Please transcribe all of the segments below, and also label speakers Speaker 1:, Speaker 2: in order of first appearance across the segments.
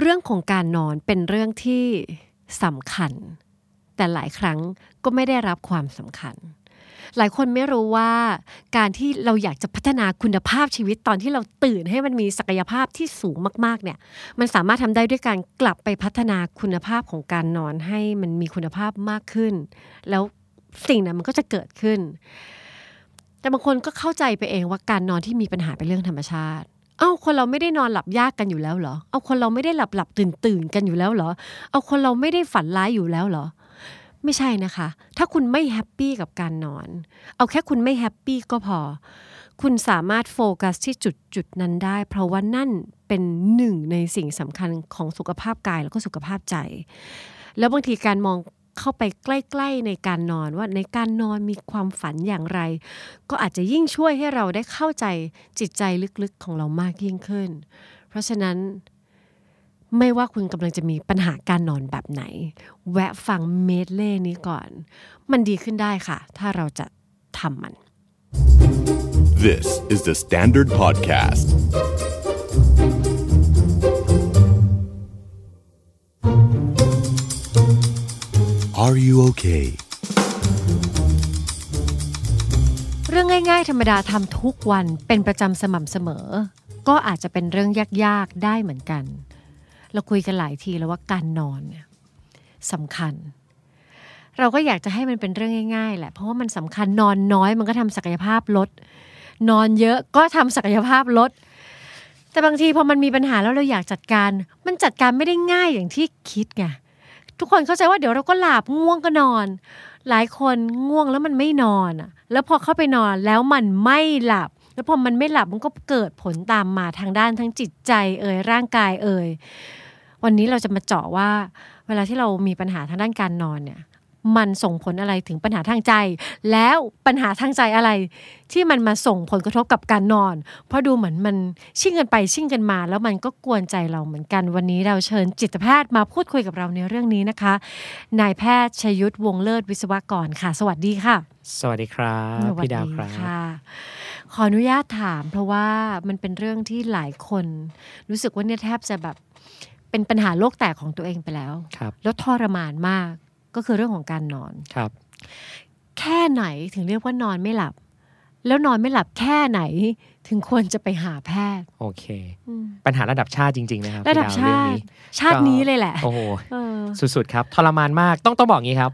Speaker 1: เรื่องของการนอนเป็นเรื่องที่สำคัญ แต่หลายครั้งก็ไม่ได้รับความสำคัญ หลายคนไม่รู้ว่าการที่เราอยากจะพัฒนาคุณภาพชีวิตตอนที่เราตื่นให้มันมีศักยภาพที่สูงมากๆเนี่ย มันสามารถทำได้ด้วยการกลับไปพัฒนาคุณภาพของการนอนให้มันมีคุณภาพมากขึ้น แล้วสิ่งนั้นมันก็จะเกิดขึ้น แต่บางคนก็เข้าใจไปเองว่าการนอนที่มีปัญหาเป็นเรื่องธรรมชาติ เอ้าคนเราไม่ได้นอนหลับยากกันอยู่แล้วเหรอ เอาคนเราไม่ได้หลับหลับตื่นตื่นกันอยู่แล้วเหรอ เอาคนเราไม่ได้ฝันร้ายอยู่แล้วเหรอ ไม่ใช่นะคะ ถ้าคุณไม่แฮปปี้กับการนอน เอาแค่คุณไม่แฮปปี้ก็พอ คุณสามารถโฟกัสที่จุดจุดๆนั้นได้ เพราะว่านั่นเป็นหนึ่งในสิ่งสำคัญของสุขภาพกายแล้วก็สุขภาพใจ แล้วบางทีการมองเข้าไปใกล้ ๆ ในการนอนว่าในการนอนมีความฝันอย่างไร ก็อาจจะยิ่งช่วยให้เราได้เข้าใจจิตใจลึกๆของเรามากยิ่งขึ้น เพราะฉะนั้น ไม่ว่าคุณกำลังจะมีปัญหาการนอนแบบไหน แวะฟังเมดเล่นี้ก่อน มันดีขึ้นได้ค่ะ ถ้าเราจะทำมัน
Speaker 2: This is the Standard Podcast. Are you okay?
Speaker 1: เรื่องง่ายๆ ธรรมดาทำทุกวันเป็นประจำสม่ำเสมอ ก็อาจจะเป็นเรื่องยากๆ ได้เหมือนกัน เราคุยกันหลายทีแล้วว่าการนอนเนี่ยสำคัญ เราก็อยากจะให้มันเป็นเรื่องง่ายๆ แหละ เพราะว่ามันสำคัญนอนน้อยมันก็ทำศักยภาพลด นอนเยอะก็ทำศักยภาพลด แต่บางทีพอมันมีปัญหาแล้วเราอยากจัดการ มันจัดการไม่ได้ง่ายอย่างที่คิดไง ทุกคนเข้าใจว่าเดี๋ยวเราก็หลับง่วงก็นอน หลายคนง่วงแล้วมันไม่นอนอะแล้วพอเข้าไปนอนแล้วมันไม่หลับ แล้วพอมันไม่หลับมันก็เกิดผลตามมาทางด้านทั้งจิตใจเอ่ยร่างกายเอ่ยวันนี้เราจะมาเจาะว่า เวลาที่เรามีปัญหาทางด้านการนอนเนี่ย มันส่งผลอะไรถึงปัญหาทางใจ แล้วปัญหาทางใจอะไร ที่มันมาส่งผลกระทบกับการนอน เพราะดูเหมือนมันชิ่งกันไปชิ่งกันมา แล้วมันก็กวนใจเราเหมือนกัน วันนี้เราเชิญจิตแพทย์มาพูดคุยกับเราในเรื่องนี้นะคะ นายแพทย์ชยุทธวงศ์เลิศวิศวกรค่ะ สวัสดีค่ะ
Speaker 3: สวัสดีครับ
Speaker 1: สวัส
Speaker 3: พี่ดาวครับ
Speaker 1: ค่ะ ขออนุญาตถามเพราะว่ามันเป็นเรื่องที่หลายคน รู้สึกว่าเนี่ยแทบจะแบบเป็นปัญหาโลกแตกของตัวเองไปแล้ว
Speaker 3: ครับ
Speaker 1: แล้วทรมานมากก็คือเรื่องของการนอน
Speaker 3: ครับ
Speaker 1: แค่ไหนถึงเรียกว่านอนไม่หลับ แล้วนอนไม่หลับแค่ไหนถึงควรจะไปหาแพทย์
Speaker 3: โอเค ปัญหาระดับชาติจริง ๆ นะครับ
Speaker 1: ระดับ
Speaker 3: พี่
Speaker 1: ชา
Speaker 3: เรื่อง
Speaker 1: ติ
Speaker 3: นี้
Speaker 1: ชาตินี้เลยแหละ
Speaker 3: โอ้โห
Speaker 1: เออ
Speaker 3: สุดๆ ครับ ทรมานมากต้องต้องบอกงี้ครับ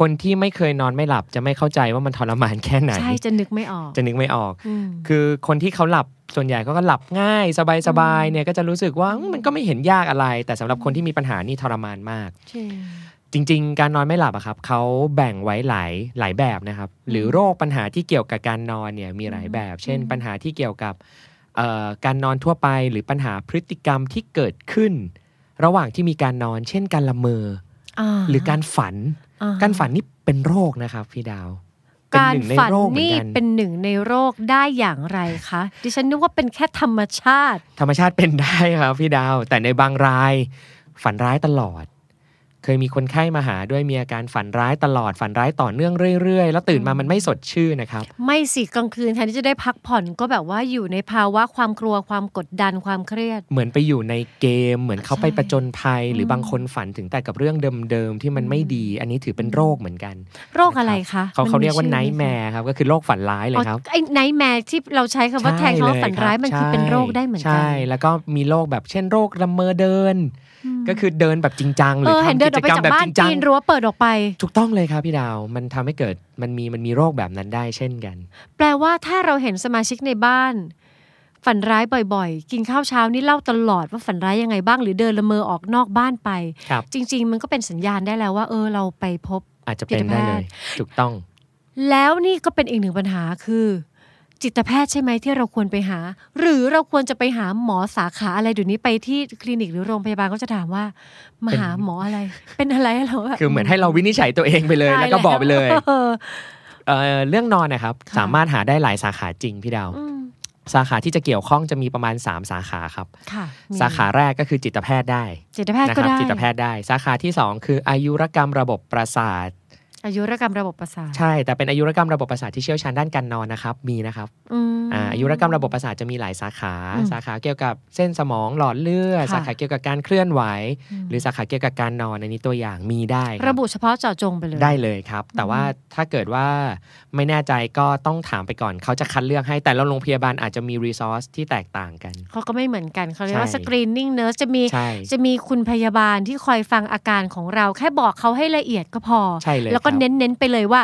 Speaker 3: คนที่ไม่เคยนอนไม่หลับจะไม่เข้าใจว่ามันทรมานแค่ไหน
Speaker 1: ใช่จะนึกไม่ออก
Speaker 3: จะนึกไม่ออก
Speaker 1: อืม
Speaker 3: คือคนที่เขาหลับส่วนใหญ่เขาก็หลับง่ายสบาย
Speaker 1: อื
Speaker 3: ๆ
Speaker 1: ม
Speaker 3: เนี่ยก็จะรู้สึกว่าอืมมันก็ไม่เห็นยากอะไร แต่สำหรับคนที่มีปัญหานี่ทรมานมาก
Speaker 1: จริง
Speaker 3: จริง ๆ การนอนไม่หลับอะครับเขาแบ่งไว้หลายหลายแบบนะครับ หรือโรคปัญหาที่เกี่ยวกับการนอนเนี่ยมีหลายแบบ เช่น
Speaker 1: อืม
Speaker 3: ปัญหาที่เกี่ยวกับเอ่อการนอนทั่วไป หรือปัญหาพฤติกรรมที่เกิดขึ้น ระหว่างที่มีการนอน เช่นการละเมอหรือการฝัน การฝันนี่เป็นโรคนะครับพี่ดาวเป็น
Speaker 1: การ
Speaker 3: หนึ่งใน
Speaker 1: ฝัน
Speaker 3: โรคเหมือ
Speaker 1: นี่
Speaker 3: นกัน
Speaker 1: เป็นหนึ่งในโรคได้อย่างไรคะ ดิฉันนึกว่าเป็นแค่ธรรมชาติ
Speaker 3: ธรรมชาติเป็นได้ครับ พี่ดาว แต่ในบางราย ฝันร้ายตลอด เคยมีคนไข้มาหาด้วยมีอาการฝันร้ายตลอด ฝันร้ายต่อเนื่องเรื่อยๆ แล้วตื่นมามันไม่สดชื่นนะครับ
Speaker 1: ไม่สิกลางคืนแทนที่จะได้พักผ่อนก็แบบว่าอยู่ในภาวะความกลัวความกดดันความเครียด
Speaker 3: เหมือนไปอยู่ในเกม เหมือนเขาไป
Speaker 1: ใช่
Speaker 3: ประจนภัย หรืออ
Speaker 1: ม
Speaker 3: บางคนฝันถึงแต่กับเรื่องเดิมๆ ที่มันไม่
Speaker 1: อืม
Speaker 3: ดี อันนี้ถือเป็นโรคเหมือนกัน
Speaker 1: โรคอะไรคะ
Speaker 3: เขาเขาเรียกว่าไน
Speaker 1: ชื่อ
Speaker 3: ท์
Speaker 1: ไห
Speaker 3: แมร์ครับ ก็คือโรคฝันร้ายเลยครับ
Speaker 1: อ๋อไอ้ไนท์แมร์ที่เราใช้คำว่าแทนเขาว่า
Speaker 3: ใช่
Speaker 1: ฝันร้ายมันคือเป็นโรคได้เหมือนกั
Speaker 3: ใช่ แล้วก็มีโรคแบบเช่นโรคละเมอเดิน ก็คือเดินแบบจริงจังห
Speaker 1: เอ
Speaker 3: รือ
Speaker 1: อเห็น
Speaker 3: ทำ
Speaker 1: เดิ
Speaker 3: กิ
Speaker 1: นอ
Speaker 3: จ
Speaker 1: อกไปจาก
Speaker 3: กรรมแบบ
Speaker 1: บ้าน
Speaker 3: จริงจัง
Speaker 1: ปีนรั้วเปิดออกไป
Speaker 3: ถูกต้องเลยครับพี่ดาวมันทำให้เกิดมันมีมันมีโรคแบบนั้นได้เช่นกัน
Speaker 1: แปลว่าถ้าเราเห็นสมาชิกในบ้าน ฝันร้ายบ่อยๆ กินข้าวเช้านี่เล่าตลอดว่าฝันร้ายยังไงบ้าง หรือเดินละเมอออกนอกบ้านไป
Speaker 3: ครับ
Speaker 1: จริง ๆ มันก็เป็นสัญญาณได้แล้วว่า เออเราไปพบ
Speaker 3: อาจจะเป็น
Speaker 1: จิตแพ
Speaker 3: ได้
Speaker 1: ทย์
Speaker 3: เลย ถูกต้อง
Speaker 1: แล้วนี่ก็เป็นอีกหนึ่งปัญหาคือ จิตแพทย์ใช่ไหมที่เราควรไปหา หรือเราควรจะไปหาหมอสาขาอะไรเดี๋ยวนี้ไปที่คลินิกหรือโรงพยาบาลก็จะถามว่ามาหาหมออะไร เป็นอะไรเราแบบ
Speaker 3: คือเหมือนให้เราวินิจฉัยตัวเองไปเลย
Speaker 1: ตา
Speaker 3: แล้วก็บอกไปเลย
Speaker 1: ออ
Speaker 3: เอ่อเรื่องนอนนะครับ
Speaker 1: ค่ะ
Speaker 3: สามารถหาได้หลายสาขาจริงพี่ดาว
Speaker 1: อืม
Speaker 3: สาขาที่จะเกี่ยวข้องจะมีประมาณ 3 สาขาครับ
Speaker 1: ค่ะมี
Speaker 3: สาขาแรกก็คือจิตแพทย์ได้
Speaker 1: จิตแพทย์
Speaker 3: นะ
Speaker 1: ก็
Speaker 3: ครับ
Speaker 1: ได้
Speaker 3: จิตแพทย์ได้ สาขาที่ 2 คืออายุรกรรมระบบประสาท
Speaker 1: อายุรกรรมระบบประสาท
Speaker 3: ใช่แต่เป็นอายุรกรรมระบบประสาทที่เชี่ยวชาญด้านการนอนนะครับมีนะครับ
Speaker 1: อืม
Speaker 3: อ่าอายุรกรรมระบบประสาทจะมีหลายสาขา
Speaker 1: อืม
Speaker 3: สาขาเกี่ยวกับเส้นสมองหลอดเลือด
Speaker 1: ค่ะ
Speaker 3: สาขาเกี่ยวกับการเคลื่อนไหว
Speaker 1: อืม
Speaker 3: หรือสาขาเกี่ยวกับการนอนอันนี้ตัวอย่างมีได้ค
Speaker 1: ระ
Speaker 3: บ
Speaker 1: บุเฉพาะเจาะจงไปเลย
Speaker 3: ได้เลยครับ แต่ว่าถ้าเกิดว่าไม่แน่ใจก็ต้องถามไปก่อน เขาจะคัดเลือกให้แต่ละโรงพยาบาลอาจจะมีรีซอสที่แตกต่างกัน
Speaker 1: เขาก็ไม่เหมือนกันเขาเรียกว่า
Speaker 3: ใช่
Speaker 1: สกรีนนิ่งเน r s จะมี
Speaker 3: ใช่
Speaker 1: จะมีคุณพยาบาลที่คอยฟังอาการของเรา แค่บอกเขาให้ละเอียดก็พอ
Speaker 3: ใช่เลย
Speaker 1: แล้วก็
Speaker 3: ครับ
Speaker 1: เน้น ๆ ไปเลยว่า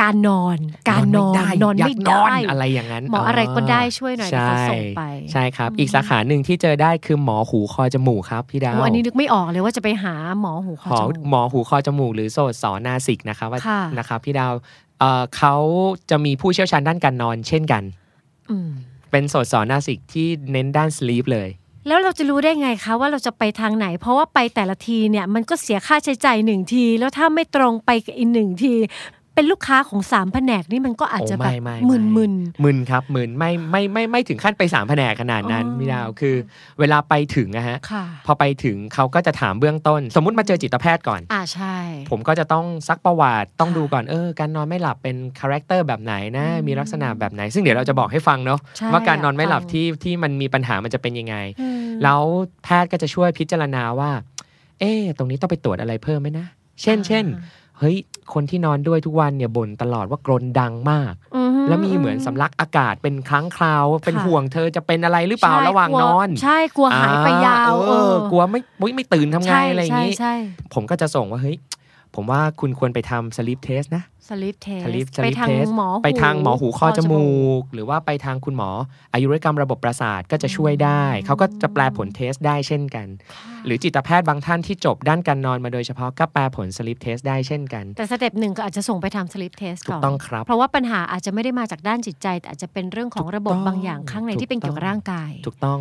Speaker 1: การนอน การนอนนอน
Speaker 3: ยาก
Speaker 1: ไม่ได้
Speaker 3: อะไรอย่างนั้น
Speaker 1: หมออะไรก็ได้ช่วยหน่อย
Speaker 3: ใช่
Speaker 1: นะคะส่งไป
Speaker 3: ใช่ครับ
Speaker 1: อืม
Speaker 3: อีกสาขาหนึ่งที่เจอได้คือหมอหูคอจมูกครับพี่ดาว
Speaker 1: โอ้อันนี้นึกไม่ออกเลยว่าจะไปหาหมอหูคอ
Speaker 3: หมอ
Speaker 1: จมูก
Speaker 3: หมอหูคอจมูก หรือโสตสอนาสิกนะครับว่า
Speaker 1: ค่ะ
Speaker 3: นะครับพี่ดาวเอ่อเขาจะมีผู้เชี่ยวชาญด้านการนอน เช่นกัน
Speaker 1: อืม
Speaker 3: เป็นโสตสอนาสิกที่เน้นด้านสลีปเลย
Speaker 1: แล้วเราจะรู้ได้ไงคะว่าเราจะไปทางไหน เพราะว่าไปแต่ละทีเนี่ยมันก็เสียค่าใช้จ่ายหนึ่งที แล้วถ้าไม่ตรงไปอีกหนึ่งที เป็นลูกค้าของสามแผนกนี่มันก็อาจจะ
Speaker 3: โอ้
Speaker 1: แบบ
Speaker 3: ไม่ไม่
Speaker 1: มึน
Speaker 3: ไ
Speaker 1: มึน
Speaker 3: มึนครับมึนไม่ไม่ไม่ไม่ถึงขั้นไปสามแผนกขนาดนั้น
Speaker 1: อ๋อ
Speaker 3: พี่ดาวคือ เวลาไปถึงนะฮะ
Speaker 1: ๆค่ะ
Speaker 3: พอไปถึงเขาก็จะถามเบื้องต้น สมมติมาเจอจิตแพทย์ก่อน
Speaker 1: อ่าใช่
Speaker 3: ผมก็จะต้องซักประวัติต้อง
Speaker 1: ค่ะ
Speaker 3: ดูก่อนเออการนอนไม่หลับเป็นคาแรคเตอร์แบบไหนนะ
Speaker 1: อืม
Speaker 3: มีลักษณะแบบไหน ซึ่งเดี๋ยวเราจะบอกให้ฟังเนาะ
Speaker 1: ใช่
Speaker 3: ว่าการนอนไม่หลับ
Speaker 1: อยากฟัง
Speaker 3: ที่ที่มันมีปัญหามันจะเป็นยังไง
Speaker 1: อืม
Speaker 3: แล้วแพทย์ก็จะช่วยพิจารณาว่า เอ๊ะตรงนี้ต้องไปตรวจอะไรเพิ่มไหมนะเช่น เช่นเฮ้ยคนที่นอนด้วยทุกวันเนี่ยบ่นตลอดว่ากรนดังมาก
Speaker 1: อืฮึ
Speaker 3: แล้วมีเหมือนสำลักอากาศเป็นครั้งคราว เป็น
Speaker 1: ค่ะ
Speaker 3: ห่วงเธอจะเป็นอะไรหรือเปล่า
Speaker 1: ใช่
Speaker 3: ระหว่าง
Speaker 1: ก
Speaker 3: น
Speaker 1: ลั
Speaker 3: อน
Speaker 1: ใช่กลัวหายไปยาว
Speaker 3: อ่เออกลัวไม่ไม่ไม่ตื่นทำไงอะไรอย่างนี้
Speaker 1: ใช่
Speaker 3: ผมก็จะส่งว่าเฮ้ย ผมว่าคุณควรไปทำสลิปเทสนะ
Speaker 1: สลิปเทส
Speaker 3: sleep
Speaker 1: ไป
Speaker 3: sleep
Speaker 1: ทาง
Speaker 3: test
Speaker 1: หมอ
Speaker 3: ไปทางหมอหูคอจมูก หรือว่าไปทางคุณหมออายุรกรรมระบบประสาทก็จะช่วยได้ เขาก็จะแปลผลเทสได้เช่นกัน หรือจิตแพทย์บางท่านที่จบด้านการนอนมาโดยเฉพาะก็แปลผลสลิปเทสได้เช่นกัน
Speaker 1: แต่สเต็ปหนึ่งก็อาจจะส่งไปทำสลิปเทส
Speaker 3: ถู
Speaker 1: ก่
Speaker 3: ก
Speaker 1: อน
Speaker 3: ต้องครับ
Speaker 1: เพราะว่าปัญหาอาจจะไม่ได้มาจากด้านจิตใจ แต่อาจจะเป็นเรื่องของระบบ
Speaker 3: ถูกต้อง
Speaker 1: บางอย่างข้างในที่เป็น
Speaker 3: ถูก
Speaker 1: เกี่ยว
Speaker 3: ต้อง
Speaker 1: กับร่างกาย
Speaker 3: ถูกต้อง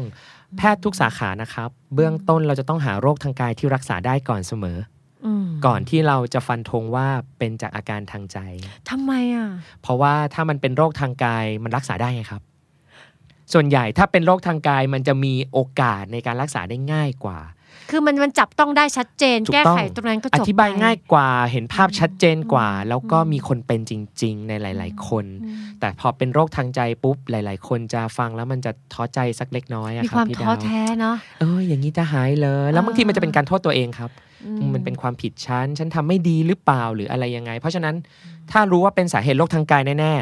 Speaker 3: แพทย์ทุกสาขานะครับ เบื้องต้นเราจะต้องหาโรคทางกายที่รักษาได้ก่อนเสมอ
Speaker 1: อืม
Speaker 3: ก่อนที่เราจะฟันธงว่าเป็นจากอาการทางใจ
Speaker 1: ทำไมอ่ะ
Speaker 3: เพราะว่าถ้ามันเป็นโรคทางกายมันรักษาได้ไงครับ ส่วนใหญ่ถ้าเป็นโรคทางกายมันจะมีโอกาสในการรักษาได้ง่ายกว่า
Speaker 1: คือมันมันจับต้องได้ชัดเจน
Speaker 3: ถูก
Speaker 1: แก้
Speaker 3: ต้อง
Speaker 1: ไขตรงนั้นก็จบ
Speaker 3: อ
Speaker 1: ไป
Speaker 3: ธิบายง่ายกว่าเห็นภาพชัดเจนกว่า
Speaker 1: อืม
Speaker 3: แล้วก็มีคนเป็นจริง ๆ ในหลาย ๆ คน
Speaker 1: อืม
Speaker 3: แต่พอเป็นโรคทางใจปุ๊บหลาย ๆ คนจะฟังแล้วมันจะท้อใจสักเล็กน้อยอะ
Speaker 1: มี
Speaker 3: ค
Speaker 1: ค
Speaker 3: รั
Speaker 1: วา
Speaker 3: บ
Speaker 1: ม
Speaker 3: พี่
Speaker 1: ท้อ
Speaker 3: ดาว
Speaker 1: แท้เนาะ
Speaker 3: เอออย่างนี้จะหายเลยแล้วบางทีมันจะเป็นการโทษตัวเองครับ
Speaker 1: อื
Speaker 3: มันเป็นความผิดฉัน ฉันทำไม่ดีหรือเปล่าหรืออะไรยังไง เพราะฉะนั้นถ้ารู้ว่าเป็นสาเหตุโรคทางกายแน่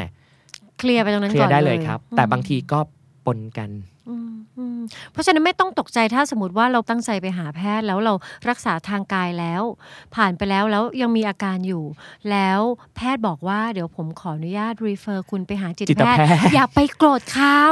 Speaker 1: เคลียร์ไปตรง
Speaker 3: ๆ
Speaker 1: นั้น
Speaker 3: เคลี
Speaker 1: ก่
Speaker 3: ย
Speaker 1: อน
Speaker 3: ร์ได้เลยครับ แต่
Speaker 1: อืม
Speaker 3: บางทีก็ปนกัน
Speaker 1: อืมอืมเพราะฉะนั้นไม่ต้องตกใจถ้าสมมติว่าเราตั้งใจไปหาแพทย์แล้วเรารักษาทางกายแล้ว ผ่านไปแล้วแล้วยังมีอาการอยู่ แล้วแพทย์บอกว่าเดี๋ยวผมขออนุญาตรีเฟอร์คุณไปหาจิต
Speaker 3: จิต
Speaker 1: แพท
Speaker 3: แพ
Speaker 1: ย์
Speaker 3: ทย์
Speaker 1: อย่าไปโกรธเขา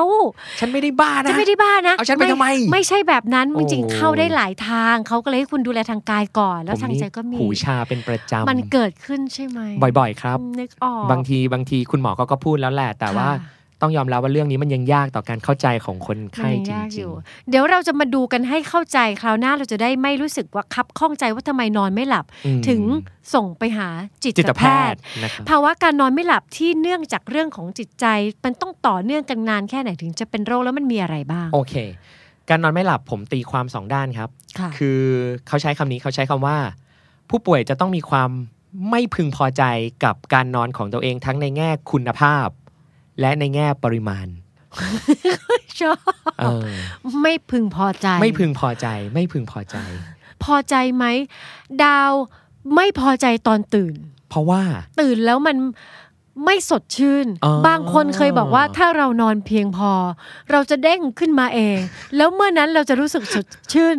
Speaker 3: ฉันไม่ได้บ้านะ
Speaker 1: จะไม่ได้บ้านะ
Speaker 3: เอาฉันไปทำไม
Speaker 1: ไม่ใช่แบบนั้น
Speaker 3: โอ้
Speaker 1: จริงๆเข้าได้หลายทาง เขาก็เลยให้คุณดูแลทางกายก่อน แล้วทางใจก็มี
Speaker 3: หูชาเป็นประจำ
Speaker 1: มันเกิดขึ้นใช่ไหม
Speaker 3: บ่อยๆ ครับ
Speaker 1: นึกออก
Speaker 3: บางทีบางทีคุณหมอเขาก็พูดแล้วแหละ แต่ว่า
Speaker 1: ค่ะ
Speaker 3: ต้องยอมรับว่าเรื่องนี้มันยังยากต่อการเข้าใจของคนไข้จ
Speaker 1: มันยังยากอ
Speaker 3: ริง
Speaker 1: ยู่ เดี๋ยวเราจะมาดูกันให้เข้าใจคราวหน้าเราจะได้ไม่รู้สึกว่าคับข้องใจว่าทำไมนอนไม่หลับ
Speaker 3: อืม
Speaker 1: ถึงส่งไปหาจิ
Speaker 3: ๆ จิตแพทย์นะครับ
Speaker 1: ภาวะการนอนไม่หลับที่เนื่องจากเรื่องของจิตใจ มันต้องต่อเนื่องกันนานแค่ไหนถึงจะเป็นโรคแล้วมันมีอะไรบ้าง
Speaker 3: โอเค การนอนไม่หลับผมตีความสองด้านครับ
Speaker 1: ค่ะ
Speaker 3: คือเขาใช้คำนี้เขาใช้คำว่า ผู้ป่วยจะต้องมีความไม่พึงพอใจกับการนอนของตัวเองทั้งในแง่คุณภาพ และในแง่ปริมาณ
Speaker 1: ชอบ
Speaker 3: เออ
Speaker 1: ไม่พึงพอใจ
Speaker 3: ไม่พึงพอใจไม่พึงพอใจ
Speaker 1: พอใจไหม ดาวไม่พอใจตอนตื่น
Speaker 3: เพราะว่า
Speaker 1: ตื่นแล้วมันไม่สดชื่น
Speaker 3: อ๋อบ
Speaker 1: างคนเคยบอกว่าถ้าเรานอนเพียงพอ เราจะเด้งขึ้นมาเอง แล้วเมื่อนั้นเราจะรู้สึกสดชื่น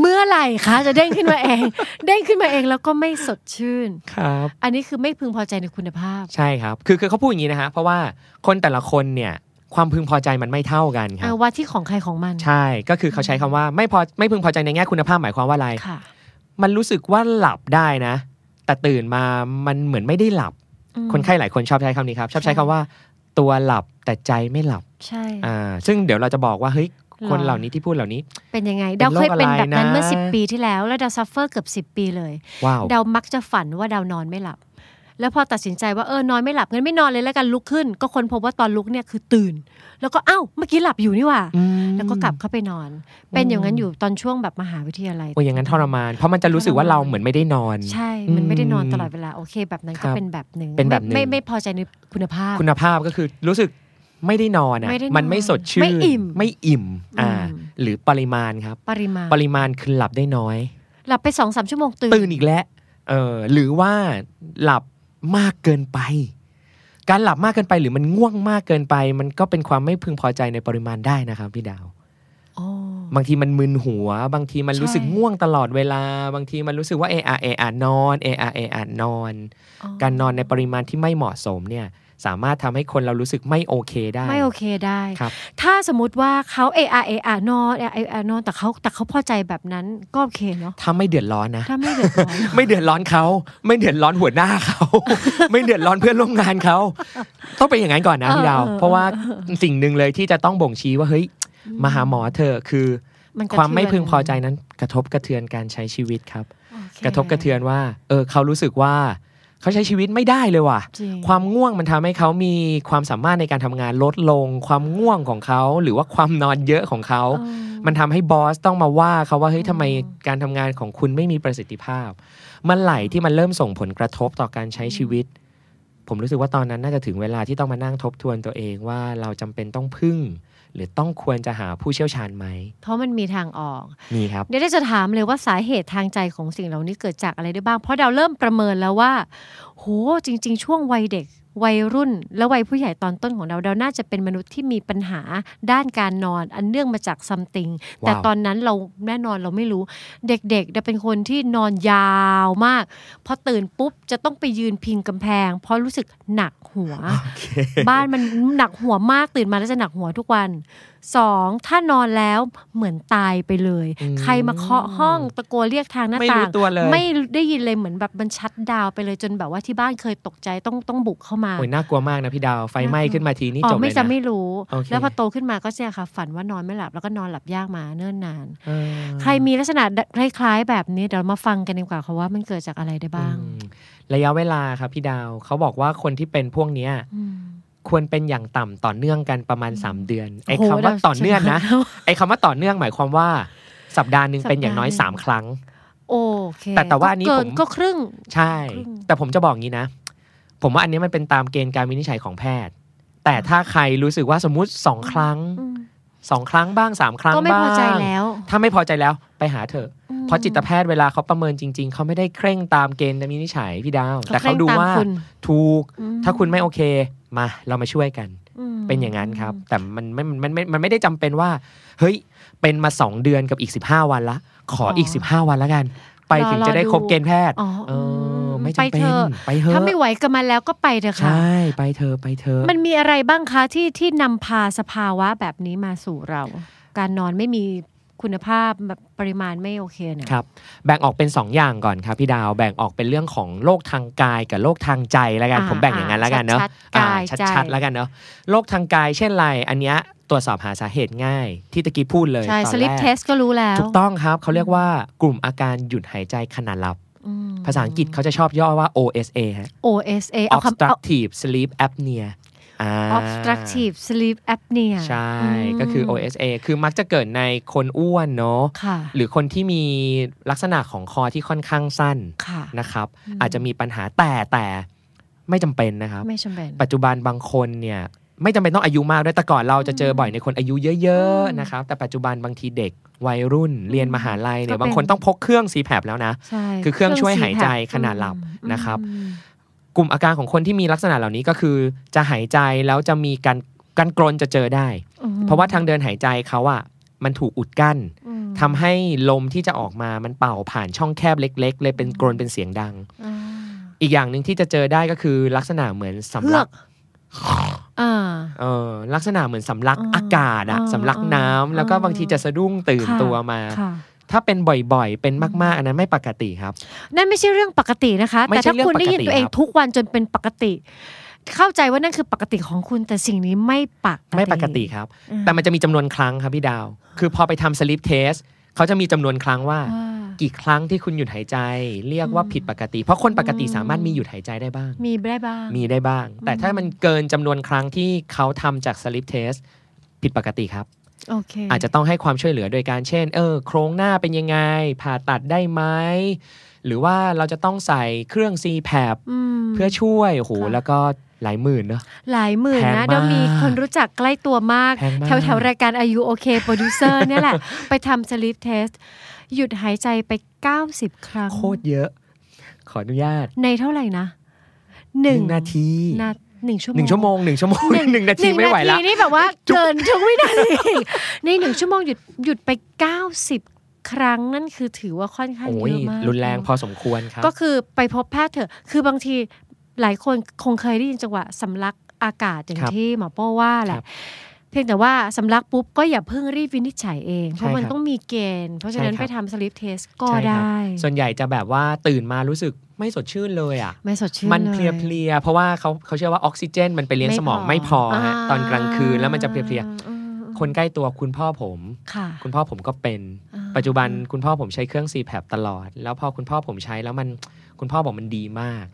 Speaker 1: เมื่อไหร่คะจะเด้งขึ้นมาเอง เด้งขึ้นมาเองแล้วก็ไม่สดชื่น
Speaker 3: ครับ
Speaker 1: อันนี้คือไม่พึงพอใจในคุณภาพ
Speaker 3: ใช่ครับ คือคือเขาพูดอย่างนี้นะฮะ เพราะว่าคนแต่ละคนเนี่ย ความพึงพอใจมันไม่เท่ากันครั
Speaker 1: อ่ะ
Speaker 3: บ
Speaker 1: ว่าที่ของใครของมัน
Speaker 3: ใช่ ก็คือเขาใช้คำว่าไม่พอไม่พึงพอใจในแง่คุณภาพหมายความว่าอะไร
Speaker 1: ค่ะ
Speaker 3: มันรู้สึกว่าหลับได้นะ แต่ตื่นมามันเหมือนไม่ได้หลับ
Speaker 1: อืม
Speaker 3: คนไข้หลายคนชอบใช้คำนี้ครับ ชอบใช้
Speaker 1: ใช่
Speaker 3: คำว่า ตัวหลับแต่ใจไม่หลับ
Speaker 1: ใช่
Speaker 3: อ่า ซึ่งเดี๋ยวเราจะบอกว่าเฮ้ยคนเหล่านี้ที่พูดเหล่านี้
Speaker 1: เป็นยังไง
Speaker 3: เป็น
Speaker 1: ดาวเคยเป็นแบบนั้น
Speaker 3: โรคอะไรนะ
Speaker 1: เมื่อ 10 ปีที่แล้ว แล้วดาวซัฟเฟอร์เกือบ 10 ปีเลย
Speaker 3: ว้าว
Speaker 1: ดาวมักจะฝันว่าดาวนอนไม่หลับ แล้วพอตัดสินใจว่าเออนอนไม่หลับงั้นไม่นอนเลยแล้วกันลุกขึ้น ก็ค้นพบว่าตอนลุกเนี่ยคือตื่น แล้วก็เอ้าเมื่อกี้หลับอยู่นี่หว่า
Speaker 3: อืม
Speaker 1: แล้วก็กลับเข้าไปนอน เป็นอย่างนั้นอยู่ตอนช่วงแบบมหาวิทยาลัย
Speaker 3: โอ้ยอย่างนั้นทรมาน เพราะมันจะรู้สึกว่าเราเหมือนไม่ได้นอน
Speaker 1: ใช่ มันไม่ได้นอน
Speaker 3: อืม
Speaker 1: ตลอดเวลาโอเคแบบนั้น
Speaker 3: ค
Speaker 1: ก็
Speaker 3: รับ
Speaker 1: เป็นแบบหนึ่ง
Speaker 3: เป็นแบบหนึ่ง
Speaker 1: ไม่ไม่ไม่พอใจในคุณภาพ
Speaker 3: คุณภาพก็คือรู้สึกไม่ได้นอนอ่ะ
Speaker 1: ไม่ได้นอน
Speaker 3: นไม่สดชื่น
Speaker 1: ไม่อิ่ม
Speaker 3: ไม่อิ่มอ่า
Speaker 1: อืม
Speaker 3: หรือปริมาณครับ
Speaker 1: ปริมาณ
Speaker 3: ปริมาณคือหลับได้น้อย
Speaker 1: หลับไปสองสามชั่วโมงตื่
Speaker 3: ตื่นอีกแล้วเออหรือว่าหลับมากเกินไป การหลับมากเกินไปหรือมันง่วงมากเกินไป มันก็เป็นความไม่พึงพอใจในปริมาณได้นะครับพี่ดาว
Speaker 1: โอ้
Speaker 3: บางทีมันมึนหัว บางทีมัน
Speaker 1: ใช่
Speaker 3: รู้สึกง่วงตลอดเวลา บางทีมันรู้สึกว่าเออะเออะนอนเออะเออะนอน
Speaker 1: อ๋อ
Speaker 3: การนอนในปริมาณที่ไม่เหมาะสมเนี่ยสามารถทำให้คนเรารู้สึกไม่โอเคได้
Speaker 1: ไม่โอเคได้
Speaker 3: ครับ
Speaker 1: ถ้าสมมติว่าเขาเออาเออานอนเออานอนแต่เขาแต่เขาพอใจแบบนั้นก็โอเคเนาะ
Speaker 3: ถ้าไม่เดือดร้อนนะ
Speaker 1: ถ้าไม่เดือดร้อน
Speaker 3: ไม่เดือดร้อนเขา ไม่เดือดร้อนหัวหน้าเขา ไม่เดือดร้อนเพื่อนร่วมงานเขา ต้องเป็นอย่างนั้นก่อนนะพี่ดาว
Speaker 1: เออ
Speaker 3: เพราะว่าสิ่งหนึ่งเลยที่จะต้องบ่งชี้ว่าเฮ้ยมาหาหมอเธอะคือ
Speaker 1: นกระ
Speaker 3: ความไม่
Speaker 1: เทือน
Speaker 3: พึงพอใจนั้นกระทบกระเทือนการใช้ชีวิตครับ
Speaker 1: โอเค
Speaker 3: กระทบกระเทือนว่า เออเขารู้สึกว่าเขาใช้ชีวิตไม่ได้เลยว่ะ
Speaker 1: จริง
Speaker 3: ความง่วงมันทำให้เขามีความสามารถในการทำงานลดลง ความง่วงของเขาหรือว่าความนอนเยอะของเขา
Speaker 1: เออ
Speaker 3: มันทำให้บอสต้องมาว่าเขาว่าเฮ้ยทำไม
Speaker 1: อื
Speaker 3: การทำงานของคุณไม่มีประสิทธิภาพเมื่อไหร่ที่มันเริ่มส่งผลกระทบต่อการใช้ชีวิต ผมรู้สึกว่าตอนนั้นน่าจะถึงเวลาที่ต้องมานั่งทบทวนตัวเองว่าเราจำเป็นต้องพึ่ง หรือต้องควรจะหาผู้เชี่ยวชาญไหม
Speaker 1: เพราะมันมีทางออก
Speaker 3: นี่ครับ
Speaker 1: เดี๋ยวได้จะถามเลยว่าสาเหตุทางใจของสิ่งเหล่านี้เกิดจากอะไรได้บ้าง เพราะเราเริ่มประเมินแล้วว่า โห จริง ๆ ช่วงวัยเด็ก วัยรุ่น และวัยผู้ใหญ่ตอนต้นของเรา เราน่าจะเป็นมนุษย์ที่มีปัญหาด้านการนอน อันเนื่องมาจากซัมติง แต่
Speaker 3: ว้าว
Speaker 1: ตอนนั้นเราแน่นอนเราไม่รู้ เด็กๆจะเป็นคนที่นอนยาวมาก พอตื่นปุ๊บจะต้องไปยืนพิงกำแพง เพราะรู้สึกหนักหัว บ้านมันหนักหัวมากตื่นมาแล้วจะหนักหัวทุกวันสองถ้านอนแล้วเหมือนตายไปเลย
Speaker 3: อืม
Speaker 1: ใครมาเคาะห้องตะโกนเรียกทางหน้า
Speaker 3: ไม่รู้
Speaker 1: ต่าง
Speaker 3: ตัวเลย
Speaker 1: ไม่ได้ยินเลยเหมือนแบบมันชัดดาวน์ไปเลยจนแบบว่าที่บ้านเคยตกใจต้องต้องบุกเข้ามา
Speaker 3: โอ้ยน่ากลัวมากนะพี่ดาวไฟไหม้ขึ้นมาทีนี่
Speaker 1: อ๋
Speaker 3: จ
Speaker 1: อบ
Speaker 3: เล
Speaker 1: ไม่
Speaker 3: ย
Speaker 1: จะ
Speaker 3: นะ
Speaker 1: ไม่รู้
Speaker 3: โอเค
Speaker 1: แล้วพอโตขึ้นมาก็จะค่ะฝันว่านอนไม่หลับแล้วก็นอนหลับยากมาเนิ่นนาน
Speaker 3: เออ
Speaker 1: ใครมีลักษณะคล้ายๆ แบบนี้เดี๋ยวเรามาฟังกันดีกว่าค่ะว่ามันเกิดจากอะไรได้บ้าง
Speaker 3: อืมระยะเวลาครับพี่ดาวเขาบอกว่าคนที่เป็นพวกเนี้ย
Speaker 1: อืม
Speaker 3: ควรเป็นอย่างต่ำต่อเนื่องกันประมาณ 3 เดือนไอ้
Speaker 1: โอ้โห
Speaker 3: คำว่าต่อเนื่องนะ
Speaker 1: เราชนะ
Speaker 3: ไอ้คำว่าต่อเนื่องหมายความว่าสัปดาห์หนึ่ง
Speaker 1: สัปดาห์
Speaker 3: เป็นอย่างน้อย
Speaker 1: หนึ่ง
Speaker 3: 3 ครั้ง
Speaker 1: โอเค
Speaker 3: แต่แต่ว่าอันนี้
Speaker 1: ก็เกิ
Speaker 3: ผม
Speaker 1: ก็ครึ่ง
Speaker 3: ใช่
Speaker 1: ครึ่ง
Speaker 3: แต่ผมจะบอกงี้นะ ผมว่าอันนี้มันเป็นตามเกณฑ์การวินิจฉัยของแพทย์ แต่ถ้าใครรู้สึกว่าสมมุติ 2 ครั้ง
Speaker 1: อืม
Speaker 3: 2 ครั้งบ้าง 3 ครั้ง
Speaker 1: ก็ไม่
Speaker 3: บ้าง
Speaker 1: พอใจแล้ว
Speaker 3: ถ้าไม่พอใจแล้วไปหาเถอะ
Speaker 1: อืม
Speaker 3: เพราะจิตแพทย์เวลาเขาประเมินจริง ๆเขาไม่ได้เคร่งตามเกณฑ์การวินิจฉัยพี่ดาว แต่เขาดูว่า
Speaker 1: เคร่งตมคุณ
Speaker 3: ถูก
Speaker 1: อืม
Speaker 3: ถ้าคุณไม่โอเค มาเรามาช่วยกัน
Speaker 1: ม
Speaker 3: เป็นอย่างนั้นครับ แต่มันไม่มันไม่มันไม่ได้จำเป็นว่า เฮ้ย เป็นมา 2 เดือนกับอีก 15 วันละ ขออีก 15 วันแล้วกัน ไปถึงจะได้ครบเกณฑ์แพทย์
Speaker 1: อ๋อ
Speaker 3: เอ
Speaker 1: อื
Speaker 3: อ
Speaker 1: ม
Speaker 3: ไม่
Speaker 1: ไป
Speaker 3: จำเป็
Speaker 1: เถ
Speaker 3: น
Speaker 1: อะ
Speaker 3: ไปเถอะ
Speaker 1: ถ้าไม่ไหวกับมันแล้วก็ไปเถอะ
Speaker 3: ใช
Speaker 1: ค่ะ
Speaker 3: ่ ไปเถอะไปเถอะ
Speaker 1: มันมีอะไรบ้างคะที่ที่นำพาสภาวะแบบนี้มาสู่เรา การนอนไม่มีคุณภาพแบบปริมาณไม่โอเคเนี่ย
Speaker 3: ครับแบ่งออกเป็น 2 อย่างก่อนครับพี่ดาวแบ่งออกเป็นเรื่องของโรคทางกายกับโรคทางใจแล้วกัน
Speaker 1: อ่า
Speaker 3: ผมแบ่งอย่างนั้นแล้วกันเนาะ
Speaker 1: ชัดๆกาย
Speaker 3: อ่า
Speaker 1: ใจ
Speaker 3: ชัดๆแล้วกันเนาะโรคทางกายเช่นไรอันเนี้ยตรวจสอบหาสาเหตุง่าย ที่ตะกี้พูดเลย
Speaker 1: ใช่
Speaker 3: ตอน
Speaker 1: สลิป
Speaker 3: แรก
Speaker 1: เทสก็รู้แล้ว
Speaker 3: ถูกต้องครับเขาเรียกว่ากลุ่มอาการหยุดหายใจขณะหลับ
Speaker 1: อืม
Speaker 3: ภาษาอังกฤษเขาจะชอบย่อว่า OSA ฮะ
Speaker 1: OSA เอาคำเอา
Speaker 3: obstructive sleep apnea อ่า
Speaker 1: obstructive sleep apnea
Speaker 3: ใช่
Speaker 1: ม
Speaker 3: ก็คือ OSA คือมักจะเกิดในคนอ้วนเนาะ
Speaker 1: ค่ะ
Speaker 3: หรือคนที่มีลักษณะของคอที่ค่อนข้างสั้น
Speaker 1: ค่ะ
Speaker 3: นะครับ
Speaker 1: อืม
Speaker 3: อาจจะมีปัญหาแต่แต่ไม่จำเป็นนะครับ
Speaker 1: ไม่จำเป็น
Speaker 3: ปัจจุบันบางคนเนี่ยไม่จำเป็นต้องอายุมากด้วยแต่ก่อนเราจะเจอบ่อยในคนอายุเยอะ
Speaker 1: อืม
Speaker 3: ๆนะครับแต่ปัจจุบันบางทีเด็กวัยรุ่นเรียนมหาลัยเนี่ย
Speaker 1: ก็เป็น
Speaker 3: บางคนต้องพกเครื่อง c p a p แล้วนะ
Speaker 1: ใช่
Speaker 3: คือเครื่องช่วยหายใจ
Speaker 1: ซีแพค
Speaker 3: ขณะหลับ
Speaker 1: อืม
Speaker 3: นะครับ
Speaker 1: อืม
Speaker 3: กลุ่มอาการของคนที่มีลักษณะเหล่านี้ก็คือ จะหายใจแล้วจะมีการการกรนจะเจอได้
Speaker 1: อืม
Speaker 3: เพราะว่าทางเดินหายใจเขาอะมันถูกอุดกั้น
Speaker 1: อืม
Speaker 3: ทำให้ลมที่จะออกมามันเป่าผ่านช่องแคบเล็ก ๆ เลยเป็นกรนเป็นเสียงดัง
Speaker 1: อ่า
Speaker 3: อีกอย่างหนึ่งที่จะเจอได้ก็คือลักษณะเหมือนสำลัก
Speaker 1: อ่า
Speaker 3: เออลักษณะเหมือนสำลัก
Speaker 1: อ่า
Speaker 3: อากาศอะ
Speaker 1: อ่า
Speaker 3: สำลักน้ำ
Speaker 1: อ่า
Speaker 3: แล้วก็บางทีจะสะดุ้งตื่น
Speaker 1: ค่ะ
Speaker 3: ตัวมา
Speaker 1: ค่ะ
Speaker 3: ถ้าเป็นบ่อยๆ เป็นมากๆ อันนั้นไม่ปกติครับ
Speaker 1: นั่นไม่ใช่เรื่องปกตินะคะ
Speaker 3: ไม่
Speaker 1: แต่
Speaker 3: ใช่
Speaker 1: ถ้า
Speaker 3: เรื่อง
Speaker 1: คุณได้ยิน
Speaker 3: ปกติ
Speaker 1: ตัวเอง
Speaker 3: ครับ
Speaker 1: ทุกวันจนเป็นปกติ เข้าใจว่านั่นคือปกติของคุณแต่สิ่งนี้ไม่ปกติ
Speaker 3: ไม่ปกติครับ
Speaker 1: อ่า
Speaker 3: แต่มันจะมีจำนวนครั้งครับพี่ดาว คือพอไปทำสลิปเทสเขาจะมีจำนวนครั้งว่า
Speaker 1: ว่า
Speaker 3: กี่ครั้งที่คุณหยุดหายใจ เรียกว่าผิดปกติ เพราะคนปกติสามารถมีหยุดหายใจได้บ้าง
Speaker 4: มีได้บ้าง
Speaker 3: มีได้บ้าง แต่ถ้ามันเกินจำนวนครั้งที่เขาทำจากสลิปเทสผิดปกติครับ
Speaker 4: โอเค
Speaker 3: อาจจะต้องให้ความช่วยเหลือโดยการเช่น เออ โครงหน้าเป็นยังไง ผ่าตัดได้ไหม หรือว่าเราจะต้องใส่เครื่อง c p a p
Speaker 1: ม
Speaker 3: เพื่อช่วยโอ้โห
Speaker 1: ค่ะ
Speaker 3: แล้วก็หลายหมื่นเนอะ
Speaker 1: หลายหมื่น
Speaker 3: แพง
Speaker 1: นะ
Speaker 3: มาก
Speaker 1: เดี๋ยวมีคนรู้จักใกล้ตัวมาก
Speaker 3: แพงมาก
Speaker 1: แถวแถวๆรายการอายุโอเคโปรดิวเซอร์เนี่ย แหละ ไปทำสลิปเทส หยุดหายใจไป 90 ครั้ง
Speaker 3: โคตรเยอะ ขออนุญาต
Speaker 1: ในเท่าไหร่นะ
Speaker 3: หนึ่งนาที
Speaker 1: นาหนึ่งชั่วโมง
Speaker 3: หนึ่งชั่วโมงหนึ่งชั่วโมงหนึ่งนาทีไม่ไหวละ
Speaker 1: หนึ่งนาทีนี่แบบว่าเกินทุกวินาที ในหนึ่งชั่วโมงหยุดหยุดไป 90 ครั้งนั่นคือถือว่าค่อนข้าง
Speaker 3: โอ้
Speaker 1: เย
Speaker 3: ย
Speaker 1: อะมาก
Speaker 3: รุนแรง
Speaker 1: นะ
Speaker 3: พอสมควรครับ
Speaker 1: ก็คือไปพบแพทย์เถอะ คือบางทีหลายคนคงเคยได้ยินจังหวะสำลักอากาศอย่าง
Speaker 3: ครับ
Speaker 1: ที่หมอโป้ว่าแห
Speaker 3: ครั
Speaker 1: ละ
Speaker 3: บ
Speaker 1: เพียงแต่ว่าสำลักปุ๊บก็อย่าเพิ่งรีบวินิจฉัยเอง เพราะ
Speaker 3: ใช่
Speaker 1: มัน
Speaker 3: ครับ
Speaker 1: ต้องมีเกณฑ์ เพราะฉะ
Speaker 3: ใช่
Speaker 1: นั้น
Speaker 3: ครับ
Speaker 1: ไปทำสลิปเทสก็
Speaker 3: ใช่ครับ
Speaker 1: ได้
Speaker 3: ส่วนใหญ่จะแบบว่าตื่นมารู้สึกไม่สดชื่นเลยอ่ะ
Speaker 1: ไม่สดชื่น
Speaker 3: มัน
Speaker 1: ล
Speaker 3: เพลียเพลียๆเพราะว่าเขาเขาเชื่อว่าออกซิเจน มันไปเลี้ยงสมองไม่พอฮะตอนกลางคืนแล้วมันจะเพลียเพลียๆคนใกล้ตัวคุณพ่อผม
Speaker 1: ค่ะ
Speaker 3: คุณพ่อผมก็เป็น
Speaker 1: อ่า
Speaker 3: ปัจจุบันคุณพ่อผมใช้เครื่อง c p a p ตลอด แล้วพอคุณพ่อผมใช้แล้วมันคุณพ่อบอกมันดีมาก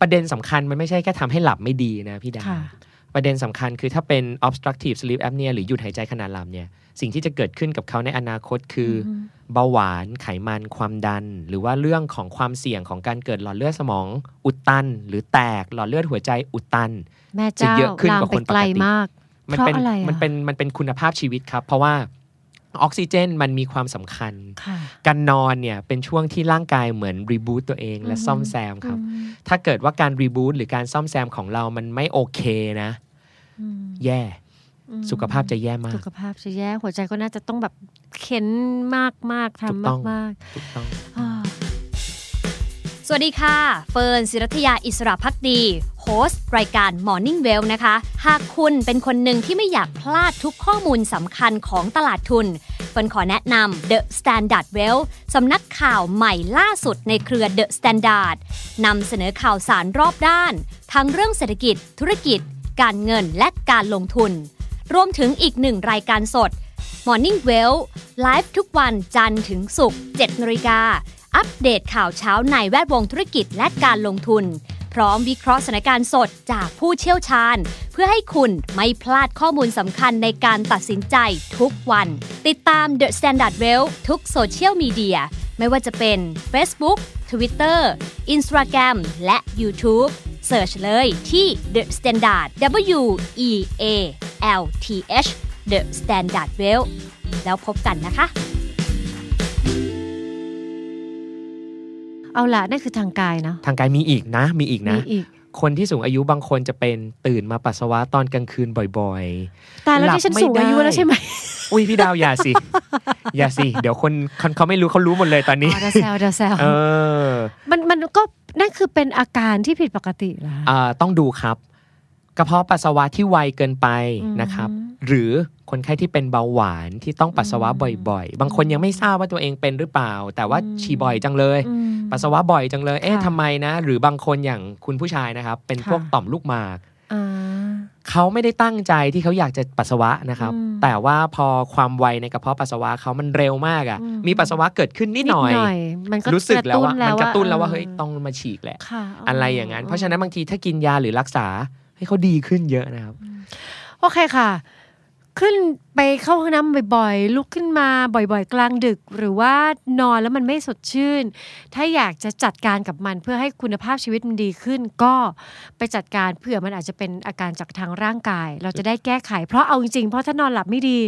Speaker 3: ประเด็นสำคัญมันไม่ใช่แค่ทำให้หลับไม่ดีนะพี่ดา
Speaker 1: ค่ะ
Speaker 3: ประเด็นสำคัญคือถ้าเป็น obstructive sleep apnea หรือหยุดหายใจขณะหลับเนี่ย สิ่งที่จะเกิดขึ้นกับเขาในอนาคตคืออเบาหวาน ไขมัน ความดัน หรือว่าเรื่องของความเสี่ยงของการเกิดหลอดเลือดสมอง อุดตัน หรือแตกหลอดเลือดหัวใจอุดตัน
Speaker 1: แม่เจ้า
Speaker 3: จะเยอะขึ้น
Speaker 1: ลาม
Speaker 3: กว่า
Speaker 1: ไป
Speaker 3: คนปกติ
Speaker 1: ไกลมาก
Speaker 3: มั
Speaker 1: เพ
Speaker 3: เป็น
Speaker 1: ราะอะไรอะ
Speaker 3: มันเป็นมันเป็นคุณภาพชีวิตครับ เพราะว่าออกซิเจนมันมีความสำคัญ
Speaker 1: ค่ะ
Speaker 3: การนอนเนี่ยเป็นช่วงที่ร่างกายเหมือนรีบูตตัวเองและ
Speaker 1: อือฮึ
Speaker 3: ซ่อมแซมครับ ถ้าเกิดว่าการรีบูตหรือการซ่อมแซมของเรามันไม่โอเคนะ
Speaker 1: อืม
Speaker 3: แย่
Speaker 1: อืม
Speaker 3: สุขภาพจะแย่มาก
Speaker 1: สุขภาพจะแย่หัวใจก็น่าจะต้องแบบเข็นมากมากๆ
Speaker 3: ถูก
Speaker 1: ทำมา
Speaker 3: ต้อก ง
Speaker 1: มาก
Speaker 3: ถูกต้อง
Speaker 1: ๆอ่า
Speaker 4: สวัสดีค่ะ เฟิร์นศิรัทยาอิสระพักดีโฮสต์รายการ Morning Well นะคะ หากคุณเป็นคนหนึ่งที่ไม่อยากพลาดทุกข้อมูลสำคัญของตลาดทุน เฟิร์นขอแนะนำ The Standard Well สำนักข่าวใหม่ล่าสุดในเครือ The Standard นำเสนอข่าวสารรอบด้าน ทั้งเรื่องเศรษฐกิจ ธุรกิจ การเงินและการลงทุน รวมถึงอีกหนึ่งรายการสด Morning Well ไลฟ์ทุกวันจันทร์ถึงศุกร์7นาฬิกา อัปเดตข่าวเช้าในแวดวงธุรกิจและการลงทุน พร้อมวิเคราะห์สถานการณ์สดจากผู้เชี่ยวชาญ เพื่อให้คุณไม่พลาดข้อมูลสำคัญในการตัดสินใจทุกวัน ติดตาม The Standard Well ทุกโซเชียลมีเดียไม่ว่าจะเป็น Facebook Twitter Instagram และ YouTube เสิร์ชเลยที่ The Standard W E A L T H The Standard Well แล้วพบกันนะคะ
Speaker 1: เอาละนั่นคือทางกายเนอะ
Speaker 3: ทางกายมีอีกนะ มีอีกนะ
Speaker 1: มีอีก
Speaker 3: คนที่สูงอายุบางคนจะเป็นตื่นมาปัสสาวะตอนกลางคืนบ่อย
Speaker 1: แต่แล้ว
Speaker 3: หลับ
Speaker 1: ที่ฉัน
Speaker 3: ไม่
Speaker 1: สูงอายุ
Speaker 3: ได้
Speaker 1: แล้วใช่ไหม
Speaker 3: ๆ อุ้ยพี่ดาวอย่าสิ อย่าสิ เดี๋ยวคนคนเขาไม่รู้เขารู้หมดเลยตอนนี้
Speaker 1: อ๋อเดาแซลเดาแซล
Speaker 3: เออ
Speaker 1: มันมันก็นั่นคือเป็นอาการที่ผิดปกติเหรอคะ
Speaker 3: อ่าต้องดูครับ กระเพาะปัสสาวะที่ไวเกินไป
Speaker 1: อืม
Speaker 3: นะครับ หรือคนไข้ที่เป็นเบาหวานที่ต้องปัสสาวะบ่อยๆ บางคนยังไม่ทราบว่าตัวเองเป็นหรือเปล่า แต่ว่าฉี่บ่อยจังเลย
Speaker 1: อืม
Speaker 3: ปัสสาวะบ่อยจังเลย เอ๊ะ
Speaker 1: ค่ะ
Speaker 3: ทำไมนะ หรือบางคนอย่างคุณผู้ชายนะครับ เป็น
Speaker 1: ค่ะ
Speaker 3: พวกต่อมลูกหมาก
Speaker 1: อ่า
Speaker 3: เขาไม่ได้ตั้งใจที่เขาอยากจะปัสสาวะนะครับ
Speaker 1: อืม
Speaker 3: แต่ว่าพอความไวในกระเพาะปัสสาวะเขามันเร็วมากอะ่ะ
Speaker 1: อืม
Speaker 3: มีปัสสาวะเกิดขึ้นนิ
Speaker 1: นิดหน่อย มันก็
Speaker 3: รู้สึกแล้วว่ามันกระตุ้นแล้วว่า
Speaker 1: ออ
Speaker 3: เฮ้ยต้องมาฉีกแหละ
Speaker 1: ค่ะ
Speaker 3: อะไรอย่างนั้น เพราะฉะนั้นบางทีถ้ากินยาหรือรักษาให้เขาดีขึ้นเยอะนะครับ
Speaker 1: โอเคค่ะ ขึ้นไปเข้าห้องน้ำบ่อยๆ ลุกขึ้นมาบ่อยๆ กลางดึก หรือว่านอนแล้วมันไม่สดชื่น ถ้าอยากจะจัดการกับมันเพื่อให้คุณภาพชีวิตมันดีขึ้น ก็ไปจัดการเผื่อมันอาจจะเป็นอาการจากทางร่างกาย เราจะได้แก้ไข เพราะเอาจริงๆเพราะถ้านอนหลับไม่ดี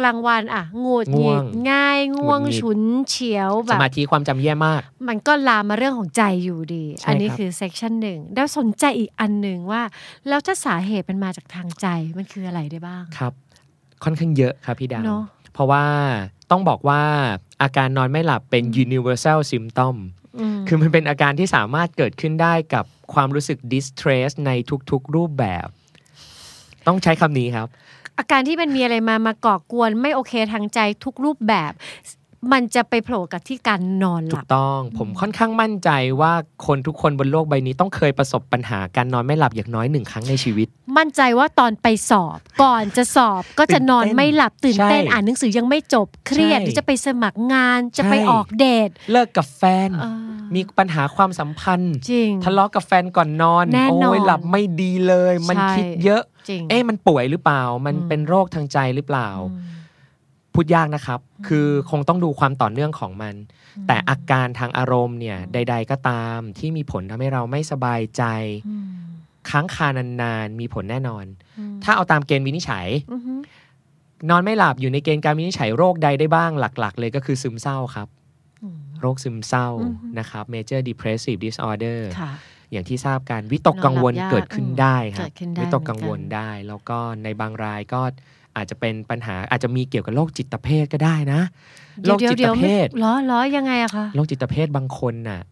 Speaker 1: กลางวันอ่ะงูดหงิ
Speaker 3: ง่ว
Speaker 1: ด
Speaker 3: ง
Speaker 1: ง่ายง่วง
Speaker 3: หงุดหงิด
Speaker 1: ฉุนเฉียวแบ
Speaker 3: ส
Speaker 1: บ
Speaker 3: มาธิความจำแย่มาก
Speaker 1: มันก็ลามมาเรื่องของใจอยู่ดี
Speaker 3: ใช่
Speaker 1: อันนี้
Speaker 3: ครับ
Speaker 1: คือเซกชันหนึ่งแล้วสนใจอีกอันหนึ่งว่า แล้วถ้าสาเหตุมันมาจากทางใจมันคืออะไรได้บ้าง
Speaker 3: ครับ ค่อนข้างเยอะครับพี่ดาว
Speaker 1: เนอะ
Speaker 3: เพราะว่าต้องบอกว่าอาการนอนไม่หลับเป็น universal symptom
Speaker 1: อืม
Speaker 3: คือมันเป็นอาการที่สามารถเกิดขึ้นได้กับความรู้สึก distress ในทุกๆรูปแบบ ต้องใช้คำนี้ครับ
Speaker 1: อาการที่มันมีอะไรมามาก่อกวนไม่โอเคทางใจทุกรูปแบบ มันจะไปโผล่กับที่การนอนห
Speaker 3: ถู
Speaker 1: ลั
Speaker 3: ก
Speaker 1: บ
Speaker 3: ต้องผมค่อนข้างมั่นใจว่าคนทุกคนบนโลกใบนี้ต้องเคยประสบปัญหาการนอนไม่หลับอย่างน้อยหนึ่งครั้งในชีวิต
Speaker 1: มั่นใจว่าตอนไปสอบก่อนจะสอบก็จะนอนไม่หลับตื่นเต้น
Speaker 3: ใช่
Speaker 1: อ่านหนังสือยังไม่จบเครียด
Speaker 3: ใช่
Speaker 1: หรือจะไปสมัครงานจะไป
Speaker 3: ใช่
Speaker 1: ออกเดท
Speaker 3: เลิกกับแฟน
Speaker 1: เออ
Speaker 3: มีปัญหาความสัมพันธ์
Speaker 1: จริง
Speaker 3: ทะเลาะกับแฟนก่อนนอน
Speaker 1: แน่นอน
Speaker 3: โอ้ยหลับไม่ดีเลย มัน
Speaker 1: ใช่
Speaker 3: คิดเยอะ
Speaker 1: จริง
Speaker 3: เอ๊ะมันป่วยหรือเปล่า มัน
Speaker 1: อืม
Speaker 3: เป็นโรคทางใจหรือเปล่า
Speaker 1: อืม
Speaker 3: พูดยากนะครับ คือคงต้องดูความต่อเนื่องของมัน แต่อาการทางอารมณ์เนี่ยใด ๆ ก็ตามที่มีผลทำให้เราไม่สบายใจ
Speaker 1: อืม
Speaker 3: ค้างคานานๆ มีผลแน่นอน
Speaker 1: อืม
Speaker 3: ถ้าเอาตามเกณฑ์วินิจฉัย
Speaker 1: อือฮึ
Speaker 3: นอนไม่หลับอยู่ในเกณฑ์การวินิจฉัยโรคใดได้บ้างหลัก ๆ เลยก็คือซึมเศร้าครับ
Speaker 1: อืม
Speaker 3: โรคซึมเศร้า
Speaker 1: อือฮึ
Speaker 3: นะครับ major depressive disorder
Speaker 1: ค่ะ
Speaker 3: อย่างที่ทราบกันวิตกกังวล
Speaker 1: นอนหลับยาก
Speaker 3: เกิดขึ้น
Speaker 1: อืม
Speaker 3: ได้ครับ
Speaker 1: เกิดขึ้นได้
Speaker 3: วิตกกังวล
Speaker 1: เหมือนกัน
Speaker 3: ได้ แล้วก็ในบางรายก็อาจจะเป็นปัญหาอาจจะมีเกี่ยวกับโรคจิตเภทก็ได้นะโรคจิต
Speaker 1: ดี๋ยวๆ
Speaker 3: เภ
Speaker 1: ไม่
Speaker 3: ท
Speaker 1: ล้อล้อยังไงอะคะ
Speaker 3: โรคจิตเภทบางคนน่ะ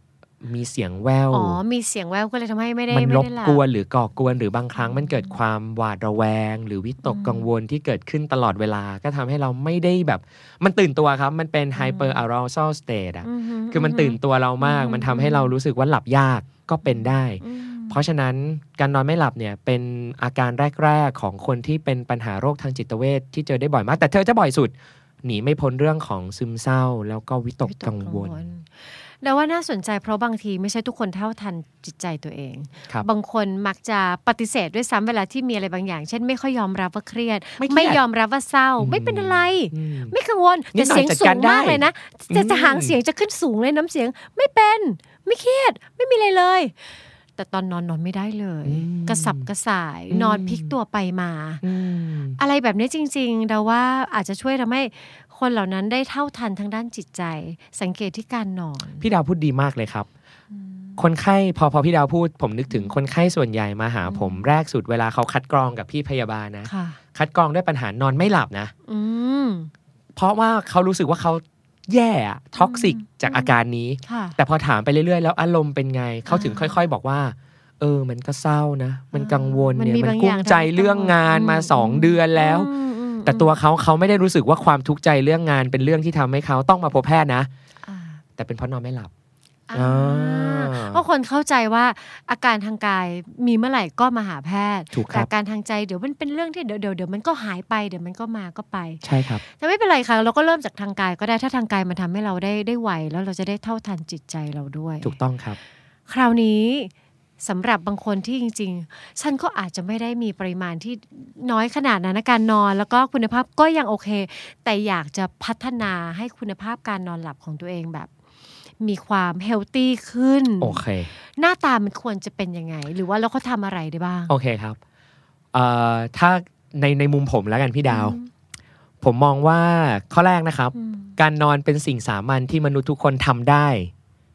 Speaker 3: มีเสียงแวว
Speaker 1: อ๋อมีเสียงแววก็เลยทำให้ไม่ได้
Speaker 3: มัน
Speaker 1: ไม่
Speaker 3: รบ
Speaker 1: ได้หลับ
Speaker 3: กวนหรือก่อกวนหรือบางครั้งมันเกิดความหวาดระแวง หรือวิตก
Speaker 1: อืม
Speaker 3: กังวลที่เกิดขึ้นตลอดเวลาก็ทำให้เราไม่ได้แบบ มันตื่นตัวครับ มันเป็น hyper arousal state อะคือมันตื่นตัวเรามาก
Speaker 1: อืม
Speaker 3: มันทำให้เรารู้สึกว่าหลับยากก็เป็นได้
Speaker 1: อืม
Speaker 3: เพราะฉะนั้นการนอนไม่หลับเนี่ยเป็นอาการแรก ๆ ของคนที่เป็นปัญหาโรคทางจิตเวชที่เจอได้บ่อยมาก แต่เธอจะบ่อยสุด หนีไม่พ้นเรื่องของซึมเศร้า แล้วก็วิตกกังวล
Speaker 1: แต่ว่าน่าสนใจเพราะบางทีไม่ใช่ทุกคนเท่าทันจิตใจตัวเอง
Speaker 3: ครับ
Speaker 1: บางคนมักจะปฏิเสธด้วยซ้ำเวลาที่มีอะไรบางอย่าง เช่นไม่ค่อยยอมรับว่าเครียด
Speaker 3: ไม่เครียด
Speaker 1: ไม่ยอมรับว่าเศร้า
Speaker 3: อืม
Speaker 1: ไม่เป็นอะไร
Speaker 3: อืม
Speaker 1: ไม่กังวล
Speaker 3: นิ
Speaker 1: แต่
Speaker 3: ดหน่อย
Speaker 1: เสียง
Speaker 3: จัด
Speaker 1: สู
Speaker 3: การ
Speaker 1: ง
Speaker 3: ได้
Speaker 1: มากเลยนะจะ
Speaker 3: อืม
Speaker 1: จะหางเสียงจะขึ้นสูงเลยน้ำเสียงไม่เป็น ไม่เครียด ไม่มีอะไรเลย แต่ตอนนอนนอนไม่ได้เลย
Speaker 3: อืม
Speaker 1: กระสับกระส่าย
Speaker 3: อืม
Speaker 1: นอนพลิกตัวไปมา
Speaker 3: อืม
Speaker 1: อะไรแบบนี้จริงๆ เราว่าอาจจะช่วยทำให้คนเหล่านั้นได้เท่าทันทางด้านจิตใจ สังเกตที่การนอน
Speaker 3: พี่ดาวพูดดีมากเลยครับ คนไข้พอพอพี่ดาวพูด ผมนึกถึงคนไข้ส่วนใหญ่มาหาผมแรกสุดเวลาเขาคัดกรองกับพี่พยาบาลนะ
Speaker 1: ค่ะ
Speaker 3: คัดกรองด้วยปัญหานอนไม่หลับนะ
Speaker 1: อืม
Speaker 3: เพราะว่าเขารู้สึกว่าเขาแย่ท็อกซิก
Speaker 1: อืม
Speaker 3: จากอาการนี้
Speaker 1: ค่ะ
Speaker 3: แต่พอถามไปเรื่อยๆ แล้วอารมณ์เป็นไง เขาถึงค่อย ๆ บอกว่า เออ มันก็เศร้านะ มันกังวล
Speaker 1: มัน
Speaker 3: เนี่ย
Speaker 1: มี
Speaker 3: มั
Speaker 1: บาน งอ
Speaker 3: กุ้
Speaker 1: ย่าง ง
Speaker 3: ใจ
Speaker 1: ทำให้
Speaker 3: เรื่องงานมา
Speaker 1: อืม
Speaker 3: สองเดือนแล้ว
Speaker 1: อืมอืม
Speaker 3: แต่ตัวเขาเขาไม่ได้รู้สึกว่าความทุกข์ใจเรื่องงานเป็นเรื่องที่ทำให้เขาต้องมาพบแพทย์นะ
Speaker 1: อ่า
Speaker 3: แต่เป็นเพราะนอนไม่หลับ
Speaker 1: อ่าเพราะคนเข้าใจว่าอาการทางกายมีเมื่อไหร่ก็มาหาแพทย์
Speaker 3: ถูกครับ
Speaker 1: แต่อาการทางใจเดี๋ยวมันเป็นเรื่องที่เดี๋ยวเดี๋ยวเดี๋ยวมันก็หายไปเดี๋ยวมันก็มาก็ไป
Speaker 3: ใช่ครับ
Speaker 1: แต่ไม่เป็นไรค่ะเราก็เริ่มจากทางกายก็ได้ถ้าทางกายมันทำให้เราได้ได้ไวแล้วเราจะได้เท่าทันจิตใจเราด้วย
Speaker 3: ถูกต้องครับ
Speaker 1: คราวนี้สำหรับบางคนที่จริง ๆ ฉันก็อาจจะไม่ได้มีปริมาณที่น้อยขนาดนั้นนะการนอน แล้วก็คุณภาพก็ยังโอเค แต่อยากจะพัฒนาให้คุณภาพการนอนหลับของตัวเองแบบ มีความเฮลตี้ขึ้น
Speaker 3: โอเค
Speaker 1: หน้าตามันควรจะเป็นยังไง หรือว่าเราเขาทำอะไรได้บ้าง
Speaker 3: โอเคครับเอ่อถ้าในในมุมผมแล้วกันพี่ดาว ผมมองว่าข้อแรกนะครับ
Speaker 1: อืม
Speaker 3: การนอนเป็นสิ่งสามัญที่มนุษย์ทุกคนทำได้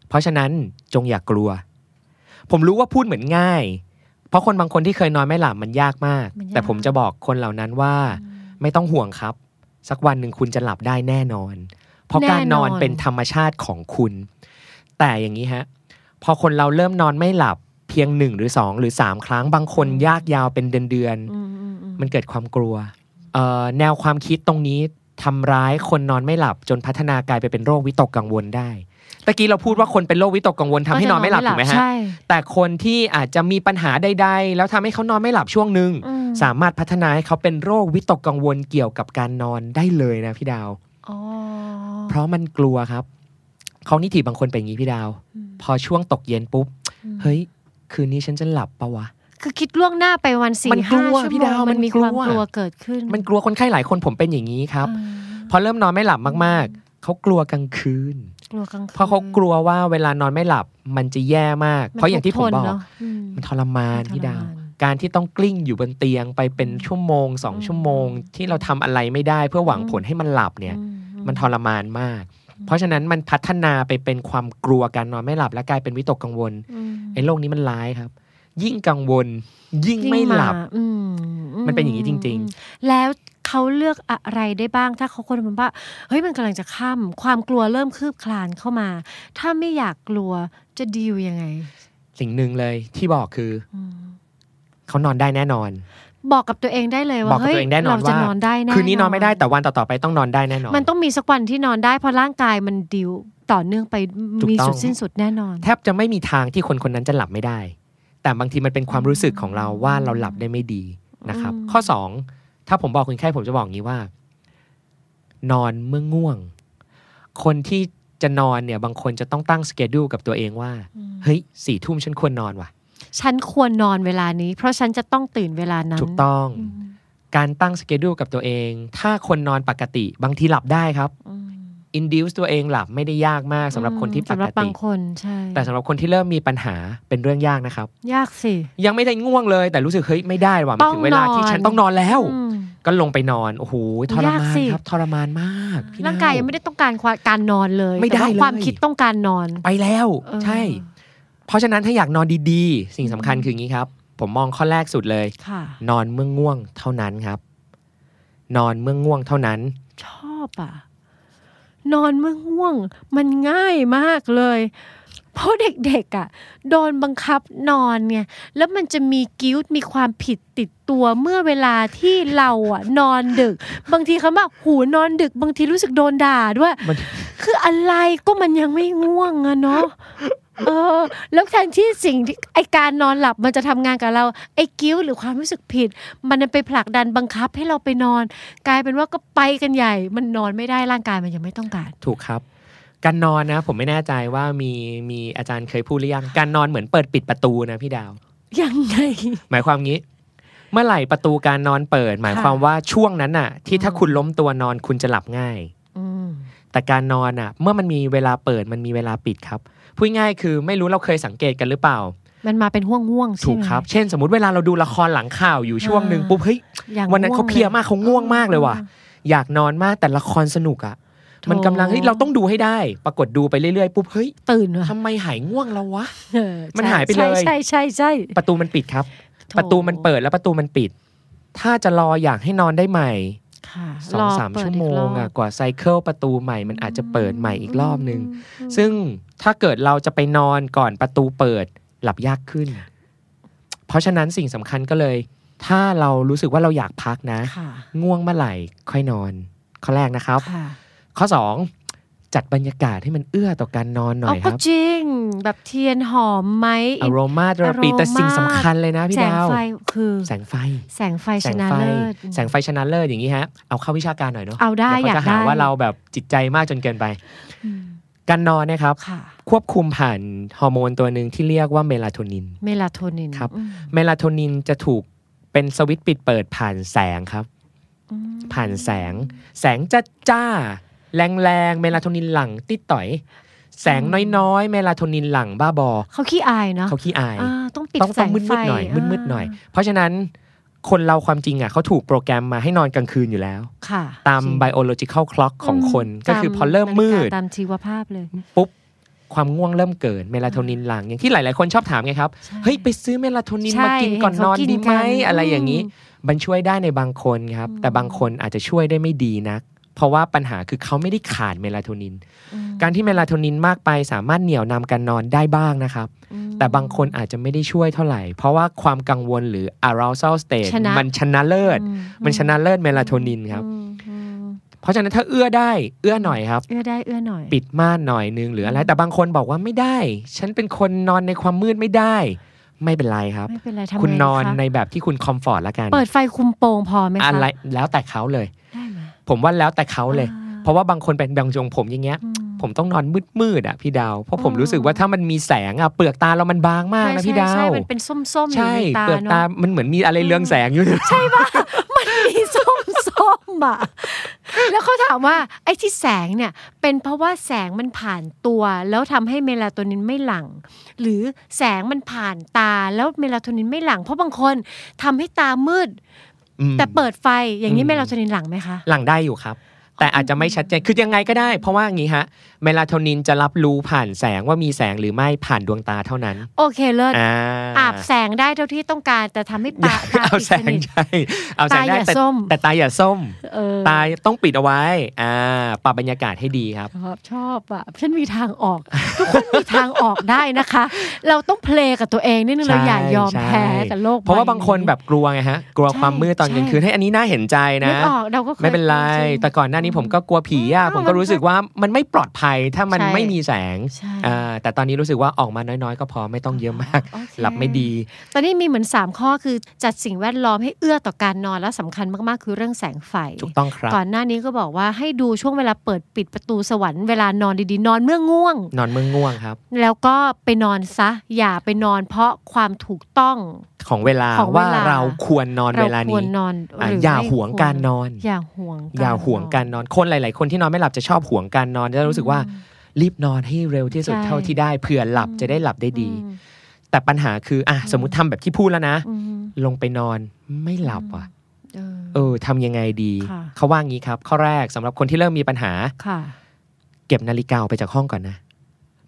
Speaker 3: เพราะฉะนั้นจงอย่ากลัว ผมรู้ว่าพูดเหมือนง่าย เพราะคนบางคนที่เคยนอนไม่หลับมันยากมาก
Speaker 1: มันยาก
Speaker 3: แต่ผมจะบอกคนเหล่านั้นว่า ไม่ต้องห่วงครับ สักวันหนึ่งคุณจะหลับได้แน่นอน เพราะการนอน
Speaker 1: แน่นอน
Speaker 3: เป็นธรรมชาติของคุณ แต่อย่างนี้ฮะ พอคนเราเริ่มนอนไม่หลับเพียงหนึ่งหรือสองหรือสามครั้งบางคนยากยาวเป็นเดือน
Speaker 1: อืมอืมอืม
Speaker 3: ๆมันเกิดความกลัวเอ่อแนวความคิดตรงนี้ทำร้ายคนนอนไม่หลับ จนพัฒนากลายไปเป็นโรควิตกกังวลได้ตะกี้เราพูดว่าคนเป็นโรควิตกกังวลทำให้นอนไม่หลับถูกไหมฮะ
Speaker 1: ใช่
Speaker 3: แต่คนที่อาจจะมีปัญหาใดๆ แล้วทำให้เขานอนไม่หลับช่วงหนึ่ง
Speaker 1: อืม
Speaker 3: สามารถพัฒนาให้เขาเป็นโรควิตกกังวลเกี่ยวกับการนอนได้เลยนะพี่ดาว
Speaker 1: อ๋อ
Speaker 3: เพราะมันกลัวครับเขานิถิบางคนเป็นอย่างนี้พี่ดาว พอช่วงตกเย็นปุ๊บ เฮ้ย คืนนี้ฉันจะหลับปะวะ
Speaker 1: คือคิดล่วงหน้าไปวันสี่
Speaker 3: มันกลั
Speaker 1: ห้าว ชั่ว
Speaker 3: พี่
Speaker 1: โม
Speaker 3: ดาง วมั
Speaker 1: มัน นมีความ
Speaker 3: ก
Speaker 1: ก
Speaker 3: ลัว
Speaker 1: ลัวเกิดขึ้น
Speaker 3: มันกลัวคนไข้หลายคนผมเป็นอย่างนี้ครับ
Speaker 1: อ่า
Speaker 3: พอเริ่มนอนไม่หลับมากๆ เขากลัวกลางคืน
Speaker 1: กลัวกลางคืน
Speaker 3: เพราะเขากลัวว่าเวลานอนไม่หลับมันจะแย่มาก เพราะอย่างที่ผมบอ
Speaker 1: ทน
Speaker 3: ก
Speaker 1: เนะอืม
Speaker 3: มันทรมาน
Speaker 1: มันทรมาน
Speaker 3: พี่ดาว การที่ต้องกลิ้งอยู่บนเตียงไปเป็นชั่วโมงสอง
Speaker 1: อืม
Speaker 3: ชั่วโมง ที่เราทำอะไรไม่ได้เพื่อหวัง
Speaker 1: อืม
Speaker 3: ผลให้มันหลับเนี่ย
Speaker 1: อื
Speaker 3: มันทรมานมาก เพราะฉะนั้นมันพัฒนาไปเป็นความกลัวการนอนไม่หลับและกลายเป็นวิตกกังวล
Speaker 1: อืม
Speaker 3: ไอ้โรคนี้มันร้ายครับ ยิ่งกังวล ยิ่งไม่
Speaker 1: ยิ่งา
Speaker 3: หลับ
Speaker 1: อื
Speaker 3: มันเป็นอย่างนี้จริง
Speaker 1: ๆแล้วเขาเลือกอะไรได้บ้างถ้าเขาคนมันว่าเฮ้ยมันกำลังจะค่ำความกลัวเริ่มคืบคลานเข้ามา ถ้าไม่อยากกลัวจะดีลยังไง
Speaker 3: สิ่งหนึ่งเลยที่บอกคือ
Speaker 1: อืม
Speaker 3: เขานอนได้แน่นอน
Speaker 1: บอกกับตัวเองได้เลย
Speaker 3: บอ
Speaker 1: ว่าก
Speaker 3: กับ
Speaker 1: เฮ้ย
Speaker 3: ตัวเองแน่นอ
Speaker 1: เรา
Speaker 3: น
Speaker 1: จะ
Speaker 3: ว่าน
Speaker 1: อนได้แน่
Speaker 3: คืนนี้นอนไม่ได้แต่วันต่อๆไปต้องนอนได้แน่นอน
Speaker 1: มันต้องมีสักวันที่นอนได้เพราะร่างกายมันดิวต่อเนื่องไป
Speaker 3: ถูก
Speaker 1: มี
Speaker 3: ต้อง
Speaker 1: จุดสิ้นสุดแน่นอน
Speaker 3: แทบจะไม่มีทางที่คนคนนั้นจะหลับไม่ได้ แต่บางทีมันเป็นความรู้สึกของเราว่าเราหลับได้ไม่ดีนะครับ
Speaker 1: อืม
Speaker 3: ข้อ 2 ถ้าผมบอกคนไข้ผมจะบอกอย่างนี้ว่า นอนเมื่อง่วง คนที่จะนอนเนี่ยบางคนจะต้องตั้งสเกดูกับตัวเองว่า เฮ้ยสี่ทุ่มฉันควรนอนว่ะ
Speaker 1: ฉันควรนอนเวลานี้ เพราะฉันจะต้องตื่นเวลานั้น
Speaker 3: ถูกต้อง
Speaker 1: อืม
Speaker 3: การตั้งสเกดูกับตัวเอง ถ้าคนนอนปกติ บางทีหลับได้ครับ
Speaker 1: อืม
Speaker 3: อินดิวส์ตัวเองหลับไม่ได้ยากมากสำหรับคนที่ป
Speaker 1: สำห
Speaker 3: ก
Speaker 1: รับบา
Speaker 3: ติ
Speaker 1: งคนใช่
Speaker 3: แต่สำหรับคนที่เริ่มมีปัญหาเป็นเรื่องยากนะครับ
Speaker 1: ยากสิ
Speaker 3: ยังไม่ได้ง่วงเลยแต่รู้สึกเฮ้ยไม่ได้ว่ะมัน
Speaker 1: ต้อง
Speaker 3: ถึงเวลาที่
Speaker 1: นอน
Speaker 3: ฉันต้องนอนแล้ว
Speaker 1: อืม
Speaker 3: ก็ลงไปนอนโอ้โหทร
Speaker 1: ยาก
Speaker 3: มาน
Speaker 1: สิ
Speaker 3: ครับทรมานมากพี่
Speaker 1: ร่างกาย
Speaker 3: เล่
Speaker 1: ยังไม่ได้ต้องการความการนอนเลย
Speaker 3: ไม่ได้
Speaker 1: แต่ว่า
Speaker 3: เลย
Speaker 1: ความคิดต้องการนอน
Speaker 3: ไปแล้ว
Speaker 1: เออ
Speaker 3: ใช่ เพราะฉะนั้นถ้าอยากนอนดีๆ สิ่งสำคัญคืออย่างนี้ครับ ผมมองข้อแรกสุดเลย
Speaker 1: ค่ะ
Speaker 3: นอนเมื่อง่วงเท่านั้นครับ นอนเมื่อง่วงเท่านั้น
Speaker 1: ชอบอ่ะ นอนเมื่อง่วง มันง่ายมากเลย เพราะเด็กๆอ่ะ โดนบังคับนอนไงแล้วมันจะมีกิ้วต์มีความผิดติดตัวเมื่อเวลาที่เราอ่ะ นอนดึก บางทีเขาบอกหูนอนดึก บางทีรู้สึกโดนด่าด้วย
Speaker 3: มัน
Speaker 1: คืออะไรก็มันยังไม่ง่วงอะเนาะเออ แล้วแทนที่สิ่งที่ไอการนอนหลับมันจะทำงานกับเรา ไอกิ้วหรือความรู้สึกผิด มันไปผลักดันบังคับให้เราไปนอน กลายเป็นว่าก็ไปกันใหญ่ มันนอนไม่ได้ร่างกายมันยังไม่ต้องการ
Speaker 3: ถูกครับ การนอนนะ ผมไม่แน่ใจว่ามีมีอาจารย์เคยพูดหรือยังการนอนเหมือนเปิดปิดประตูนะพี่ดาว
Speaker 1: ยังไง
Speaker 3: หมายความงี้ เมื่อไหร่ประตูการนอนเปิด หมายความว่าช่วงนั้นน่ะ ที่ถ้าคุณล้มตัวนอนคุณจะหลับง่าย
Speaker 1: อืม
Speaker 3: แต่การนอนอ่ะ เมื่อมันมีเวลาเปิดมันมีเวลาปิดครับพูดง่ายคือไม่รู้เราเคยสังเกตกันหรือเปล่า
Speaker 1: มันมาเป็นห่วงห่วงๆใช่
Speaker 3: ถู
Speaker 1: ไห
Speaker 3: ก
Speaker 1: ม
Speaker 3: ครับ เช่น สมมติเวลาเราดูละครหลังข่าวอยู่ช่วงหนึ่ง
Speaker 1: อ่า
Speaker 3: ปุ๊บเฮ้ย
Speaker 1: อย่าง
Speaker 3: วันนั้นเขาเพลียมากเขาง่วงมากเลยว่ะ อยากนอนมากแต่ละครสนุกอ่ะ มันกำลังเฮ้ยเราต้องดูให้ได้ ปรากฏดูไปเรื่อยๆปุ๊บเฮ้ย
Speaker 1: ตื่นว่ะ
Speaker 3: ทำไมหายง่วงแล้ววะ
Speaker 1: เออ
Speaker 3: มันหายไปเลย
Speaker 1: ใช่ใช่ใช่
Speaker 3: ประตูมันปิดครับ
Speaker 1: ใช่
Speaker 3: ประตูมันเปิดแล้วประตูมันปิด ถ้าจะรออยากให้นอนได้ใหม่
Speaker 1: ค่ะ
Speaker 3: สองสาม
Speaker 1: รเปิด
Speaker 3: ชั่ว
Speaker 1: อี
Speaker 3: โม
Speaker 1: กรง บ
Speaker 3: อะกว่าไซเคิลประตูใหม่มันอาจจะเปิดใหม่อีกรอบนึง ซึ่งถ้าเกิดเราจะไปนอนก่อนประตูเปิดหลับยากขึ้น เพราะฉะนั้นสิ่งสำคัญก็เลย ถ้าเรารู้สึกว่าเราอยากพักนะ
Speaker 1: ค่ะ
Speaker 3: ง่วงเมื่อไหร่ค่อยนอน ข้อแรกนะครับ
Speaker 1: ค่ะ
Speaker 3: ข้อสองจัดบรรยากาศให้มันเอื้อต่อการนอนหน่อย
Speaker 1: เา
Speaker 3: ค
Speaker 1: ก็
Speaker 3: รับ
Speaker 1: จริง แบบเทียนหอมไหม
Speaker 3: อารมาเทอราปีแต่สิ่งสำคัญเลยนะพี่
Speaker 1: แสง
Speaker 3: ดาว
Speaker 1: ไฟคือ
Speaker 3: แสงไฟ
Speaker 1: แสงไฟชนะเลิศ
Speaker 3: แสงไฟชนะเลิศอย่างนี้ฮะ เอาเข้าวิชาการหน่อยเนาะ
Speaker 1: เอาได้
Speaker 3: เดี๋ยว
Speaker 1: อยาก
Speaker 3: เขาจะหา
Speaker 1: ได้
Speaker 3: ว่าเราแบบจิตใจมากจนเกินไป
Speaker 1: อืม
Speaker 3: การนอนนะครับ
Speaker 1: ค่ะ
Speaker 3: ควบคุมผ่านฮอร์โมนตัวหนึ่งที่เรียกว่าเมลาโทนิน
Speaker 1: เมลาโทนิน
Speaker 3: ครับ
Speaker 1: อืม
Speaker 3: เมลาโทนินจะถูกเป็นสวิตช์ปิดเปิดผ่านแสงครับ
Speaker 1: อืม
Speaker 3: ผ่านแสง แสงจ้าจ้าๆแรงแรงๆเมลาโทนินหลังติดต่อย แสงน้อยๆ เมลาโทนินหลังบ้าบอ
Speaker 1: เขาขี้อายเนาะ
Speaker 3: เขาขี้อาย
Speaker 1: อ่าต้องปิด
Speaker 3: ต้อง
Speaker 1: แส
Speaker 3: ต้อง
Speaker 1: ง
Speaker 3: มืด
Speaker 1: ไฟ
Speaker 3: มืดหน่อยมืดมืดหน่อย
Speaker 1: า
Speaker 3: เพราะฉะนั้นคนเราความจริงอ่ะเขาถูกโปรแกรมมาให้นอนกลางคืนอยู่แล้ว
Speaker 1: ค่ะ
Speaker 3: ตาม
Speaker 1: จริง
Speaker 3: biological clock ของคน
Speaker 1: ม
Speaker 3: ก็คือ
Speaker 1: ตา
Speaker 3: พอเริ่มมื
Speaker 1: นาฬิ
Speaker 3: ด
Speaker 1: กาตามชีวภาพเลย
Speaker 3: ปุ๊บ ความง่วงเริ่มเกิดเมลาโทนินหลังอย่างที่หลาย ๆ คนชอบถามไงครับ
Speaker 1: ใช่
Speaker 3: เฮ้ย ไปซื้อเมลาโทนิน
Speaker 1: ใช่
Speaker 3: มากินก่อนนอน
Speaker 1: เห็นเขากิ
Speaker 3: ดี
Speaker 1: น
Speaker 3: ไหม
Speaker 1: กัน
Speaker 3: อะไรอย่างนี้
Speaker 1: อื
Speaker 3: มันช่วยได้ในบางคนครับ
Speaker 1: อืม
Speaker 3: แต่บางคนอาจจะช่วยได้ไม่ดีนัก เพราะว่าปัญหาคือเขาไม่ได้ขาดเมลาโทนิน การที่เมลาโทนินมากไปสามารถเหนี่ยวนำการนอนได้บ้างนะครับ
Speaker 1: อืม
Speaker 3: แต่บางคนอาจจะไม่ได้ช่วยเท่าไหร่ เพราะว่าความกังวลหรือ arousal state
Speaker 1: ชนะ
Speaker 3: มันชนะเลิศ
Speaker 1: อื
Speaker 3: มันชนะเลิศเมลาโทนินครับ
Speaker 1: อืมอืม
Speaker 3: เพราะฉะนั้นถ้าเอื้อได้เอื้อหน่อยครับ
Speaker 1: เอื้อได้เอื้อหน่อย
Speaker 3: ปิดม่านหน่อยนึงหรืออะไร แต่บางคนบอกว่าไม่ได้ ฉันเป็นคนนอนในความมืดไม่ได้ ไม่เป็นไรครับ
Speaker 1: ไม่เป็นไรทำไง
Speaker 3: คุณนอน
Speaker 1: คะ
Speaker 3: ในแบบที่คุณคอมฟอร์ตละกัน
Speaker 1: เปิดไฟคุมโปงพอไหมคะ
Speaker 3: อะไรแล้วแต่เขาเลย
Speaker 1: ได้ไหม
Speaker 3: ผมว่าแล้วแต่เขาเลย
Speaker 1: อ่า
Speaker 3: เพราะว่าบางคนเป็นบางจงผมอย่างเงี้ย
Speaker 1: อื
Speaker 3: ผมต้องนอนมืดมืดๆอ่ะพี่ดาว เพราะผม
Speaker 1: อ๋อ
Speaker 3: รู้สึกว่าถ้ามันมีแสงอ่ะเปลือกตาเรามันบางมากนะพี่ดา
Speaker 1: ใช่
Speaker 3: ว
Speaker 1: ใช่มันเป็นส้มๆอยู่ในตา
Speaker 3: เปลือกตา
Speaker 1: เนาะ
Speaker 3: มันเหมือนมีอะไรเรืองแสงอยู่
Speaker 1: ใช่ปะมันมีส้มส้มๆอ่ะ แล้วเขาถามว่าไอ้ที่แสงเนี่ย เป็นเพราะว่าแสงมันผ่านตัว แล้วทำให้เมลาโทนินไม่หลัง่งหรือแสงมันผ่านตาแล้วเมลาโทนินไม่หลัง่งเพราะบางคนทำให้ตามืด
Speaker 3: อืม
Speaker 1: แต่เปิดไฟอย่างนี้
Speaker 3: อืม
Speaker 1: เมลาโทนินหลั่งไหมคะ
Speaker 3: หลังได้อยู่ครับ แต่อาจจะไม่ชัดเจนคือยังไงก็ได้ เพราะว่าอย่างนี้ฮะเมลาโทนินจะรับรู้ผ่านแสงว่ามีแสงหรือไม่ผ่านดวงตาเท่านั้น
Speaker 1: โอเคเลิศ
Speaker 3: อ่า
Speaker 1: อาบแสงได้เท่าที่ต้องการ แต่ทำให้ตาตา
Speaker 3: เอา
Speaker 1: ปิด
Speaker 3: แส
Speaker 1: ส
Speaker 3: ง
Speaker 1: นิท
Speaker 3: ใช่เอาแสง
Speaker 1: ตาอ
Speaker 3: ได้
Speaker 1: ย่า
Speaker 3: แต่
Speaker 1: ส้ม
Speaker 3: แต่ตาอย่าส้ม
Speaker 1: เออ
Speaker 3: ตาต้องปิดเอาไว้อ่าปรับบรรยากาศให้ดีครับ
Speaker 1: ชอบชอบอ่ะฉันมีทางออก ทุกคนมีทางออกได้นะคะ เราต้องเพลงกับตัวเองนิดนึงเรา
Speaker 3: ใช่
Speaker 1: อย่ายอม
Speaker 3: ใช่
Speaker 1: แพ้กับโลก
Speaker 3: เพราะว่า
Speaker 1: ใ
Speaker 3: บางคนแบบกลัวไงฮะ กลัว
Speaker 1: ใช่
Speaker 3: ความมืดตอนกลางคืน
Speaker 1: ใช่
Speaker 3: ให้ยอันนี้น่าเห็นใจ
Speaker 1: นึ
Speaker 3: นะ
Speaker 1: กออกเราก็คย
Speaker 3: ไม่เป็นไร
Speaker 1: จงๆ
Speaker 3: แต่ก่อนหน้านี้ผมก็กลัวผีอะ
Speaker 1: อืม
Speaker 3: ผมก็รู้สึกว่ามันไม่ปลอดภัยถ้ามัน
Speaker 1: ใช่
Speaker 3: ไม่มีแสง
Speaker 1: ใช่
Speaker 3: อ่าแต่ตอนนี้รู้สึกว่าออกมาน้อยๆ ก็พอไม่ต้องเยอะมาก
Speaker 1: โอเค
Speaker 3: หลับไม่ดี
Speaker 1: ตอนนี้มีเหมือน 3 ข้อคือจัดสิ่งแวดล้อมให้เอื้อต่อการนอนและสำคัญมาก ๆ คือเรื่องแสงไฟ
Speaker 3: ถูกต้องครับ
Speaker 1: ก่อนหน้านี้ก็บอกว่าให้ดูช่วงเวลาเปิดปิดประตูสวรรค์เวลานอนดี ๆ นอนเมื่อง่วง
Speaker 3: นอนเมืองง่วงครับ
Speaker 1: แล้วก็ไปนอนซะ อย่าไปนอนเพราะความถูกต้อง
Speaker 3: ของเวลา
Speaker 1: ของเวลา
Speaker 3: ว่าเราควรนอนเวลา
Speaker 1: คว
Speaker 3: นี้
Speaker 1: รนอน
Speaker 3: อ่ะ
Speaker 1: รืออย่
Speaker 3: อาหวงการนอน
Speaker 1: อย่าห่วงร
Speaker 3: อย่าหวงการนอนคนหลาย ๆ คนที่นอนไม่หลับจะชอบหวงการนอนจะรู้สึกว่ารีบนอนให้เร็วที่สุดเท่าที่ได้เผื่อหลับจะได้หลับได้ดี แต่ปัญหาคืออ่ะสมมติทำแบบที่พูดแล้วนะ
Speaker 1: อืม
Speaker 3: ลงไปนอนไม่หลับว่ะ
Speaker 1: เออ
Speaker 3: เออทำยังไงดี
Speaker 1: ค่ะ
Speaker 3: เขาว่างี้ครับ ข้อแรกสำหรับคนที่เริ่มมีปัญหา
Speaker 1: ค่ะ
Speaker 3: เก็บนาฬิกาออกไปจากห้องก่อนนะ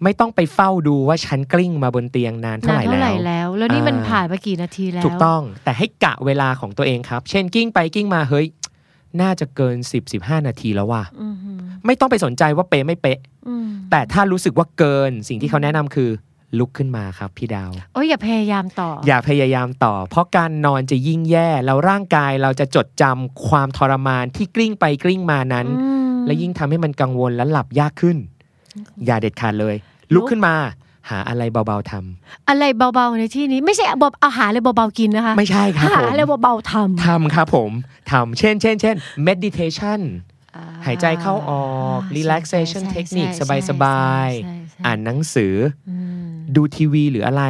Speaker 3: ไม่ต้องไปเฝ้าดูว่าฉันกลิ้งมาบนเตียงนานเท่าน
Speaker 1: าน
Speaker 3: ไหร่
Speaker 1: เท่าไหร่
Speaker 3: แล้ว
Speaker 1: แล้ว แล้วนี่มัน
Speaker 3: อ่า
Speaker 1: ผ่านมากี่นาทีแล้ว
Speaker 3: ถูกต้องแต่ให้กะเวลาของตัวเองครับ เช่นกิ้งไปกิ้งมาเฮ้ย น่าจะเกิน 10 15 นาทีแล้วว่ะ
Speaker 1: อืมฮึ
Speaker 3: ไม่ต้องไปสนใจว่าเป๊ะไม่เป๊ะ
Speaker 1: อืม
Speaker 3: แต่ถ้ารู้สึกว่าเกินสิ่งที่เขาแนะนำคือลุกขึ้นมาครับพี่ดาว
Speaker 1: โอ้ยอย่าพยายามต่ออ
Speaker 3: อย่าพยายามต่อ เพราะการนอนจะยิ่งแย่แล้วร่างกายเราจะจดจำความทรมานที่กลิ้งไปกลิ้งมานั้น
Speaker 1: อืม
Speaker 3: และยิ่งทำให้มันกังวลและหลับยากขึ้น อย่าเด็ดขาดเลย
Speaker 1: ลุ
Speaker 3: ลุ
Speaker 1: ก
Speaker 3: กขึ้นมา หาอะไรเบาๆทำ
Speaker 1: อะไรเบาๆในที่นี้ไม่ใช่บอบเอาหาอะไรเบาๆกินนะคะ
Speaker 3: ไม่ใช่ครับ
Speaker 1: หา
Speaker 3: ผม
Speaker 1: อะไรเบาๆทำ
Speaker 3: ทำครับผมทำเช่นเช่นเช่น meditation หายใจเข้าออก relaxation
Speaker 1: ใช่
Speaker 3: technique
Speaker 1: ใช่
Speaker 3: สบาย
Speaker 1: ใช่ใช่
Speaker 3: ๆ อ่านหนังสือ
Speaker 1: อืม
Speaker 3: ดูทีวีหรืออะไร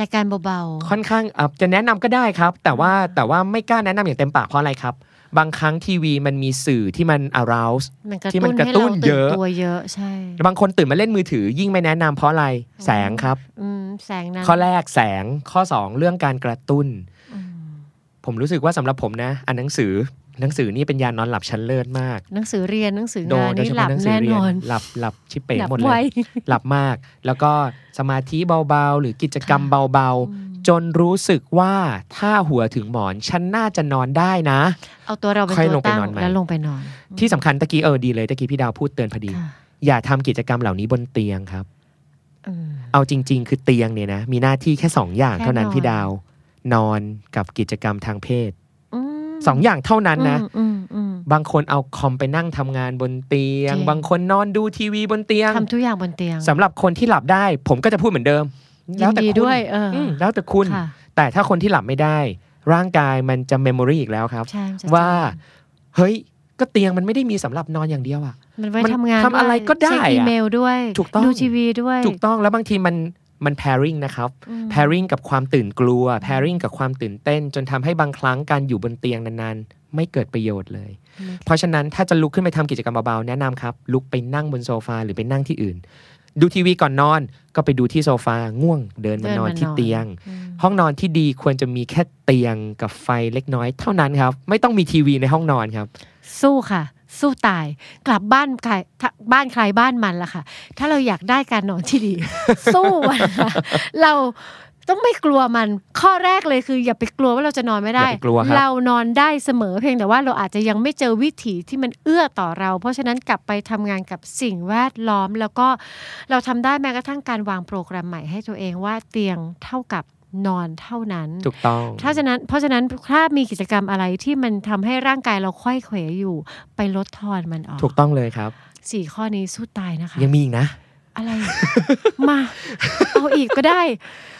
Speaker 1: รายการเบาๆ
Speaker 3: ค่อนข้างอ่ะจะแนะนำก็ได้ครับ แต่ว่าแต่ว่าไม่กล้าแนะนำอย่างเต็มปากเพราะอะไรครับ บางครั้งทีวีมันมีสื่อที่มัน arouse
Speaker 1: มัน
Speaker 3: ที่มัน
Speaker 1: ก
Speaker 3: ก
Speaker 1: ระ
Speaker 3: ระตุ้
Speaker 1: ตุ้น
Speaker 3: น
Speaker 1: ให้เรา
Speaker 3: เยอะ
Speaker 1: ตื่นตัวเยอะใช่
Speaker 3: บางคนตื่นมาเล่นมือถือยิ่งไม่แนะนำเพราะอะไรแสงครับ
Speaker 1: อืมแสงนั้น
Speaker 3: ข้อแรกแสงข้อ 2 เรื่องการกระตุ้น ผมรู้สึกว่าสำหรับผมนะอ่านหนังสือหนังสือนี่เป็นยานอนหลับชั้นเลิศมาก
Speaker 1: หนังสือเรียนหนังสือ
Speaker 3: โด
Speaker 1: งาน
Speaker 3: ยโดย
Speaker 1: นี่
Speaker 3: เฉ
Speaker 1: ห
Speaker 3: พาะ
Speaker 1: ลับ
Speaker 3: หนังสือ
Speaker 1: แน่
Speaker 3: เรี
Speaker 1: น
Speaker 3: ย
Speaker 1: อน
Speaker 3: นหลับหลับชิบเป๋
Speaker 1: หลั
Speaker 3: หมดเล
Speaker 1: ไวย
Speaker 3: หลับมาก แล้วก็สมาธิเบาๆ หรือกิจกรรมเบาๆ จนรู้สึกว่าถ้าหัวถึงหมอน ฉันน่าจะนอนได้นะ
Speaker 1: เอาตัวเราเป็น
Speaker 3: ค่อย
Speaker 1: ตั
Speaker 3: ล
Speaker 1: ว
Speaker 3: งไป
Speaker 1: ตั้ง
Speaker 3: นอนใหม่
Speaker 1: แล้วลงไปนอน
Speaker 3: ที่สำคัญตะกี้เออดีเลยตะกี้พี่ดาวพูดเตือนพอดี
Speaker 1: ค่ะ
Speaker 3: อย่าทำกิจกรรมเหล่านี้บนเตียงครับ
Speaker 1: อืม
Speaker 3: เอาจริง ๆ คือเตียงเนี่ยนะ มีหน้าที่แค่สองอย่าง
Speaker 1: แค่
Speaker 3: เท่านั้น
Speaker 1: นอน
Speaker 3: พี่ดาว นอนกับกิจกรรมทางเพศ
Speaker 1: ม
Speaker 3: สองอย่างเท่านั้นนะ
Speaker 1: อืมอืม
Speaker 3: บางคนเอาคอมไปนั่งทำงานบนเตียง
Speaker 1: จริง
Speaker 3: บางคนนอนดูทีวีบนเตียง
Speaker 1: ทำทุกอย่างบนเตียง
Speaker 3: สำหรับคนที่หลับได้ ผมก็จะพูดเหมือนเดิม แล้วแต่
Speaker 1: ยินดี
Speaker 3: คุณ
Speaker 1: ด้วยเอออ
Speaker 3: มแล้วแต่คุณ
Speaker 1: ค่ะ
Speaker 3: แต่ถ้าคนที่หลับไม่ได้ ร่างกายมันจะเมมโมรีอีกแล้วครับ
Speaker 1: ใช่มันจะ
Speaker 3: ว่า เฮ้ย ก็เตียงมันไม่ได้มีสำหรับนอนอย่างเดียวอะ
Speaker 1: มันไว้
Speaker 3: มัน
Speaker 1: ทำงาน
Speaker 3: ทำอะไร
Speaker 1: วย
Speaker 3: ก็ได้
Speaker 1: เช็ค
Speaker 3: อะ
Speaker 1: อีเมลด้วย
Speaker 3: ถูกต้อง
Speaker 1: ดูทีวีด้วย
Speaker 3: ถูกต้องแล้วบางทีมันมัน pairing นะครับ
Speaker 1: อืม
Speaker 3: pairing กับความตื่นกลัว pairing กับความตื่นเต้น จนทำให้บางครั้งการอยู่บนเตียงนานๆ ไม่เกิดประโยชน์เลย เพราะฉะนั้นถ้าจะลุกขึ้นไปทำกิจกรรมเบาๆ แนะนำครับ ลุกไปนั่งบนโซฟาหรือไปนั่งที่อื่น ดูทีวีก่อนนอน ก็ไปดูที่โซฟาง่วงเดินมานอนที่เตียง
Speaker 1: อืม
Speaker 3: ห้องนอนที่ดีควรจะมีแค่เตียงกับไฟเล็กน้อยเท่านั้นครับ ไม่ต้องมีทีวีในห้องนอนครับ
Speaker 1: สู้ค่ะ สู้ตายกลับบ้านใครถ้าบ้านใครบ้านมันละค่ะ ถ้าเราอยากได้การนอนที่ ดี สู้มันค่ะเราต้องไม่กลัวมันข้อแรกเลยคืออย่าไปกลัวว่าเราจะนอนไม่ได้
Speaker 3: อย่าไปกลัวครับ
Speaker 1: เรานอนได้เสมอเพียงแต่ว่าเราอาจจะยังไม่เจอวิถีที่มันเอื้อต่อเรา เพราะฉะนั้นกลับไปทำงานกับสิ่งแวดล้อม แล้วก็เราทำได้แม้กระทั่งการวางโปรแกรมใหม่ให้ตัวเองว่าเตียงเท่ากับนอนเท่านั้น
Speaker 3: ถูกต้อง
Speaker 1: ถ้าฉะนั้นเพราะฉะนั้นถ้ามีกิจกรรมอะไรที่มันทำให้ร่างกายเราค่อยเขวอยู่ ไปลดทอนมันออก
Speaker 3: ถูกต้องเลยครับ
Speaker 1: สี่ข้อนี้สู้ตายนะคะ
Speaker 3: ยังมีอีกนะ
Speaker 1: อะไร มา เอาอีกก็ได้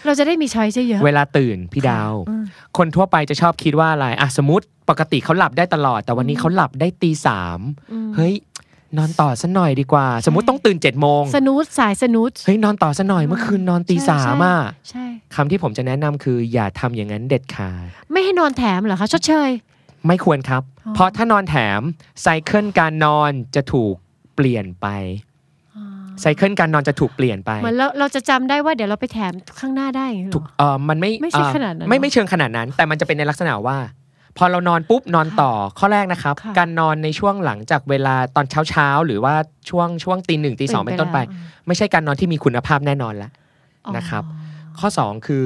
Speaker 1: เราจะได้มีช้อยเยอะๆ
Speaker 3: เวลาตื่นพี่ดาว
Speaker 1: อืม
Speaker 3: คนทั่วไปจะชอบคิดว่าอะไรอ่ะสมมติปกติเขาหลับได้ตลอด แต่วันนี้เขาหลับได้ตีสาม
Speaker 1: อืม
Speaker 3: เฮ้ย นอนต่อสัหน่อยดีกว่า สมมติต้องตื่นเจ็ดโมง
Speaker 1: สนูดสายสนูด
Speaker 3: เฮ้ยนอนต่อสัหน่อย
Speaker 1: อืม
Speaker 3: เมื่อคืนนอนตี
Speaker 1: ใช่
Speaker 3: สามอ่ะ
Speaker 1: ใช่
Speaker 3: คำที่ผมจะแนะนำคือ อย่าทำอย่างนั้นเด็ดขาด
Speaker 1: ไม่ให้นอนแถมเหรอคะชดเชย
Speaker 3: ไม่ควรครับ
Speaker 1: อ๋อ
Speaker 3: เพราะถ้านอนแถมไซเคิลการนอนจะถูกเปลี่ยนไปไซเคิลการนอนจะถูกเปลี่ยนไป
Speaker 1: เหมือนเราเราจะจำได้ว่าเดี๋ยวเราไปแถมข้างหน้าได้อย่างนี้เหรอ
Speaker 3: ถูกเออมันไม่
Speaker 1: ไม่ใช่
Speaker 3: เอ่อ
Speaker 1: ขนาดนั้น
Speaker 3: ไม่
Speaker 1: หรอ
Speaker 3: ไม่เชิงขนาดนั้น แต่มันจะเป็นในลักษณะว่า พอเรานอนปุ๊บนอนต่อข้อแรกนะครับ
Speaker 5: ค่ะ
Speaker 3: การนอนในช่วงหลังจากเวลาตอนเช้าเช้าๆหรือว่าช่วงช่วงตีหนึ่งตีสองเป็นต้นไป ไม่ใช่การนอนที่มีคุณภาพแน่นอนละ
Speaker 5: อ๋อ
Speaker 3: นะครับ ข้อ 2 คือ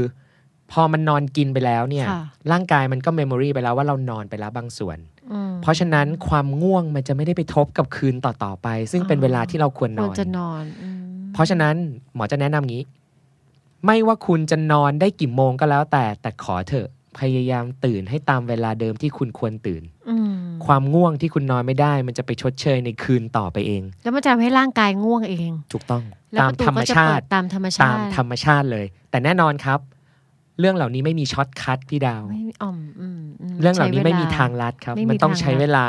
Speaker 3: พอมันนอนกินไปแล้วเนี่ย
Speaker 5: ค่ะ
Speaker 3: ร่างกายมันก็เมมโมรีไปแล้วว่าเรานอนไปแล้วบางส่วน
Speaker 5: อืม
Speaker 3: เพราะฉะนั้นความง่วงมันจะไม่ได้ไปทบกับคืนต่อ ๆ ไป ซึ่งเป็น
Speaker 5: อ๋อ
Speaker 3: เวลาที่เราควร
Speaker 1: คน ว
Speaker 3: อ
Speaker 1: ร
Speaker 3: น
Speaker 1: จะนอนอืม
Speaker 3: เพราะฉะนั้นหมอจะแนะนำงี้ ไม่ว่าคุณจะนอนได้กี่โมงก็แล้วแต่แต่ขอเถอะพยายามตื่นให้ตามเวลาเดิมที่คุณควรตื่น
Speaker 5: อืม
Speaker 3: ความง่วงที่คุณนอนไม่ได้ มันจะไปชดเชยในคืนต่อไปเอง
Speaker 1: แล้วมันจะทำให้ร่างกายง่วงเอง
Speaker 3: ถูกต้อง
Speaker 1: แล้วประตู
Speaker 3: ตามธรรม
Speaker 1: ก็จะ
Speaker 3: ชา
Speaker 1: เปิด
Speaker 3: ติ
Speaker 1: ตามธรรมชา
Speaker 3: ตาม
Speaker 1: ติ
Speaker 3: ธรรมชาติเลย แต่แน่นอนครับ เรื่องเหล่านี้ไม่มีช็อตคัทพี่ดาว
Speaker 1: ไม่มีอ่อมอืมม
Speaker 3: เรื่องเหล่านี้ไม่มี
Speaker 1: ใช้ว
Speaker 3: ทางลัดครับ
Speaker 1: ไม่มี
Speaker 3: มันต้อง
Speaker 1: ทางลัด
Speaker 3: ใช้เวลา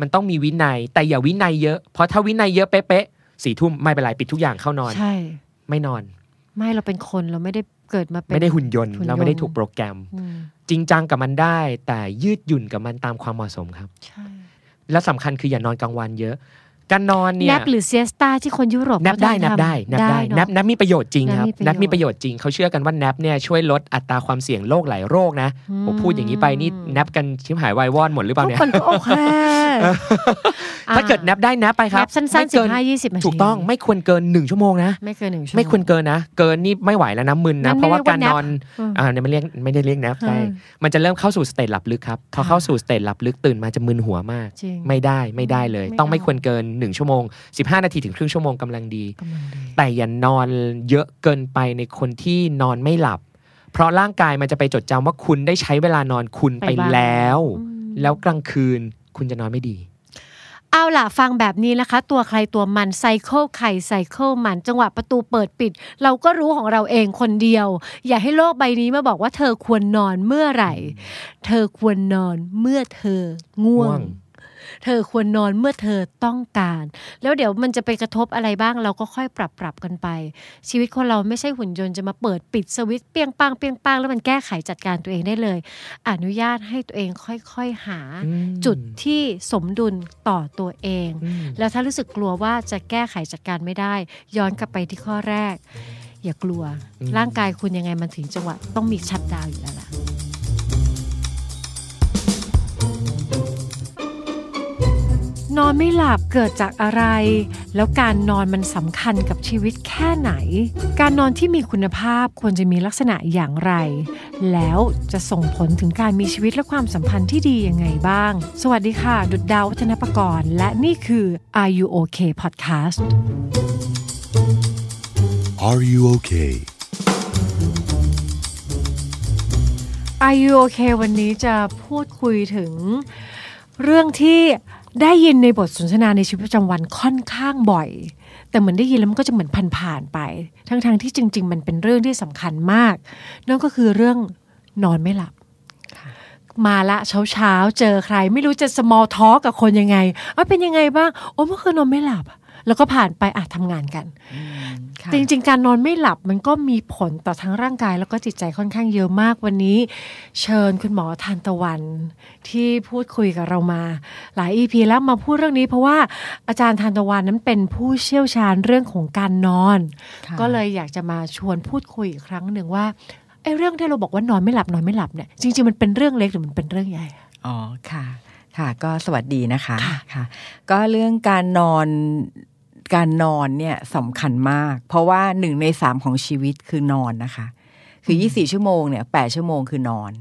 Speaker 3: มันต้องมีวินัย แต่อย่าวินัยเยอะ เพราะถ้าวินัยเยอะเป๊ะๆสี่ทุ่มไม่เป็นไรปิดทุกอย่างเข้านอน
Speaker 1: ใช่
Speaker 3: ไม่นอน
Speaker 1: ไม่เราเป็นคนเราไม่ได้เกิดมาเป็น
Speaker 3: ไม่ได้หุ่นยนต์
Speaker 1: หุ่นยนต์
Speaker 3: เราไม่ได้ถูกโปรแกรม
Speaker 1: อืม
Speaker 3: จริงจังกับมันได้ แต่ยืดหยุ่นกับมันตามความเหมาะสมครับ
Speaker 1: ใช่
Speaker 3: และสำคัญคืออย่านอนกลางวันเยอะ การนอน
Speaker 1: แน
Speaker 3: เนี่ย
Speaker 1: บหรือเซียสตาที่คนยุโรป
Speaker 3: นับได้
Speaker 1: เขา
Speaker 3: นับ
Speaker 1: ทำ
Speaker 3: ได้นับได้
Speaker 1: เอะ
Speaker 3: นับนับมีประโยชน์จริงครับ
Speaker 1: นั
Speaker 3: นั
Speaker 1: บบ มี
Speaker 3: มี
Speaker 1: ป
Speaker 3: ประ ระ
Speaker 1: โย
Speaker 3: โย
Speaker 1: ช
Speaker 3: ช
Speaker 1: น์
Speaker 3: น์จริงเขาเชื่อกันว่านับเนี่ยช่วยลดอัตราความเสี่ยงโรคหลายโรคนะ ผมพูดอย่างนี้ไปนี่แนบกันชิมหายวายวอนหมดหรือเปล่า
Speaker 1: ทุก
Speaker 3: เนี่ย
Speaker 1: คนก็โอเค
Speaker 3: ถ้าเกิดแนบได้แนบไปค
Speaker 1: แน
Speaker 3: รับบ
Speaker 1: สั้นๆสิ
Speaker 3: ไม่
Speaker 1: บ
Speaker 3: เ
Speaker 1: ห้ายี่สิบนาที
Speaker 3: ถูกต้องไม่ควรเกินหนึ่งชั่วโมงนะ
Speaker 1: ไม่เกินหนึ่งชั่วโมง
Speaker 3: ไม่ควรเกินนะ เกินนี่ไม่ไหวแล้วนะมึน
Speaker 1: นั่
Speaker 3: นะ
Speaker 1: น
Speaker 3: เพ
Speaker 1: ไม่
Speaker 3: ราะว่า
Speaker 1: เรียกว่า
Speaker 3: การนอน
Speaker 1: อืม
Speaker 3: อ่าเนี่ยมันเรียกไม่ได้เรียกนะใช่
Speaker 1: อืม
Speaker 3: มันจะเริ่มเข้าสู่สเตจหลับลึกครับพอ
Speaker 1: ค่ะ
Speaker 3: เข้าสู่สเตจหลับลึกตื่นมาจะมึนหัวมาก
Speaker 1: จริง
Speaker 3: ไม่ได้ไม่ได้เลย
Speaker 1: ไม่
Speaker 3: ต้องไม่
Speaker 1: เอา
Speaker 3: ควรเกิน 1 ชั่วโมง 15 นาทีถึงครึ่งชั่วโมงกำลังดี
Speaker 1: กำลังดี
Speaker 3: แต่อย่านอนเยอะเกินไปในคนที่นอนไม่หลับ เพราะร่างกายมันจะไปจดจำว่าคุณได้ใช้เวลานอนคุณไป
Speaker 1: ไปบ้าง
Speaker 3: แล้ว แล้วกลางคืนคุณจะนอนไม่ดี
Speaker 1: เอาล่ะ ฟังแบบนี้นะคะ ตัวใครตัวมันไซเคิลใครไซเคิลมันจังหวะประตูเปิดปิด เราก็รู้ของเราเองคนเดียว อย่าให้โลกใบนี้มาบอกว่าเธอควรนอนเมื่อไหร่ เธอควรนอนเมื่อเธอง่ว
Speaker 3: ง่ว
Speaker 1: ง
Speaker 3: ง
Speaker 1: เธอควรนอนเมื่อเธอต้องการ แล้วเดี๋ยวมันจะไปกระทบอะไรบ้างเราก็ค่อยปรับปรับกันไป ชีวิตคนเราไม่ใช่หุ่นยนต์จะมาเปิดปิดสวิตช์เปียงปังเปียงปังแล้วมันแก้ไขจัดการตัวเองได้เลย อนุญาตให้ตัวเองค่อยๆหา
Speaker 3: อืม
Speaker 1: จุดที่สมดุลต่อตัวเอง
Speaker 3: อืม
Speaker 1: แล้วถ้ารู้สึกกลัวว่าจะแก้ไขจัดการไม่ได้ ย้อนกลับไปที่ข้อแรก อย่ากลัว
Speaker 3: อืม
Speaker 1: ร่างกายคุณยังไงมันถึงจังหวะต้องมีชัดดาวน์อยู่แล้วล่ะ นอนไม่หลับเกิดจากอะไร แล้วการนอนมันสำคัญกับชีวิตแค่ไหน การนอนที่มีคุณภาพควรจะมีลักษณะอย่างไร แล้วจะส่งผลถึงการมีชีวิตและความสัมพันธ์ที่ดียังไงบ้าง สวัสดีค่ะ ดุดดาววัฒนประกรณ์ และนี่คือ Are You OK Podcast
Speaker 2: Are you okay?
Speaker 1: Are you okay วันนี้จะพูดคุยถึง เรื่องที่ได้ยินในบทสนทนาในชีวิตประจำวันค่อนข้างบ่อย แต่เหมือนได้ยินแล้วมันก็จะเหมือนผ่านๆไป ทั้งๆที่จริง ๆ มันเป็นเรื่องที่สำคัญมาก นั่นก็คือเรื่องนอนไม่หลับ มาละเช้าเช้าๆเจอใคร ไม่รู้จะ small talk กับคนยังไงเอาเป็นยังไงบ้าง โอ้เมื่อคืนนอนไม่หลับอะแล้วก็ผ่านไปอ่ะทำงานกัน จริงๆ การนอนไม่หลับมันก็มีผลต่อทั้งร่างกาย แล้วก็จิตใจค่อนข้างเยอะมากวันนี้ เชิญคุณหมอทานตะวัน ที่พูดคุยกับเรามา หลาย EP แล้วมาพูดเรื่องนี้เพราะว่าอาจารย์ทานตะวันนั้นเป็นผู้เชี่ยวชาญเรื่องของการนอน
Speaker 5: ค่ะ
Speaker 1: ก็เลยอยากจะมาชวนพูดคุยอีกครั้งหนึ่งว่าไอ้เรื่องที่เราบอกว่านอนไม่หลับนอนไม่หลับเนี่ยจริงๆมันเป็นเรื่องเล็กหรือมันเป็นเรื่องใหญ่อะ
Speaker 5: อ๋อค่ะ ค่ะ ก็สวัสดีนะคะ
Speaker 1: ค่ะ
Speaker 5: ค่ะ ก็เรื่องการนอนการนอนเนี่ยสำคัญมาก เพราะว่าหนึ่งในสามของชีวิตคือนอนนะคะ คือ 24 ชั่วโมงเนี่ย8ชั่วโมงคือนอน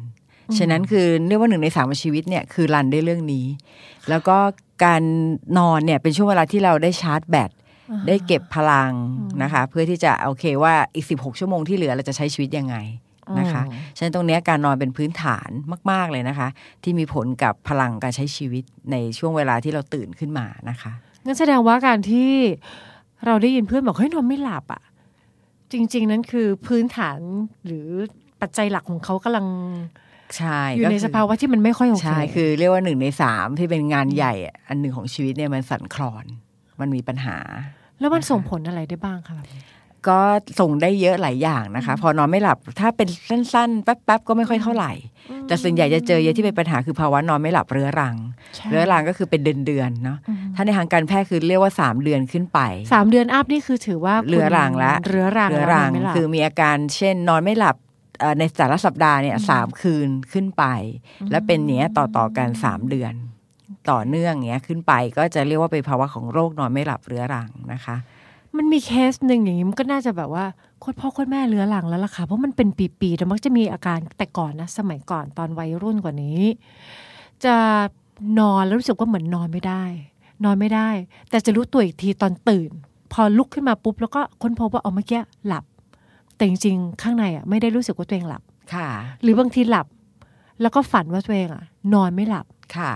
Speaker 5: ฉะนั้นคือเรียกว่าหนึ่งในสามของชีวิตเนี่ยคือรันด้วยเรื่องนี้ แล้วก็การนอนเนี่ยเป็นช่วงเวลาที่เราได้ชาร์จแบต ได้เก็บพลังนะคะ เพื่อที่จะโอเคว่าอีก 16 ชั่วโมงที่เหลือเราจะใช้ชีวิตยังไงนะคะ ฉะนั้นตรงเนี้ยการนอนเป็นพื้นฐานมาก ๆ เลยนะคะ ที่มีผลกับพลังการใช้ชีวิตในช่วงเวลาที่เราตื่นขึ้นมานะคะ
Speaker 1: งั้นแสดงว่าการที่เราได้ยินเพื่อนบอกเฮ้ยนอนไม่หลับอ่ะ จริง ๆ นั้นคือพื้นฐานหรือปัจจัยหลักของเขากำลัง
Speaker 5: ใช่
Speaker 1: อยู่ใน
Speaker 5: ก็คือ
Speaker 1: สภาวะที่มันไม่ค่อยโอเค
Speaker 5: ใช่คือเรียกว่าหนึ่งในสามที่เป็นงานใหญ่อะอันหนึ่งของชีวิตเนี่ยมันสั่นคลอน มันมีปัญหา
Speaker 1: แล้วมันส่งผลอะไรได้บ้างคะแบบนี้
Speaker 5: ก็ส่งได้เยอะหลายอย่างนะคะ พอนอนไม่หลับถ้าเป็นสั้นๆแป๊บๆก็ไม่ค่อยเท่าไหร่ แต่ส่วนใหญ่จะเจอเยอะที่เป็นปัญหาคือภาวะนอนไม่หลับเรื้อรัง
Speaker 1: ใช่
Speaker 5: เรื้อรังก็คือเป็นเดือนๆเนาะถ้าในทางการแพทย์คือเรียกว่า 3 เดือนขึ้นไป
Speaker 1: สามเดือนอัพนี่คือถือว่าคุณ
Speaker 5: เรื้อรังละ
Speaker 1: เรื้อรัง
Speaker 5: เรื้อรัง
Speaker 1: นนไม่หลับ
Speaker 5: คือมีอาการเช่นนอนไม่หลับ เอ่อในแต่ละสัปดาห์เนี่ยสามคืนขึ้นไป และเป็นอย่างเนี้ยต่อต่อกันสามเดือน ต่อเนื่องอย่างเนี้ยขึ้นไปก็จะเรียกว่าเป็นภาวะของโรคนอนไม่หลับเรื้อรังนะคะ
Speaker 1: มันมีเคสหนึ่งอย่างนี้มันก็น่าจะแบบว่าโคตรพ่อโคตรแม่เลื้อหลังแล้วล่ะค่ะ เพราะมันเป็นปีๆแต่มักจะมีอาการแต่ก่อนนะ สมัยก่อนตอนวัยรุ่นกว่านี้ จะนอนแล้วรู้สึกว่าเหมือนนอนไม่ได้ นอนไม่ได้ แต่จะรู้ตัวอีกทีตอนตื่น พอลุกขึ้นมาปุ๊บแล้วก็ค้นพบว่าเอาเมื่อกี้หลับ แต่จริงๆข้างในอ่ะไม่ได้รู้สึกว่าตัวเองหลับ
Speaker 5: ค่ะ
Speaker 1: หรือบางทีหลับ แล้วก็ฝันว่าตัวเองอ่ะ นอนไม่หลับ
Speaker 5: ค่ะ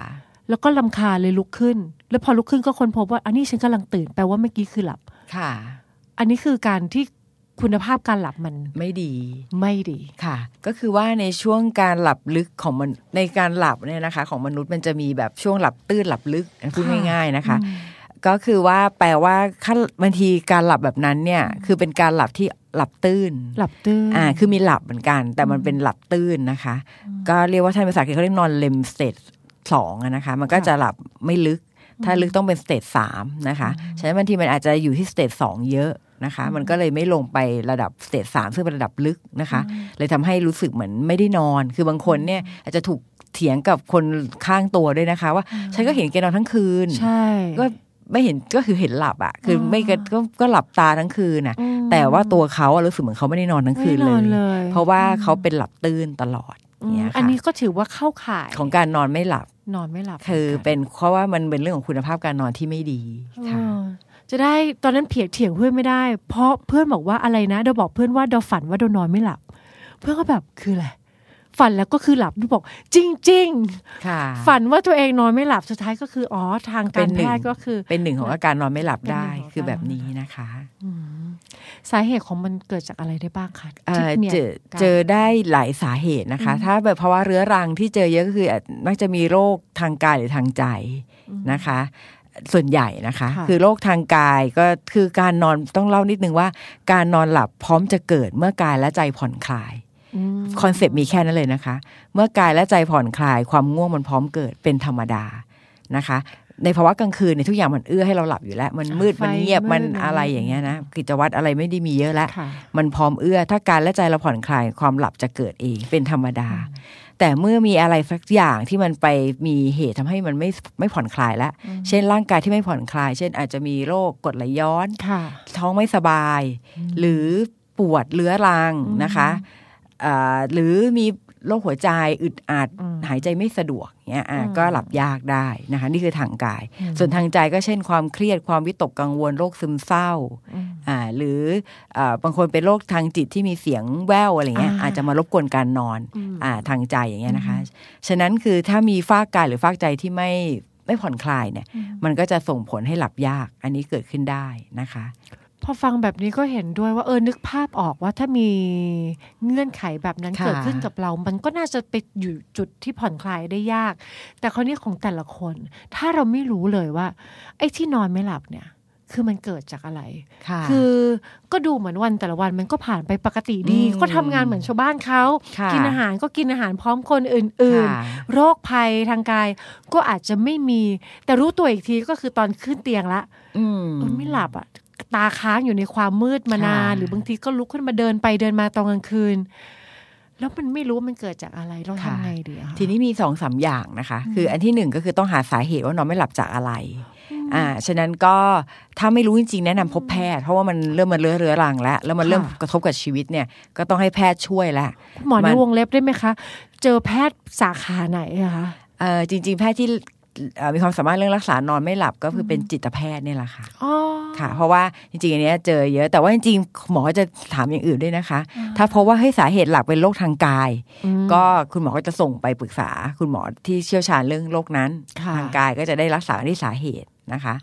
Speaker 1: แล้วก็ลำคาญเลยลุกขึ้น แล้วพอลุกขึ้นก็ค้นพบว่าอันนี้ฉันกำลังตื่นแปลว่าเมื่อกี้คือหลับ
Speaker 5: ค่ะ
Speaker 1: อันนี้คือการที่คุณภาพการหลับมัน
Speaker 5: ไม่ดี
Speaker 1: ไม่ดี
Speaker 5: ค่ะ ก็คือว่าในช่วงการหลับลึกของมันในการหลับเนี่ยนะคะ ของมนุษย์มันจะมีแบบช่วงหลับตื้นหลับลึกพูด
Speaker 1: ค่ะ
Speaker 5: ง่ายๆนะคะ ก็คือว่าแปลว่าขั้นบางทีการหลับแบบนั้นเนี่ยคือเป็นการหลับที่หลับตื้น
Speaker 1: หลับตื้น
Speaker 5: อ่า คือมีหลับเหมือนกัน แต่มันเป็นหลับตื้นนะคะ ก็เรียกว่าท่านภาษาอังกฤษเขาเรียกนอนเลมสเตจสองนะคะ มันก็จะหลับไม่ลึก ถ้าลึกต้องเป็นสเตจสามนะคะ ฉะนั้นบางทีมันอาจจะอยู่ที่สเตจสองเยอะนะคะ มันก็เลยไม่ลงไประดับสเตจสามซึ่งเป็นระดับลึกนะคะ เลยทำให้รู้สึกเหมือนไม่ได้นอน คือบางคนเนี่ยอาจจะถูกเถียงกับคนข้างตัวด้วยนะคะ ว่าฉันก็เห็นแกนอนทั้งคืน
Speaker 1: ใช่
Speaker 5: ก็ไม่เห็นก็คือเห็นหลับอะคือไม่ก็ก็ก็หลับตาทั้งคืนน่ะ
Speaker 1: อืม
Speaker 5: แต่ว่าตัวเขาอะรู้สึกเหมือนเขาไม่ได้นอนทั้งคืน
Speaker 1: ไม่
Speaker 5: เล
Speaker 1: อย เลย
Speaker 5: เพราะว่าเขาเป็นหลับตื่นตลอด
Speaker 1: อืม
Speaker 5: เนี่ย
Speaker 1: อัน
Speaker 5: ค่ะ
Speaker 1: นี้ก็ถือว่าเข้าข่าย
Speaker 5: ของการนอนไม่หลับ
Speaker 1: นอนไม่หลับ
Speaker 5: คือเป็นเพราะว่ามันเป็นเรื่องของคุณภาพการนอนที่ไม่ดี
Speaker 1: ค่ะ
Speaker 5: ค่ะ
Speaker 1: เออจะได้ตอนนั้นเพียงเถียงเพื่อนไม่ได้ เพราะเพื่อนบอกว่าอะไรนะเดาบอกเพื่อนว่าเดาฝันว่าเดานอนไม่หลับ เพื่อนก็แบบคืออะไรฝันแล้วก็คือหลับดูบอก จริง
Speaker 5: ค่ะ
Speaker 1: ๆ ฝันว่าตัวเองนอนไม่หลับสุดท้ายก็คืออ๋อทางการ
Speaker 5: เป็นห
Speaker 1: แพ
Speaker 5: นึ่ง
Speaker 1: ทย์ก็คือ
Speaker 5: เป็นหนึ่งของอาการนอนไม่หลับได้
Speaker 1: เป็นหนึ่งของ
Speaker 5: คือแบบนี้นะคะ
Speaker 1: อืมสาเหตุของมันเกิดจากอะไรได้บ้างคะ
Speaker 5: เอ่
Speaker 1: ที่
Speaker 5: อ
Speaker 1: มี
Speaker 5: เจอ
Speaker 1: การ
Speaker 5: เจอได้หลายสาเหตุนะคะ ถ้าแบบภาวะเรื้อรังที่เจอเยอะก็คืออาจมักจะมีโรคทางกายหรือทางใจ นะคะ ส่วนใหญ่นะคะ
Speaker 1: ค่ะ
Speaker 5: คือโรคทางกายก็คือการนอนต้องเล่านิดนึงว่า การนอนหลับพร้อมจะเกิดเมื่อกายและใจผ่อนคลาย
Speaker 1: อืม
Speaker 5: คอนเซปต์มีแค่นั้นเลยนะคะ เมื่อกายและใจผ่อนคลาย ความง่วงมันพร้อมเกิดเป็นธรรมดานะคะ ในภาวะกลางคืนเนี่ยทุกอย่างมันเอื้อให้เราหลับอยู่แล้ว มันมืด
Speaker 1: ไฟ
Speaker 5: มันเงียบมัน
Speaker 1: มืด
Speaker 5: อะไรอย่างเงี้ยนะกิจวัตรอะไรไม่ได้มีเยอะแล้ว
Speaker 1: ค่ะ
Speaker 5: มันพร้อมเอื้อ ถ้าการและใจเราผ่อนคลายความหลับจะเกิดเองเป็นธรรมดา แต่เมื่อมีอะไรสักอย่างที่มันไปมีเหตุทำให้มันไม่ไม่ผ่อนคลายแล้ว เช่นร่างกายที่ไม่ผ่อนคลาย เช่นอาจจะมีโรคกรดไหลย้อน
Speaker 1: ค่ะ
Speaker 5: ท้องไม่สบาย หรือปวดเรื้อรัง
Speaker 1: อืม
Speaker 5: นะคะอ่าหรือมีโรคหัวใจอึดอัด
Speaker 1: อืม
Speaker 5: หายใจไม่สะดวกเนี้ยอ่ะ
Speaker 1: อืม
Speaker 5: ก็หลับยากได้นะคะ นี่คือทางกาย
Speaker 1: อืม
Speaker 5: ส่วนทางใจก็เช่นความเครียดความวิตกกังวลโรคซึมเศร้า
Speaker 1: อืม
Speaker 5: อ่าหรืออาบางคนเป็นโรคทางจิตที่มีเสียงแว่วอะไรเงี้ย
Speaker 1: อ่า
Speaker 5: อาจจะมารบกวนการนอน
Speaker 1: อืม
Speaker 5: อ่าทางใจอย่างเงี้ยนะคะ ฉะนั้นคือถ้ามีฝ้ากกายหรือฝ้ากใจที่ไม่ไม่ผ่อนคลายเนี่ยมันก็จะส่งผลให้หลับยากอันนี้เกิดขึ้นได้นะคะ
Speaker 1: พอฟังแบบนี้ก็เห็นด้วยว่าเออนึกภาพออกว่าถ้ามีเงื่อนไขแบบนั้น
Speaker 5: ค่ะ
Speaker 1: เกิดขึ้นกับเรา มันก็น่าจะไปอยู่จุดที่ผ่อนคลายได้ยาก แต่คราวนี้ของแต่ละคน ถ้าเราไม่รู้เลยว่า ไอ้ที่นอนไม่หลับเนี่ย คือมันเกิดจากอะไร
Speaker 5: ค่ะ
Speaker 1: คือก็ดูเหมือนวันแต่ละวันมันก็ผ่านไปปกติดี
Speaker 5: อืม
Speaker 1: ก็ทำงานเหมือนชาวบ้านเขา
Speaker 5: ค่ะ
Speaker 1: กินอาหารก็กินอาหารพร้อมคนอื่น ๆ
Speaker 5: ค่ะ
Speaker 1: โรคภัยทางกายก็อาจจะไม่มี แต่รู้ตัวอีกทีก็คือตอนขึ้นเตียงละ
Speaker 5: อืม
Speaker 1: เออไม่หลับอะตาค้างอยู่ในความมืดมานาน
Speaker 5: ค่ะ
Speaker 1: หรือบางทีก็ลุกขึ้นมาเดินไปเดินมาตอนกลางคืน แล้วมันไม่รู้ว่ามันเกิดจากอะไรเราทำไงดีอะคะ
Speaker 5: ทีนี้มีสองสามอย่างนะคะ คืออันที่หนึ่งก็คือต้องหาสาเหตุว่านอนไม่หลับจากอะไร อ่า ฉะนั้นก็ถ้าไม่รู้จริงๆแนะนำพบแพทย์ เพราะว่ามันเริ่มมันเรื้อเรื้อรังแล้ว แล้วมันเริ่ม
Speaker 1: ค่ะ
Speaker 5: กระทบกับชีวิตเนี่ยก็ต้องให้แพทย์ช่วยแล้ว
Speaker 1: หมอ
Speaker 5: มั
Speaker 1: ใน
Speaker 5: น
Speaker 1: วงเล็บได้ไหมคะ เจอแพทย์สาขาไหนอะคะ
Speaker 5: เอ่อจริง ๆ แพทย์ที่เอ่อมีความสามารถเรื่องรักษานอนไม่หลับก็คือเป็นจิตแพทย์เนี่ยแหละค่ะ
Speaker 1: อ๋อ
Speaker 5: ค่ะ เพราะว่าจริงๆอันเนี้ยเจอเยอะแต่ว่าจริงๆหมอจะถามอย่างอื่นด้วยนะคะ ถ้าพบว่าให้ยสาเหตุหลักเป็นโรคทางกาย
Speaker 1: อืม
Speaker 5: ก็คุณหมอก็จะส่งไปปรึกษาคุณหมอที่เชี่ยวชาญเรื่องโรคนั้น
Speaker 1: ค่ะ
Speaker 5: ทางกายก็จะได้รักษาที่สาเหตุนะคะ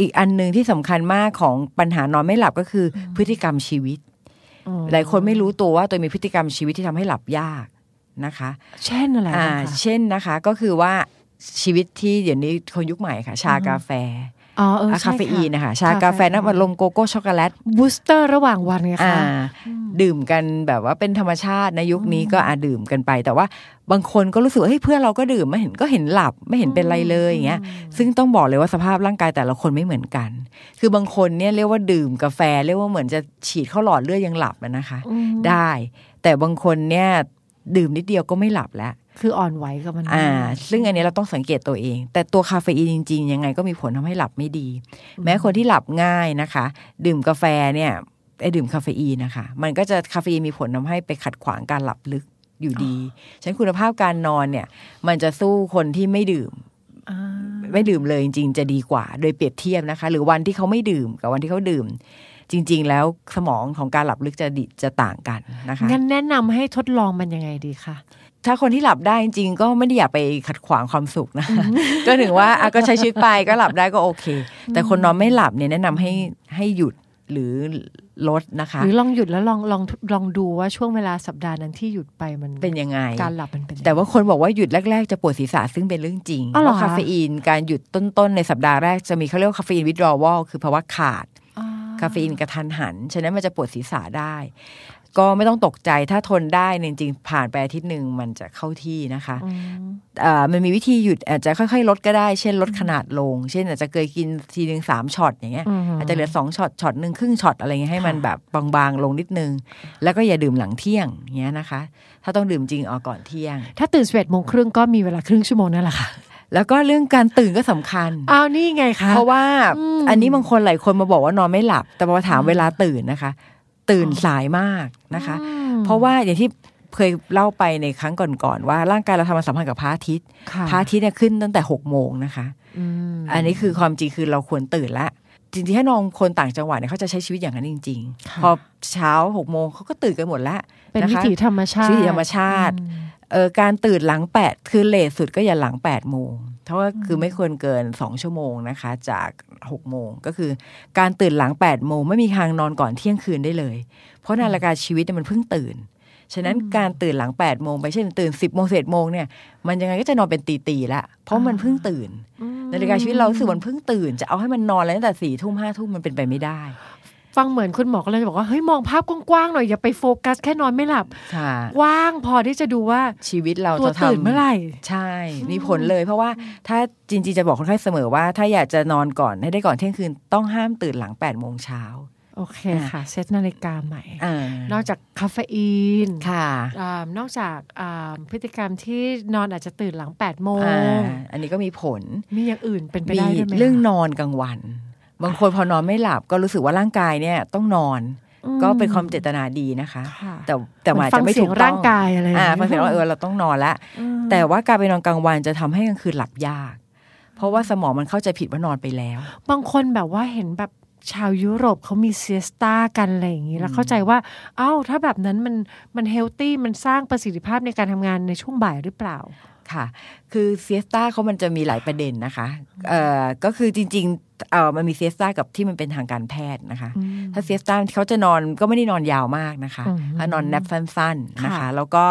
Speaker 5: อีกอันหนึ่งที่สำคัญมากของปัญหานอนไม่หลับก็คืออพฤติกรรมชีวิต
Speaker 1: อืม
Speaker 5: หลายคนไม่รู้ตัวว่าตัวเองมีพฤติกรรมชีวิตที่ทำให้หลับยากนะคะ
Speaker 1: เช่นอะไร
Speaker 5: อ่า
Speaker 1: บ้างคะ
Speaker 5: เช่นนะคะก็คือว่าชีวิตที่เดี๋ยวนี้คนยุคใหม่ค่ะ ชากาแฟ
Speaker 1: อ๋อเออใช่
Speaker 5: คาเฟอีนนะคะชากาแฟน้ำอัดลมโกโก้ช็อกโกแลต
Speaker 1: บูสเตอร์ระหว่างวันไง
Speaker 5: อ่า
Speaker 1: คะ
Speaker 5: ดื่มกันแบบว่าเป็นธรรมชาติในะยุคนี้ก็อาดื่มกันไป แต่ว่าบางคนก็รู้สึกว่าเฮ้ยเพื่อนเราก็ดื่มไม่เห็นก็เห็นหลับไม่เห็นเป็นไรเลยอย่างเงี้ย ซึ่งต้องบอกเลยว่าสภาพร่างกายแต่ละคนไม่เหมือนกัน คือบางคนเนี่ยเรียกว่าดื่มกาแฟเรียกว่าเหมือนจะฉีดเข้าหลอดเลือดยังหลับอะนะคะ
Speaker 1: อืม
Speaker 5: ได้ แต่บางคนเนี่ยดื่มนิดเดียวก็ไม่หลับแล้ว
Speaker 1: คืออ่อนไหวกับมัน
Speaker 5: อ่า ซึ่งอันนี้เราต้องสังเกตตัวเอง แต่ตัวคาเฟอีนจริง ๆ ยังไงก็มีผลทำให้หลับไม่ดี แม้คนที่หลับง่ายนะคะ ดื่มกาแฟเนี่ยไอ้ดื่มคาเฟอีนนะคะ มันก็จะคาเฟอีนมีผลทำให้ไปขัดขวางการหลับลึกอยู่ดีฉะนันคุณภาพการนอนเนี่ย มันจะสู้คนที่ไม่ดื่ม
Speaker 1: อ่า
Speaker 5: ไม่ดื่มเลยจริงๆจะดีกว่า โดยเปรียบเทียบนะคะ หรือวันที่เขาไม่ดื่มกับวันที่เขาดื่ม จริง ๆ แล้วสมองของการหลับลึกจะดีจะต่างกันนะคะ
Speaker 1: งั้นแนะนำให้ทดลองมันยังไงดีคะ
Speaker 5: ถ้าคนที่หลับได้จริงๆก็ไม่ได้อยากไปขัดขวางความสุขนะ ก็ถึงว่าอ่ะก็ใช้ชีวิตไปก็หลับได้ก็โอเค แต่คนนอนไม่หลับเนี่ยแนะนำให้ให้หยุดหรือลดนะ
Speaker 1: ห
Speaker 5: คะ
Speaker 1: รือลองหยุดแล้วลองลองลองดูว่าช่วงเวลาสัปดาห์นั้นที่หยุดไปมัน
Speaker 5: เป็นยังไง
Speaker 1: การหลับมันเป็นยังไง
Speaker 5: แต่ว่าคนบอกว่าหยุดแรก ๆ จะปวดศีรษะซึ่งเป็นเรื่องจริง เพ
Speaker 1: อ๋อเหรอ
Speaker 5: ราะคาเฟอีนการหยุดต้นๆในสัปดาห์แรกจะมีเขาเรียกว่าคาเฟอีนวิดรอวลคือภาวะขาด
Speaker 1: อ่า
Speaker 5: คาเฟอีนกระทันหัน ฉะนั้นมันจะปวดศีรษะได้ ก็ไม่ต้องตกใจถ้าทนได้เนี่ยจริงๆ ผ่านไปอาทิตย์หนึ่งมันจะเข้าที่นะคะ
Speaker 1: อืม
Speaker 5: เอ่อมันมีวิธีหยุดอาจจะค่อยๆ ลดก็ได้ เช่นลดขนาดลง เช่นอาจจะเคยกินทีหนึ่งสามช็อตอย่างเงี้ย
Speaker 1: อือฮึ
Speaker 5: อาจจะเหลือสองช็อตช็อตหนึ่งครึ่งช็อตอะไรเงี้ยให้มัน
Speaker 1: ค่ะ
Speaker 5: แบบบางๆ ลงนิดนึง แล้วก็อย่าดื่มหลังเที่ยงอย่างเงี้ยนะคะ ถ้าต้องดื่มจริงเอาก่อนเที่ยง
Speaker 1: ถ้าตื่นสิบเอ็ดโมงครึ่งก็มีเวลาครึ่งชั่วโมงนั่นแหละค่ะ
Speaker 5: แล้วก็เรื่องการตื่นก็สำคัญ
Speaker 1: อ้าวนี่ไงคะ
Speaker 5: เพราะว่า
Speaker 1: อืม
Speaker 5: อันนี้บางคนหลายคนมาบอกว่านอนไม่หลับ แต่พอถามเวลาตื่นนะคะ ตื่นสายมากนะคะ
Speaker 1: อืม
Speaker 5: เพราะว่าอย่างที่เคยเล่าไปในครั้งก่อนๆว่าร่างกายเราทำมันสัมพันธ์กับพระอาทิตย์
Speaker 1: ค่ะ
Speaker 5: พระอาทิตย์เนี่ยขึ้นตั้งแต่หกโมงนะคะ
Speaker 1: อืม
Speaker 5: อันนี้คือความจริงคือเราควรตื่นละจริงๆถ้าน้องคนต่างจังหวัดเนี่ยเขาจะใช้ชีวิตอย่างนั้นจริง
Speaker 1: ค่ะ
Speaker 5: ๆ พอเช้าหกโมงเขาก็ตื่นกันหมดละ
Speaker 1: เป็นวิ
Speaker 5: ะคะ
Speaker 1: ถีธรรมชาติ
Speaker 5: วิถีธรรมชาติ
Speaker 1: อืม
Speaker 5: เออการตื่นหลังแปดคือเลทสุดก็อย่าหลังแปดโมงเพราะว่าคือไม่ควรเกินสองชั่วโมงนะคะ จากหกโมงก็คือ การตื่นหลังแปดโมงไม่มีทางนอนก่อนเที่ยงคืนได้เลย เพราะนาฬิกาชีวิตเนี่ยมันเพิ่งตื่น ฉะนั้นการตื่นหลัง8ปดโมงไปเช่นตื่น 10บโมงเศษโมงเนี่ยมันยังไงก็จะนอนเป็นตีตีๆละเพราะมันเพิ่งตื่น นาฬิกาชีวิตเรารู้สึกมันเพิ่งตื่น จะเอาให้มันนอนแล้วตั้งแต่สี่ทุ่มห้าทุ่มมันเป็นไปไม่ได้
Speaker 1: ฟังเหมือนคุณหมอก็เลยบอกว่าเฮ้ยมองภาพกว้างๆหน่อยอย่าไปโฟกัสแค่นอนไม่หลับ
Speaker 5: ค่ะ
Speaker 1: กว้างพอที่จะดูว่า
Speaker 5: ชีวิตเรา
Speaker 1: ตัว
Speaker 5: จะทำ
Speaker 1: ตื่นเมื่อไหร่
Speaker 5: ใช่ มีผลเลยเพราะว่าถ้าจริงๆจะบอกคนไข้เสมอว่า ถ้าอยากจะนอนก่อนให้ได้ก่อนเที่ยงคืน ต้องห้ามตื่นหลัง8ปดโมงเช้า
Speaker 1: โอเค
Speaker 5: อ่ะ
Speaker 1: ค่ะ เซตนาฬิกาใหม่
Speaker 5: อ่าน
Speaker 1: อกจากคาเฟอีน
Speaker 5: ค่ะ
Speaker 1: อ่านอกจากอ่าพฤติกรรมที่นอนอาจจะตื่นหลัง8ปดโมง
Speaker 5: อ่าอันนี้ก็มีผล
Speaker 1: มีอย่างอื่นเป็นไป
Speaker 5: มี
Speaker 1: ได้ด้วยไหม
Speaker 5: เรื่อง
Speaker 1: คะ
Speaker 5: นอนกลางวัน บางคนพอนอนไม่หลับก็รู้สึกว่าร่างกายเนี่ยต้องนอน ก็เป็นความเจตนาดีนะคะ
Speaker 1: ค่ะ
Speaker 5: แต่แต่มันอาจจะไม่ถูก
Speaker 1: เหอนฟังเสียง
Speaker 5: ต้
Speaker 1: ร่า
Speaker 5: อง
Speaker 1: งกายอะไร
Speaker 5: อ่าฟังเสียงว่าเออเราต้องนอนละ แต่ว่าการไปนอนกลางวันจะทำให้กลางคืนหลับยาก เพราะว่าสมองมันเข้าใจผิดว่านอนไปแล้ว
Speaker 1: บางคนแบบว่าเห็นแบบชาวยุโรปเขามีเซียสตากันอะไรอย่างนี้ แล้วเข้าใจว่าเอ้าถ้าแบบนั้นมันมันเฮลตี้มันสร้างประสิทธิภาพในการทำงานในช่วงบ่ายหรือเปล่า
Speaker 5: ค่ะ คือเซียสตาเขามันจะมีหลายประเด็นนะคะ เอ่อ ก็คือจริงๆ เอ่อ มันมีเซียสตากับที่มันเป็นทางการแพทย์นะคะ ถ้าเซียสตาเขาจะนอนก็ไม่ได้นอนยาวมากนะคะ
Speaker 1: อืม
Speaker 5: เขานอนแนปสั้นๆนะคะ
Speaker 1: ค่ะ
Speaker 5: แล้วก็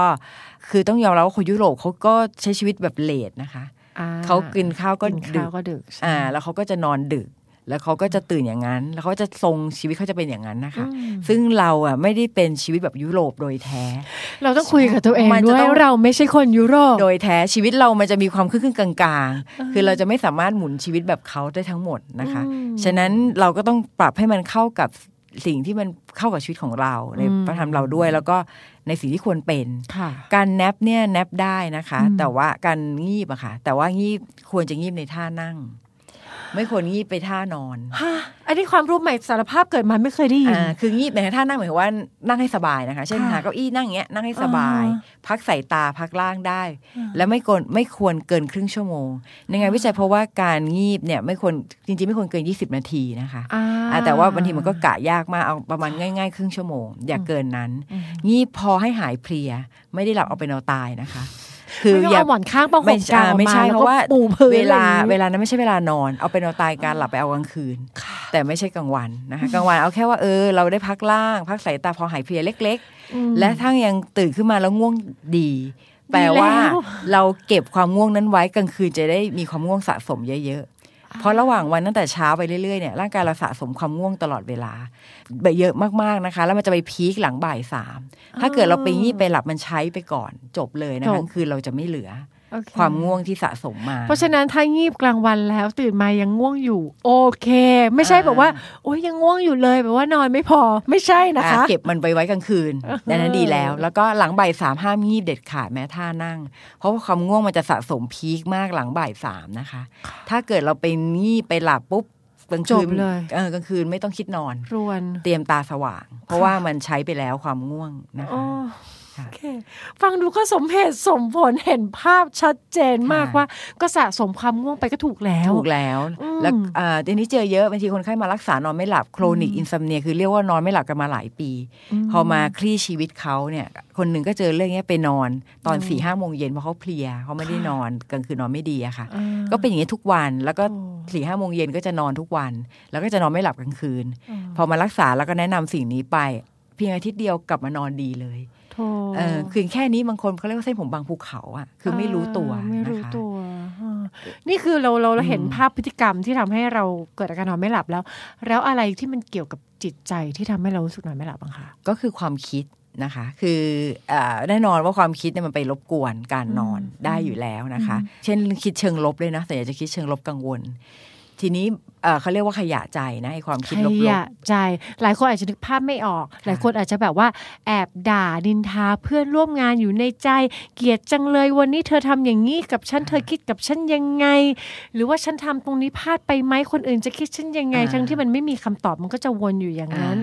Speaker 5: คือต้องยอมรับว่าคนยุโรปเขาก็ใช้ชีวิตแบบเลทนะคะ
Speaker 1: อ่
Speaker 5: เขากินข้าวก็
Speaker 1: กิน
Speaker 5: ดึ
Speaker 1: ข้าว
Speaker 5: ก
Speaker 1: ก็ดึกใช่
Speaker 5: อ่า แล้วเขาก็จะนอนดึก แล้วเขาก็จะตื่นอย่างนั้น แล้วเขาจะทรงชีวิตเขาจะเป็นอย่างนั้นนะคะ ซึ่งเราอ่ะไม่ได้เป็นชีวิตแบบยุโรปโดยแท้
Speaker 1: เราต้องคุยกับตัวเอง
Speaker 5: มัน
Speaker 1: ด้
Speaker 5: จะ
Speaker 1: วย
Speaker 5: ต้อง
Speaker 1: เราไม่ใช่คนยุโรป
Speaker 5: โดยแท้ชีวิตเรามันจะมีความครึ่งๆกลางๆ คือเราจะไม่สามารถหมุนชีวิตแบบเขาได้ทั้งหมดนะคะ
Speaker 1: อืม
Speaker 5: ฉะนั้นเราก็ต้องปรับให้มันเข้ากับสิ่งที่มันเข้ากับชีวิตของเราใน
Speaker 1: อืม
Speaker 5: ประทำเราด้วย แล้วก็ในสิ่งที่ควรเป็น
Speaker 1: ค่ะ
Speaker 5: การแนบเนี่ยแนบได้นะคะ
Speaker 1: อืม
Speaker 5: แต่ว่าการงีบอะค่ะ แต่ว่างีบควรจะงีบในท่านั่ง ไม่ควรงีบไปท่านอน
Speaker 1: ฮะอันนี้ความรู้ใหม่สารภาพเกิดมาไม่เคยได้ยิน
Speaker 5: อ่าคืองีบในท่านั่งหมายความว่านั่งให้สบายนะคะ เช่น
Speaker 1: ค่ะ
Speaker 5: หาเก้าอี้นั่งอย่างเงี้ยนั่งให้สบาย
Speaker 1: อ่
Speaker 5: พักสายตาพักล่างได้ และไม่ควรไม่ควรเกินครึ่งชั่วโมง ในงานวิจัยเพราะว่าการงีบเนี่ยไม่ควรจริงๆ ไม่ควรเกิน 20 นาทีนะคะ
Speaker 1: อ่า
Speaker 5: อ่าแต่ว่าบางทีมันก็กะยากมากเอาประมาณง่ายๆ ครึ่งชั่วโมง อย่าเกินนั้น
Speaker 1: อืม
Speaker 5: งีบพอให้หายเพลีย ไม่ได้หลับเอาไปนเอาตายนะคะ
Speaker 1: คื
Speaker 5: คื
Speaker 1: อ อ
Speaker 5: อ
Speaker 1: อย่า
Speaker 5: ย่า
Speaker 1: หมอนข้างประห
Speaker 5: ไม่
Speaker 1: งกลา
Speaker 5: ใช่
Speaker 1: งออก
Speaker 5: ไม่
Speaker 1: มา
Speaker 5: ใช่
Speaker 1: แล้
Speaker 5: เพ
Speaker 1: ก็
Speaker 5: ราะว่า
Speaker 1: ปูพื้น
Speaker 5: เวลา
Speaker 1: อะไรอย่งงี้
Speaker 5: เวลานั้นไม่ใช่เวลานอน เอาไปนเอาตายการหลับไปเอากลางคืน แต่ไม่ใช่กลางวันนะคะกลางวันเอาแค่ว่าเออเราได้พักล่าง พักสายตาพอหายเพลียเล็ก ๆ และทั้งยังตื่นขึ้นมาแล้วง่วงดี แปลว่า
Speaker 1: แล้ว
Speaker 5: เราเก็บความง่วงนั้นไว้กลางคืนจะได้มีความง่วงสะสมเยอะๆ เพราะระหว่างวันตั้งแต่เช้าไปเรื่อยๆเนี่ยร่างกายเราสะสมความง่วงตลอดเวลาแบบเยอะมากๆนะคะ แล้วมันจะไปพีคหลังบ่ายสามถ้าเกิดเราไปงี่ไปหลับมันใช้ไปก่อน จบเลยนะ
Speaker 1: จบ
Speaker 5: คะคือเราจะไม่เหลือ
Speaker 1: โอเ
Speaker 5: ความง่วงที่สะสมมา
Speaker 1: เพราะฉะนั้นถ้างีบกลางวันแล้วตื่นมายังง่วงอยู่ โอเค ไม่ใช่
Speaker 5: อ่า
Speaker 1: แบบว่าโอ้ยยังง่วงอยู่เลยแบบว่านอนไม่พอไม่ใช่นะคะ
Speaker 5: อ่ะเก็บมันไปไว้กลางคืน
Speaker 1: เออ
Speaker 5: ดังนั้นดีแล้ว แล้วก็หลังบ่ายสามห้ามงีบเด็ดขาดแม้ท่านั่ง เพราะว่าความง่วงมันจะสะสมพีคมากหลังบ่ายสามนะคะ ถ้าเกิดเราไปงีบไปหลับปุ๊บกลาง
Speaker 1: จ
Speaker 5: คื
Speaker 1: บ
Speaker 5: น
Speaker 1: เลย
Speaker 5: เออกลางคืนไม่ต้องคิดนอน
Speaker 1: รวน
Speaker 5: เตรียมตาสว่าง เพราะว่ามันใช้ไปแล้วความง่วงนะ
Speaker 1: โอ้
Speaker 5: คะ
Speaker 1: โอเค ฟังดูก็สมเหตุสมผลเห็นภาพชัดเจนมาก
Speaker 5: ค่ะ
Speaker 1: ว่า ก็สะสมความง่วงไปก็ถูกแล้ว
Speaker 5: ถูกแล้ว
Speaker 1: อืม
Speaker 5: แล้วเอ่อทีนี้เจอเยอะบางทีคนไข้มารักษานอนไม่หลับโครนิกอินซัมเนียคือเรียกว่านอนไม่หลับกันมาหลายปี พอมาคลี่ชีวิตเขาเนี่ย คนหนึ่งก็เจอเรื่องเนี้ยไปนอนตอนสี่ห้าโมงเย็นเพราะเขาเพลียเขาไม่ได้นอนกลางคืนนอนไม่ดีอะค่ะ
Speaker 1: อ่า
Speaker 5: ก็เป็นอย่างนี้ยทุกวันแล้วก็
Speaker 1: โอ้
Speaker 5: สี่ห้าโมงเย็นก็จะนอนทุกวัน แล้วก็จะนอนไม่หลับกลางคืน พอมารักษาแล้วก็แนะนำสิ่งนี้ไป เพียงอาทิตย์เดียวกลับมานอนดีเลย
Speaker 1: โถ
Speaker 5: เออคือแค่นี้บางคนเขาเรียกว่าเส้นผมบางภูเขาอะคือไม่รู้ตัว
Speaker 1: อ่าไม่รู้
Speaker 5: นะคะ
Speaker 1: ตัวอ่านี่คือเราเราเราเห็น
Speaker 5: อืม
Speaker 1: ภาพพฤติกรรมที่ทำให้เราเกิดอาการนอนไม่หลับแล้ว แล้วอะไรที่มันเกี่ยวกับจิตใจที่ทำให้เรารู้สึกนอนไม่หลับบ้างคะ
Speaker 5: ก็คือความคิดนะคะ คือเออแน่นอนว่าความคิดเนี่ยมันไปรบกวนการนอน
Speaker 1: อืม
Speaker 5: ได้อยู่แล้วนะคะ เช่นคิดเชิงลบเลยนะแต่อยากจะคิดเชิงลบกังวล ทีนี้เอ่อเขาเรียกว่าขยะใจนะไอความคิดล
Speaker 1: ขยะ
Speaker 5: บ
Speaker 1: ใจ หลายคนอาจจะนึกภาพไม่ออก หลายคนอาจจะแบบว่าแอบด่าดินทาเพื่อนร่วมงานอยู่ในใจ เกลียดจังเลยวันนี้เธอทำอย่างนี้กับฉันเธอคิดกับฉันยังไง หรือว่าฉันทำตรงนี้พลาดไปไหมคนอื่นจะคิดฉันยังไง
Speaker 5: อ่า
Speaker 1: ทั้งที่มันไม่มีคำตอบมันก็จะวนอยู่อย่าง
Speaker 5: ๆ
Speaker 1: นั้น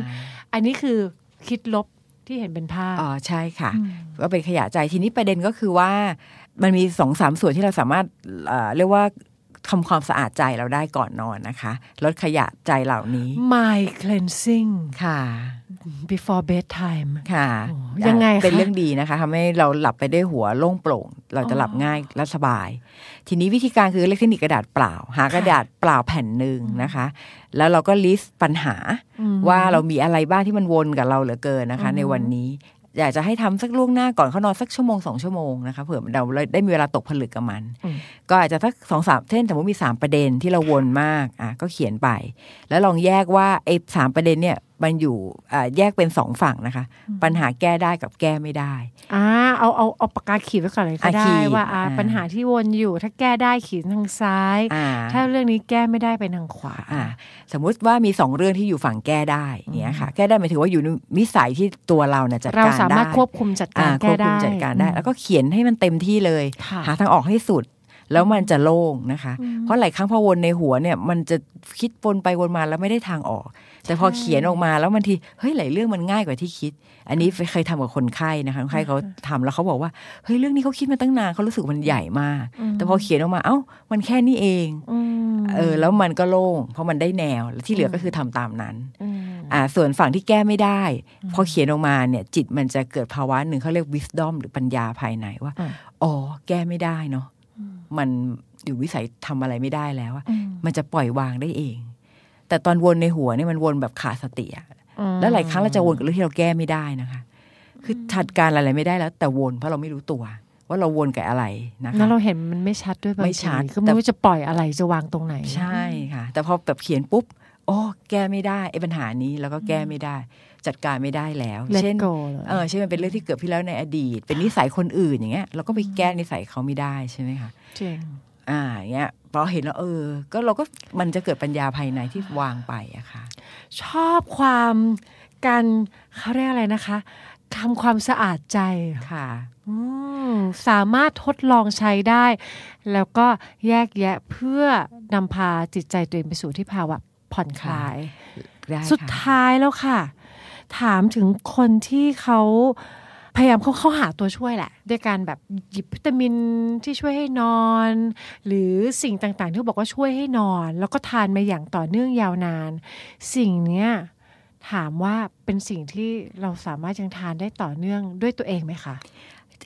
Speaker 1: อันนี้คือคิดลบที่เห็นเป็นภาพ
Speaker 5: อ่าอ๋อใช่ค่ะ ก็เป็นขยะใจทีนี้ประเด็นก็คือว่ามันมีสองสามส่วนที่เราสามารถเอ่อเรียกว่าทำความสะอาดใจเราได้ก่อนนอนนะคะ ลดขยะใจเหล่านี้
Speaker 1: My cleansing
Speaker 5: ค่ะ
Speaker 1: before bedtime
Speaker 5: ค่ะ
Speaker 1: โอ้
Speaker 5: อ่ะ
Speaker 1: ยังไงคะ
Speaker 5: เป็นเรื่องดีนะคะทำให้เราหลับไปได้วยหัวโล่งโปร่ง เราจะ
Speaker 1: อ๋อ
Speaker 5: หลับง่ายและสบาย ทีนี้วิธีการคือเลือกเทคนิคกระดาษเปล่า หากระดาษเปล่าแผ่นหนึ่งนะคะ แล้วเราก็ลิสต์ปัญหา
Speaker 1: อืม
Speaker 5: ว่าเรามีอะไรบ้างที่มันวนกับเราเหลือเกินนะคะ
Speaker 1: อืม
Speaker 5: ในวันนี้ อยากจะให้ทำสักล่วงหน้าก่อนเขานอนสักชั่วโมงสองชั่วโมงนะคะเผื่อเราได้มีเวลาตกผลึกกับมัน ก็อาจจะสักสองสามเช่นสมมติมีสามประเด็นที่เราวนมากอ่ะก็เขียนไป แล้วลองแยกว่าไอ้สามประเด็นเนี่ยมันอยู่อ่ะแยกเป็นสองฝั่งนะคะ ปัญหาแก้ได้กับแก้ไม่ได้
Speaker 1: อ่าเอาเอาเอาปากกาขีดไว้ก่อนเลยก็
Speaker 5: อ่ะขี
Speaker 1: ได้
Speaker 5: ด
Speaker 1: ว่าอ่า
Speaker 5: อ่า
Speaker 1: ปัญหาที่วนอยู่ถ้าแก้ได้ขีดทางซ้าย
Speaker 5: อ่า
Speaker 1: ถ้าเรื่องนี้แก้ไม่ได้ไปทางขวา
Speaker 5: อ่าสมมุติว่ามีสองเรื่องที่อยู่ฝั่งแก้ได้เนี่ยค่ะ แก้ได้หมายถึงว่าอยู่ในวิสัยที่ตัวเราเนี่ยจัด
Speaker 1: เรา
Speaker 5: การได้
Speaker 1: สามารถควบคุมจัดกา
Speaker 5: อ่าร คว
Speaker 1: แก้
Speaker 5: บคุ
Speaker 1: ได้
Speaker 5: มจัดการได้
Speaker 1: อืม
Speaker 5: แล้วก็เขียนให้มันเต็มที่เลย
Speaker 1: ค่ะ
Speaker 5: หาทางออกให้สุด แล้วมันจะโล่งนะคะ
Speaker 1: อืม
Speaker 5: เพราะหลายครั้งพอวนในหัวเนี่ยมันจะคิดวนไปวนมาแล้วไม่ได้ทางออก แต่พอเขียนออกมาแล้วบางทีเฮ้ยหลายเรื่องมันง่ายกว่าที่คิด อันนี้เคยทำกับคนไข้นะคะคนไข้เขาทำแล้วเขาบอกว่าเฮ้ยเรื่องนี้เขาคิดมาตั้งนานเขารู้สึกมันใหญ่มาก แต่พอเขียนออกมาเอ้ามันแค่นี้เอง
Speaker 1: อืม
Speaker 5: เออแล้วมันก็โล่งเพราะมันได้แนวแล้วที่เหลือก็คือทำตามนั้น
Speaker 1: ม
Speaker 5: อ่าส่วนฝั่งที่แก้ไม่ได้ พอเขียนออกมาเนี่ยจิตมันจะเกิดภาวะหนึ่งเขาเรียก wisdom หรือปัญญาภายในว่า
Speaker 1: อ่ะ
Speaker 5: อ๋อแก้ไม่ได้เนาะมันอยู่วิสัยทำอะไรไม่ได้แล้วอะ
Speaker 1: อืม
Speaker 5: มันจะปล่อยวางได้เอง แต่ตอนวนในหัวเนี่ยมันวนแบบขาดสติอะแล้วหลายครั้งเราจะวนกับเรื่องที่เราแก้ไม่ได้นะคะ คือจัดการอะไรไม่ได้แล้ว แต่วนเพราะเราไม่รู้ตัว ว่าเราวนกับอะไรนะ
Speaker 1: แล้
Speaker 5: คะ
Speaker 1: วเราเห็นมันไม่ชัดด้วยบาง
Speaker 5: ไม่
Speaker 1: ที
Speaker 5: ชัด
Speaker 1: ก็ไม่รู้
Speaker 5: แต่
Speaker 1: จะปล่อยอะไรจะวางตรงไหน
Speaker 5: ใช่ค่ะ แต่พอแบบเขียนปุ๊บอ๋อแก้ไม่ได้ไอ้ปัญหานี้แล้วก็แก้ไม่ได้ จัดการไม่ได้แล้ว
Speaker 1: Let
Speaker 5: เช่น
Speaker 1: go เลย
Speaker 5: เออใช่มันเป็นเรื่องที่เกิดขึ้นแล้วในอดีต เป็นนิสัยคนอื่นอย่างเงี้ยเราก็ไปแก้นิสัยเขาไม่ได้ใช่ไหมคะ
Speaker 1: จริง
Speaker 5: อ่าเงี้ยพอเห็นแล้วเออ ก็เราก็มันจะเกิดปัญญาภายในที่วางไปอะค่ะ
Speaker 1: ชอบความการเขาเรียกอะไรนะคะทำความสะอาดใจ
Speaker 5: ค่ะ
Speaker 1: อืมสามารถทดลองใช้ได้ แล้วก็แยกแยะเพื่อนำพาจิตใจตัวเองไปสู่ที่ภาวะผ่อนคลาย
Speaker 5: ได้ค่ะ
Speaker 1: สุดท้ายแล้วค่ะ ถามถึงคนที่เขาพยายามเขาเข้าหาตัวช่วยแหละ ด้วยการแบบหยิบวิตามินที่ช่วยให้นอน หรือสิ่งต่างๆ ที่เขาบอกว่าช่วยให้นอน แล้วก็ทานมาอย่างต่อเนื่องยาวนาน สิ่งเนี้ยถามว่าเป็นสิ่งที่เราสามารถยังทานได้ต่อเนื่องด้วยตัวเองไหมคะ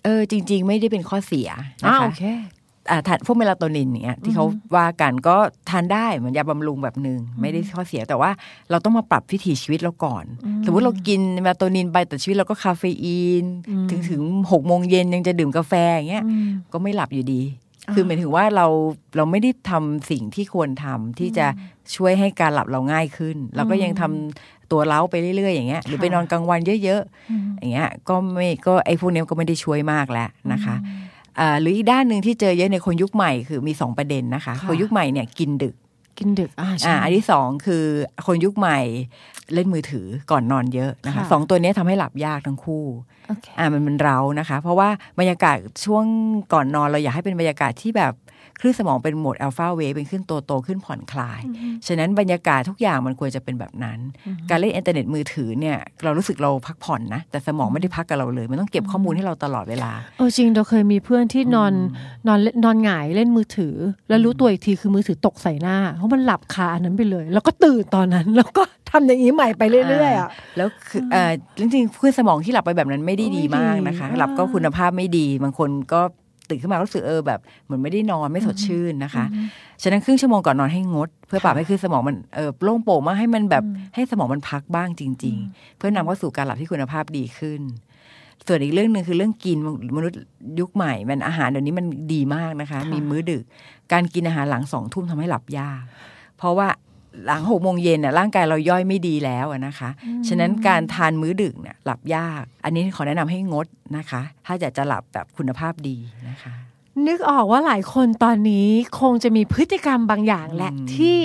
Speaker 5: เออจริง ๆ ไม่ได้เป็นข้อเสียนะ
Speaker 1: อ้าว
Speaker 5: คะ
Speaker 1: โอเค
Speaker 5: อ่าทานพวกเมลาโทนินอย่างเงี้ยที่เขาว่ากันก็ทานได้เหมือนยาบำรุงแบบหนึ่งไม่ได้ข้อเสียแต่ว่าเราต้องมาปรับวิถีชีวิตเราก่อน สมมติเรากินเมลาโทนินไปแต่ชีวิตเราก็คาเฟอีน
Speaker 1: อืม
Speaker 5: ถึงถึงหกโมงเย็นยังจะดื่มกาแฟอย่างเงี้ยก็ไม่หลับอยู่ดี คือหมายถึงว่าเราเราไม่ได้ทำสิ่งที่ควรทำที่จะช่วยให้การหลับเราง่ายขึ้น เราก็ยังทำตัวเล้าไปเรื่อย ๆ อย่างเงี้ยหรือไปนอนกลางวันเยอะ
Speaker 6: อืม
Speaker 5: ๆอย่างเงี้ยก็ไม่ก็ไอ้พวกเนี้ยก็ไม่ได้ช่วยมากแล้วนะคะอ่าหรืออีกด้านหนึ่งที่เจอเยอะในคนยุคใหม่คือมีสองประเด็นนะคะ
Speaker 1: ค่ะ
Speaker 5: คนยุคใหม่เนี่ยกินดึก
Speaker 1: กินดึกอ่าใช่
Speaker 5: อ่าอันที่สองคือคนยุคใหม่เล่นมือถือก่อนนอนเยอะนะคะ
Speaker 1: ค่ะ
Speaker 5: สองตัวเนี้ยทำให้หลับยากทั้งคู่
Speaker 1: โอเค
Speaker 5: อ่ามันมันเรานะคะ เพราะว่าบรรยากาศช่วงก่อนนอนเราอยากให้เป็นบรรยากาศที่แบบคลื่นสมองเป็นโหมดอัลฟาเวฟเป็นขึ้นโตโตขึ้นผ่อนคลาย ฉะนั้นบรรยากาศทุกอย่างมันควรจะเป็นแบบนั้น การเล่นอินเทอร์เน็ตมือถือเนี่ยเรารู้สึกเราพักผ่อนนะแต่สมองไม่ได้พักกับเราเลย มันต้องเก็บข้อมูลให้เราตลอดเวลา
Speaker 1: เออจริงเราเคยมีเพื่อนที่นอนนอนเล่นนอนหงายเล่นมือถือ แล้วรู้ตัวอีกทีคือมือถือตกใส่หน้า เพราะมันหลับคาอันนั้นไปเลย แล้วก็ตื่นตอนนั้น แล้วก็ทำอย่างนี้ใหม่ไปเรื่อยๆอ่ะ
Speaker 5: แล้วคือเอ่อจริงๆพื้นสมองที่หลับไปแบบนั้นไม่ได้ดีมากนะคะ
Speaker 1: ไม่ดีอ่า
Speaker 5: หลับก็คุณภาพไม่ดี บางคนก็ตื่นขึ้นมารู้สึกเออแบบเหมือนไม่ได้นอนไม่สดชื่นนะคะ ฉะนั้นครึ่งชั่วโมงก่อนนอนให้งด เพื่อปรับให้คือสมองมันเออโล่งโปร่งมากให้มันแบบให้สมองมันพักบ้างจริง ๆ เพื่อนำเข้าสู่การหลับที่คุณภาพดีขึ้น ส่วนอีกเรื่องหนึ่งคือเรื่องกินมนุษย์ยุคใหม่ มันอาหารเดี๋ยวนี้มันดีมากนะคะ มีมื้อดึก การกินอาหารหลังสองทุ่มทำให้หลับยาก เพราะว่าหลังหกโมงเย็นน่ะร่างกายเราย่อยไม่ดีแล้วอะนะคะ ฉะนั้นการทานมื้อดึกเนี่ยหลับยาก อันนี้ขอแนะนำให้งดนะคะ ถ้าอยากจะหลับแบบคุณภาพดีนะคะ
Speaker 1: นึกออกว่าหลายคนตอนนี้คงจะมีพฤติกรรมบางอย่างแหละ
Speaker 5: อืม
Speaker 1: ที่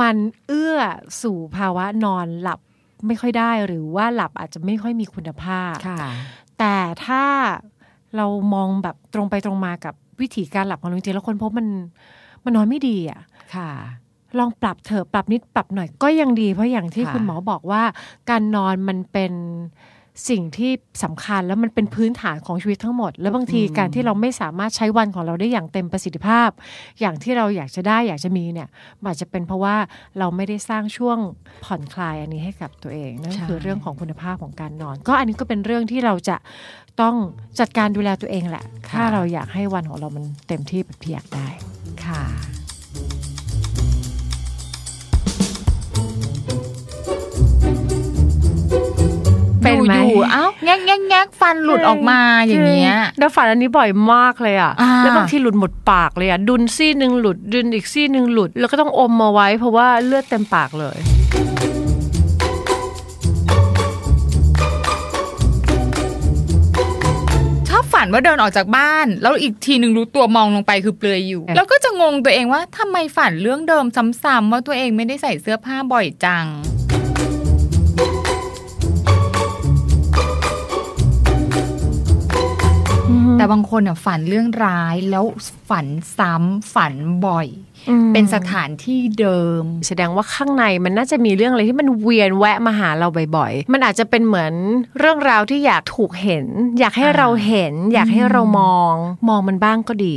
Speaker 1: มันเอื้อสู่ภาวะนอนหลับไม่ค่อยได้หรือว่าหลับอาจจะไม่ค่อยมีคุณภาพ
Speaker 5: ค่ะ
Speaker 1: แต่ถ้าเรามองแบบตรงไปตรงมากับวิถีการหลับของเราจริงๆแล้วคนพบมันมันนอนไม่ดีอ่ะ
Speaker 5: ค่ะ
Speaker 1: ลองปรับเถอะปรับนิดปรับหน่อยก็ยังดีเพราะอย่างที่
Speaker 5: ค่ะ
Speaker 1: คุณหมอบอกว่า การนอนมันเป็นสิ่งที่สำคัญแล้วมันเป็นพื้นฐานของชีวิตทั้งหมด แล้วบางที
Speaker 5: อืม
Speaker 1: การที่เราไม่สามารถใช้วันของเราได้อย่างเต็มประสิทธิภาพ อย่างที่เราอยากจะได้อยากจะมีเนี่ยมันอาจจะเป็นเพราะว่าเราไม่ได้สร้างช่วงผ่อนคลายอันนี้ให้กับตัวเองนั่น
Speaker 5: ใช่
Speaker 1: คือเรื่องของคุณภาพของการนอน ก็อันนี้ก็เป็นเรื่องที่เราจะต้องจัดการดูแลตัวเองแหละ ถ้าเราอยากให้วันของเรามันเต็มที่แบบที่อยากได้
Speaker 5: ค่ะ
Speaker 1: เป็นไหม
Speaker 7: อยู่ๆเอ้าแงกแงกแงกฟันหลุดออกมาอย่างเงี้ย
Speaker 1: จริแล้วฝันอันนี้บ่อยมากเลยอ่ะ
Speaker 7: อ่า
Speaker 1: แล้วบางทีหลุดหมดปากเลยอ่ะ ดุนซี่หนึ่งหลุด ดุนอีกซี่หนึ่งหลุด แล้วก็ต้องอมมาไว้เพราะว่าเลือดเต็มปากเลย
Speaker 7: ชอบฝันว่าเดินออกจากบ้าน แล้วอีกทีหนึ่งรู้ตัวมองลงไปคือเปลือยอยู่
Speaker 1: เอ๊ะ
Speaker 7: แล้วก็จะงงตัวเองว่าทำไมฝันเรื่องเดิมซ้ำๆว่าตัวเองไม่ได้ใส่เสื้อผ้าบ่อยจัง แต่บางคนอ่ะฝันเรื่องร้ายแล้วฝันซ้ำฝันบ่อย เป็นสถานที่เดิม
Speaker 1: แสดงว่าข้างในมันน่าจะมีเรื่องอะไรที่มันเวียนแวะมาหาเราบ่อยๆ มันอาจจะเป็นเหมือนเรื่องราวที่อยากถูกเห็น อยากให้
Speaker 7: อ่า
Speaker 1: เราเห็น อยากให้เรามอง มองมันบ้างก็ดี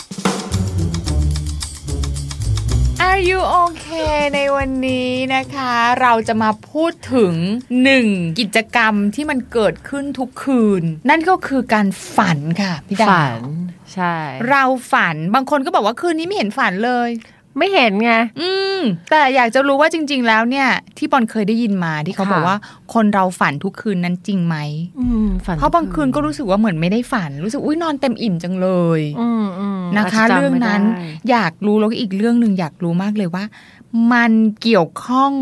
Speaker 7: Are you okay ในวันนี้นะคะ เราจะมาพูดถึงหนึ่งกิจกรรมที่มันเกิดขึ้นทุกคืน นั่นก็คือการฝันค่ะพี่ดา
Speaker 1: ฝั
Speaker 7: วน
Speaker 1: ใช่
Speaker 7: เราฝันบางคนก็บอกว่าคืนนี้ไม่เห็นฝันเลย
Speaker 1: ไม่เห็นไง
Speaker 7: อืม แต่อยากจะรู้ว่าจริง ๆ แล้วเนี่ย ที่ปอนเคยได้ยินมาที่เขา
Speaker 1: ค่ะ
Speaker 7: บอกว่าคนเราฝันทุกคืนนั้นจริงไหม
Speaker 1: ฝัน
Speaker 7: เพราะบางคืนก็รู้สึกว่าเหมือนไม่ได้ฝัน รู้สึกอุ้ยนอนเต็มอิ่มจังเลย
Speaker 1: อืมอืม
Speaker 7: นะคะ
Speaker 1: าจจ
Speaker 7: เรื่อง
Speaker 1: จำไม่ได้
Speaker 7: นั้นอยากรู้แล้วก็อีกเรื่องหนึ่งอยากรู้มากเลยว่า มันเกี่ยวข้อง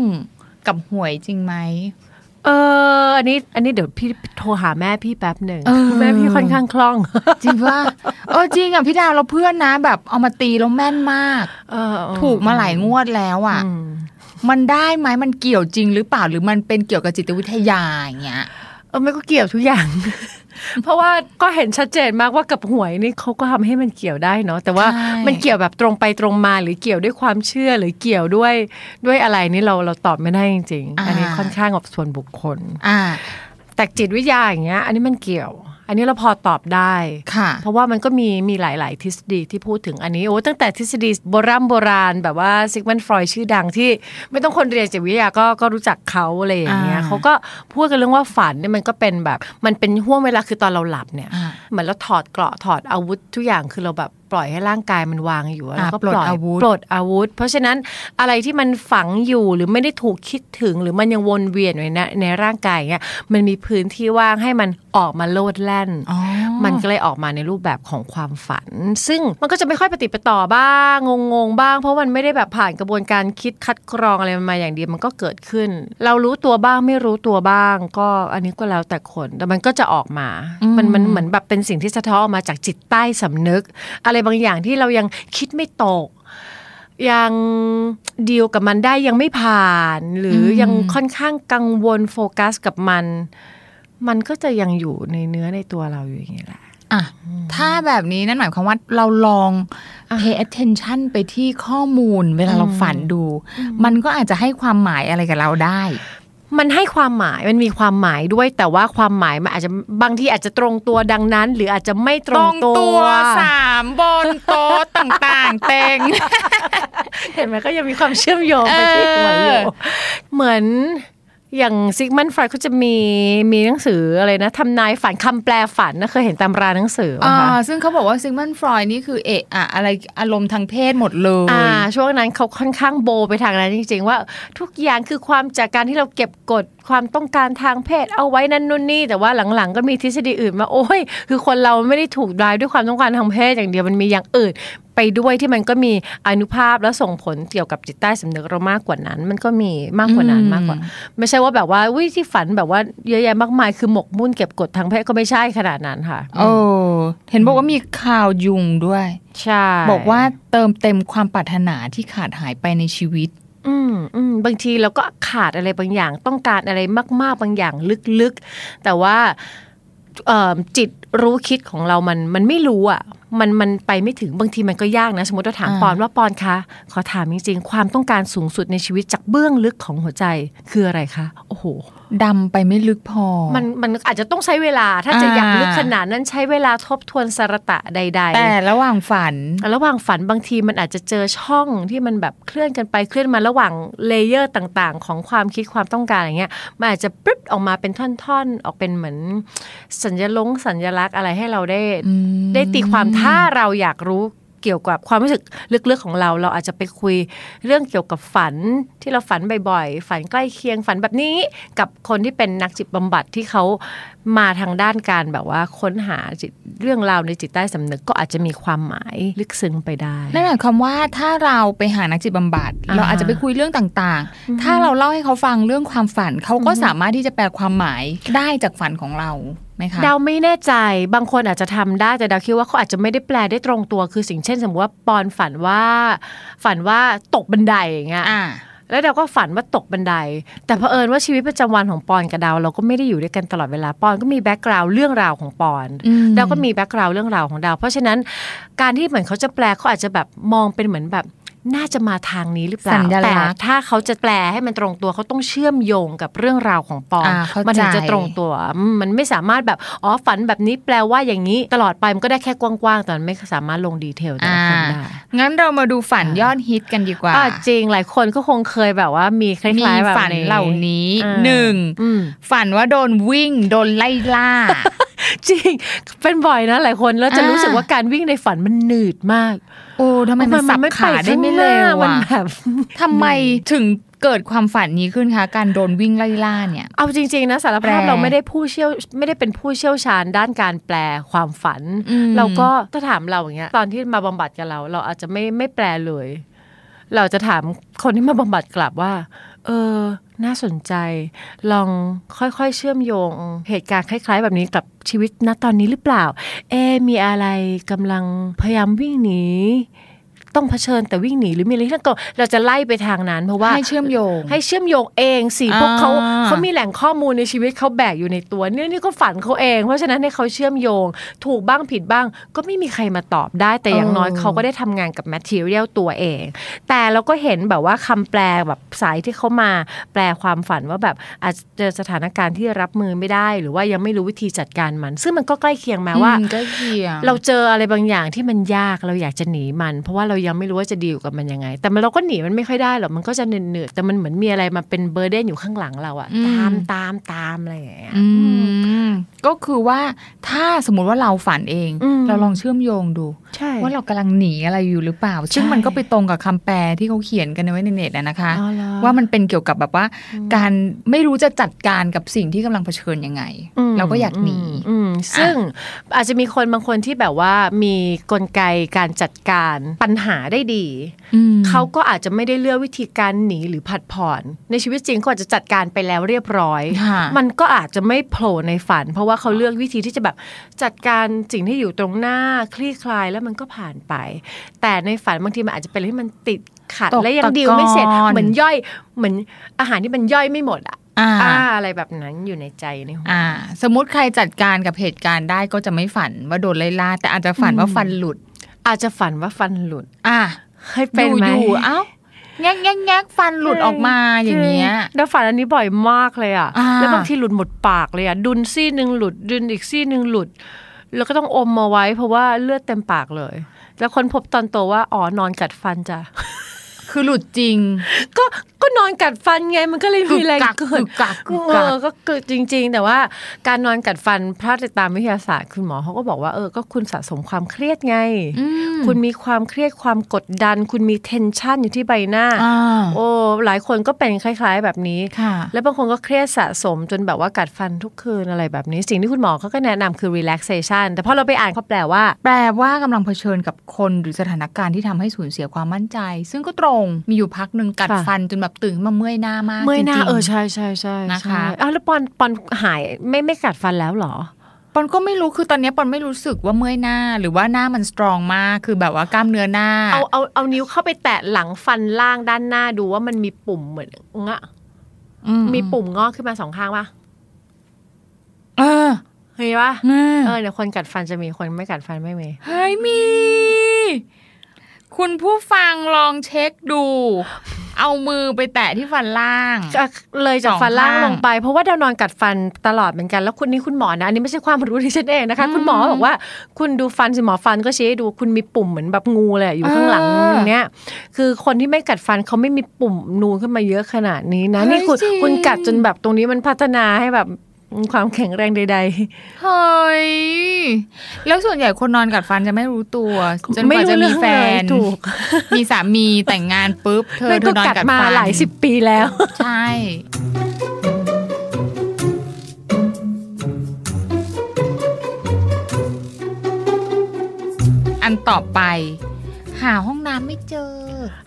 Speaker 7: กับหวยจริงไหม
Speaker 1: เอออันนี้อันนี้เดี๋ยวพี่โทรหาแม่พี่แป๊บหนึ่ง
Speaker 7: เออ
Speaker 1: แม่พี่ค่อนข้างคล่อง
Speaker 7: จริงว่า เออจริงอ่ะพี่ดาวเราเพื่อนนะ แบบเอามาตีแล้วแม่นมาก
Speaker 1: เออเออ
Speaker 7: ถูกมาหลายงวดแล้วอ่ะ
Speaker 1: อืม
Speaker 7: มันได้ไหมมันเกี่ยวจริงหรือเปล่าหรือมันเป็นเกี่ยวกับจิตวิทยาอย่างเงี้ย
Speaker 1: เออไม่ก็เกี่ยวทุกอย่าง เพราะว่าก็เห็นชัดเจนมากว่ากับหวยนี่เขาก็ทำให้มันเกี่ยวได้เนาะแต่ว่า
Speaker 7: ใช่
Speaker 1: มันเกี่ยวแบบตรงไปตรงมาหรือเกี่ยวด้วยความเชื่อหรือเกี่ยวด้วยด้วยอะไรนี่เราเราตอบไม่ได้จริงๆอันนี้ค่อนข้างกับส่วนบุคคล
Speaker 7: อ่า
Speaker 1: แต่จิตวิทยาอย่างเงี้ย อันนี้มันเกี่ยว อั อันนี้เราพอตอบได้
Speaker 7: ค่ะ
Speaker 1: เพราะว่ามันก็มีมีหลาย ๆ ทฤษฎีที่พูดถึงอันนี้โอ้ตั้งแต่ทฤษฎีโบราณโบราณแบบว่าซิกมันฟรอยชื่อดังที่ไม่ต้องคนเรียนจิตวิทยาก็ก็รู้จักเขาอะไรอย่างเงี้ย
Speaker 7: อ่า
Speaker 1: เขาก็พูดกันเรื่องว่าฝันเนี่ยมันก็เป็นแบบ มันเป็นห่วงเวลาคือตอนเราหลับเนี่ย
Speaker 7: อ่า
Speaker 1: เหมือนเราถอดเกราะถอดอาวุธทุกอย่างคือเราแบบปล่อยให้ร่างกายมันวางอยู่แล้ว
Speaker 7: อ่ะ
Speaker 1: ก็
Speaker 7: ปลดอาวุธ
Speaker 1: ปลดอาวุธ เพราะฉะนั้นอะไรที่มันฝังอยู่หรือไม่ได้ถูกคิดถึงหรือมันยังวนเวียนอยู่ในนะในร่างกายอย่างเงี้ยมันมีพื้นที่ว่างให้มันออกมาโลดแล่น
Speaker 7: อ๋อ
Speaker 1: มันก็เลยออกมาในรูปแบบของความฝัน ซึ่งมันก็จะไม่ค่อยปฏิดปะต่อบ้างงงๆบ้าง เพราะมันไม่ได้แบบผ่านกระบวนการคิดคัดกรองอะไรมาอย่างเดียวมันก็เกิดขึ้น เรารู้ตัวบ้างไม่รู้ตัวบ้าง ก็อันนี้ก็แล้วแต่คนแต่มันก็จะออกมา
Speaker 7: อืม
Speaker 1: มันมันเหมือนแบบเป็นสิ่งที่สะท้อนออกมาจากจิตใต้สำนึก อะไรบางอย่างที่เรายังคิดไม่ตก ยังดีลกับมันได้ยังไม่ผ่าน หรืออ
Speaker 7: ม
Speaker 1: ยังค่อนข้างกังวลโฟกัสกับมัน มันก็จะยังอยู่ในเนื้อในตัวเราอยู่อย่างนี้แหละ
Speaker 7: อ่ะถ้าแบบนี้นั่นหมายความว่าเราลอง pay attention ไปที่ข้อมูล เวลาเราฝันดู มันก็อาจจะให้ความหมายอะไรกับเราได้
Speaker 1: มันให้ความหมายมันมีความหมายด้วยแต่ว่าความหมายมันอาจจะบางทีอาจจะตรงตัวดังนั้น หรืออาจจะไม่ตรงตัว
Speaker 7: สามบนโต๊ะต่างๆ เต็ง
Speaker 1: เห็นไหมก็ยังมีความเชื่อมโยงไปที่ตัวอ
Speaker 7: เอยู่ อ
Speaker 1: เหมือนอย่างซิกมันฟรอยเขาจะมีมีหนังสืออะไรนะทำนายฝันคำแปลฝันนะเคยเห็นตามร้านหนังสือไหม
Speaker 7: อ่า
Speaker 1: คะ
Speaker 7: ซึ่งเขาบอกว่าซิงมันฟรอยนี่คือเอะอะอะไรอารมณ์ทางเพศหมดเลย
Speaker 1: อ่าช่วงนั้นเขาค่อนข้างโบไปทางนั้นจริง ๆ ว่าทุกอย่างคือความจากการที่เราเก็บกดความต้องการทางเพศเอาไว้นั่นนู่นนี่ แต่ว่าหลังๆ ก็มีทฤษฎีอื่นมาโอ้ย คือคนเราไม่ได้ถูกดรายด้วยความต้องการทางเพศอย่างเดียวมันมีอย่างอื่น ไปด้วยที่มันก็มีอานุภาพและส่งผลเกี่ยวกับจิตใต้สำนึกเรามากกว่านั้น มันก็มีมากกว่านั้น
Speaker 7: อืม
Speaker 1: มากกว่า ไม่ใช่ว่าแบบว่าวิที่ฝันแบบว่าเยอะแยะมากมายคือหมกมุ่นเก็บกดทางเพศก็ไม่ใช่ขนาดนั้นค่ะ
Speaker 7: โอ้เห็นบอกว่ามีข่าวยุงด้วย
Speaker 1: ใช่
Speaker 7: บอกว่าเติมเต็มความปรารถนาที่ขาดหายไปในชีวิต
Speaker 1: อืมอืมบางทีเราก็ขาดอะไรบางอย่าง ต้องการอะไรมาก ๆ บางอย่างลึกๆ แต่ว่าเอิ่มจิตรู้คิดของเรามันมันไม่รู้อ่ะมันมันไปไม่ถึงบางทีมันก็ยากนะ สมมติเราถาม
Speaker 7: อ่า
Speaker 1: ปอนว่าปอนคะขอถามจริงๆ ความต้องการสูงสุดในชีวิตจากเบื้องลึกของหัวใจคืออะไรคะโอ้โห
Speaker 7: ดำไปไม่ลึกพอ
Speaker 1: มันมันอาจจะต้องใช้เวลาถ้าจะ
Speaker 7: อ่า
Speaker 1: อยากลึกขนาดนั้นใช้เวลาทบทวนสารตะใด ๆ
Speaker 7: แต่ระหว่างฝัน
Speaker 1: ระหว่างฝันบางทีมันอาจจะเจอช่องที่มันแบบเคลื่อนกันไปเคลื่อนมาระหว่างเลเยอร์ต่างๆ ของความคิดความต้องการอย่างเงี้ยมันอาจจะปึ๊บออกมาเป็นท่อนๆ ออกเป็นเหมือน สัญลงสัญลักษณ์อะไรให้เราได้
Speaker 7: อืม
Speaker 1: ได้ตีความถ้าเราอยากรู้เกี่ยวกับความรู้สึกลึกๆของเรา เราอาจจะไปคุยเรื่องเกี่ยวกับฝันที่เราฝันบ่อยๆ ฝันใกล้เคียงฝันแบบนี้ กับคนที่เป็นนักจิตบำบัดที่เขามาทางด้านการแบบว่าค้นหาจิตเรื่องราวในจิตใต้สำนึกก็อาจจะมีความหมายลึกซึ้งไปได้
Speaker 7: นั่นหมายความว่าถ้าเราไปหานักจิตบำบัด
Speaker 1: อ่าฮะ
Speaker 7: เราอาจจะไปคุยเรื่องต่าง
Speaker 1: อือฮึ
Speaker 7: ๆ ถ้าเราเล่าให้เขาฟังเรื่องความฝันเขาก็
Speaker 1: อือฮึ
Speaker 7: สามารถที่จะแปลความหมายได้จากฝันของเราไหมคะ
Speaker 1: เดาไม่แน่ใจบางคนอาจจะทำได้แต่เดาคิดว่าเขาอาจจะไม่ได้แปลได้ตรงตัวคือสิ่งเช่น สมมติว่าปอนฝันว่า ฝันว่าตกบันไดอย่างเงี้ย
Speaker 7: อ่า
Speaker 1: แล้วเราก็ฝันว่าตกบันได แต่เผอิญว่าชีวิตประจำวันของปอนกับดาวเราก็ไม่ได้อยู่ด้วยกันตลอดเวลาปอนก็มีแบ็กกราวด์เรื่องราวของปอน
Speaker 7: อืม
Speaker 1: ดาวก็มีแบ็กกราวด์เรื่องราวของดาว เพราะฉะนั้นการที่เหมือนเขาจะแปลเขาอาจจะแบบมองเป็นเหมือนแบบน่าจะมาทางนี้หรือเปล่า
Speaker 7: สัญลั
Speaker 1: แต่
Speaker 7: กษณ์
Speaker 1: ถ้าเขาจะแปลให้มันตรงตัวเขาต้องเชื่อมโยงกับเรื่องราวของปอน
Speaker 7: อ่าเข้าใจ
Speaker 1: มัถึงจะตรงตัวอืมมันไม่สามารถแบบอ๋อฝันแบบนี้แปลว่าอย่างนี้ ตลอดไปมันก็ได้แค่กว้างๆแต่มันไม่สามารถลงดีเทลแต่
Speaker 7: อ่า
Speaker 1: ละคนได้
Speaker 7: งั้นเรามาดูฝัน
Speaker 1: อ่าย
Speaker 7: ยอดฮิตกันดีกว่า
Speaker 1: อ่าจริงหลายคนก็คงเคยแบบว่ามีค
Speaker 7: มี
Speaker 1: ล้ายๆแบบ
Speaker 7: ฝันเหล่านี้
Speaker 1: อ่า
Speaker 7: หนึ่ง
Speaker 1: อืม
Speaker 7: ฝันว่าโดนวิ่งโดนไล่ล่า
Speaker 1: จริง เป็นบ่อยนะหลายคนแล้วจะ
Speaker 7: อ่ารู้
Speaker 1: รู้สึกว่าการวิ่งในฝันมันหนืดมาก
Speaker 7: โอ้ทำไมมันสับขาได้ไม่เร็ว
Speaker 1: มัน
Speaker 7: อ่ะ
Speaker 1: แบบ
Speaker 7: ทำไมถึงเกิดความฝันนี้ขึ้นคะ การโดนวิ่งไล่ล่าเนี่ย
Speaker 1: เอาจริง ๆ นะสาร
Speaker 7: แปล
Speaker 1: ภาพเราไม่ได้ผู้เชี่ยวไม่ได้เป็นผู้เชี่ยวชาญด้านการแปลความฝัน
Speaker 7: อืม
Speaker 1: เราก็ถ้าถามเราอย่างเงี้ยตอนที่มาบำบัดกับเรา เราอาจจะไม่ไม่แปลเลย เราจะถามคนที่มาบำบัดกลับว่า เออ น่าสนใจ ลองค่อยๆ เชื่อมโยง เหตุการณ์คล้าย ๆ แบบนี้กับชีวิตณตอนนี้หรือเปล่า เอะมีอะไรกำลังพยายามวิ่งหนี ต้องเผชิญแต่วิ่งหนีหรือมีอะไรที่ต้องกังวลเราจะไล่ไปทางนั้น เพราะว่า
Speaker 7: ให้เชื่อมโยง
Speaker 1: ให้เชื่อมโยงเองสิพวกเขา
Speaker 7: อ่า
Speaker 1: เขามีแหล่งข้อมูลในชีวิตเขาแบกอยู่ในตัวเนี่ยนี่ก็ฝันเขาเอง เพราะฉะนั้นให้เขาเชื่อมโยง ถูกบ้างผิดบ้าง ก็ไม่มีใครมาตอบได้แต่อย่างน้อยเขาก็ได้ทำงานกับแมทเทียลตัวเอง แต่เราก็เห็นแบบว่าคำแปลแบบสายที่เขามาแปลความฝันว่าแบบอาจจะเจอสถานการณ์ที่รับมือไม่ได้ หรือว่ายังไม่รู้วิธีจัดการมัน ซึ่งมันก็ใกล้เคียงแม้ว่า
Speaker 7: อืมใกล้เคียง
Speaker 1: เราเจออะไรบางอย่างที่มันยากเราอยากจะหนีมัน เพราะว่าเรายังไม่รู้ว่าจะดีลกับมันยังไง แต่มันเราก็หนีมันไม่ค่อยได้หรอกมันก็จะเหนื่อยๆแต่มันเหมือนมีอะไรมาเป็นเบอร์เดนอยู่ข้างหลังเราอะ
Speaker 7: อืม
Speaker 1: ตามตามตามอะไรอย่างเงี้ย
Speaker 7: อืมก็คือว่าถ้าสมมติว่าเราฝันเอง
Speaker 1: อืม
Speaker 7: เราลองเชื่อมโยงดู
Speaker 1: ใช่
Speaker 7: ว่าเรากำลังหนีอะไรอยู่หรือเปล่า ซึ่ง
Speaker 1: ใช่
Speaker 7: มันก็ไปตรงกับคำแปลที่เขาเขียนกันไว้ในเน็ตอะนะคะ
Speaker 1: อ๋อเหรอ
Speaker 7: ว่ามันเป็นเกี่ยวกับแบบว่า การไม่รู้จะจัดการกับสิ่งที่กำลังเผชิญยังไง
Speaker 1: อืม
Speaker 7: เราก็อยากหนี
Speaker 1: อืมซึ่งอาจจะมีคนบางคนที่แบบว่ามีกลไกการจัดการปัญหาได้ดี
Speaker 7: อืม
Speaker 1: เขาก็อาจจะไม่ได้เลือกวิธีการหนีหรือผัดผ่อน ในชีวิตจริงเขาอาจจะจัดการไปแล้วเรียบร้อย
Speaker 7: ค่ะ
Speaker 1: มันก็อาจจะไม่โผล่ในฝัน เพราะว่าเขาเลือกวิธีที่จะแบบจัดการสิ่งที่อยู่ตรงหน้าคลี่คลายแล้วมันก็ผ่านไป แต่ในฝันบางทีมันอาจจะเป็นอะไรที่มันติดขัด
Speaker 7: ตก
Speaker 1: และยั
Speaker 7: ตะ
Speaker 1: งดีลไม่เสร็จ
Speaker 7: กอน
Speaker 1: เหมือนย่อยเหมือนอาหารที่มันย่อยไม่หมดอะ
Speaker 7: อ่า
Speaker 1: อ่าอะไรแบบนั้นอยู่ในใจในหัว
Speaker 7: อ่า สมมติใครจัดการกับเหตุการณ์ได้ก็จะไม่ฝันว่าโดนไล่ล่า แต่อาจจะฝันว่าฟันหลุด
Speaker 1: อาจจะฝันว่าฟันหลุด
Speaker 7: อ่า
Speaker 1: เคยเป็นไหม
Speaker 7: อยู่ๆเอ้าแงกแงกแงกฟันหลุดออกมาอย่างเงี้ย
Speaker 1: จริแล้วฝันอันนี้บ่อยมากเลยอ่ะ
Speaker 7: อ่า
Speaker 1: แล้วบางทีหลุดหมดปากเลยอ่ะ ดุนซี่หนึ่งหลุด ดุนอีกซี่หนึ่งหลุด แล้วก็ต้องอมมาไว้เพราะว่าเลือดเต็มปากเลย แล้วคนพบตอนโตว่าอ๋อนอนกัดฟันจ้ะ
Speaker 7: คือหลุดจริง
Speaker 1: ก็ก็นอนกัดฟันไงมันก็เลยมีแรง
Speaker 7: กึกกัก
Speaker 1: เกิด
Speaker 7: กึกกักกึกกั
Speaker 1: เอก อก็เกิดจริง ๆ แต่ว่าการนอนกัดฟันถ้าติดตามวิทยาศาสตร์คุณหมอเขาก็บอกว่าเออก็คุณสะสมความเครียดไง
Speaker 7: อืม
Speaker 1: คุณมีความเครียดความกดดัน คุณมีเทนชันอยู่ที่ใบหน้า
Speaker 7: อ่า
Speaker 1: โอ้หลายคนก็เป็นคล้าย ๆ แบบนี้
Speaker 7: ค่ะ
Speaker 1: แล้วบางคนก็เครียดสะสมจนแบบว่ากัดฟันทุกคืนอะไรแบบนี้ สิ่งที่คุณหมอเขาก็แนะนำคือ relaxation แต่พอเราไปอ่านเขาแปลว่า
Speaker 7: แปลว่ากำลังเผชิญกับคนหรือสถานการณ์ที่ทำให้สูญเสียความมั่นใจ ซึ่งก็ตรงมีอยู่พักหนึ่งกัด
Speaker 1: ค่ะ
Speaker 7: ฟันจนแบบตื่นมาเมื่อยหน้ามาก
Speaker 1: เมื่อยหน้า
Speaker 7: จริงๆ
Speaker 1: เออใช่ใช่ใช่
Speaker 7: นะคะ
Speaker 1: ใช่อ้าวแล้วปอนปอนหายไม่ไม่กัดฟันแล้วเหรอ
Speaker 7: ปอนก็ไม่รู้คือตอนเนี้ยปอนไม่รู้สึกว่าเมื่อยหน้า หรือว่าหน้ามันสตรองมากคือแบบว่ากล้ามเนื้อหน้า
Speaker 1: เอาเอาเอานิ้วเข้าไปแตะหลังฟันล่างด้านหน้าดูว่ามันมีปุ่มเหมือนงะมีปุ่มงอกขึ้นมาสองข้างปะ
Speaker 7: เออ
Speaker 1: เห็นปะ
Speaker 7: เออ
Speaker 1: เออเดี๋ยวคนกัดฟันจะมีคนไม่กัดฟันไม่มี
Speaker 7: เฮ้ยมี คุณผู้ฟังลองเช็คดู เอามือไปแตะที่ฟันล่าง
Speaker 1: จะเลยจากฟันล่าง
Speaker 7: สองข้าง
Speaker 1: ลงไป เพราะว่าดาวนอนกัดฟันตลอดเหมือนกันแล้วคุณนี่คุณหมอนะอันนี้ไม่ใช่ความรู้ที่ฉันเองนะคะ คุณหมอบอกว่า คุณดูฟันสิหมอฟันก็ชี้ให้ดูคุณมีปุ่มเหมือนแบบงูเลยอะอยู่ข้างหลัง
Speaker 7: เออ
Speaker 1: เนี้ยคือคนที่ไม่กัดฟันเขาไม่มีปุ่มนูนขึ้นมาเยอะขนาดนี้นะ
Speaker 7: เฮ้ย
Speaker 1: นี่คุณ
Speaker 7: จริง
Speaker 1: คุณกัดจนแบบตรงนี้มันพัฒนาให้แบบมีความแข็งแรงใด
Speaker 7: เฮ้ยแล้วส่วนใหญ่คนนอนกัดฟันจะไม่รู้ตัว จนก
Speaker 1: ไม่รู้
Speaker 7: ว่าจะมีแฟ
Speaker 1: เรื่องเล
Speaker 7: น
Speaker 1: ยถูก
Speaker 7: มีสามีแต่งงานปุ๊บเธ
Speaker 1: ๆ
Speaker 7: อ
Speaker 1: นั่น
Speaker 7: เธ
Speaker 1: ก็
Speaker 7: อนอน
Speaker 1: กัด
Speaker 7: กัด
Speaker 1: มา
Speaker 7: ฟัน
Speaker 1: หลายสิบปีแล้ว
Speaker 7: ใช่ อันต่อไป หาห้องน้ำไม่เจอ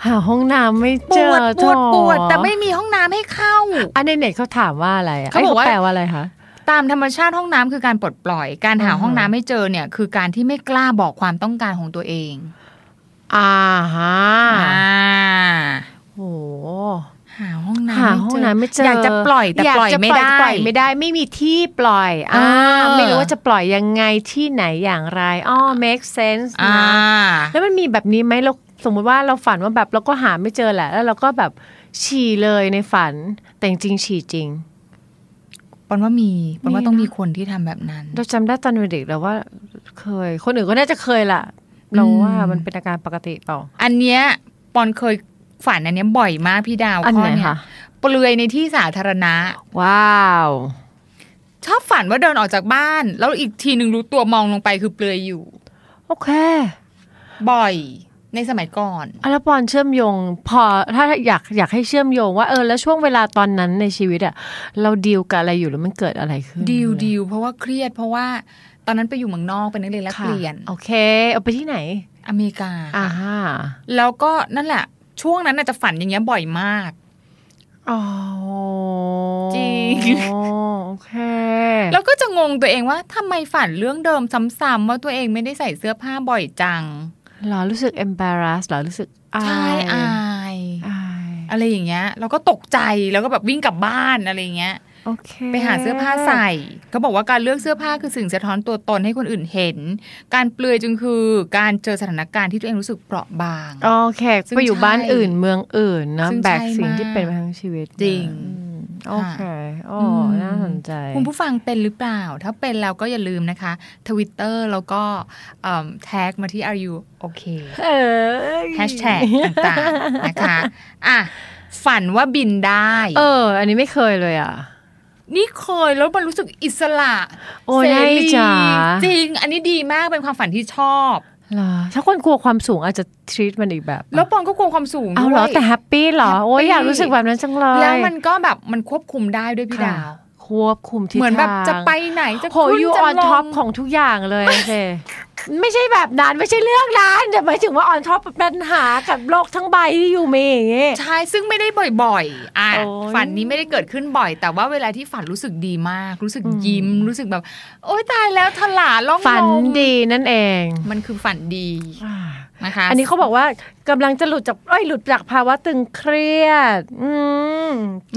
Speaker 1: หาห้องน้ำไม่
Speaker 7: ป
Speaker 1: เจ
Speaker 7: ว
Speaker 1: อ
Speaker 7: ดปวด
Speaker 1: โถ่
Speaker 7: ปวด แต่ไม่มีห้องน้ำให้เข้า
Speaker 1: อันในเน็ตเขาถามว่าอะไระ
Speaker 7: เขาบอกว่า
Speaker 1: ยแปลว่าอะไรคะ
Speaker 7: ตามธรรมชาติห้องน้ำคือการปลดปล่อย การ
Speaker 1: อ่า
Speaker 7: หา
Speaker 1: ฮะ
Speaker 7: ห้องน้ำไม่เจอเนี่ยคือการที่ไม่กล้าบอกความต้องการของตัวเอง
Speaker 1: อ่าฮะ
Speaker 7: อ่า
Speaker 1: โอ้
Speaker 7: หาห้องน้ำ
Speaker 1: หา
Speaker 7: ไม่
Speaker 1: ห้อง
Speaker 7: เจอ
Speaker 1: น้ำไม่เจออย
Speaker 7: อากจะปล่อยแต่
Speaker 1: าก
Speaker 7: ปล่อย
Speaker 1: จะ
Speaker 7: ไม่ได้
Speaker 1: ปล่อยไม่ได้ไม่มีที่ปล่อยอ่า
Speaker 7: เออ
Speaker 1: ไม่รู้ว่าจะปล่อยยังไงที่ไหนอย่างไรอ๋อ make sense
Speaker 7: อ่า
Speaker 1: นะแล้วมันมีแบบนี้ไหมเราสมมติว่าเราฝันว่าแบบเราก็หาไม่เจอแหละ แล้วเราก็แบบฉี่เลยในฝันแต่จริงๆฉี่จริง
Speaker 7: ปอนว่ามีปอนว่า
Speaker 1: มีนะ
Speaker 7: ต้องมีคนที่ทำแบบนั้น
Speaker 1: เราจำได้ตอนเด็กๆแล้วว่าเคย คนอื่นก็น่าจะเคยล่ะ เราว่ามันเป็นอาการปกติเปล่า
Speaker 7: อันเนี้ยปอนเคยฝันอันเนี้ยบ่อยมากพี่ดาว
Speaker 1: อันไหน
Speaker 7: ข้เย
Speaker 1: คะ
Speaker 7: เปลือยในที่สาธารณะ
Speaker 1: ว้าว
Speaker 7: ชอบฝันว่าเดินออกจากบ้าน แล้วอีกทีหนึ่งรู้ตัวมองลงไปคือเปลือยอยู่
Speaker 1: โอเค
Speaker 7: บ่อยในสมัยก่อน
Speaker 1: อลปอนเชื่อมโยง พอถ้าอยากอยากให้เชื่อมโยงว่าเออแล้วช่วงเวลาตอนนั้นในชีวิตอะเราดีลกับอะไรอยู่หรือมันเกิดอะไรขึ้น
Speaker 7: ดิว
Speaker 1: ดี
Speaker 7: ดิวเพราะว่าเครียดเพราะว่าตอนนั้นไปอยู่เมืองนอกเป็นนักเรียนแลกเปลี่ยน
Speaker 1: โอเค เอาไปที่ไหน
Speaker 7: อเมริกา
Speaker 1: อ่า
Speaker 7: ค่ะ
Speaker 1: ฮะ
Speaker 7: แล้วก็นั่นแหละ ช่วงนั้นน่ะจะฝันอย่างเงี้ยบ่อยมาก
Speaker 1: อ๋อ
Speaker 7: จริง
Speaker 1: โอเค
Speaker 7: แล้วก็จะงงตัวเองว่าทำไมฝันเรื่องเดิมซ้ำๆว่าตัวเองไม่ได้ใส่เสื้อผ้าบ่อยจัง
Speaker 1: หรอรู้สึก embarrass หรอรู้สึกอาย
Speaker 7: ใช่อาย
Speaker 1: อาย
Speaker 7: อะไรอย่างเงี้ย เราก็ตกใจแล้วก็แบบวิ่งกลับบ้านอะไรอย่างเงี้ย
Speaker 1: โอเค
Speaker 7: ไปหาเสื้อผ้าใส่ ก็บอกว่าการเลือกเสื้อผ้าคือสิ่งสะท้อนตัวตนให้คนอื่นเห็น การเปลือยจึงคือการเจอสถานการณ์ที่ตัวเองรู้สึกเปราะบาง
Speaker 1: โอเค
Speaker 7: ซึ่ง
Speaker 1: ไปอยู่บ้าน
Speaker 7: ใช่
Speaker 1: อื่นเมืองอื่นนะ
Speaker 7: ซึ่ง
Speaker 1: แบก
Speaker 7: ใช่
Speaker 1: สิ่ง
Speaker 7: มาก
Speaker 1: ที่เป็นมาทั้งชีวิต
Speaker 7: จริง
Speaker 1: อืมโอเคโอ้
Speaker 7: อืม
Speaker 1: น่าสนใจ
Speaker 7: คุณผู้ฟังเป็นหรือเปล่า ถ้าเป็นแล้วก็อย่าลืมนะคะ Twitter แล้วก็เอิ่มแท็กมาที่ Are you okay
Speaker 1: เออ
Speaker 7: แฮชแท็กต่างๆนะคะอ่ะฝันว่าบินได้
Speaker 1: เออ อันนี้ไม่เคยเลยอ่ะ
Speaker 7: นี่เคยแล้วมันรู้สึกอิสระ
Speaker 1: โอ้ยได
Speaker 7: เสรี
Speaker 1: ้จ๋า
Speaker 7: จริง อันนี้ดีมากเป็นความฝันที่ชอบ
Speaker 1: เหรอถ้าคนกลัวความสูงอาจจะทรีตมันอีกแบบ
Speaker 7: แล้วปอนก็กลัวความสูง
Speaker 1: เอา
Speaker 7: ด้วย
Speaker 1: เหรอแต่แฮปปี้เหรอ โอ้ย
Speaker 7: happy
Speaker 1: อยากรู้สึกแบบนั้นจังเลย
Speaker 7: แล้วมันก็แบบมันควบคุมได้ด้วยพี่
Speaker 1: ค่ะ
Speaker 7: ดาว
Speaker 1: ควบคุมทิศทาง
Speaker 7: เหมือนแบบจะไปไหนจะ
Speaker 1: โห
Speaker 7: ขึ้น
Speaker 1: ยู
Speaker 7: จะ
Speaker 1: ออน
Speaker 7: ล
Speaker 1: ท็อป
Speaker 7: ง
Speaker 1: ของทุกอย่างเลยเจไม่ใช่แบบนั้นไม่ใช่เรื่องนั้นแต่หมายถึงว่าออนท็อปปัญหากับโลกทั้งใบที่อยู่มีอย่างงี้
Speaker 7: ใช่ซึ่งไม่ได้บ่อยๆ อ่ะ
Speaker 1: โอ้ย
Speaker 7: ฝันนี้ไม่ได้เกิดขึ้นบ่อย แต่ว่าเวลาที่ฝันรู้สึกดีมาก รู้สึก
Speaker 1: อืม
Speaker 7: ยิ้มรู้สึกแบบ โอ๊ยตายแล้วทลาล่องลม
Speaker 1: ฝันดีนั่นเอง
Speaker 7: มันคือฝันดีนะคะ
Speaker 1: อันนี้เขาบอกว่ากำลังจะหลุดจากเอ้ยหลุดจากภาวะตึงเครียด อืม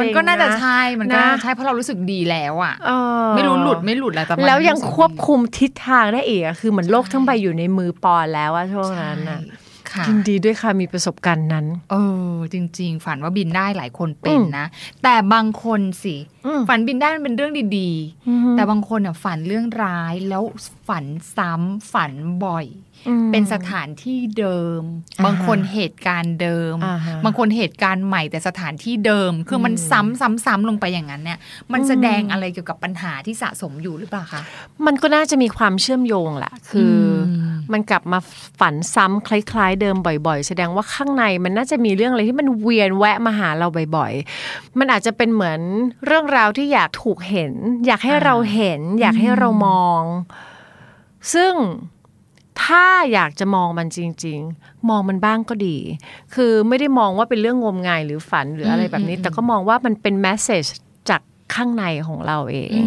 Speaker 7: มันก็น่าจะใช่มันก็
Speaker 1: นะ
Speaker 7: น่าจะใช่เพราะเรารู้สึกดีแล้วอ่ะ
Speaker 1: เออ
Speaker 7: ไม่รู้หลุดไม่หลุดแหละแต่มัน
Speaker 1: แล้วยัง
Speaker 7: รู้สึก
Speaker 1: ควบ
Speaker 7: ดี
Speaker 1: คุมทิศทางได้อีกอะคือเหมือนโลก
Speaker 7: ใช่
Speaker 1: ทั้งใบอยู่ในมือปอนแล้วอะช่วงนั้นอะ
Speaker 7: ใช่ค่ะ
Speaker 1: ยินดีด้วยค่ะมีประสบการณ์นั้น
Speaker 7: เออจริง ๆ ฝันว่าบินได้หลายคนเป็น
Speaker 1: อืม
Speaker 7: นะ แต่บางคนสิ
Speaker 1: อืม
Speaker 7: ฝันบินได้มันเป็นเรื่องดีๆ แต่บางคนอ่ะฝันเรื่องร้ายแล้วฝันซ้ำฝันบ่อย
Speaker 1: อืม
Speaker 7: เป็นสถานที่เดิม
Speaker 1: อ่าฮะ
Speaker 7: บางคนเหตุการณ์เดิม
Speaker 1: อ่าฮะ
Speaker 7: บางคนเหตุการณ์ใหม่แต่สถานที่เดิม คือมันซ้ำซ้ำซ้ำลงไปอย่างนั้นเนี่ยมัน
Speaker 1: อืม
Speaker 7: แสดงอะไรเกี่ยวกับปัญหาที่สะสมอยู่หรือเปล่าคะ
Speaker 1: มันก็น่าจะมีความเชื่อมโยงแหละคืออ
Speaker 7: ม
Speaker 1: มันกลับมาฝันซ้ำคล้าย ๆ เดิมบ่อย ๆ แสดงว่าข้างในมันน่าจะมีเรื่องอะไรที่มันเวียนแวะมาหาเราบ่อย ๆ มันอาจจะเป็นเหมือนเรื่องราวที่อยากถูกเห็น อยากให้เราเห็น อยากให้เรามอง ซึ่งถ้าอยากจะมองมันจริง ๆ มองมันบ้างก็ดี คือไม่ได้มองว่าเป็นเรื่องงมงายหรือฝันหรืออะไรแบบนี้
Speaker 7: อืม
Speaker 1: แต่ก็มองว่ามันเป็นแมสเซจจากข้างในของเราเอง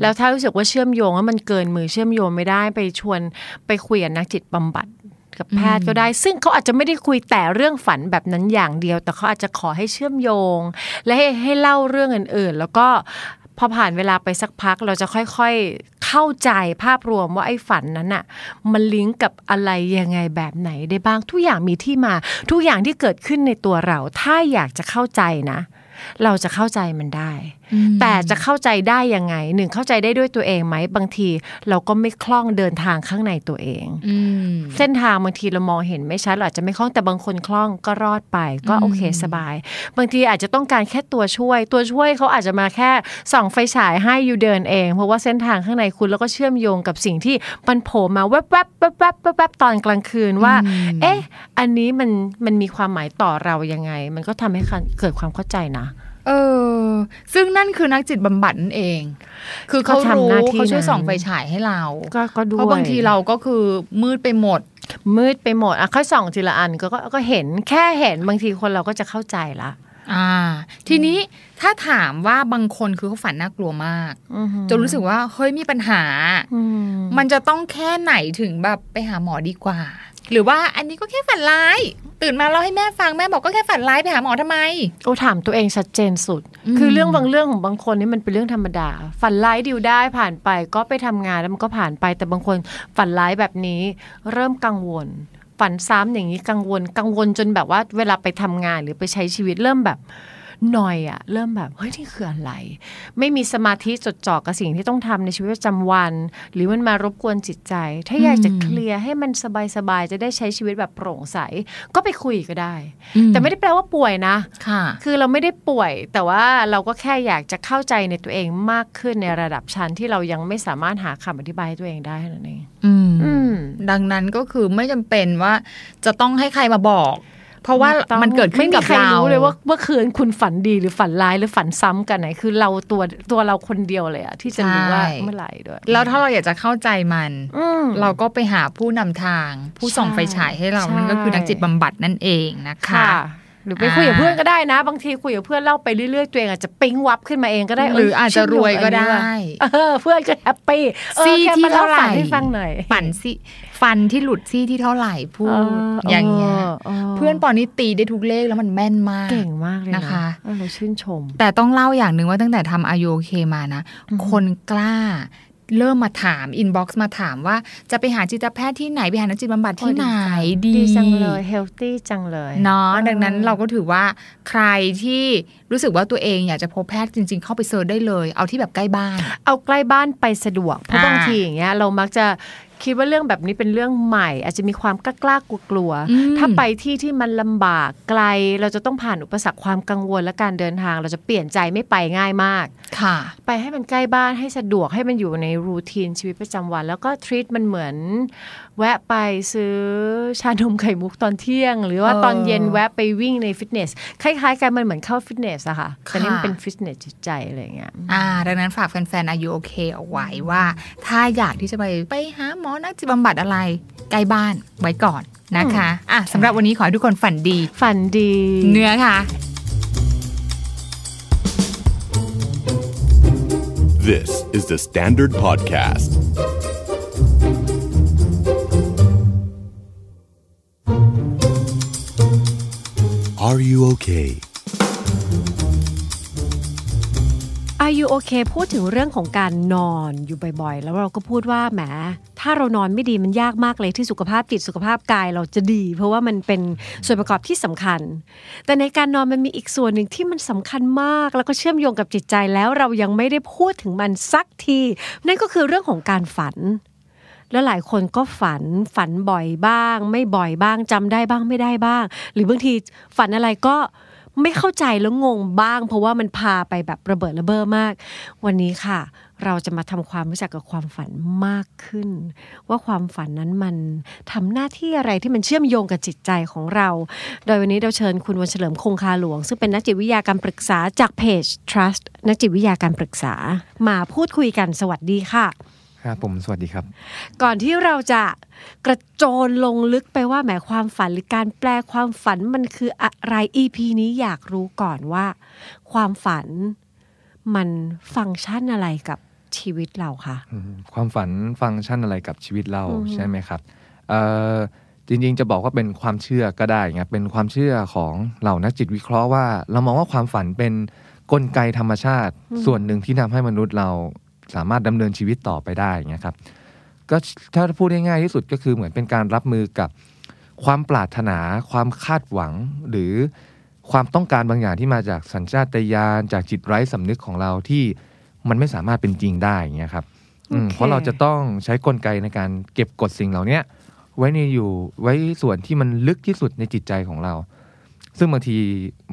Speaker 1: แล้วถ้ารู้สึกว่าเชื่อมโยงว่ามันเกินมือเชื่อมโยงไม่ได้ไปชวนไปคุยกับนักจิตบำบัดกับแพทย์ก็ได้ ซึ่งเขาอาจจะไม่ได้คุยแต่เรื่องฝันแบบนั้นอย่างเดียว แต่เขาอาจจะขอให้เชื่อมโยง และให้ให้เล่าเรื่องอื่น ๆ แล้วก็พอผ่านเวลาไปสักพักเราจะค่อยๆเข้าใจภาพรวมว่าไอ้ฝันนั้นน่ะมันลิงก์กับอะไรยังไงแบบไหนได้บ้างทุกอย่างมีที่มา ทุกอย่างที่เกิดขึ้นในตัวเรา ถ้าอยากจะเข้าใจนะ เราจะเข้าใจมันได้ แต่จะเข้าใจได้ยังไงหนึ่งเข้าใจได้ด้วยตัวเองไหมบางทีเราก็ไม่คล่องเดินทางข้างในตัวเอง
Speaker 7: อืม
Speaker 1: เส้นทางบางทีเรามองเห็นไม่ชัดเราอาจจะไม่คล่องแต่บางคนคล่องก็รอดไป ก็
Speaker 7: อืม
Speaker 1: โอเคสบาย บางทีอาจจะต้องการแค่ตัวช่วย ตัวช่วยเขาอาจจะมาแค่ส่องไฟฉายให้อยู่เดินเอง เพราะว่าเส้นทางข้างในคุณแล้วก็เชื่อมโยงกับสิ่งที่มันโผล่มาแวบๆแวบๆแวบๆแวบๆตอนกลางคืนว่า เอ๊ะ อันนี้มันมันมีความหมายต่อเรายังไง มันก็ทำให้เกิดความเข้าใจนะ
Speaker 7: เออ ซึ่งนั่นคือนักจิตบำบัดนั่นเอง คือเขา
Speaker 1: ก็ทำ
Speaker 7: รู้
Speaker 1: หน้าที่
Speaker 7: เขาช่วย
Speaker 1: นั้น
Speaker 7: ส่องไฟฉายให้เรา
Speaker 1: ก็ก็ด้วย
Speaker 7: เพราะบางทีเราก็คือมืดไปหมด
Speaker 1: มืดไปหมดอ่ะค่อยส่องทีละอันก็ก็ก็เห็นแค่เห็นบางทีคนเราก็จะเข้าใจละ
Speaker 7: อ่า ทีนี้ถ้าถามว่าบางคนคือเขาฝันน่ากลัวมาก
Speaker 1: อือหือ
Speaker 7: จนรู้สึกว่าเฮ้ยมีปัญหา
Speaker 1: อื
Speaker 7: มันจะต้องแค่ไหนถึงแบบไปหาหมอดีกว่า หรือว่าอันนี้ก็แค่ฝันร้าย ตื่นมาเล่าให้แม่ฟังแม่บอกก็แค่ฝันร้ายไปหาหมอทำไม
Speaker 1: โอ้ถามตัวเองชัดเจนสุด
Speaker 7: อืม
Speaker 1: คือเรื่องบางเรื่องของบางคนนี่มันเป็นเรื่องธรรมดา ฝันร้ายดิวได้ผ่านไปก็ไปทำงานแล้วมันก็ผ่านไป แต่บางคนฝันร้ายแบบนี้ เริ่มกังวล ฝันซ้ำอย่างนี้กังวล กังวลจนแบบว่าเวลาไปทำงานหรือไปใช้ชีวิตเริ่มแบบหน่อยอะเริ่มแบบเฮ้ยนี่คืออะไร ไม่มีสมาธิจดจ่อกับสิ่งที่ต้องทำในชีวิตประจำวัน หรือมันมารบกวนจิตใจ ถ้าอยากจะ
Speaker 7: อืม
Speaker 1: เคลียร์ให้มันสบายๆจะได้ใช้ชีวิตแบบโปร่งใสก็ไปคุยก็ได้
Speaker 7: อื
Speaker 1: แต่ไม่ได้แปลว่าป่วยนะ
Speaker 7: ค่ะ
Speaker 1: คือเราไม่ได้ป่วย แต่ว่าเราก็แค่อยากจะเข้าใจในตัวเองมากขึ้นในระดับชั้นที่เรายังไม่สามารถหาคำอธิบายให้ตัวเองได้นั่นเอง
Speaker 7: อืม
Speaker 1: อืม
Speaker 7: ดังนั้นก็คือไม่จำเป็นว่าจะต้องให้ใครมาบอก เพราะว่า
Speaker 1: ไต้อง
Speaker 7: มันเกิดขึ้นกับ
Speaker 1: ไม่มี
Speaker 7: เรา
Speaker 1: ใครรู้เลยว่าเมื่อคืนคุณฝันดีหรือฝันร้ายหรือฝันซ้ำกันไหนคือเราตัวตัวเราคนเดียวเลยอะที่จะรู้ว่า
Speaker 7: ใช่
Speaker 1: เมื่อไหร่ด้วย
Speaker 7: แล้วถ้าเราอยากจะเข้าใจมัน
Speaker 1: อืม
Speaker 7: เราก็ไปหาผู้นำทาง ผู้ส่องไฟฉายให้เรา
Speaker 1: ใช่
Speaker 7: นั่นก็คือนักจิตบำบัดนั่นเองนะคะ
Speaker 1: ค่ะ
Speaker 8: หรือไปคุยกับเพื่อนก็ได้นะ บางทีคุยกับเพื่อนเล่าไปเรื่อยๆตัวเองอาจจะปิ๊งวับขึ้นมาเองก็ได้
Speaker 7: หรืออาจจะรวยก็ได้
Speaker 8: เออเพื่อนก็แฮปปี้เออ
Speaker 7: ซี่
Speaker 8: แค่
Speaker 7: ที่
Speaker 8: มาเล่า
Speaker 7: เท่าไหร่
Speaker 8: ฝันให้ฟังหน่อย
Speaker 7: ฝันซี่ฟันที่หลุดซี่ที่เท่าไหร่พูดอย่างเงี้ย เพื่อนปอนี่ตีได้ทุกเลขแล้วมันแม่นมาก
Speaker 8: เก่งมากเลย
Speaker 7: นะคะ
Speaker 8: เออเราชื่นชม
Speaker 7: แต่ต้องเล่าอย่างหนึ่งว่าตั้งแต่ทำ i o k มานะ
Speaker 8: อืม
Speaker 7: คนกล้า เริ่มมาถาม อินบ็อกซ์มาถามว่าจะไปหาจิตแพทย์ที่ไหน ไปหานักจิตบำบัดที่ไหนดี
Speaker 8: ดีจังเลยเฮลตี้จังเลย
Speaker 7: เนาะ
Speaker 8: ออ
Speaker 7: ดังนั้นเราก็ถือว่าใครที่รู้สึกว่าตัวเองอยากจะพบแพทย์จริง ๆ เข้าไปเซิร์ชได้เลย เอาที่แบบใกล้บ้าน
Speaker 8: เอาใกล้บ้านไปสะดวกเพราะ
Speaker 7: อ่า
Speaker 8: บางทีอย่างเงี้ยเรามักจะคิดว่าเรื่องแบบนี้เป็นเรื่องใหม่ อาจจะมีความกล้ากลัวกลัวๆ
Speaker 7: อืม
Speaker 8: ถ้าไปที่ที่มันลำบากไกลเราจะต้องผ่านอุปสรรคความกังวลและการเดินทาง เราจะเปลี่ยนใจไม่ไปง่ายมาก
Speaker 7: ค่ะ
Speaker 8: ไปให้มันใกล้บ้านให้สะดวกให้มันอยู่ในรูทีนชีวิตประจำวัน แล้วก็ทรีตมันเหมือน แวะไปซื้อชานมไข่มุกตอนเที่ยง หรือว่า
Speaker 7: เออ
Speaker 8: ตอนเย็นแวะไปวิ่งในฟิตเนสคล้ายๆกันมันเหมือนเข้าฟิตเนสอะค่ะแต่นี่มัน
Speaker 7: ค่ะ
Speaker 8: เป็นฟิตเนสจิตใจอะไรอย่างเงี้ย
Speaker 7: อ่าดังนั้นฝากแฟนๆอายุโอเคเอาไว้ว่า ถ้าอยากที่จะไปไปหาหมอนักจิตบำบัดอะไร ใกล้บ้านไว้ก่อนนะคะอ่ะสำหรับวันนี้ขอให้ทุกคนฝันดี
Speaker 8: ฝันดี
Speaker 7: เนื้อค่ะ
Speaker 2: This is the Standard Podcast. Are you okay?
Speaker 1: Are you okay พูดถึงเรื่องของการนอนอยู่บ่อยๆ แล้วเราก็พูดว่าแหมถ้าเรานอนไม่ดีมันยากมากเลยที่สุขภาพจิตสุขภาพกายเราจะดี เพราะว่ามันเป็นส่วนประกอบที่สำคัญ แต่ในการนอนมันมีอีกส่วนหนึ่งที่มันสำคัญมาก แล้วก็เชื่อมโยงกับจิตใจแล้วเรายังไม่ได้พูดถึงมันสักที นั่นก็คือเรื่องของการฝัน แล้วหลายคนก็ฝันฝันบ่อยบ้าง ไม่บ่อยบ้างจำได้บ้างไม่ได้บ้าง หรือบางทีฝันอะไรก็ไม่เข้าใจแล้วงงบ้าง เพราะว่ามันพาไปแบบระเบิดระเบ้อมาก วันนี้ค่ะ เราจะมาทำความรู้จักกับความฝันมากขึ้น ว่าความฝันนั้นมันทำหน้าที่อะไรที่มันเชื่อมโยงกับจิตใจของเรา โดยวันนี้เราเชิญคุณวันเฉลิมคงคาหลวง ซึ่งเป็นนักจิตวิทยาการปรึกษาจากเพจ trust นักจิตวิทยาการปรึกษา มาพูดคุยกันสวัสดีค่ะ
Speaker 9: ครับผม สวัสดีครับ
Speaker 1: ก่อนที่เราจะกระโจนลงลึกไปว่าแหมายความฝันหรือการแปลความฝันมันคืออะไร EP นี้อยากรู้ก่อนว่า ความฝันมันฟังก์ชันอะไรกับชีวิตเราคะ
Speaker 9: อืมความฝันฟังก์ชันอะไรกับชีวิตเรา
Speaker 1: อือฮึ
Speaker 9: ใช่ไหมครับเอ่อจริงๆจะบอกว่าเป็นความเชื่อก็ได้ครับเป็นความเชื่อของเหล่านักจิตวิเคราะห์ว่า เรามองว่าความฝันเป็นกลไกธรรมชาติ ส่วนหนึ่งที่ทำให้มนุษย์เราสามารถดำเนินชีวิตต่อไปได้อย่างเงี้ยครับก็ถ้าพูดได้ง่ายที่สุดก็คือเหมือนเป็นการรับมือกับความปรารถนา ความคาดหวัง หรือความต้องการบางอย่างที่มาจากสัญชาตญาณจากจิตไร้สำนึกของเราที่มันไม่สามารถเป็นจริงได้อย่างเงี้ยครับ อืม
Speaker 8: โอเค
Speaker 9: เพราะเราจะต้องใช้กลไกในการเก็บกดสิ่งเหล่าเนี้ยไว้ในอยู่ไว้ส่วนที่มันลึกที่สุดในจิตใจของเรา ซึ่งบางที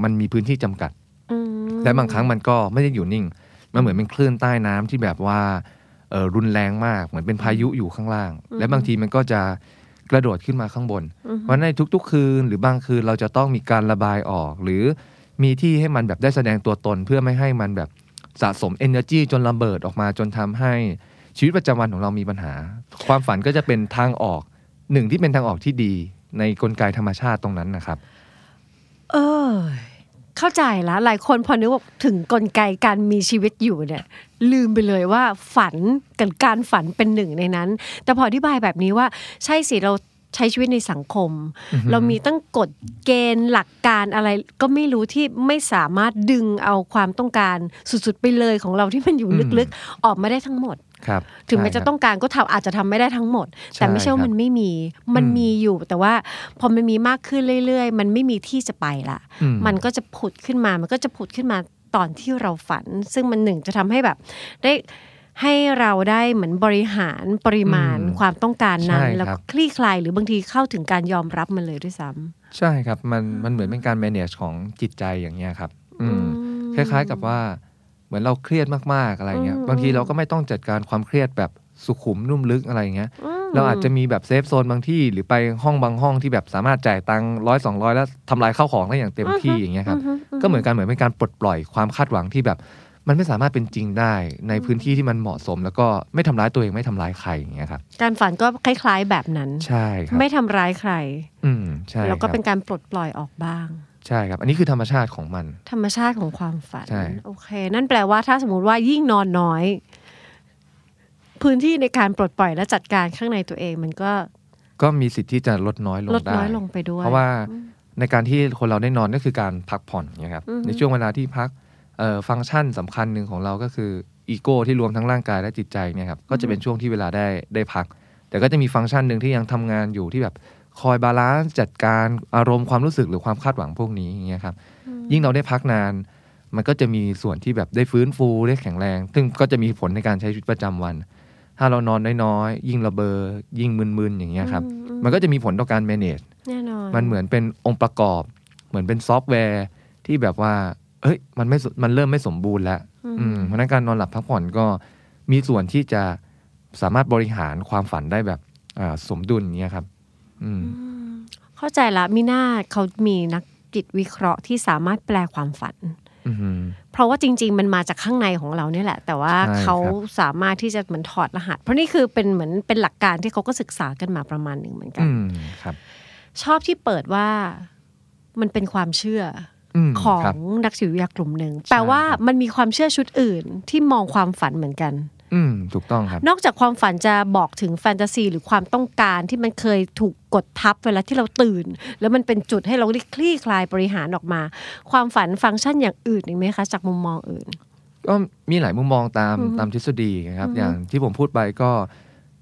Speaker 9: มันมีพื้นที่จำกัด
Speaker 1: อืม
Speaker 9: และบางครั้งมันก็ไม่ได้อยู่นิ่ง มันเหมือนเป็นคลื่นใต้น้ำที่แบบว่าเอ่อรุนแรงมาก เหมือนเป็นพายุอยู่ข้างล่าง และบางทีมันก็จะกระโดดขึ้นมาข้างบน
Speaker 1: อืม
Speaker 9: เพราะในทุกๆ คืนหรือบางคืนเราจะต้องมีการระบายออก หรือมีที่ให้มันแบบได้แสดงตัวตนเพื่อไม่ให้มันแบบสะสม energy จนระเบิดออกมาจนทำให้ชีวิตประจำวันของเรามีปัญหา ความฝันก็จะเป็นทางออกหนึ่งที่เป็นทางออกที่ดีในกลไกธรรมชาติตรงนั้นนะครับ
Speaker 1: เออ เข้าใจละหลายคนพอนึกว่าถึงกลไกการมีชีวิตอยู่เนี่ย ลืมไปเลยว่าฝันกับการฝันเป็นหนึ่งในนั้น แต่พออธิบายแบบนี้ว่า ใช่สิเราใช้ชีวิตในสังคม เรามีตั้งกฎเกณฑ์หลักการอะไรก็ไม่รู้ที่ไม่สามารถดึงเอาความต้องการสุดๆไปเลยของเราที่มันอยู่
Speaker 9: อืม
Speaker 1: ลึกๆ ออกมาได้ทั้งหมด
Speaker 9: ครับ
Speaker 1: ถึงแม้
Speaker 9: ใช่
Speaker 1: จะ
Speaker 9: ครับ
Speaker 1: ต้องการก็ทำอาจจะทำไม่ได้ทั้งหมด แต่ไม่ใช่ว่ามันไม่มีมัน
Speaker 9: อืม
Speaker 1: มีอยู่ แต่ว่าพอมันมีมากขึ้นเรื่อย ๆ มันไม่มีที่จะไปละ
Speaker 9: อื
Speaker 1: มันก็จะผุดขึ้นมา มันก็จะผุดขึ้นมาตอนที่เราฝัน ซึ่งมันหนึ่งจะทำให้แบบ ได้ให้เราได้เหมือนบริหารปริมาณ
Speaker 9: อืม
Speaker 1: ความต้องการนั้น
Speaker 9: ใช่ครับ
Speaker 1: แล้วก็คลี่คลายหรือบางทีเข้าถึงการยอมรับมันเลยด้วยซ้
Speaker 9: ใช่ครับ มันมันเหมือนเป็นการ manage ของจิตใจอย่างเงี้ยครับ
Speaker 1: ำ
Speaker 9: อืม
Speaker 1: อืม
Speaker 9: คล้ายๆกับว่าเหมือนเราเครียดมากๆอะไรเงี้ย
Speaker 1: อืม
Speaker 9: บางทีเราก็ไม่ต้องจัดการความเครียดแบบสุขุมนุ่มลึกอะไรเงี้ย
Speaker 1: ม
Speaker 9: เราอาจจะมีแบบเซฟโซนบางที่ หรือไปห้องบางห้องที่แบบสามารถจ่ายตังค์ร้อยสองร้อยแล้วทำลายข้าวของได้อย่างเต็มที่อย่างเงี้ยครับก็เหมือนกันเหมือนเป็นการปลดปล่อยความคาดหวังที่แบบ มันไม่สามารถเป็นจริงได้ ในพื้นที่ที่มันเหมาะสม แล้วก็ไม่ทำร้ายตัวเองไม่ทำร้ายใครอย่างเงี้ยครับ
Speaker 1: การฝันก็คล้ายๆแบบนั้น
Speaker 9: ใช่ครับ
Speaker 1: ไม่ทำร้ายใคร
Speaker 9: อืมใช่
Speaker 1: แล้วก็
Speaker 9: ครับ
Speaker 1: เป็นการปลดปล่อยออกบ้าง
Speaker 9: ใช่ครับ อันนี้คือธรรมชาติของมัน
Speaker 10: ธรรมชาติของความฝัน
Speaker 9: ใช่
Speaker 10: โอเค นั่นแปลว่าถ้าสมมติว่ายิ่งนอนน้อย พื้นที่ในการปลดปล่อยและจัดการข้างในตัวเอง มันก็
Speaker 9: ก็มีสิทธิ์ที่จะลดน้อยลง
Speaker 10: ลด
Speaker 9: ได้
Speaker 10: น้อยลงไปด้วย
Speaker 9: เพราะว่าในการที่คนเราได้นอนก็คือการพักผ่อนอย่างเงี้ยครับ
Speaker 10: อือฮึ
Speaker 9: ในช่วงเวลาที่พักเอ่อฟังก์ชันสำคัญหนึ่งของเราก็คืออีโก้ที่รวมทั้งร่างกายและจิตใจเนี่ยครับก็จะเป็นช่วงที่เวลาได้ได้พัก แต่ก็จะมีฟังก์ชันหนึ่งที่ยังทำงานอยู่ที่แบบคอยบาลานซ์จัดการอารมณ์ความรู้สึกหรือความคาดหวังพวกนี้อย่างเงี้ยครับยิ่งเราได้พักนาน มันก็จะมีส่วนที่แบบได้ฟื้นฟูได้แข็งแรง ซึ่งก็จะมีผลในการใช้ชีวิตประจำวัน ถ้าเรานอนน้อยๆยิ่งระเบอยิ่งมึนๆอย่างเงี้ยครับมันก็จะมีผลต่อการ manage
Speaker 10: แน่นอน
Speaker 9: มันเหมือนเป็นองค์ประกอบ เหมือนเป็นซอฟต์แวร์ที่แบบว่า เอ้ย มันไม่สมันเริ่มไม่สมบูรณ์แล้ว
Speaker 10: อืม
Speaker 9: อืมเพราะฉะนั้นการนอนหลับพักผ่อนก็มีส่วนที่จะสามารถบริหารความฝันได้แบบอ่าสมดุลอย่างเนี้ยครับ อืม
Speaker 10: อืมเข้าใจละมิน่าเขามีนักจิตวิเคราะห์ที่สามารถแปลความฝัน
Speaker 9: อืม
Speaker 10: เพราะว่าจริง ๆ มันมาจากข้างในของเราเนี่ยแหละ แต่ว่า
Speaker 9: ใช่ครับ
Speaker 10: เขาสามารถที่จะเหมือนถอดรหัส เพราะนี่คือเป็นเหมือนเป็นหลักการที่เขาก็ศึกษากันมาประมาณหนึ่งเหมือนกัน
Speaker 9: อืมครับ
Speaker 10: ชอบที่เปิดว่ามันเป็นความเชื่อ
Speaker 9: ม
Speaker 10: อของ
Speaker 9: ครับ
Speaker 10: นักจิตวิทยากลุ่มหนึ่งแปลว่า
Speaker 9: ครับ
Speaker 10: มันมีความเชื่อชุดอื่นที่มองความฝันเหมือนกัน
Speaker 9: อืมถูกต้องครับ
Speaker 10: นอกจากความฝันจะบอกถึงแฟนตาซีหรือความต้องการที่มันเคยถูกกดทับเวลาที่เราตื่น แล้วมันเป็นจุดให้เราได้คลี่คลายบริหารออกมา ความฝันฟังก์ชันอย่างอื่นอีกไหมคะ จากมุมมองอื่น
Speaker 9: ก็มีหลายมุมมองตาม
Speaker 10: อือฮึ
Speaker 9: ตามทฤษฎีนะครับ
Speaker 10: อือฮึ
Speaker 9: อย่างที่ผมพูดไปก็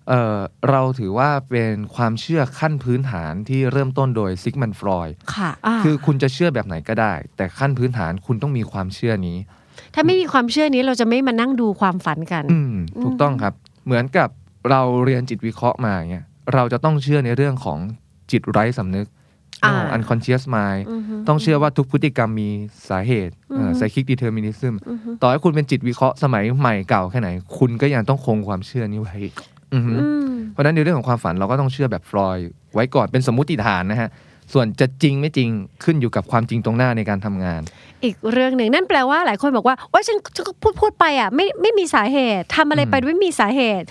Speaker 9: เอ่อเราถือว่าเป็นความเชื่อขั้นพื้นฐานที่เริ่มต้นโดยซิกมันฟรอย
Speaker 10: ะะ
Speaker 9: คือคุณจะเชื่อแบบไหนก็ได้ แต่ขั้นพื้นฐานคุณต้องมีความเชื่อนี้
Speaker 10: ถ้าไม่มีความเชื่อนี้เราจะไม่มานั่งดูความฝันกัน
Speaker 9: อืมถูกต้องครับ เหมือนกับเราเรียนจิตวิเคราะห์มาอย่างเงี้ยเราจะต้องเชื่อในเรื่องของจิตไร้สำนึก
Speaker 10: อ่า
Speaker 9: อันคอนเชียสมาย
Speaker 10: อือฮึ
Speaker 9: ต้องเชื่อว่าทุกพฤติกรรมมีสาเหตุ
Speaker 10: อือฮึ
Speaker 9: ไซคิกดีเทอร์มินิซึม
Speaker 10: อือฮึ
Speaker 9: ต่อให้คุณเป็นจิตวิเคราะห์สมัยใหม่เก่าแค่ไหน คุณก็ยังต้องคงความเชื่อนี้ไว้อือฮึ
Speaker 10: อืม
Speaker 9: เพราะฉะนั้นในเรื่องของความฝันเราก็ต้องเชื่อแบบฟลอยด์ไว้ก่อนเป็นสมมุติฐานนะฮะ ส่วนจะจริงไม่จริงขึ้นอยู่กับความจริงตรงหน้าในการทำงาน
Speaker 10: อีกเรื่องหนึ่งนั่นแปลว่าหลายคนบอกว่าโอ๊ยฉันฉันก็พูดพูดไปอ่ะไม่ไม่มีสาเหตุทำอะไรไป
Speaker 9: อืม
Speaker 10: ไม่มีสาเหตุ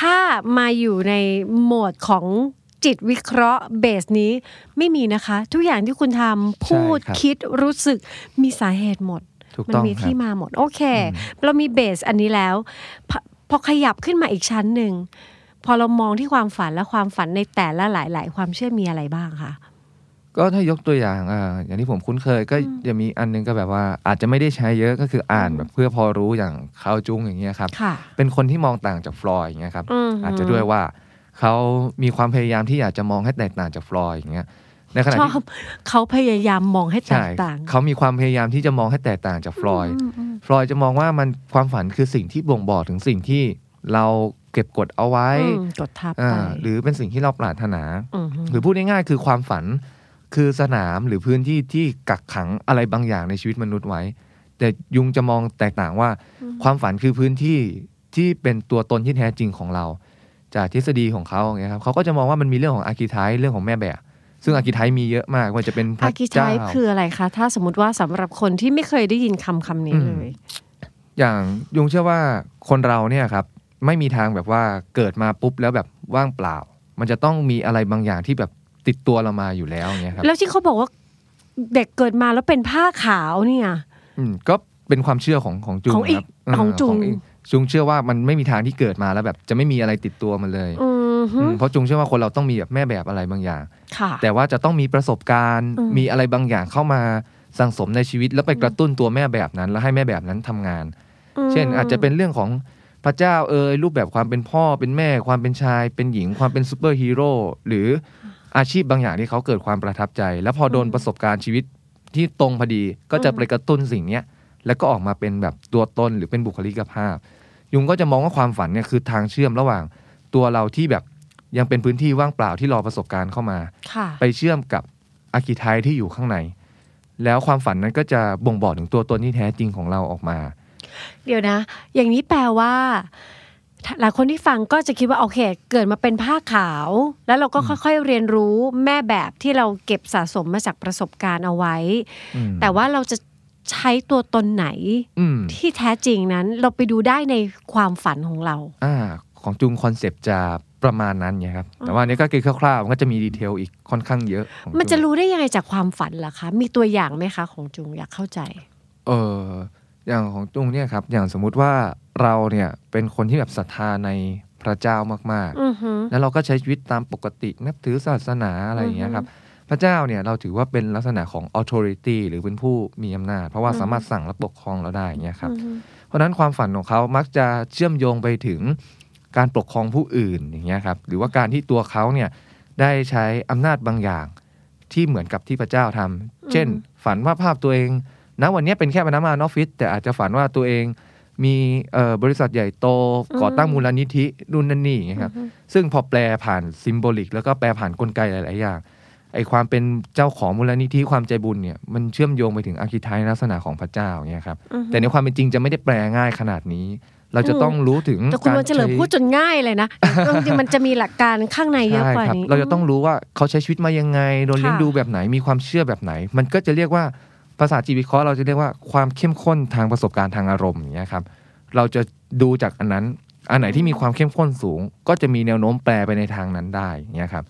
Speaker 10: ถ้ามาอยู่ในโหมดของจิตวิเคราะห์เบสนี้ไม่มีนะคะ ทุกอย่างที่คุณทำพูดคิดรู้สึกมีสาเหตุหมด
Speaker 9: ถูก
Speaker 10: มั
Speaker 9: ต้อง
Speaker 10: มี
Speaker 9: ครั
Speaker 10: ที่
Speaker 9: บ
Speaker 10: มาหมด โอเค
Speaker 9: อื
Speaker 10: เรามีเบสอันนี้แล้วพอพอขยับขึ้นมาอีกชั้นหนึ่ง พอเรามองที่ความฝันและความฝันในแต่ละหลาย ๆ ความเชื่อมีอะไรบ้างคะ
Speaker 9: ก็ถ้ายกตัวอย่างอ่าอย่างที่ผมคุ้นเคยก็จะมีอันนึงก็แบบว่าอาจจะไม่ได้ใช้เยอะก็คืออ่านแบบเพื่อพอรู้อย่างคาวจุงอย่างเงี้ยครับ
Speaker 10: ค่ะ
Speaker 9: เป็นคนที่มองต่างจากฟลอยด์อย่างเงี้ยครับ
Speaker 10: อืม
Speaker 9: อาจจะด้วยว่าเขามีความพยายามที่อยากจะมองให้แตกต่างจากฟลอยด์อย่างเงี้ยในขณะ
Speaker 10: ชอ
Speaker 9: ที่
Speaker 10: บเขาพยายามมองให้แต
Speaker 9: ใช่
Speaker 10: กต่าง
Speaker 9: เขามีความพยายามที่จะมองให้แตกต่างจากฟลอยด์ฟลอยด์จะมองว่ามันความฝันคือสิ่งที่บ่งบอกถึงสิ่งที่เราเก็บกดเอาไว้
Speaker 10: อืมกดทับ
Speaker 9: อ่า
Speaker 10: ไป
Speaker 9: หรือเป็นสิ่งที่เราปรารถนา
Speaker 10: มฮึ
Speaker 9: หรือพูดง่ายๆคือความฝันคือสนามหรือพื้นที่ที่กักขังอะไรบางอย่างในชีวิตมนุษย์ไว้ แต่ยุงจะมองแตกต่างว่า ความฝันคือพื้นที่ที่เป็นตัวตนที่แท้จริงของเรา จากทฤษฎีของเขาอย่างเงี้ยครับเขาก็จะมองว่ามันมีเรื่องของอาร์คิไทป์เรื่องของแม่แบบซึ่งอาร์คิไทป์มีเยอะมากว่าจะเป็นพระ
Speaker 10: อากิไท
Speaker 9: เจ้า
Speaker 10: ป์คืออะไรคะ ถ้าสมมติว่าสำหรับคนที่ไม่เคยได้ยินคำคำนี้เลย
Speaker 9: อย่างยุงเชื่อว่าคนเราเนี่ยครับไม่มีทางแบบว่าเกิดมาปุ๊บแล้วแบบว่างเปล่า มันจะต้องมีอะไรบางอย่างที่แบบติดตัวเรามาอยู่แล้วอย่างเงี้ยครับ
Speaker 10: แล้วที่เขาบอกว่าเด็กเกิดมาแล้วเป็นผ้าขาวเนี่ย
Speaker 9: อืมก็เป็นความเชื่อของของจุง
Speaker 10: ของอี
Speaker 9: ครั
Speaker 10: ก
Speaker 9: บเออ
Speaker 10: ของจุง
Speaker 9: อีกจุงเชื่อว่ามันไม่มีทางที่เกิดมาแล้วแบบจะไม่มีอะไรติดตัวมันเลย
Speaker 10: อืมฮึ
Speaker 9: อืมเพราะจุงเชื่อว่าคนเราต้องมีแบบแม่แบบอะไรบางอย่าง
Speaker 10: ค่ะ
Speaker 9: แต่ว่าจะต้องมีประสบการณ์
Speaker 10: อืม
Speaker 9: มีอะไรบางอย่างเข้ามาสั่งสมในชีวิต แล้วไปกระตุ้นตัวแม่แบบนั้น แล้วให้แม่แบบนั้นทำงาน เช่นอาจจะเป็นเรื่องของพระเจ้าเอ่ยรูปแบบความเป็นพ่อเป็นแม่ความเป็นชาย เป็นหญิงความเป็นซูเปอร์ฮีโร่หรืออาชีพบางอย่างที่เขาเกิดความประทับใจ แล้วพอโดนประสบการณ์ชีวิตที่ตรงพอดีก็จะไปกระตุ้นสิ่งเนี้ยแล้วก็ออกมาเป็นแบบตัวตนหรือเป็นบุคลิกภาพ ยุงก็จะมองว่าความฝันเนี่ยคือทางเชื่อมระหว่างตัวเราที่แบบยังเป็นพื้นที่ว่างเปล่าที่รอประสบการณ์เข้ามา
Speaker 10: ค่ะ
Speaker 9: ไปเชื่อมกับอากิไทที่อยู่ข้างใน แล้วความฝันนั้นก็จะบ่งบอกถึงตัวตนที่แท้จริงของเราออกมา
Speaker 10: เดี๋ยวนะ อย่างนี้แปลว่าถ้าหลายคนที่ฟังก็จะคิดว่าโอเค เกิดมาเป็นผ้าขาว แล้วเราก็ค่อยๆเรียนรู้แม่แบบที่เราเก็บสะสมมาจากประสบการณ์เอาไว้
Speaker 9: อืม
Speaker 10: แต่ว่าเราจะใช้ตัวตนไหน
Speaker 9: อืม
Speaker 10: ที่แท้จริงนั้นเราไปดูได้ในความฝันของเรา
Speaker 9: อ่าของจุงคอนเซปต์จะ ประมาณนั้นเนี่ยครับ แต่ว่าอันนี้ก็คือคร่าวๆมันก็จะมีดีเทลอีกค่อนข้างเยอะของ
Speaker 10: มันจะ
Speaker 9: จู
Speaker 10: รู้ได้ยังไงจากความฝันล่ะคะ มีตัวอย่างไหมคะของจุงอยากเข้าใจ
Speaker 9: เอออย่างของจุงเนี่ยครับ อย่างสมมุติว่าเราเนี่ยเป็นคนที่แบบศรัทธาในพระเจ้ามาก
Speaker 10: อือฮึ
Speaker 9: ๆ แล้วเราก็ใช้ชีวิตตามปกตินับถือศาสนาอะไรอย่างเงี้ยครับ พระเจ้าเนี่ยเราถือว่าเป็นลักษณะของ authority หรือเป็นผู้มีอำนาจ เพราะว่าสามารถสั่งและปกครองเราได้อย่างเงี้ยครับ
Speaker 10: อือฮึ
Speaker 9: เพราะฉะนั้นความฝันของเขามักจะเชื่อมโยงไปถึงการปกครองผู้อื่นอย่างเงี้ยครับ หรือว่าการที่ตัวเขาเนี่ยได้ใช้อำนาจบางอย่างที่เหมือนกับที่พระเจ้าทำเช่น ฝันว่าภาพตัวเองณวันเนี้ยเป็นแค่พนักงานออฟฟิศแต่อาจจะฝันว่าตัวเองมีเอ่อบริษัทใหญ่โตก่อตั้งมูลนิธินู่นนั่นนี่อย่างเงี้ยครับซึ่งพอแปลผ่านซิมโบลิก แล้วก็แปลผ่านกลไกหลาย ๆ อย่างไอความเป็นเจ้าของมูลนิธิความใจบุญเนี่ยมันเชื่อมโยงไปถึงอาคิไทยลักษณะของพระเจ้าอย่างเงี้ยครับ
Speaker 10: อือฮึ
Speaker 9: แต่ในความเป็นจริงจะไม่ได้แปลง่ายขนาดนี้ เราจะต้องรู้ถึง
Speaker 10: แต่คุณวันเฉลิ
Speaker 9: การ
Speaker 10: ม
Speaker 9: ใช้
Speaker 10: พูดจนง่ายเลยนะจริงๆมันจะมีหลักการข้างในเยอะ
Speaker 9: ใช่
Speaker 10: กว่า
Speaker 9: ครับ
Speaker 10: นี้
Speaker 9: เราจะต้องรู้ว่าเขาใช้ชีวิตมายังไง โดนเลี้ยง
Speaker 10: ค่ะ
Speaker 9: ดูแบบไหน มีความเชื่อแบบไหน มันก็จะเรียกว่าภาษาจีวิเคราะห์เราจะเรียกว่าความเข้มข้นทางประสบการณ์ทางอารมณ์อย่างเงี้ยครับ เราจะดูจากอันนั้น อันไหนที่มีความเข้มข้นสูง ก็จะมีแนวโน้มแปลไปในทางนั้นได้อย่างเงี้ยครับ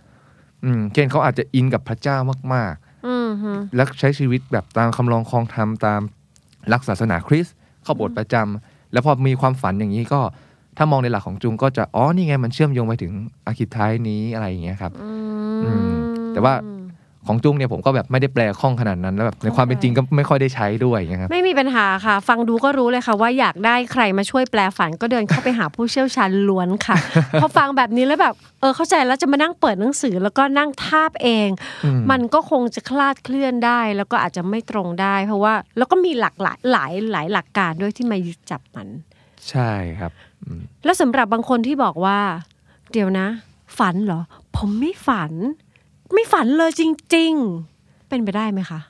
Speaker 9: อืมเช่นเขาอาจจะอินกับพระเจ้ามาก ๆ
Speaker 10: อือฮึ
Speaker 9: และใช้ชีวิตแบบตามคำลองคลองธรรมตามหลักศาสนาคริสต์เข้าโบสถ์ประจำแล้วพอมีความฝันอย่างนี้ก็ถ้ามองในหลักของจุงก็จะอ๋อนี่ไงมันเชื่อมโยงไปถึงอาคิไทยนี้อะไรอย่างเงี้ยครับ อืมแต่ว่า ของจุงเนี่ยผมก็แบบไม่ได้แปลคล่องขนาดนั้นแล้วแบบในความเป็นจริงก็ไม่ค่อยได้ใช้ด้วยอย่างเงี้ยครับ
Speaker 10: ไม่มีปัญหาค่ะ ฟังดูก็รู้เลยค่ะ ว่าอยากได้ใครมาช่วยแปลฝันก็เดินเข้าไปหาผู้เชี่ยวชาญล้วนค่ะ พอฟังแบบนี้แล้วแบบเออเข้าใจแล้วจะมานั่งเปิดหนังสือแล้วก็นั่งทาบเอง
Speaker 9: อืม
Speaker 10: มันก็คงจะคลาดเคลื่อนได้ แล้วก็อาจจะไม่ตรงได้ เพราะว่าแล้วก็มีหลากหลายหลายหลายหลักการด้วยที่มายึดจับมัน
Speaker 9: ใช่ครับอืม
Speaker 10: แล้วสำหรับบางคนที่บอกว่า เดี๋ยวนะ ฝันเหรอ ผมไม่ฝัน ไม่ฝันเลยจริง ๆ เป็นไปได้ไหมคะ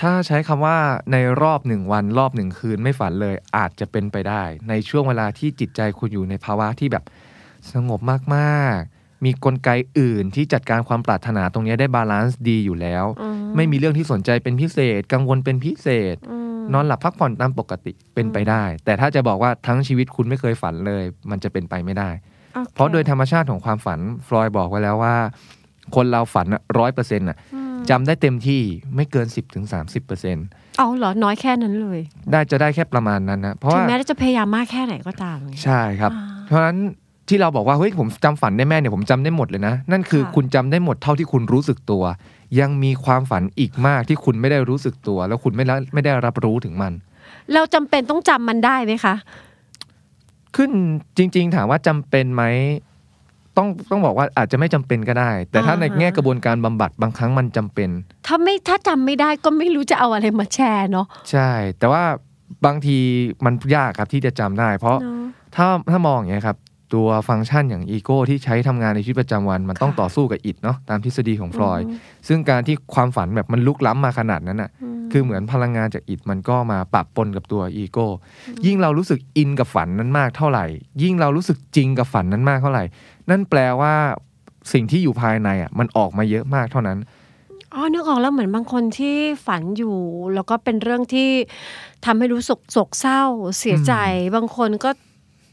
Speaker 9: ถ้าใช้คำว่าในรอบหนึ่งวันรอบหนึ่งคืนไม่ฝันเลยอาจจะเป็นไปได้ ในช่วงเวลาที่จิตใจคุณอยู่ในภาวะที่แบบสงบมากๆ มีกลไกอื่นที่จัดการความปรารถนาตรงเนี้ยได้บาลานซ์ดีอยู่แล้ว ไม่มีเรื่องที่สนใจเป็นพิเศษ กังวลเป็นพิเศษ นอนหลับพักผ่อนตามปกติเป็นไปได้ แต่ถ้าจะบอกว่าทั้งชีวิตคุณไม่เคยฝันเลย มันจะเป็นไปไม่ได้ เพราะโดยธรรมชาติของความฝัน ฟลอยด์บอกไว้แล้วว่า คนเราฝันร้อยเปอร์เซ็นต์่ะจำได้เต็มที่ไม่เกิน 10-30%ถึง30%เปอร์เซ็นต์
Speaker 10: เอาเหรอ น้อยแค่นั้นเลย
Speaker 9: ได้จะได้แค่ประมาณนั้นนะเพราะ
Speaker 10: ถึง
Speaker 9: ว่า
Speaker 10: แม้จะพยายามมากแค่ไหนก็ตามไง
Speaker 9: ใช่ครับ เพราะฉะนั้นที่เราบอกว่าเฮ้ยผมจำฝันได้แม่นเนี่ยผมจำได้หมดเลยนะ นั่นคือ
Speaker 10: ค่ะ
Speaker 9: คุณจำได้หมดเท่าที่คุณรู้สึกตัว ยังมีความฝันอีกมากที่คุณไม่ได้รู้สึกตัว แล้วคุณไม่ละไม่ได้รับรู้ถึงมัน
Speaker 10: เราจำเป็นต้องจำมันได้ไหมคะ
Speaker 9: ขึ้นจริง ๆ ถามว่าจำเป็นไหมต้องต้องบอกว่าอาจจะไม่จำเป็นก็ได้ แต่ถ้า
Speaker 10: อ่าฮะ
Speaker 9: ในแง่กระบวนการบำบัดบางครั้งมันจำเป็น
Speaker 10: ถ้าไม่ถ้าจำไม่ได้ก็ไม่รู้จะเอาอะไรมาแชร์เนาะ
Speaker 9: ใช่ แต่ว่าบางทีมันยากครับที่จะจำได้ เพราะ
Speaker 10: เนอะ
Speaker 9: ถ้าถ้ามองอย่างเงี้ยครับ ตัวฟังก์ชันอย่างอีโก้ที่ใช้ทำงานในชีวิตประจำวันมันต้อง
Speaker 10: ค่ะ
Speaker 9: ต่อสู้กับอิดเนาะตามทฤษฎีของฟลอยด์ซึ่งการที่ความฝันแบบมันลุกล้ำมาขนาดนั้นอ่ะคือเหมือนพลังงานจากอิดมันก็มาปะปนกับตัวอีโก้ยิ่งเรารู้สึกอินกับฝันนั้นมากเท่าไหร่ ยิ่งเรารู้สึกจริงกับฝันนั้นมากเท่าไหร่ นั่นแปลว่าสิ่งที่อยู่ภายในอ่ะมันออกมาเยอะมากเท่านั้น
Speaker 10: อ๋อนึกออกแล้วเหมือนบางคนที่ฝันอยู่ แล้วก็เป็นเรื่องที่ทำให้รู้สึกโศกเศร้า เสียใจ บางคนก็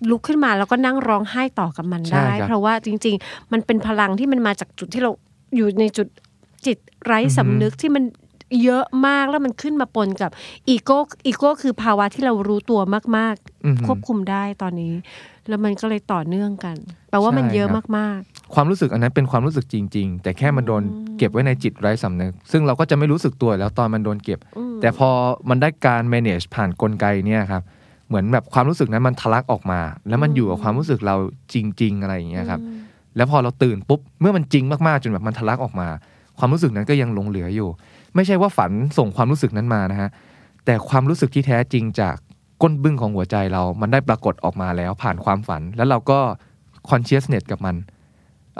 Speaker 10: ลุกขึ้นมาแล้วก็นั่งร้องไห้ต่อกับมันได้
Speaker 9: ใช่ครับ
Speaker 10: เพราะว่าจริง ๆ มันเป็นพลังที่มันมาจากจุดที่เราอยู่ในจุดจิตไร้
Speaker 9: อือฮึ
Speaker 10: สำนึกที่มันเยอะมากแล้วมันขึ้นมาปนกับอีโก้อีโก้คือภาวะที่เรารู้ตัวมาก
Speaker 9: อือ
Speaker 10: ๆ
Speaker 9: ฮึ
Speaker 10: ควบคุมได้ตอนนี้ แล้วมันก็เลยต่อเนื่องกันแปลว่ามัน
Speaker 9: ใช่
Speaker 10: เยอะ
Speaker 9: ครับ
Speaker 10: มาก
Speaker 9: ความรู้สึกอันนั้นเป็นความรู้สึกจริง ๆ แต่แค่มันโดนเก็บไว้ในจิตไร้สำนึก ซึ่งเราก็จะไม่รู้สึกตัวแล้วตอนมันโดนเก็บ
Speaker 10: ๆอืม
Speaker 9: แต่พอมันได้การ manage ผ่านกลไกเนี่ยครับ เหมือนแบบความรู้สึกนั้นมันทะลักออกมา แล้วมันอยู่กับความรู้สึกเราจริง ๆ อะไรอย่างเงี้ยครับ แล้วพอเราตื่นปุ๊บ เมื่อมันจริงมากๆ จนแบบมันทะลักออกมา ความรู้สึกนั้นก็ยังหลงเหลืออยู่ ไม่ใช่ว่าฝันส่งความรู้สึกนั้นมานะฮะ แต่ความรู้สึกที่แท้จริงจากก้นบึ้งของหัวใจเรา มันได้ปรากฏออกมาแล้วผ่านความฝัน แล้วเราก็ consciousness กับมัน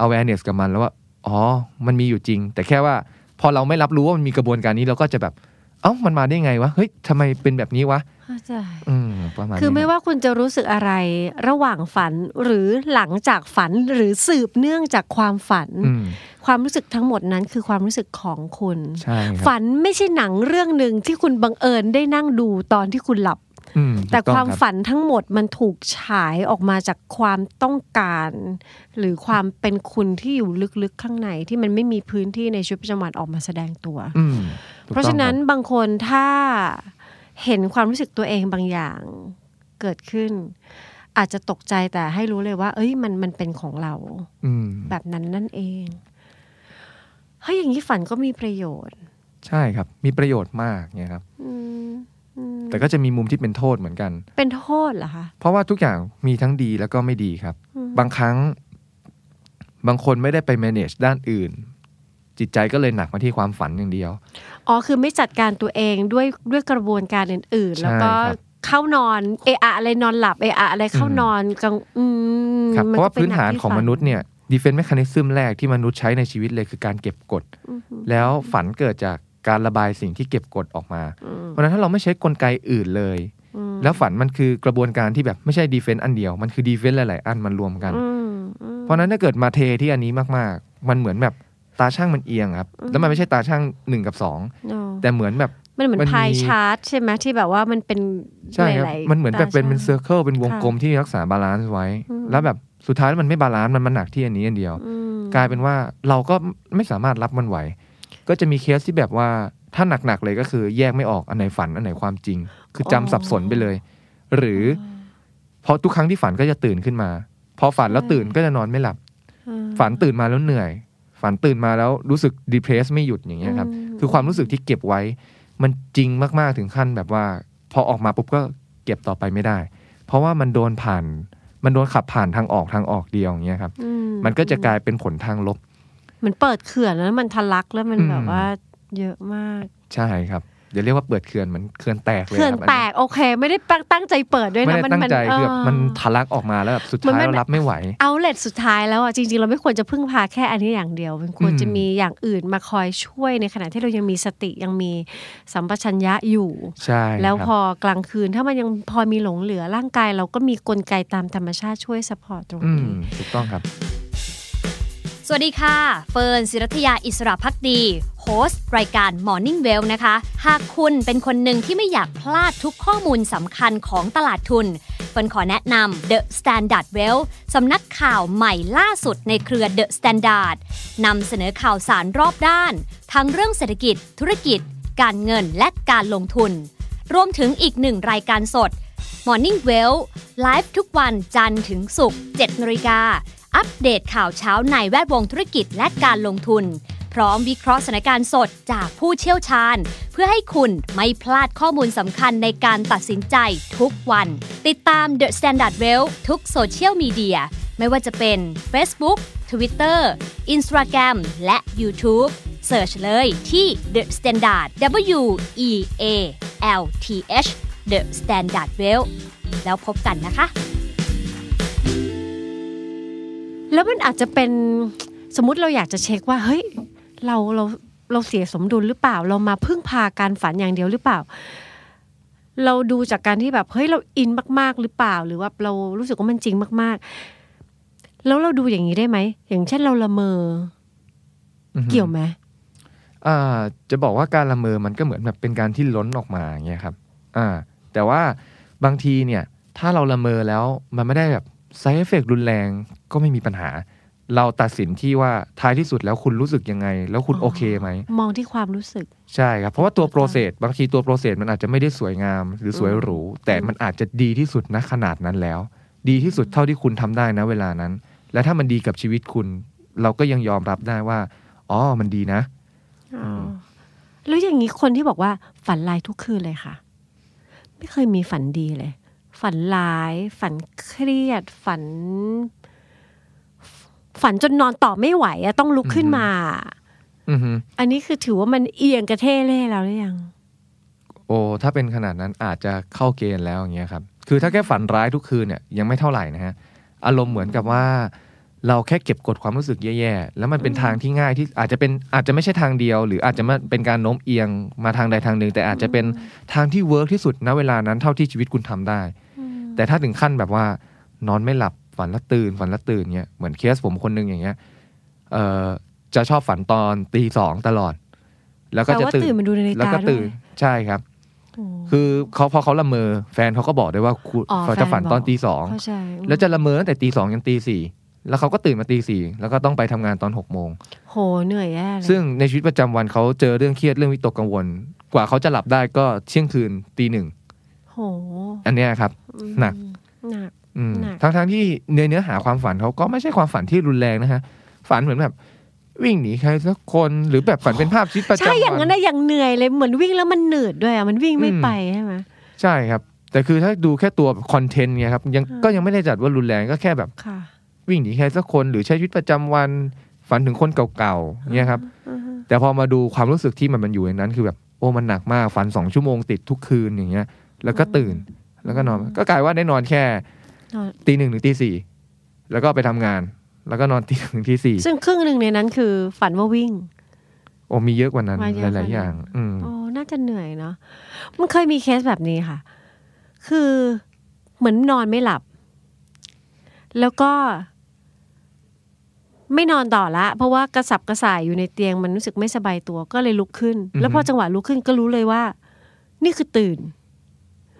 Speaker 9: awareness กับมันแล้วว่า อ๋อ มันมีอยู่จริง แต่แค่ว่าพอเราไม่รับรู้ว่ามันมีกระบวนการนี้เราก็จะแบบ เอ้า มันมาได้ไงวะ เฮ้ยทำไมเป็นแบบนี้วะ
Speaker 10: เข้าใจ
Speaker 9: อืม ประมาณนี้
Speaker 10: คือไม่ว่าคุณจะรู้สึกอะไรระหว่างฝันหรือหลังจากฝันหรือสืบเนื่องจากความฝัน
Speaker 9: อืม
Speaker 10: ความรู้สึกทั้งหมดนั้นคือความรู้สึกของคุณ
Speaker 9: ใช่ครับ
Speaker 10: ฝันไม่ใช่หนังเรื่องหนึ่งที่คุณบังเอิญได้นั่งดูตอนที่คุณหลับ
Speaker 9: อืมถูก
Speaker 10: แต่
Speaker 9: ต้อง
Speaker 10: ความ
Speaker 9: รับ
Speaker 10: ฝันทั้งหมดมันถูกฉายออกมาจากความต้องการ หรือความเป็นคุณที่อยู่ลึกๆข้างในที่มันไม่มีพื้นที่ในชีวิตประจำวันออกมาแสดงตัว
Speaker 9: อืมถูก
Speaker 10: เพราะ
Speaker 9: ต้อง
Speaker 10: ฉะนั้น
Speaker 9: คบบ
Speaker 10: างคนถ้าเห็นความรู้สึกตัวเองบางอย่างเกิดขึ้น อาจจะตกใจแต่ให้รู้เลยว่า เอ้ยมันมันเป็นของเรา
Speaker 9: อืม
Speaker 10: แบบนั้นนั่นเองเฮ้ยอย่างนี้ฝันก็มีประโยชน์
Speaker 9: ใช่ครับ มีประโยชน์มากเนี่ยครับ
Speaker 10: อืมอืม
Speaker 9: แต่ก็จะมีมุมที่เป็นโทษเหมือนกัน
Speaker 10: เป็นโทษเหรอคะ
Speaker 9: เพราะว่าทุกอย่างมีทั้งดีแล้วก็ไม่ดีครับ
Speaker 10: อืม
Speaker 9: บางครั้ง บางคนไม่ได้ไป manage ด้านอื่น จิตใจก็เลยหนักมาที่ความฝันอย่างเดียว
Speaker 10: อ๋อคือไม่จัดการตัวเองด้วยด้วยกระบวนการอื่น ๆ
Speaker 9: ใช่
Speaker 10: แล้วก็
Speaker 9: ครับ
Speaker 10: เข้านอนเอะอะอะไรนอนหลับเอะอะอะไรเข้า
Speaker 9: อืม
Speaker 10: นอนกลางอืม
Speaker 9: ครับ
Speaker 10: มั
Speaker 9: เพราะว่า
Speaker 10: ก็
Speaker 9: พื้น
Speaker 10: หก
Speaker 9: ฐาน
Speaker 10: ที่
Speaker 9: ของ
Speaker 10: ฝั
Speaker 9: มนุษย์เนี่ย defense mechanism แรกที่มนุษย์ใช้ในชีวิตเลยคือการเก็บกด
Speaker 10: อืมอืม
Speaker 9: แล้วฝันเกิดจากการระบายสิ่งที่เก็บกดออกมา
Speaker 10: อืม
Speaker 9: เพราะฉะนั้นถ้าเราไม่ใช้กลไกอื่นเลย
Speaker 10: อืม
Speaker 9: แล้วฝันมันคือกระบวนการที่แบบไม่ใช่ defense อันเดียว มันคือ defense หลาย ๆ อันมันรวมกัน
Speaker 10: อืมอืม
Speaker 9: เพราะฉะนั้นถ้าเกิดมาเทที่อันนี้มาก ๆ มันเหมือนแบบตาช่างมันเอียงครับ
Speaker 10: อืม
Speaker 9: แล้วมันไม่ใช่ตาช่างหนึ่งกับสอง
Speaker 10: อ๋อ
Speaker 9: แต่เหมือนแบบ
Speaker 10: มันเหมือน
Speaker 9: มันมี
Speaker 10: พายชาร์ตใช่ไหมที่แบบว่ามันเป็น
Speaker 9: ใช่ครับ
Speaker 10: หลายๆ
Speaker 9: มันเหมือนแบบเป็น
Speaker 10: ตา
Speaker 9: เป็นเซอ
Speaker 10: ช่าง
Speaker 9: ร์เคิลเป็นวงกลมที่รักษาบาลานซ์ไว้
Speaker 10: อืม
Speaker 9: แล้วแบบสุดท้ายมันไม่บาลานซ์มันมันหนักที่อันนี้อันเดียว
Speaker 10: อืม
Speaker 9: กลายเป็นว่าเราก็ไม่สามารถรับมันไหว ก็จะมีเคสที่แบบว่าถ้าหนัก ๆ เลยก็คือแยกไม่ออกอันไหนฝันอันไหนความจริง คือจำสับสนไปเลย หรือพอทุกครั้งที่ฝันก็จะตื่นขึ้นมา พอฝันแล้วตื่นก็จะนอนไม่หลับ
Speaker 10: อืม
Speaker 9: ฝันตื่นมาแล้วเหนื่อย ฝันตื่นมาแล้วรู้สึกด p r e s s ไม่หยุดอย่างเงี้ยครับ
Speaker 10: อืม
Speaker 9: คือความรู้สึกที่เก็บไว้ มันจริงมากๆถึงขั้นแบบว่า พอออกมาปุ๊บก็เก็บต่อไปไม่ได้ เพราะว่ามันโดนผ่าน มันโดนขับผ่านทางออกทางออกเดียวอย่างเงี้ยครับ
Speaker 10: อื
Speaker 9: มันก็จะกลายเป็นผลทางลบ
Speaker 10: มันเปิดเขื่อนแล้วมันทะลักแล้วมัน
Speaker 9: อืม
Speaker 10: แบบว่าเยอะมาก
Speaker 9: ใช่ครับเดี๋ยวเรียกว่าเปิดเขื่อนเหมือนเขื่อนแตกเลย
Speaker 10: เขื่อน
Speaker 9: ครับ
Speaker 10: แตกโอเค ไม่ได้ตั้งใจเปิดด้
Speaker 9: อั
Speaker 10: วนย
Speaker 9: นี้
Speaker 10: นะ
Speaker 9: ไม่ได้ตั้งใจคือแบบมันทะลักออกมาแล้วแบบสุดท้ายเรารับไม่ไหว
Speaker 10: เอาเลทสุดท้ายแล้วอ่ะจริงๆ เราไม่ควรจะพึ่งพาแค่อันนี้อย่างเดียว มันควร
Speaker 9: อืม
Speaker 10: จะมีอย่างอื่นมาคอยช่วยในขณะที่เรายังมีสติยังมีสัมปชัญญะอยู่
Speaker 9: ใช่
Speaker 10: แล้ว
Speaker 9: ครับ
Speaker 10: พอกลางคืนถ้ามันยังพอมีหลงเหลือร่างกายเราก็มีกลไกตามธรรมชาติช่วยสปอร์ตตรง
Speaker 9: อืม
Speaker 10: นี้
Speaker 9: ถูกต้องครับ
Speaker 4: สวัสดีค่ะ เฟิร์นศิรัทยาอิสระพักดีโฮสต์รายการ Morning Well นะคะ หากคุณเป็นคนหนึ่งที่ไม่อยากพลาดทุกข้อมูลสำคัญของตลาดทุน เฟิร์นขอแนะนำ The Standard Well สำนักข่าวใหม่ล่าสุดในเครือ The Standard นำเสนอข่าวสารรอบด้าน ทั้งเรื่องเศรษฐกิจ ธุรกิจ การเงินและการลงทุน รวมถึงอีกหนึ่งรายการสด Morning Well ไลฟ์ทุกวันจันทร์ถึงศุกร์7นาฬิกา อัปเดตข่าวเช้าในแวดวงธุรกิจและการลงทุน พร้อมวิเคราะห์สถานการณ์สดจากผู้เชี่ยวชาญ เพื่อให้คุณไม่พลาดข้อมูลสำคัญในการตัดสินใจทุกวัน ติดตาม The Standard Well ทุกโซเชียลมีเดีย ไม่ว่าจะเป็น Facebook Twitter Instagram และ YouTube เสิร์ชเลยที่ The Standard W E A L T H The Standard Well แล้วพบกันนะคะ
Speaker 10: แล้วมันอาจจะเป็นสมมติเราอยากจะเช็คว่า เฮ้ย เราเราเราเสียสมดุลหรือเปล่า เรามาพึ่งพาการฝันอย่างเดียวหรือเปล่า เราดูจากการที่แบบเฮ้ยเราอินมาก ๆ หรือเปล่า หรือว่าเรารู้สึกว่ามันจริงมาก ๆ แล้วเราดูอย่างนี้ได้ไหมอย่างเช่นเราละเมอ
Speaker 9: อือฮึ
Speaker 10: เกี่ยวไหม
Speaker 9: อ่าจะบอกว่าการละเมอมันก็เหมือนแบบเป็นการที่ล้นออกมาอย่างเงี้ยครับอ่าแต่ว่าบางทีเนี่ยถ้าเราละเมอแล้วมันไม่ได้แบบ side effect รุนแรงก็ไม่มีปัญหา เราตัดสินที่ว่าท้ายที่สุดแล้วคุณรู้สึกยังไง แล้วคุณโอเคไหม
Speaker 10: มองที่ความรู้สึก
Speaker 9: ใช่ครับ เพราะว่าตัวโปรเซสบางทีตัวโปรเซสมันอาจจะไม่ได้สวยงามหรือสวยหรู แต่มันอาจจะดีที่สุดณขนาดนั้นแล้ว ดีที่สุดเท่าที่คุณทำได้นะเวลานั้น และถ้ามันดีกับชีวิตคุณ เราก็ยังยอมรับได้ว่าอ๋อมันดีนะ ม
Speaker 10: แล้วอย่างนี้คนที่บอกว่าฝันลายทุกคืนเลยค่ะ ไม่เคยมีฝันดีเลย ฝันร้าย ฝันเครียด ฝัน ฝันจนนอนต่อไม่ไหวอะต้องลุกขึ้นมา
Speaker 9: อือฮึ
Speaker 10: อันนี้คือถือว่ามันเอียงกระเท่เล่แล้วหรือยัง
Speaker 9: โอ้ถ้าเป็นขนาดนั้นอาจจะเข้าเกณฑ์แล้วอย่างเงี้ยครับ คือถ้าแค่ฝันร้ายทุกคืนเนี่ยยังไม่เท่าไหร่นะฮะ อารมณ์เหมือนกับว่า เราแค่เก็บกดความรู้สึกแย่ๆ แล้วมันเป็นทางที่ง่ายที่อาจจะเป็นอาจจะไม่ใช่ทางเดียว หรืออาจจะไม่เป็นการโน้มเอียงมาทางใดทางหนึ่ง แต่อาจจะเป็นทางที่เวิร์กที่สุดณเวลานั้นเท่าที่ชีวิตคุณทำได้ แต่ถ้าถึงขั้นแบบว่า นอนไม่หลับฝันละตื่นฝันละตื่นเงี้ยเหมือนเคสผมคนหนึงอย่างเงี้ยเอ่อจะชอบฝันตอนตีสองตลอด แล้วก็จะ
Speaker 10: แปลว่าตื่นมาดูนาฬิกา
Speaker 9: แล้วก็ตื่น
Speaker 10: ด้วย
Speaker 9: ใช่ครับ คือเขาพอเขาละเมอแฟนเขาก็บอกได้ว่าคุณ
Speaker 10: อ๋อ
Speaker 9: เขาจะฝัน
Speaker 10: แฟนบอก
Speaker 9: ตอนตีสอง
Speaker 10: เข้าใจอืม
Speaker 9: แล้วจะละเมอตั้งแต่ตีสองยันตีสี่แล้วเขาก็ตื่นมาตีสี่แล้วก็ต้องไปทำงานตอนหกโมง
Speaker 10: โหเหนื่อยแย่เลย
Speaker 9: ซึ่งในชีวิตประจำวันเขาเจอเรื่องเครียดเรื่องวิตกกังวล กว่าเขาจะหลับได้ก็เที่ยงคืนตีหนึ่ง
Speaker 10: โห
Speaker 9: อันเนี้ยครับ หนัก
Speaker 10: หนัก
Speaker 9: อืม
Speaker 10: หนัก
Speaker 9: ทั้งทั้งๆที่เนื้อเนื้อหาความฝันเขาก็ไม่ใช่ความฝันที่รุนแรงนะฮะ ฝันเหมือนแบบ วิ่งหนีใครสักคนหรือแบบฝันเป็นภาพชีวิตประจำ
Speaker 10: ใช่อย่างนั้
Speaker 9: วันน
Speaker 10: นะอย่างเหนื่อยเลยเหมือนวิ่งแล้วมันเหนืดด้วยอ่ะมันวิ่งไม่ไปใช่ไหม
Speaker 9: ใช่ครับ แต่คือถ้าดูแค่ตัวคอนเทนต์เนี่ยครับยัง
Speaker 10: อ่า
Speaker 9: ก็ยังไม่ได้จัดว่ารุนแรงก็แค่แบบ
Speaker 10: ค่ะ
Speaker 9: วิ่งหนีใครสักคนหรือใช้ชีวิตประจำวัน ฝันถึงคนเก่าๆเนี่ยครับ
Speaker 10: อือฮึ
Speaker 9: แต่พอมาดูความรู้สึกที่มันมันอยู่ในนั้นคือแบบโอ้มันหนักมากฝันสองชั่วโมงติดทุกคืนอย่างเงี้ย แล้วก็ตื่นแล้วก็นอน ก็กลายว่าได้นอนแค่
Speaker 10: นอน
Speaker 9: ตีหนึ่งถึงตีสี่แล้วก็ไปทำงาน แล้วก็นอนตีหนึ่งถึงตีสี่
Speaker 10: ซึ่งครึ่งหนึ่งในนั้นคือฝันว่าวิ่ง
Speaker 9: โอ้มีเยอะกว่านั้น
Speaker 10: มาเย
Speaker 9: ห
Speaker 10: อะ
Speaker 9: ลาย
Speaker 10: กว่านั้น
Speaker 9: ๆ อย่าง อืม
Speaker 10: โอ้น่าจะเหนื่อยเนาะ มันเคยมีเคสแบบนี้ค่ะ คือเหมือนนอนไม่หลับ แล้วก็ ไม่นอนต่อละ เพราะว่ากระสับกระส่ายอยู่ในเตียงมันรู้สึกไม่สบายตัวก็เลยลุกขึ้น
Speaker 9: อือฮึ
Speaker 10: แล้วพอจังหวะลุกขึ้นก็รู้เลยว่า นี่คือตื่น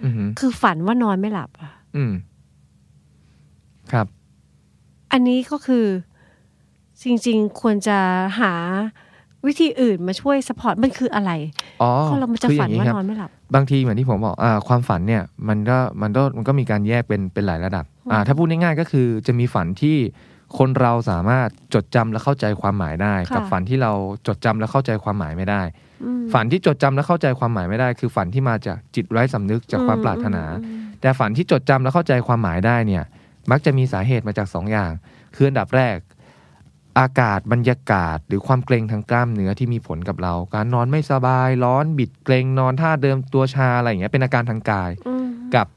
Speaker 9: อืม
Speaker 10: คือฝันว่านอนไม่หลับอะ
Speaker 9: อืมครับ
Speaker 10: อันนี้ก็คือ จริง ๆ ควรจะหาวิธีอื่นมาช่วยสปอร์ตมันคืออะไร
Speaker 9: อ๋อ
Speaker 10: คนเรามันจะ
Speaker 9: คืออ
Speaker 10: ฝัน
Speaker 9: ย่างนี้
Speaker 10: ว่า
Speaker 9: ครับ
Speaker 10: นอนไม่หลับ
Speaker 9: บางทีเหมือนที่ผมบอกอาความฝันเนี่ยมันก็มันก็มันก็มีการแยกเป็นเป็นหลายระดับอ่าถ้าพูดง่ายๆก็คือจะมีฝันที่คนเราสามารถจดจำและเข้าใจความหมายได้
Speaker 10: ค่ะ
Speaker 9: กับฝันที่เราจดจำและเข้าใจความหมายไม่ได้
Speaker 10: อืม
Speaker 9: ฝันที่จดจำและเข้าใจความหมายไม่ได้ คือฝันที่มาจากจิตไร้สำนึกจากความปรารถนา
Speaker 10: อืม
Speaker 9: แต่ฝันที่จดจำและเข้าใจความหมายได้เนี่ย มักจะมีสาเหตุมาจากสองอย่าง คืออันดับแรก อากาศบรรยากาศ หรือความเกรงทางกล้ามเนื้อที่มีผลกับเรา การนอนไม่สบายร้อนบิดเกรงนอนท่าเดิมตัวชาอะไรอย่างเงี้ยเป็นอาการทางกาย
Speaker 10: อืม
Speaker 9: กับ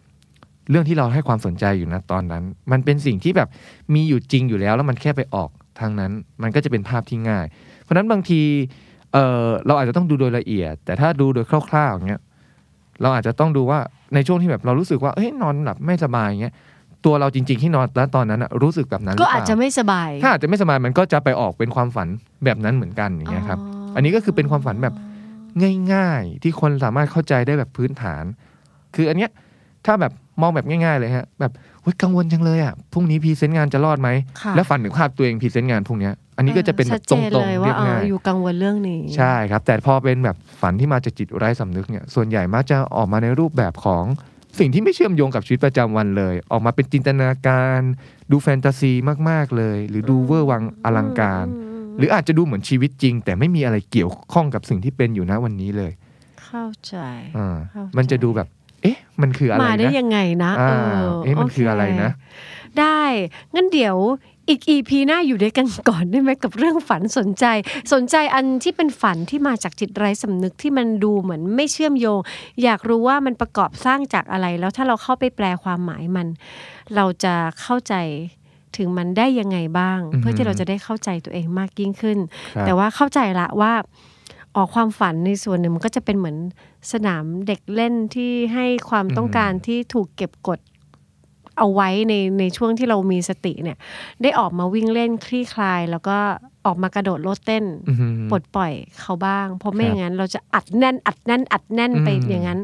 Speaker 9: เรื่องที่เราให้ความสนใจอยู่นะตอนนั้น มันเป็นสิ่งที่แบบมีอยู่จริงอยู่แล้ว แล้วมันแค่ไปออกทางนั้น มันก็จะเป็นภาพที่ง่าย เพราะฉะนั้นบางทีเออเราอาจจะต้องดูโดยละเอียด แต่ถ้าดูโดยคร่าวๆอย่างเงี้ยเราอาจจะต้องดูว่าในช่วงที่แบบเรารู้สึกว่าเอ้ยนอนหลับไม่สบายอย่างเงี้ยตัวเราจริง ๆที่นอนแล้วตอนนั้นอะรู้สึกแบบนั้นหรื
Speaker 10: ก็
Speaker 9: เปล่
Speaker 10: อาจจะไม่สบาย
Speaker 9: ถ้าอาจจะไม่สบายมันก็จะไปออกเป็นความฝันแบบนั้นเหมือนกันอย่างเงี้ยครับ อันนี้ก็คือเป็นความฝันแบบ ง่ายๆ ที่คนสามารถเข้าใจได้แบบพื้นฐาน คืออันเนี้ยถ้าแบบมองแบบง่าย ๆ เลยฮะ แบบเฮ้ยกังวลจังเลยอ่ะพรุ่งนี้พรีเซนต์งานจะรอดไหม
Speaker 10: ค่ะ
Speaker 9: แล้วฝันถึงภาพตัวเองพรีเซนต์งานพรุ่งเนี้ยอันนี้ก็จะเป็นแบ
Speaker 10: ชั
Speaker 9: บ
Speaker 10: ด
Speaker 9: ต
Speaker 10: เจ
Speaker 9: รงๆ
Speaker 10: นเลย
Speaker 9: เรี
Speaker 10: ว่าย
Speaker 9: บ
Speaker 10: เออ
Speaker 9: ง่าย
Speaker 10: อยู่กังวลเรื่องนี้
Speaker 9: ใช่ครับ แต่พอเป็นแบบฝันที่มาจากจิตไร้สำนึกเนี่ยส่วนใหญ่มักจะออกมาในรูปแบบของสิ่งที่ไม่เชื่อมโยงกับชีวิตประจำวันเลย ออกมาเป็นจินตนาการ ดูแฟนตาซีมากๆเลย หรือดูเวอร์วังอลังการ หรืออาจจะดูเหมือนชีวิตจริง แต่ไม่มีอะไรเกี่ยวข้องกับสิ่งที่เป็นอยู่นะวันนี้เลย
Speaker 10: เข้าใจ
Speaker 9: อ่า
Speaker 10: เข้าใจ
Speaker 9: มันจะดูแบบ เอ๊ะ มันคืออะไร
Speaker 10: มาได้
Speaker 9: นะ
Speaker 10: ยังไงนะ
Speaker 9: อ่า
Speaker 10: เอ
Speaker 9: เอ๊ะ มันคืออะไรนะ
Speaker 10: โเคได้ งั้นเดี๋ยวอีก EP หน้าอยู่ด้วยกันก่อนได้ไหมกับเรื่องฝันสนใจ สนใจอันที่เป็นฝันที่มาจากจิตไร้สำนึกที่มันดูเหมือนไม่เชื่อมโยง อยากรู้ว่ามันประกอบสร้างจากอะไร แล้วถ้าเราเข้าไปแปลความหมายมัน เราจะเข้าใจถึงมันได้ยังไงบ้าง
Speaker 9: อือหือ
Speaker 10: เพื่อที่เราจะได้เข้าใจตัวเองมากยิ่งขึ้น
Speaker 9: ครับ
Speaker 10: แต่ว่าเข้าใจละว่าออกความฝันในส่วนหนึ่งมันก็จะเป็นเหมือนสนามเด็กเล่นที่ให้ความต้องการที่ถูกเก็บกดเอาไว้ในในช่วงที่เรามีสติเนี่ย ได้ออกมาวิ่งเล่นคลี่คลาย แล้วก็ออกมากระโดดโลดเต้น
Speaker 9: อื้อหือ
Speaker 10: ปลดปล่อยเขาบ้าง เพราะไม่
Speaker 9: ค
Speaker 10: อ
Speaker 9: รับ
Speaker 10: ย่างนั้น เราจะอัดแน่น อัดแน่น อัดแน่นไป
Speaker 9: อืม
Speaker 10: อย่างนั้น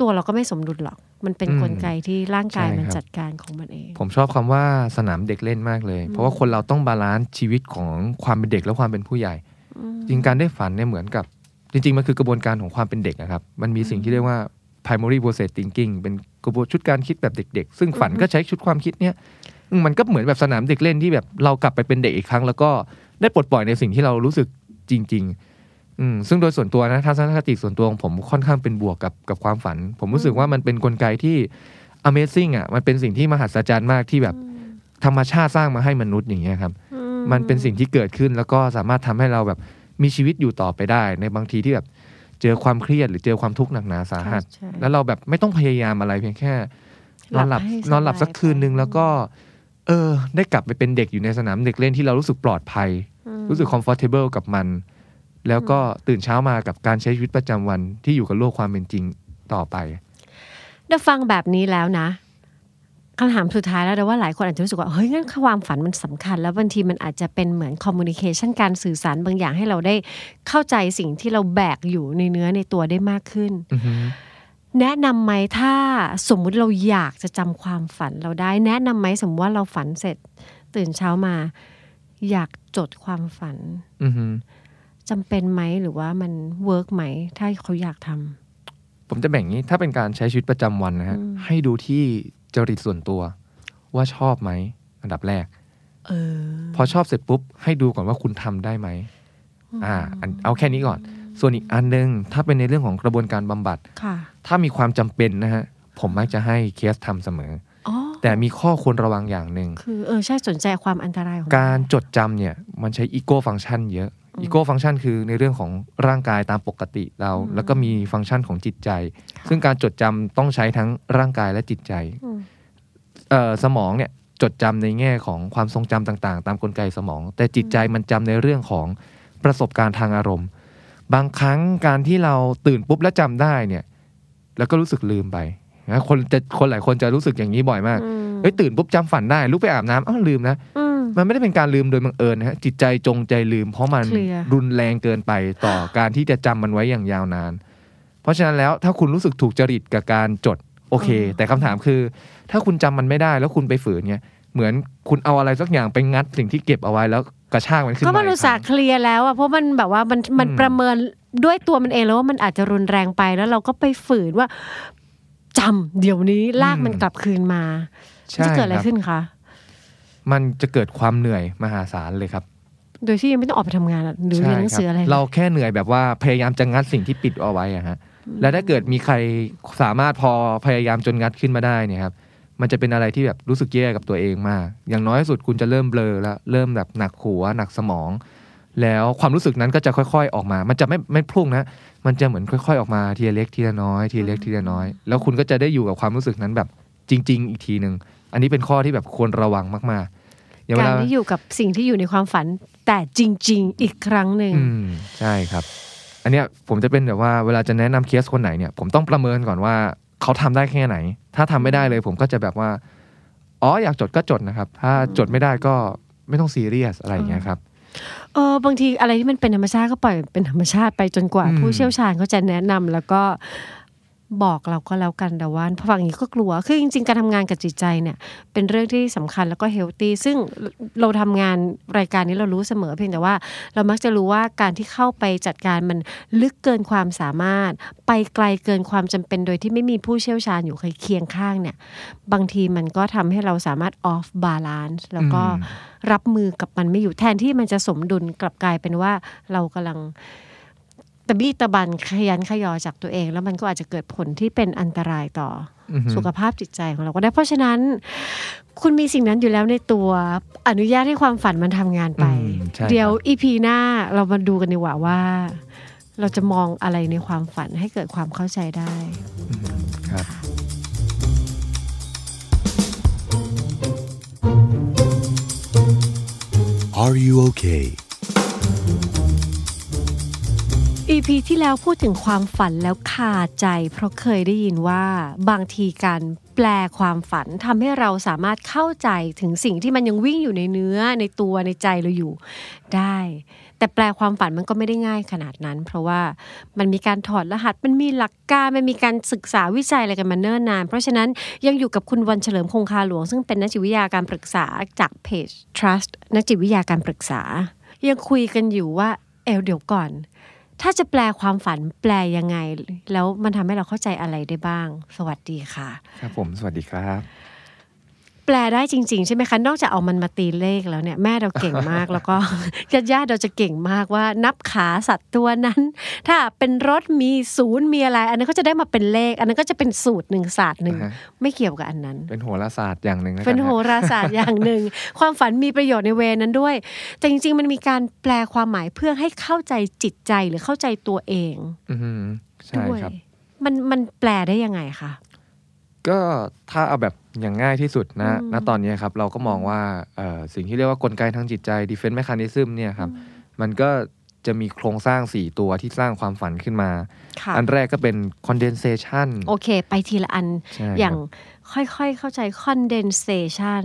Speaker 10: ตัวเราก็ไม่สมดุลหรอก มันเป็น
Speaker 9: อืม
Speaker 10: กลไกที่ร่างกาย
Speaker 9: ใช่
Speaker 10: มัน
Speaker 9: ครับ
Speaker 10: จัดการของมันเอง
Speaker 9: ผมชอบคำว่าสนามเด็กเล่นมากเลย เพราะว่าคนเราต้องบาลานซ์ชีวิตของความเป็นเด็กและความเป็นผู้ใหญ่ จริงการได้ฝันเนี่ยเหมือนกับ จริง ๆ มันคือกระบวนการของความเป็นเด็กนะครับ มันมีสิ่งที่เรียกว่า primary process thinking เป็นกระบวนชุดการคิดแบบเด็ก ๆ ซึ่งฝันก็ใช้ชุดความคิดเนี่ยอืมมันก็เหมือนแบบสนามเด็กเล่นที่แบบเรากลับไปเป็นเด็กอีกครั้ง แล้วก็ได้ปลดปล่อยในสิ่งที่เรารู้สึกจริง ๆ อืมซึ่งโดยส่วนตัวนะทัศนคติส่วนตัวของผมค่อนข้างเป็นบวกกับกับความฝัน ผมรู้สึกว่ามันเป็นกลไกที่ Amazing อ่ะมันเป็นสิ่งที่มหัศจรรย์มากที่แบบธรรมชาติสร้างมาให้มนุษย์อย่างเงี้ยครับ มันเป็นสิ่งที่เกิดขึ้นแล้วก็สามารถทำให้เราแบบมีชีวิตอยู่ต่อไปได้ ในบางทีที่แบบเจอความเครียดหรือเจอความทุกข์หนักหนาสาหัส
Speaker 10: ใช่
Speaker 9: แล้วเราแบบไม่ต้องพยายามอะไรเพียงแค่นอนหลับ
Speaker 10: หลับให้สบาย
Speaker 9: นอนหลับสักคืนนึง
Speaker 10: ไป
Speaker 9: แล้วก็ เออ ได้กลับไปเป็นเด็กอยู่ในสนามเด็กเล่นที่เรารู้สึกปลอดภัย รู้สึก comfortable กับมัน แล้วก็ตื่นเช้ามากับการใช้ชีวิตประจำวันที่อยู่กับโลกความเป็นจริงต่อไป
Speaker 10: ได้ฟังแบบนี้แล้วนะ คำถามสุดท้ายแล้วแต่ว่าหลายคนอาจจะรู้สึกว่า เฮ้ยงั้นความฝันมันสำคัญ แล้วบางทีมันอาจจะเป็นเหมือนคอมมูนิเคชันการสื่อสารบางอย่างให้เราได้เข้าใจสิ่งที่เราแบกอยู่ในเนื้อในตัวได้มากขึ้น
Speaker 3: อือฮึ
Speaker 10: แนะนำไหมถ้าสมมุติเราอยากจะจำความฝันเราได้ แนะนำไหมสมมติว่าเราฝันเสร็จ ตื่นเช้ามา อยากจดความฝัน
Speaker 9: อือฮึ
Speaker 10: จำเป็นไหมหรือว่ามันเวิร์กไหม ถ้าเขาอยากทำ
Speaker 9: ผมจะแบ่งงี้ถ้าเป็นการใช้ชีวิตประจำวันนะฮะ
Speaker 10: อืม
Speaker 9: ให้ดูที่จริตส่วนตัว ว่าชอบไหมอันดับแรก
Speaker 10: เออ
Speaker 9: พอชอบเสร็จปุ๊บ ให้ดูก่อนว่าคุณทำได้ไหมอ่าอันเอาแค่นี้ก่อน ส่วนอีกอันหนึงถ้าเป็นในเรื่องของกระบวนการบำบัด
Speaker 10: ค่ะ
Speaker 9: ถ้ามีความจำเป็นนะฮะ ผมมักจะให้เคสทำเสมอ
Speaker 10: อ๋อ
Speaker 9: แต่มีข้อควรระวังอย่างหนึ่ง
Speaker 10: คือเออใช่สนใจความอันตรายของมัน
Speaker 9: การจดจำเนี่ย มันใช้อีโก้ฟัง t i ชันเยอะอีโก้ฟัง t i ชันคือในเรื่องของร่างกายตามปกติเรา แล้วก็มีฟังก์ชันของจิตใจ ซึ่งการจดจำต้องใช้ทั้งร่างกายและจิตใจ
Speaker 10: อืม
Speaker 9: เอ่อสมองเนี่ยจดจำในแง่ของความทรงจำต่าง ๆ ตามกลไกสมอง แต่จิตใจมันจำในเรื่องของประสบการณ์ทางอารมณ์ บางครั้งการที่เราตื่นปุ๊บแล้วจำได้เนี่ยแล้วก็รู้สึกลืมไปนะคนจะคนหลายคนจะรู้สึกอย่างนี้บ่อยมาก
Speaker 10: อืม
Speaker 9: เฮ้ยตื่นปุ๊บจำฝันได้ลุกไปอาบน้ำอ้าวลืมนะ
Speaker 10: อืม
Speaker 9: มันไม่ได้เป็นการลืมโดยบังเอิญนะฮะจิตใจจงใจลืม เพราะมัน
Speaker 10: เคลียร์
Speaker 9: รุนแรงเกินไปต่อการที่จะจำมันไว้อย่างยาวนาน เพราะฉะนั้นแล้วถ้าคุณรู้สึกถูกจริตกับการจดโอเค แต่คำถามคือ ถ้าคุณจำมันไม่ได้แล้วคุณไปฝืนเนี่ยเหมือนคุณเอาอะไรสักอย่างไปงัดสิ่งที่เก็บเอาไว้แล้วกระชากมันขึ้น
Speaker 10: ก็
Speaker 9: มา
Speaker 10: มัน
Speaker 9: อี
Speaker 10: อุ
Speaker 9: ก
Speaker 10: ต
Speaker 9: ค
Speaker 10: ส่า
Speaker 9: รั้ง
Speaker 10: ห์เคลียร์แล้วอะเพราะมันแบบว่ามันมัน
Speaker 9: อืม
Speaker 10: ประเมินด้วยตัวมันเองแล้วว่ามันอาจจะรุนแรงไปแล้วเราก็ไปฝืนว่าจำเดี๋ยวนี้ลากมันกลับคืนมา
Speaker 9: ใช่
Speaker 10: จะเกิดอะไร
Speaker 9: ครับ
Speaker 10: ขึ้นคะ
Speaker 9: มันจะเกิดความเหนื่อยมหาศาลเลยครับ
Speaker 10: โดยที่ยังไม่ต้องออกไปทำงานอะหรือ
Speaker 9: ใช่
Speaker 10: เรียนหนังสืออะไร
Speaker 9: คบเราแค่เหนื่อยแบบว่าพยายามจะงัดสิ่งที่ปิดเอาไว้อะฮะ และถ้าเกิดมีใครสามารถพอพยายามจนงัดขึ้นมาได้เนี่ยครับมันจะเป็นอะไรที่แบบรู้สึกแย่กับตัวเองมาก อย่างน้อยที่สุดคุณจะเริ่มเบลอแล้วเริ่มแบบหนักหัวหนักสมอง แล้วความรู้สึกนั้นก็จะค่อยๆออกมา มันจะไม่ไม่พุ่งนะ มันจะเหมือนค่อย ๆ ออกมาทีละเล็กทีละน้อยทีละเล็กทีละน้อย แล้วคุณก็จะได้อยู่กับความรู้สึกนั้นแบบจริง ๆ อีกทีหนึ่งอันนี้เป็นข้อที่แบบควรระวังมากๆอย่างเว
Speaker 10: การ
Speaker 9: ลา
Speaker 10: ที่อยู่กับสิ่งที่อยู่ในความฝัน แต่จริง ๆ อีกครั้งหนึ่ง
Speaker 9: อืมใช่ครับ อันเนี้ยผมจะเป็นแบบว่าเวลาจะแนะนำเคสคนไหนเนี่ยผมต้องประเมินก่อนว่าเขาทำได้แค่ไหน ถ้าทำไม่ได้เลย ผมก็จะแบบว่าอ๋ออยากจดก็จดนะครับ ถ้าจดไม่ได้ก็ไม่ต้องซีเรียสอะไรอย่างเงี้ยครับ
Speaker 10: เออบางทีอะไรที่มันเป็นธรรมชาติก็ปล่อยเป็นธรรมชาติไปจนกว่า
Speaker 9: อืม
Speaker 10: ผู้เชี่ยวชาญเขาจะแนะนำแล้วก็บอกเราก็แล้วกันแต่ว่าฟังอย่างนี้ก็กลัวคือจริงๆการทำงานกับจิตใจเนี่ย เป็นเรื่องที่สำคัญแล้วก็เฮลตี้ซึ่งเราทำงานรายการนี้เรารู้เสมอเพียงแต่ว่า เรามักจะรู้ว่าการที่เข้าไปจัดการมันลึกเกินความสามารถ ไปไกลเกินความจำเป็นโดยที่ไม่มีผู้เชี่ยวชาญอยู่เคียงข้างเนี่ย บางทีมันก็ทำให้เราสามารถ off balance แล้วก็
Speaker 9: อืม
Speaker 10: รับมือกับมันไม่อยู่แทนที่มันจะสมดุลกลับกลายเป็นว่าเรากำลังตะบี้ตะบันขยันขยอจากตัวเอง แล้วมันก็อาจจะเกิดผลที่เป็นอันตรายต่อ
Speaker 9: อือฮึ
Speaker 10: สุขภาพจิตใจของเราก็ได้ เพราะฉะนั้น คุณมีสิ่งนั้นอยู่แล้วในตัวอนุญาตให้ความฝันมันทำงานไป
Speaker 9: อืมใช่
Speaker 10: เดี๋ยว
Speaker 9: ครับ
Speaker 10: อีพีหน้าเรามาดูกันดีกว่าว่า เราจะมองอะไรในความฝันให้เกิดความเข้าใจได้
Speaker 9: ครับ
Speaker 2: Are you okay?
Speaker 10: EP ที่แล้วพูดถึงความฝันแล้วคาใจ เพราะเคยได้ยินว่าบางทีการแปลความฝันทำให้เราสามารถเข้าใจถึงสิ่งที่มันยังวิ่งอยู่ในเนื้อในตัวในใจเราอยู่ได้ แต่แปลความฝันมันก็ไม่ได้ง่ายขนาดนั้น เพราะว่ามันมีการถอดรหัสมันมีหลักการมันมีการศึกษาวิจัยอะไรกันมาเนิ่นนาน เพราะฉะนั้นยังอยู่กับคุณวันเฉลิมคงคาหลวง ซึ่งเป็นนักจิตวิทยาการปรึกษาจากเพจ trust นักจิตวิทยาการปรึกษา ยังคุยกันอยู่ว่าเอลเดี๋ยวก่อน ถ้าจะแปลความฝันแปลยังไง แล้วมันทำให้เราเข้าใจอะไรได้บ้าง สวัสดีค่ะ
Speaker 9: ครับผมสวัสดีครับ
Speaker 10: แปลได้จริง ๆ ใช่ไหมคะ นอกจากเอามันมาตีเลขแล้วเนี่ย แม่เราเก่งมาก แล้วก็ ญาติญาติๆเราจะเก่งมากว่า นับขาสัตว์ตัวนั้น ถ้าเป็นรถมีศูนย์มีอะไร อันนั้นก็จะได้มาเป็นเลข อันนั้นก็จะเป็นสูตรหนึ่งศาสตร์หนึ่ง
Speaker 9: อ่าฮะ
Speaker 10: ไม่เกี่ยวกับอันนั้น
Speaker 9: เป็นโหราศาสตร์อย่างหนึ่งแล้วกั
Speaker 10: เป็น
Speaker 9: นะ
Speaker 10: โหราศาสตร์อย่างหนึ่ง ความฝันมีประโยชน์ในเวนั้นด้วย แต่จริง ๆ มันมีการแปลความหมายเพื่อให้เข้าใจจิตใจหรือเข้าใจตัวเอง
Speaker 9: อือฮึใช่
Speaker 10: ด้วย
Speaker 9: ครับ
Speaker 10: มันมันแปลได้ยังไงคะ
Speaker 9: ก็ถ้าเอาแบบอย่างง่ายที่สุดนะ
Speaker 10: อืม
Speaker 9: ณตอนนี้ครับ เราก็มองว่าเอ่อสิ่งที่เรียกว่ากลไกทางจิตใจ defense mechanism เนี่ยครับ มันก็ จะมีโครงสร้าง 4 ตัวที่สร้างความฝันขึ้นมา
Speaker 10: ค่ะ
Speaker 9: อันแรกก็เป็น condensation
Speaker 10: โอเค ไปทีละอัน
Speaker 9: ใช่ครับ
Speaker 10: อย่างค่อยๆเข้าใจ condensation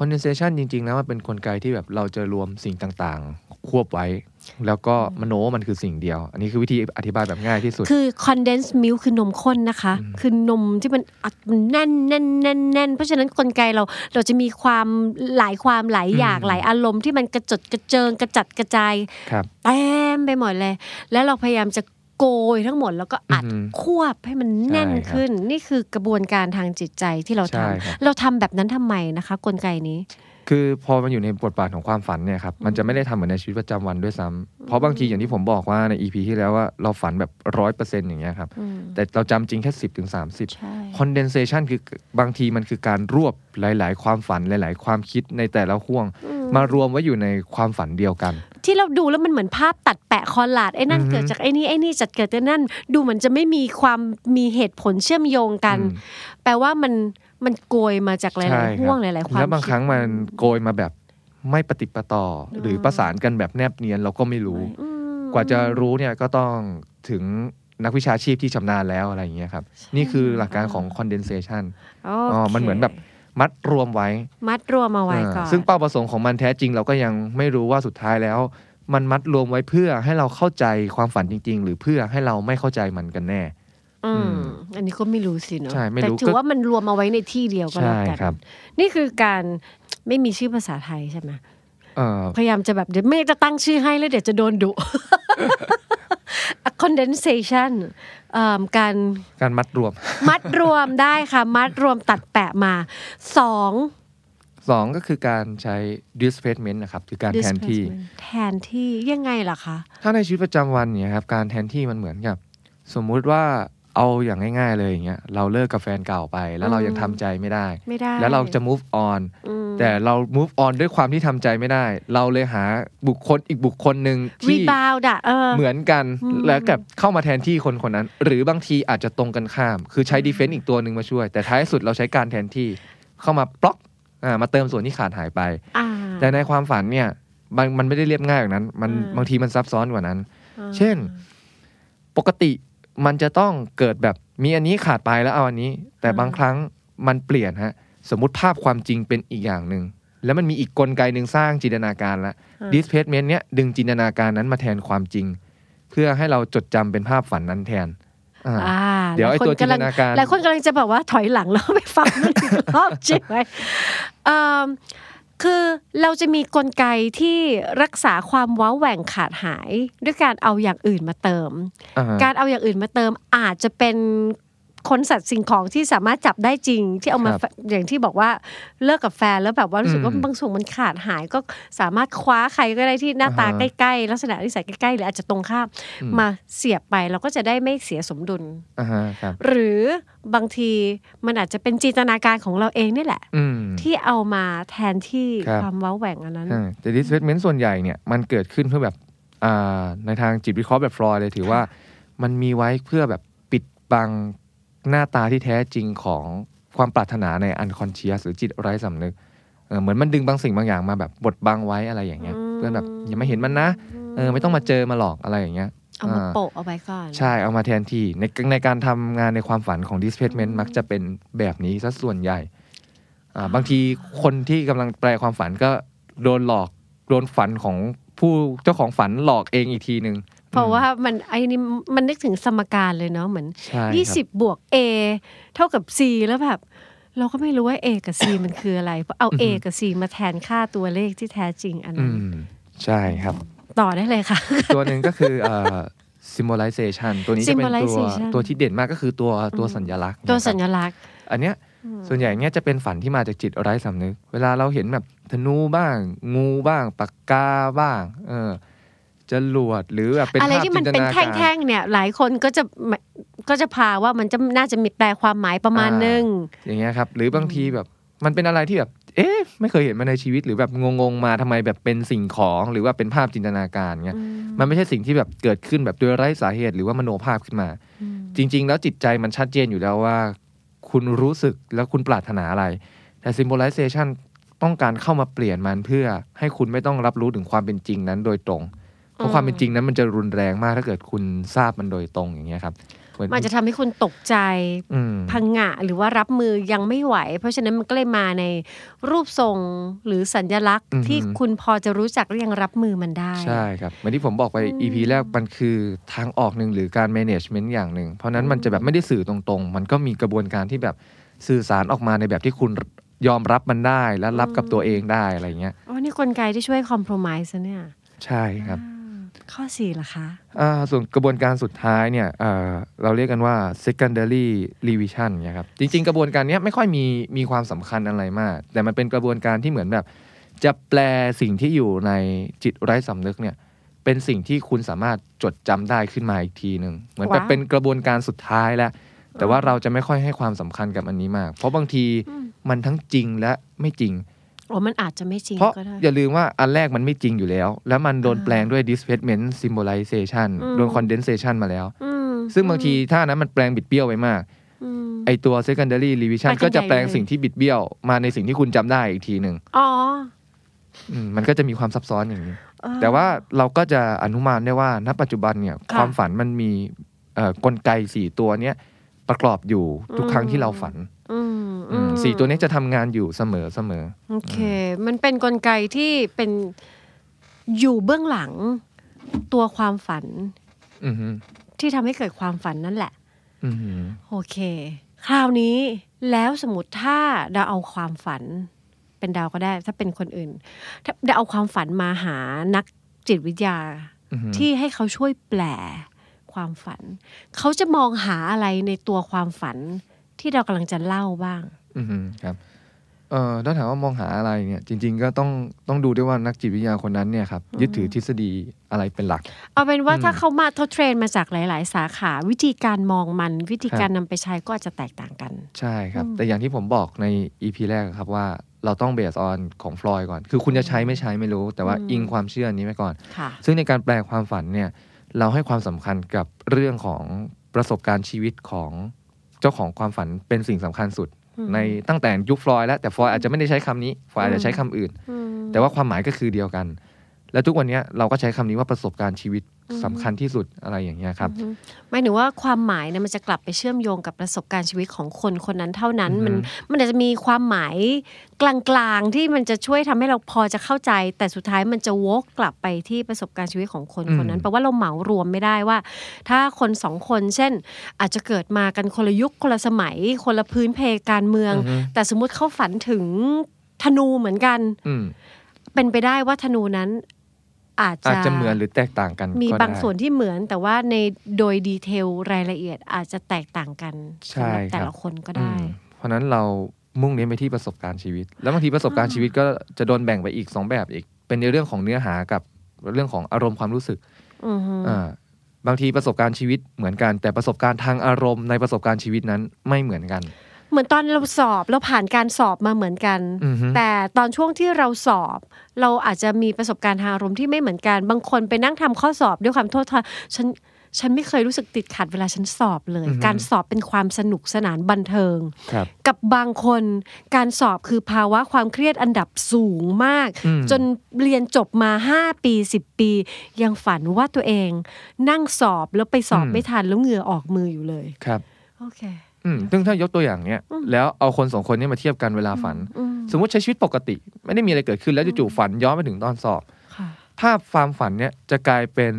Speaker 9: condensation จริง ๆ แล้วมันเป็นนกลไกที่แบบเราจะรวมสิ่งต่างๆ ควบไว้ แล้วก็มโนว่ามันคือสิ่งเดียว อันนี้คือวิธีอธิบายแบบง่ายที่สุด
Speaker 10: คือ condensed milk คือนมข้นนะคะ คือนมที่มันอัดมันแน่นแน่นแน่นแน่นเพราะฉะนั้นกลไกเราเราจะมีความหลายความหลายอย่าง
Speaker 9: อืม
Speaker 10: หลายอารมณ์ที่มันกระจดกระเจิงกระจัดกระจาย
Speaker 9: ครับ
Speaker 10: เต็มไปหมดเลย แล้วเราพยายามจะโกยทั้งหมดแล้วก็อัด
Speaker 9: อือหือ
Speaker 10: ควบให้มันแน่น
Speaker 9: ใช่ครับ
Speaker 10: ขึ้น นี่คือกระบวนการทางจิตใจที่เราทำ
Speaker 9: ใช่ครับ
Speaker 10: เราทำแบบนั้นทำไมนะคะ กลไกนี้
Speaker 9: คือพอมันอยู่ในบทบาทของความฝันเนี่ยครับมันจะไม่ได้ทำเหมือนในชีวิตประจำวันด้วยซ้ำเพราะบางทีอย่างที่ผมบอกว่าใน EP ที่แล้วว่าเราฝันแบบร้อยเปอร์เซ็นต์อย่างเงี้ยครับ
Speaker 10: อืม
Speaker 9: แต่เราจำจริงแค่สิบถึงสามสิบ
Speaker 10: ใช่
Speaker 9: condensation คือบางทีมันคือการรวบหลาย ๆ ความฝันหลาย ๆ ความคิดในแต่ละห่วง มารวมไว้อยู่ในความฝันเดียวกัน
Speaker 10: ที่เราดูแล้วมันเหมือนภาพตัดแปะคอลลาดไอ้นั่น
Speaker 9: อือหือ
Speaker 10: เกิดจากไอ้นี่ไอ้นี่จัดเกิดจากนั่น ดูเหมือนจะไม่มีความมีเหตุผลเชื่อมโยงกัน
Speaker 9: อืม
Speaker 10: แปลว่ามันมันโกยมาจากหลายๆ
Speaker 9: ใช่ครับ
Speaker 10: ห่วงหลาย ๆ ความ
Speaker 9: แล้วบางครั้ง
Speaker 10: ด
Speaker 9: มันโกยมาแบบไม่ปฏิดปะต่ออหรือประสานกันแบบแนบเนียนเราก็ไม่รู้
Speaker 10: อืม
Speaker 9: กว่าจะรู้เนี่ยก็ต้องถึงนักวิชาชีพที่ชำนาญแล้วอะไรอย่างเงี้ยครับ นี่คือหลักการของ condensation
Speaker 10: โอ
Speaker 9: อ๋อ
Speaker 10: เค
Speaker 9: มันเหมือนแบบมัดรวมไว้
Speaker 10: มัดรวมเอาไว้
Speaker 9: อ่า
Speaker 10: ก่อน
Speaker 9: ซึ่งเป้าประสงค์ของมันแท้จริงเราก็ยังไม่รู้ว่าสุดท้ายแล้ว มันมัดรวมไว้เพื่อให้เราเข้าใจความฝันจริง ๆ หรือเพื่อให้เราไม่เข้าใจมันกันแน่
Speaker 10: อืมอันนี้ก็ไม่รู้สิเนอะ
Speaker 9: ใช่ไม่
Speaker 10: แต่
Speaker 9: รู้
Speaker 10: ถื
Speaker 9: ก็
Speaker 10: อว่ามันรวมเอาไว้ในที่เดียวก็แล้
Speaker 9: ใช่
Speaker 10: วกัน
Speaker 9: ครับ
Speaker 10: นี่คือการไม่มีชื่อภาษาไทยใช่ไหม
Speaker 9: เอ่อ
Speaker 10: พยายามจะแบบเดี๋ยวไม่อยากจะตั้งชื่อให้แล้วเดี๋ยวจะโดน ดุ condensation เอิ่มการ
Speaker 9: การมัดรวม
Speaker 10: มัดรวมได้ค่ะ มัดรวมตัดแปะมาสอง
Speaker 9: สองก็คือการใช้ displacement นะครับคือการแทนที่
Speaker 10: displacement แทนที่ยังไงล่ะคะ
Speaker 9: ถ้าในชีวิตประจำวันเนี่ยครับการแทนที่มันเหมือนกับ สมมุติว่าเอาอย่างง่าย ๆ เลยอย่างเงี้ยเราเลิกกับแฟนเก่าไป แล้วเรายังทำใจไม่ได้
Speaker 10: ไม่ได้
Speaker 9: แล้วเราจะ move on
Speaker 10: อืม
Speaker 9: แต่เรา move on ด้วยความที่ทำใจไม่ได้ เราเลยหาบุคคลอีกบุคคลหนึ่งที่
Speaker 10: rebound อะเออ
Speaker 9: เหมือนกัน
Speaker 10: อืม
Speaker 9: แล้วกับเข้ามาแทนที่คนคนนั้น หรือบางทีอาจจะตรงกันข้าม คือใช้ defense อีกตัวหนึ่งมาช่วย แต่ท้ายสุดเราใช้การแทนที่เข้ามาบล็อกอ่ามาเติมส่วนที่ขาดหายไป
Speaker 10: อ่า
Speaker 9: แต่ในความฝันเนี่ยมันมันไม่ได้เรียบง่ายอย่างนั้น มัน
Speaker 10: อ่า
Speaker 9: บางทีมันซับซ้อนกว่านั้น
Speaker 10: อ่า
Speaker 9: เช่น ปกติมันจะต้องเกิดแบบมีอันนี้ขาดไปแล้วเอาอันนี้ แต่บางครั้งมันเปลี่ยนฮะสมมติภาพความจริงเป็นอีกอย่างหนึ่งแล้วมันมีอีกกลไกหนึ่งสร้างจินตนาการละ displacement เนี้ยดึงจินตนาการนั้นมาแทนความจริง เพื่อให้เราจดจำเป็นภาพฝันนั้นแทนอ่า
Speaker 10: อ่า
Speaker 9: เดี๋ยวไอ้ตัวจินตนาการ
Speaker 10: หลายคนกำลังจะแบบว่าถอยหลังแล้วไปฟังมันอีกรอบ ใช่ไหมเอิ่มคือเราจะมีกลไกที่รักษาความว้าแหว่งขาดหาย ด้วยการเอาอย่างอื่นมาเติม
Speaker 9: อ่าฮะ
Speaker 10: การเอาอย่างอื่นมาเติมอาจจะเป็นคนสัตว์สิ่งของที่สามารถจับได้จริง ที่เอามา
Speaker 9: ครับ
Speaker 10: อย่างที่บอกว่าเลิกกับแฟนแล้วแบบว่ารู้สึกว่า
Speaker 9: อืม
Speaker 10: บางส่วนมันขาดหายก็สามารถคว้าใครก็ได้ที่หน้าตา
Speaker 9: อ่าฮะ
Speaker 10: ใกล้ๆลักษณะนิสัยใกล้ๆหรืออาจจะตรงข้าม
Speaker 9: อืม
Speaker 10: มาเสียบไปเราก็จะได้ไม่เสียสมดุล
Speaker 9: อ่าฮะครับ
Speaker 10: หรือบางทีมันอาจจะเป็นจินตนาการของเราเองนี่แหละ
Speaker 9: อืม
Speaker 10: ที่เอามาแทนที่
Speaker 9: ครับ
Speaker 10: ความว้าแหว่งอันนั้น
Speaker 9: อ่าแต่ displacement ส่วนใหญ่เนี่ยมันเกิดขึ้นเพื่อแบบอ่าในทางจิตวิเคราะห์แบบฟลอยด์เลยถือว่า มันมีไว้เพื่อแบบปิดบังหน้าตาที่แท้จริงของความปรารถนาใน unconscious หรือจิตไร้สำนึกเออเหมือนมันดึงบางสิ่งบางอย่างมาแบบบดบังไว้อะไรอย่างเงี้ย
Speaker 10: อืม
Speaker 9: เพื่อแบบอย่ามาเห็นมันนะเออไม่ต้องมาเจอมาหลอกอะไรอย่างเงี้ย
Speaker 10: เอามา
Speaker 9: อ่
Speaker 10: โปะเอาไว้ก่อน
Speaker 9: ใช่เอามาแทนที่ในในการทำงานในความฝันของ displacement มักจะเป็นแบบนี้ซะส่วนใหญ่อ่าบางทีคนที่กำลังแปลความฝันก็โดนหลอกโดนฝันของผู้เจ้าของฝันหลอกเองอีกทีหนึ่ง
Speaker 10: เพราะว่ามันไอ้นี่มันนึกถึงสมการเลยเนาะเหมือน
Speaker 9: ใช่
Speaker 10: ยี่
Speaker 9: ครั
Speaker 10: สิ
Speaker 9: บ
Speaker 10: บบวก A เท่ากับ C แล้วแบบ เราก็ไม่รู้ว่า A กับ C มันคืออะไร เพราะเอา
Speaker 9: อือ
Speaker 10: A
Speaker 9: ฮึ
Speaker 10: กับ C มาแทนค่าตัวเลขที่แท้จริงอัน
Speaker 9: อื
Speaker 10: นั้น
Speaker 9: มใช่ครับ
Speaker 10: ต่อได้เลย ค่ะ
Speaker 9: ตัวหนึ่งก็คือเอ่อ symbolization ตัวนี้จะเป็นตัว
Speaker 10: Symbolization
Speaker 9: ตัวที่เด่นมากก็คือตัวตัวสัญลักษณ์
Speaker 10: ตัว
Speaker 9: นะครับ
Speaker 10: สัญลักษณ์
Speaker 9: อันเนี้ยส่วนใหญ่เนี้ยจะเป็นฝันที่มาจากจิตไร้สำนึก เวลาเราเห็นแบบธนูบ้าง งูบ้าง ปากกาบ้าง เออจรวดหรือแบบเป็น
Speaker 10: อะไร
Speaker 9: ภาพ
Speaker 10: ที่
Speaker 9: จิ
Speaker 10: มัน
Speaker 9: นต
Speaker 10: เป็น
Speaker 9: นา
Speaker 10: แ
Speaker 9: การ
Speaker 10: ท่งๆเนี่ย หลายคนก็จะก็จะพาว่ามันจะน่าจะมีแปลความหมายประมาณนึง
Speaker 9: อย่างเงี้ยครับ หรือบางทีแบบ มันเป็นอะไรที่แบบ เอ๊ะ ไม่เคยเห็นมาในชีวิตหรือแบบงงๆมาทำไมแบบเป็นสิ่งของหรือว่าเป็นภาพจินตนาการเงี้ย มันไม่ใช่สิ่งที่แบบเกิดขึ้นแบบโดยไร้สาเหตุหรือว่ามโนภาพขึ้นมา จริง ๆ แล้วจิตใจมันชัดเจนอยู่แล้วว่า คุณรู้สึกแล้วคุณปรารถนาอะไร แต่ symbolization ต้องการเข้ามาเปลี่ยนมันเพื่อให้คุณไม่ต้องรับรู้ถึงความเป็นจริงนั้นโดยตรง
Speaker 10: อื
Speaker 9: ราะความเป็นจริงนั้นมันจะรุนแรงมากถ้าเกิดคุณทราบมันโดยตรงอย่างเงี้ยครับเหอ
Speaker 10: มันจะทำให้คุณตกใจ
Speaker 9: อืม
Speaker 10: พังงะหรือว่ารับมือยังไม่ไหว เพราะฉะนั้นมันก็เลยมาในรูปทรงหรือสัญญลักษณ์
Speaker 9: อือฮึ
Speaker 10: ที่คุณพอจะรู้จักและยังรับมือมันได้
Speaker 9: ใช่ครับเหมือนที่ผมบอกไป EP แรกมันคือทางออกหนึ่งหรือการ management อย่างหนึ่ง เพราะนั้นมันจะแบบไม่ได้สื่อตรงๆ มันก็มีกระบวนการที่แบบสื่อสารออกมาในแบบที่คุณยอมรับมันได้และรับกับตัวเองได้อะไรอย่างเงี้ย
Speaker 10: โอ้นี่กลไกที่ช่วยคอม p พล i s e เนี่ย
Speaker 9: ใช่ครับ
Speaker 10: อ่าข้อสี่ล่ะคะ
Speaker 9: อ่าส่วนกระบวนการสุดท้ายเนี่ยเอ่อเราเรียกกันว่า secondary revision เนี่ยครับจริง ๆ กระบวนการเนี้ยไม่ค่อยมีมีความสำคัญอะไรมาก แต่มันเป็นกระบวนการที่เหมือนแบบ จะแปลสิ่งที่อยู่ในจิตไร้สำนึกเนี่ยเป็นสิ่งที่คุณสามารถจดจำได้ขึ้นมาอีกทีหนึ่งเหมือนแบบ
Speaker 10: ว้าว
Speaker 9: เป็นกระบวนการสุดท้ายแล้ว แต่ว่าเราจะไม่ค่อยให้ความสำคัญกับอันนี้มาก เพราะบางทีมันทั้งจริงและไม่จริง
Speaker 10: โอ้มันอาจจะไม่จริง
Speaker 9: เพราะ
Speaker 10: ก็ได้
Speaker 9: อย่าลืมว่าอันแรกมันไม่จริงอยู่แล้ว แล้วมันโดน
Speaker 10: อ่า
Speaker 9: แปลงด้วย displacement symbolization
Speaker 10: อืม
Speaker 9: โดน condensation มาแล้ว
Speaker 10: อืม
Speaker 9: ซึ่งบางทีถ้านั้นมันแปลงบิดเบี้ยวไปมาก
Speaker 10: อืม
Speaker 9: ไอตัว secondary revision
Speaker 10: ไปกัน
Speaker 9: ก็จะแปลง
Speaker 10: ใหญ่เลย
Speaker 9: สิ่งที่บิดเบี้ยว มาในสิ่งที่คุณจำได้อีกทีหนึ่ง
Speaker 10: อ๋อ
Speaker 9: อืมมันก็จะมีความซับซ้อนอย่างนี้
Speaker 10: เออ
Speaker 9: แต่ว่าเราก็จะอนุมานได้ว่าณปัจจุบันเนี่ย
Speaker 10: ค่ะ
Speaker 9: ความฝันมันมีเอ่อกลไกสี่ตัวเนี้ยประกอบอยู่ทุกครั้งที่เราฝัน
Speaker 10: อืม
Speaker 9: อื
Speaker 10: อื
Speaker 9: ม
Speaker 10: ม
Speaker 9: สี่ตัวนี้จะทำงานอยู่เสมอเสมอ
Speaker 10: โอเค มันเป็นกลไกที่เป็นอยู่เบื้องหลังตัวความฝัน
Speaker 9: อือฮึ
Speaker 10: ที่ทำให้เกิดความฝันนั่นแหละ
Speaker 9: อือฮึ
Speaker 10: โอเค คราวนี้แล้วสมมติถ้าเราเอาความฝัน เป็นดาวก็ได้ ถ้าเป็นคนอื่น ถ้าเราเอาความฝันมาหานักจิตวิทยา
Speaker 9: อือฮึ
Speaker 10: ที่ให้เขาช่วยแปลความฝัน เขาจะมองหาอะไรในตัวความฝันที่เรากำลังจะเล่าบ้าง
Speaker 9: อืมครับเอ่อถ้าถามว่ามองหาอะไรเนี่ย จริง ๆ ก็ต้องต้องดูด้วยว่านักจิตวิทยาคนนั้นเนี่ยครับยึดถือทฤษฎีอะไรเป็นหลัก
Speaker 10: เอาเป็นว่า
Speaker 9: อืม
Speaker 10: ถ้าเขามาทดเทรนมาจากหลาย ๆ สาขา วิธีการมองมัน วิธี
Speaker 9: ครับ
Speaker 10: การนำไปใช้ก็อาจจะแตกต่างกัน
Speaker 9: ใช่ครับ แต่อย่างที่ผมบอกใน EP แรกครับว่าเราต้องเบสออนของฟลอยก่อน คือคุณจะใช้ไม่ใช้ไม่รู้ แต่ว่าอิงความเชื่อนี้ไว้ก่อน
Speaker 10: ค่ะ
Speaker 9: ซึ่งในการแปลความฝันเนี่ย เราให้ความสำคัญกับเรื่องของประสบการณ์ชีวิตของเจ้าของความฝันเป็นสิ่งสำคัญสุด ในตั้งแต่ยุคฟลอยด์แล้วแต่ฟลอยด์อาจจะไม่ได้ใช้คำนี้ฟลอยด์อาจจะใช้คำอื่น
Speaker 10: อืม
Speaker 9: แต่ว่าความหมายก็คือเดียวกัน และทุกวันเนี้ยเราก็ใช้คำนี้ว่าประสบการณ์ชีวิตสำคัญที่สุดอะไรอย่างเงี้ยครับ
Speaker 10: หมายถึงว่าความหมายเนี่ยมันจะกลับไปเชื่อมโยงกับประสบการณ์ชีวิตของคนคนนั้นเท่านั้น มันมันอาจจะมีความหมายกลางๆที่มันจะช่วยทำให้เราพอจะเข้าใจ แต่สุดท้ายมันจะวกกลับไปที่ประสบการณ์ชีวิตของคน
Speaker 9: อืม
Speaker 10: คนนั้นแปลว่าเราเหมารวมไม่ได้ว่า ถ้าคนสองคน เช่น อาจจะเกิดมากันคนละยุคคนละสมัย คนละพื้นเพการเมือง แต่สมมุติเขาฝันถึงธนูเหมือนกัน
Speaker 9: อืม
Speaker 10: เป็นไปได้ว่าธนูนั้นอาจจะ
Speaker 9: อาจจะเหมือนหรือแตกต่างกัน
Speaker 10: มี
Speaker 9: ก็
Speaker 10: บาง
Speaker 9: ได้
Speaker 10: ส่วนที่เหมือนแต่ว่าในโดยดีเทลรายละเอียดอาจจะแตกต่างกัน
Speaker 9: ใช่
Speaker 10: สำหรับแต่
Speaker 9: ครับ
Speaker 10: ละคนก็
Speaker 9: อื
Speaker 10: ได้
Speaker 9: มเพราะฉะนั้นเรามุ่งเน้นไปที่ประสบการณ์ชีวิต แล้วบางทีประสบการณ์ชีวิตก็จะโดนแบ่งไปอีกสองแบบอีก เป็นในเรื่องของเนื้อหากับเรื่องของอารมณ์ความรู้สึก
Speaker 10: อือฮึ
Speaker 9: อ่าบางทีประสบการณ์ชีวิตเหมือนกัน แต่ประสบการณ์ทางอารมณ์ในประสบการณ์ชีวิตนั้นไม่เหมือนกัน
Speaker 10: เหมือนตอนเราสอบเราผ่านการสอบมาเหมือนกัน
Speaker 9: อือฮึ
Speaker 10: แต่ตอนช่วงที่เราสอบ เราอาจจะมีประสบการณ์ทางอารมณ์ที่ไม่เหมือนกัน บางคนไปนั่งทำข้อสอบด้วยความโทษทอนฉันฉันไม่เคยรู้สึกติดขัดเวลาฉันสอบเลย การสอบเป็นความสนุกสนานบันเทิง
Speaker 9: ครับ
Speaker 10: กับบางคนการสอบคือภาวะความเครียดอันดับสูงมาก
Speaker 9: อืม
Speaker 10: จนเรียนจบมา 5 ปี 10 ปี ยังฝันว่าตัวเอง นั่งสอบแล้วไปสอบไม่ทันแล้วเหงื่อออกมืออยู่เลย
Speaker 9: ครับ
Speaker 10: โอเค
Speaker 9: อืมซึ่งถ้ายกตัวอย่างเนี้ยแล้วเอาคนสองคนเนี้มาเทียบกันเวลาฝัน สมมติใช้ชีวิตปกติ ไม่ได้มีอะไรเกิดขึ้นแล้วจู่ๆฝันย้อนไปถึงตอนสอบ
Speaker 10: ค่ะ
Speaker 9: ภาพความฝันเนี่ยจะกลายเป็น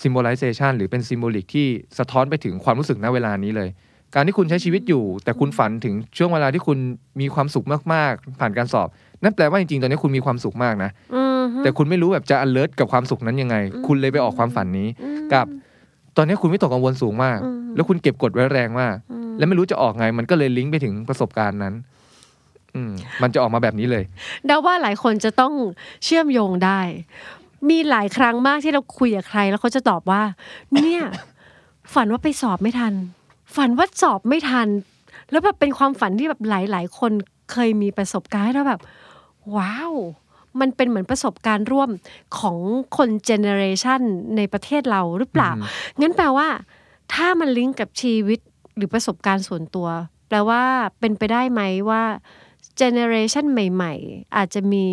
Speaker 9: symbolization หรือเป็น symbolic ที่สะท้อนไปถึงความรู้สึกณเวลานี้เลย การที่คุณใช้ชีวิตอยู่ แต่คุณฝันถึงช่วงเวลาที่คุณมีความสุขมากๆ ผ่านการสอบ นั่นแปลว่าจริงๆ ตอนนี้คุณมีความสุขมากนะ
Speaker 10: อืมฮึ
Speaker 9: แต่คุณไม่รู้แบบจะ alert กับความสุขนั้นยังไง คุณเลยไปออกความฝันนี้ กับ ตอนนี้คุณวิตกกังวลสูงมาก แล้วคุณเก็บกดไว้แรงมาก แล้วไม่รู้จะออกไง มันก็เลยลิงก์ไปถึงประสบการณ์นั้น อืมมันจะออกมาแบบนี้เลย
Speaker 10: เดาว่าหลายคนจะต้องเชื่อมโยงได้ มีหลายครั้งมากที่เราคุยกับใคร แล้วเขาจะตอบว่า เนี่ย ฝันว่าไปสอบไม่ทัน ฝันว่าสอบไม่ทัน แล้วแบบเป็นความฝันที่แบบหลาย ๆ คนเคยมีประสบการณ์แล้วแบบ ว้าว มันเป็นเหมือนประสบการณ์ร่วมของคนเจเนอเรชันในประเทศเราหรือเปล่า งั้นแปลว่า ถ้ามันลิงก์กับชีวิตหรือประสบการณ์ส่วนตัว แปลว่าเป็นไปได้ไหมว่าเจเนอเรชันใหม่ ๆ อาจจะมี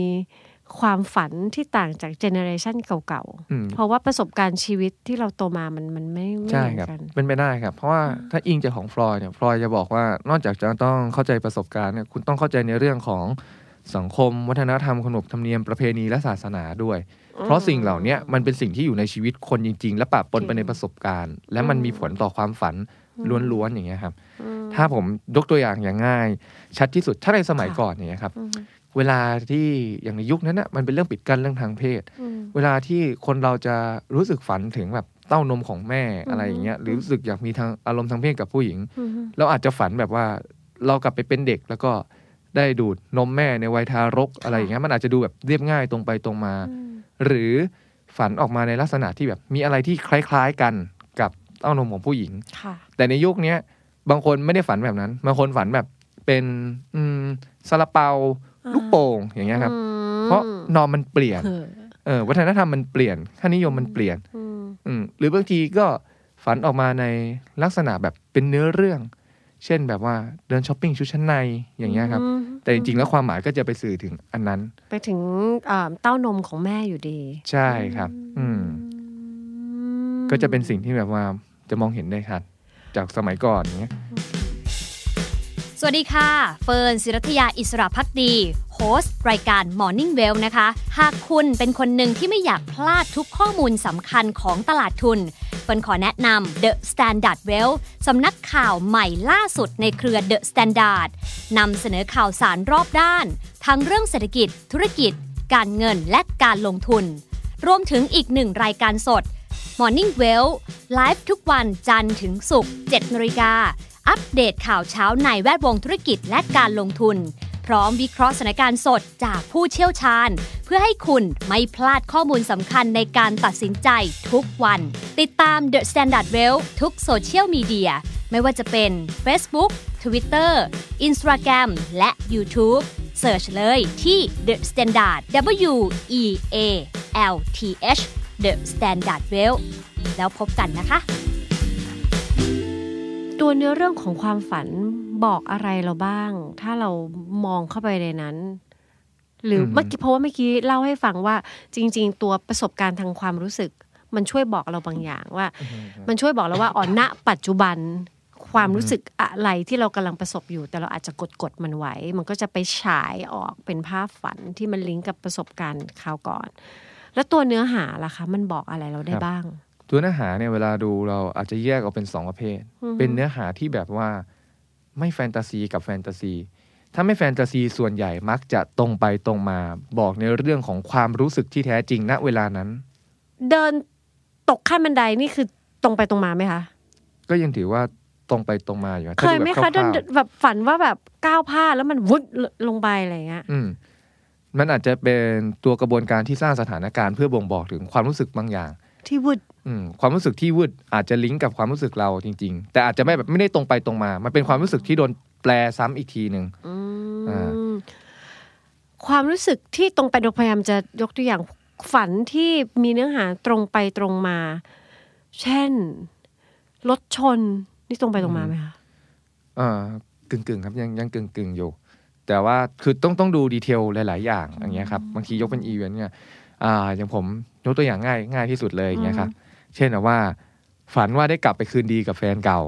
Speaker 10: ความฝันที่ต่างจากเจเนอเรชันเก่า
Speaker 9: อืม
Speaker 10: ๆ เพราะว่าประสบการณ์ชีวิตที่เราโตมามันมันไม่ไม่
Speaker 9: ใช่
Speaker 10: เหมือ
Speaker 9: ครับ
Speaker 10: นกัน
Speaker 9: เป็นไปได้ครับ เพราะว่าถ้าอิงจากของฟลอยด์เนี่ยฟลอยด์จะบอกว่านอกจากจะต้องเข้าใจประสบการณ์เนี่ยคุณต้องเข้าใจในเรื่องของสังคม วัฒนธรรมขนบธรรมเนียมประเพณีและศาสนาด้วย เพราะสิ่งเหล่าเนี้ยมันเป็นสิ่งที่อยู่ในชีวิตคนจริง ๆ และปะปนไปในประสบการณ์ และมันมีผลต่อความฝันล้วนๆอย่างเงี้ยครับ ถ้าผมยกตัวอย่างอย่างง่าย ชัดที่สุดถ้าในสมัย
Speaker 10: ค่ะ
Speaker 9: ก่อนอย่างเงี้ยครับ
Speaker 10: อืม
Speaker 9: เวลาที่อย่างในยุคนั้นน่ะมันเป็นเรื่องปิดกั้นเรื่องทางเพศ
Speaker 10: อืม
Speaker 9: เวลาที่คนเราจะรู้สึกฝันถึงแบบเต้านมของแม่อะไรอย่างเงี้ยหรือรู้สึกอยากมีทางอารมณ์ทางเพศกับผู้หญิง
Speaker 10: อืม
Speaker 9: เราอาจจะฝันแบบว่าเรากลับไปเป็นเด็กแล้วก็ได้ดูดนมแม่ในวัยทารกอะไรอย่างเงี้ยมันอาจจะดูแบบเรียบง่ายตรงไปตรงมา หรือฝันออกมาในลักษณะที่แบบมีอะไรที่คล้าย ๆกันกับเต้านมของผู้หญิง
Speaker 10: ค่ะ
Speaker 9: แต่ในยุคเนี้ยบางคนไม่ได้ฝันแบบนั้นบางคนฝันแบบเป็นอืมซาลาเปาลูกโป่งอย่างเงี้ยครับ เพราะนอมมันเปลี่ยน
Speaker 10: เออ
Speaker 9: เออวัฒนธรรมมันเปลี่ยนค่านิยมมันเปลี่ยน
Speaker 10: อืม
Speaker 9: อืมหรือบางทีก็ฝันออกมาในลักษณะแบบเป็นเนื้อเรื่อง เช่นแบบว่าเดินช้อปปิ้งชุดชั้นในอย่างเงี้ยครับ
Speaker 10: อืม
Speaker 9: แต่จริงๆแล้วความหมายก็จะไปสื่อถึงอันนั้น
Speaker 10: ไปถึงเอ่อเต้านมของแม่อยู่ดี
Speaker 9: ใช่ครับ อืมก็จะเป็นสิ่งที่แบบว่าจะมองเห็นได้ชัดจากสมัยก่อนอย่างเงี้ย
Speaker 4: สวัสดีค่ะ เฟิร์นศิรัทยาอิสระพักดีโฮสต์รายการ Morning Well นะคะ หากคุณเป็นคนหนึ่งที่ไม่อยากพลาดทุกข้อมูลสำคัญของตลาดทุน เฟิร์นขอแนะนำ The Standard Well สำนักข่าวใหม่ล่าสุดในเครือ The Standard นำเสนอข่าวสารรอบด้าน ทั้งเรื่องเศรษฐกิจ ธุรกิจ การเงินและการลงทุน รวมถึงอีกหนึ่งรายการสด Morning Well ไลฟ์ทุกวันจันทร์ถึงศุกร์7นาฬิกา อัปเดตข่าวเช้าในแวดวงธุรกิจและการลงทุน พร้อมวิเคราะห์สถานการณ์สดจากผู้เชี่ยวชาญ เพื่อให้คุณไม่พลาดข้อมูลสำคัญในการตัดสินใจทุกวัน ติดตาม The Standard Well ทุกโซเชียลมีเดียไม่ว่าจะเป็น Facebook Twitter Instagram และ YouTube เ e ิร์ชเลยที่ The Standard W E A L T H The Standard Well แล้วพบกันนะคะ
Speaker 10: ตัวเนื้อเรื่องของความฝันบอกอะไรเราบ้าง ถ้าเรามองเข้าไปในนั้น หรืออ
Speaker 9: ม
Speaker 10: เมื่อกี้เพราะว่าเมื่อกี้เล่าให้ฟังว่าจริง ๆ ตัวประสบการณ์ทางความรู้สึก มันช่วยบอกเราบางอย่างว่า มันช่วยบอกเราว่าอ๋อณปัจจุบัน ความรู้สึกอะไรที่เรากำลังประสบอยู่ แต่เราอาจจะกดกดๆมันไว้ มันก็จะไปฉายออกเป็นภาพฝันที่มันลิงก์กับประสบการณ์คราวก่อน แล้วตัวเนื้อหาล่ะคะ มันบอกอะไรเราได้บ้าง
Speaker 9: ตัวเนื้อหาเนี่ยเวลาดูเราอาจจะแยกออกเป็นสองประเภท
Speaker 10: อือฮึ
Speaker 9: เป็นเนื้อหาที่แบบว่าไม่แฟนตาซีกับแฟนตาซี ถ้าไม่แฟนตาซีส่วนใหญ่มักจะตรงไปตรงมา บอกในเรื่องของความรู้สึกที่แท้จริงณเวลานั้น
Speaker 10: เดินตกขั้นบันไดนี่คือตรงไปตรงมาไหมคะ
Speaker 9: ก็ยังถือว่าตรงไปตรงมาอยู่นะ
Speaker 10: เค
Speaker 9: ถ้าย
Speaker 10: ไหม
Speaker 9: ดูแบ
Speaker 10: คะ
Speaker 9: บ
Speaker 10: เดิน
Speaker 9: ร่าวๆ
Speaker 10: แบบฝันว่าแบบก้าวพลาดแล้วมันวุดลงไปอะไรอย่างเงี้ย
Speaker 9: อืมมันอาจจะเป็นตัวกระบวนการที่สร้างสถานการณ์เพื่อบ่งบอกถึงความรู้สึกบางอย่าง
Speaker 10: ที่วุด
Speaker 9: อืมความรู้สึกที่วืดอาจจะลิงก์กับความรู้สึกเราจริง ๆ แต่อาจจะไม่แบบไม่ได้ตรงไปตรงมา มันเป็นความรู้สึกที่โดนแปลซ้ำอีกทีหนึ่ง อ่า
Speaker 10: ความรู้สึกที่ตรงไปตรงพยายามจะยกตัวอย่างฝันที่มีเนื้อหาตรงไปตรงมา เช่นรถชนนี่ตรงไปตรงมาไหมคะ
Speaker 9: เอ่อกึ่งๆครับยังยังกึ่งๆอยู่ แต่ว่าคือต้องต้องดูดีเทลหลาย ๆ อย่างอย่างเงี้ยครับบางทียกเป็นอีเวนต์เนี่ยอ่าอย่างผมยกตัวอย่างง่ายง่ายที่สุดเลยอย่างเงี้ยครับเช่นว่า ฝันว่าได้กลับไปคืนดีกับแฟนเก่า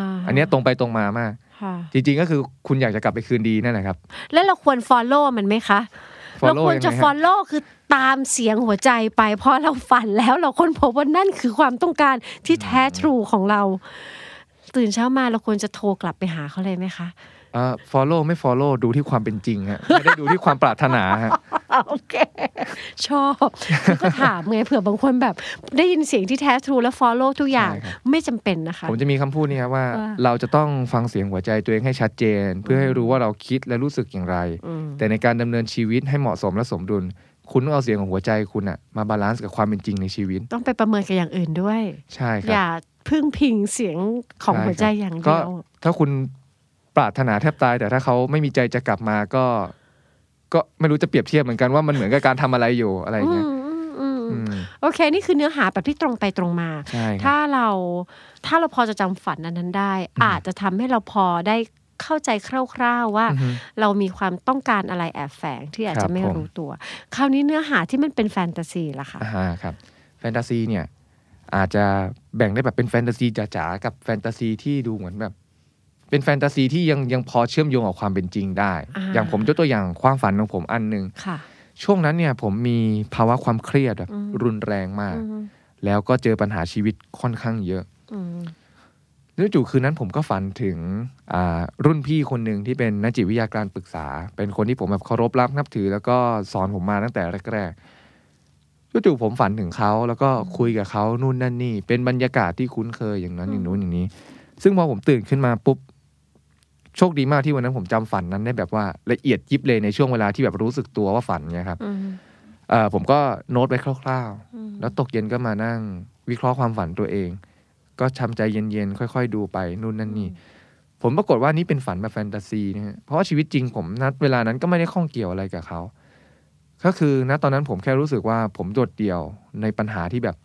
Speaker 10: า
Speaker 9: อันเนี้ยตรงไปตรงมามาก
Speaker 10: ค่ะ
Speaker 9: จริง ๆ ก็คือคุณอยากจะกลับไปคืนดีนั่นแหละครับ
Speaker 10: แล้วเราควร follow มันไหมคะ เรา
Speaker 9: follow
Speaker 10: ควร
Speaker 9: ยั
Speaker 10: จะ
Speaker 9: งไงฮ
Speaker 10: follow คือตามเสียงหัวใจไป เพราะเราฝันแล้วเราค้นพบว่านั่นคือความต้องการที่แท้ทรูของเรา ตื่นเช้ามาเราควรจะโทรกลับไปหาเขาเลยไหมคะ
Speaker 9: เอ่อ follow ไม่ follow ดูที่ความเป็นจริงฮะ ไม่ได้ดูที่ความปรารถนาฮะ
Speaker 10: โอเค ชอบคือก็ถามไงเผื่อบางคนแบบ ได้ยินเสียงที่แท้ทรูและ follow ทุกอย่าง
Speaker 9: ใช่ครับ
Speaker 10: ไม่จำเป็นนะคะ
Speaker 9: ผมจะมีคำพูดนี่ครับว่า
Speaker 10: ว่า
Speaker 9: เราจะต้องฟังเสียงหัวใจตัวเองให้ชัดเจน เพื่อให้รู้ว่าเราคิดและรู้สึกอย่างไร
Speaker 10: อืม
Speaker 9: แต่ในการดำเนินชีวิตให้เหมาะสมและสมดุล คุณต้องเอาเสียงของหัวใจคุณอะมาบาลานซ์กับความเป็นจริงในชีวิต
Speaker 10: ต้องไปประเมินกับอย่างอื่นด้วย
Speaker 9: ใช่ค
Speaker 10: อ
Speaker 9: รับ
Speaker 10: ย่าพึ่งพิงเสียงของ
Speaker 9: ใช่
Speaker 10: หัวใจ
Speaker 9: ครับ
Speaker 10: อย่าง
Speaker 9: ก็
Speaker 10: เดียว
Speaker 9: ถ้าคุณปรารถนาแทบตาย แต่ถ้าเขาไม่มีใจจะกลับมาก็ ก็ไม่รู้จะเปรียบเทียบเหมือนกันว่ามันเหมือนกับการทำอะไรอยู่อะไรอย่างเงี้ย
Speaker 10: อืมอืมอืม
Speaker 9: อืม
Speaker 10: โอเค นี่คือเนื้อหาแบบที่ตรงไปตรงมา
Speaker 9: ใช่ครับ
Speaker 10: ถ้าเราถ้าเราพอจะจำฝันอันนั้นได้ อาจจะทำให้เราพอได้ เข้าใจคร่าวๆว่า
Speaker 9: อือฮึ
Speaker 10: เรามีความต้องการอะไรแอบแฝงที่อาจ
Speaker 9: ครั
Speaker 10: จะ
Speaker 9: บ
Speaker 10: ไม่
Speaker 9: ผม
Speaker 10: รู้ตัว คราวนี้เนื้อหาที่มันเป็นแฟนตาซีล่ะค่ะ
Speaker 9: อ่าครับแฟนตาซีเนี่ยอาจจะแบ่งได้แบบเป็นแฟนตาซีจ๋าๆกับแฟนตาซีที่ดูเหมือนแบบ เป็นแฟนตาซีที่ยังยังพอเชื่อมโยงกับความเป็นจริงได้
Speaker 10: อ่า
Speaker 9: อย่างผมยกตัวอย่างความฝันของผมอันหนึ่ง
Speaker 10: ค่ะ
Speaker 9: ช่วงนั้นเนี่ยผมมีภาวะความเครียดแบบ
Speaker 10: อืม
Speaker 9: รุนแรงมาก
Speaker 10: อืม
Speaker 9: แล้วก็เจอปัญหาชีวิตค่อนข้างเยอะ
Speaker 10: อืม
Speaker 9: แล้วจู่คืนนั้นผมก็ฝันถึงอ่ารุ่นพี่คนหนึ่งที่เป็นนักจิตวิทยาการปรึกษา เป็นคนที่ผมแบบเคารพรักนับถือ แล้วก็สอนผมมาตั้งแต่แรกๆจู่ๆผมฝันถึงเขาแล้วก็คุยกับเขานู่นนั่นนี่ เป็นบรรยากาศที่คุ้นเคยอย่างนั้นอย่างนู้นอย่างนี้ ซึ่งพอผมตื่นขึ้นมาปุ๊บโชคดีมากที่วันนั้นผมจำฝันนั้นได้แบบว่าละเอียดยิบเลยในช่วงเวลาที่แบบรู้สึกตัวว่าฝันเนี่ยครับ
Speaker 10: อืม
Speaker 9: เอ่อผมก็โน้ตไว้คร่าว ๆ
Speaker 10: อืม
Speaker 9: แล้วตกเย็นก็มานั่งวิเคราะห์ความฝันตัวเอง ก็ทำใจเย็นๆ ค่อยๆ ดูไปนู่นนั่นนี่ ผมปรากฏว่านี่เป็นฝันแบบแฟนตาซีนะฮะเพราะว่าชีวิตจริงผมนัดเวลานั้นก็ไม่ได้ข้องเกี่ยวอะไรกับเขา ก็คือณตอนนั้นผมแค่รู้สึกว่าผมโดดเดี่ยวในปัญหาที่แบบ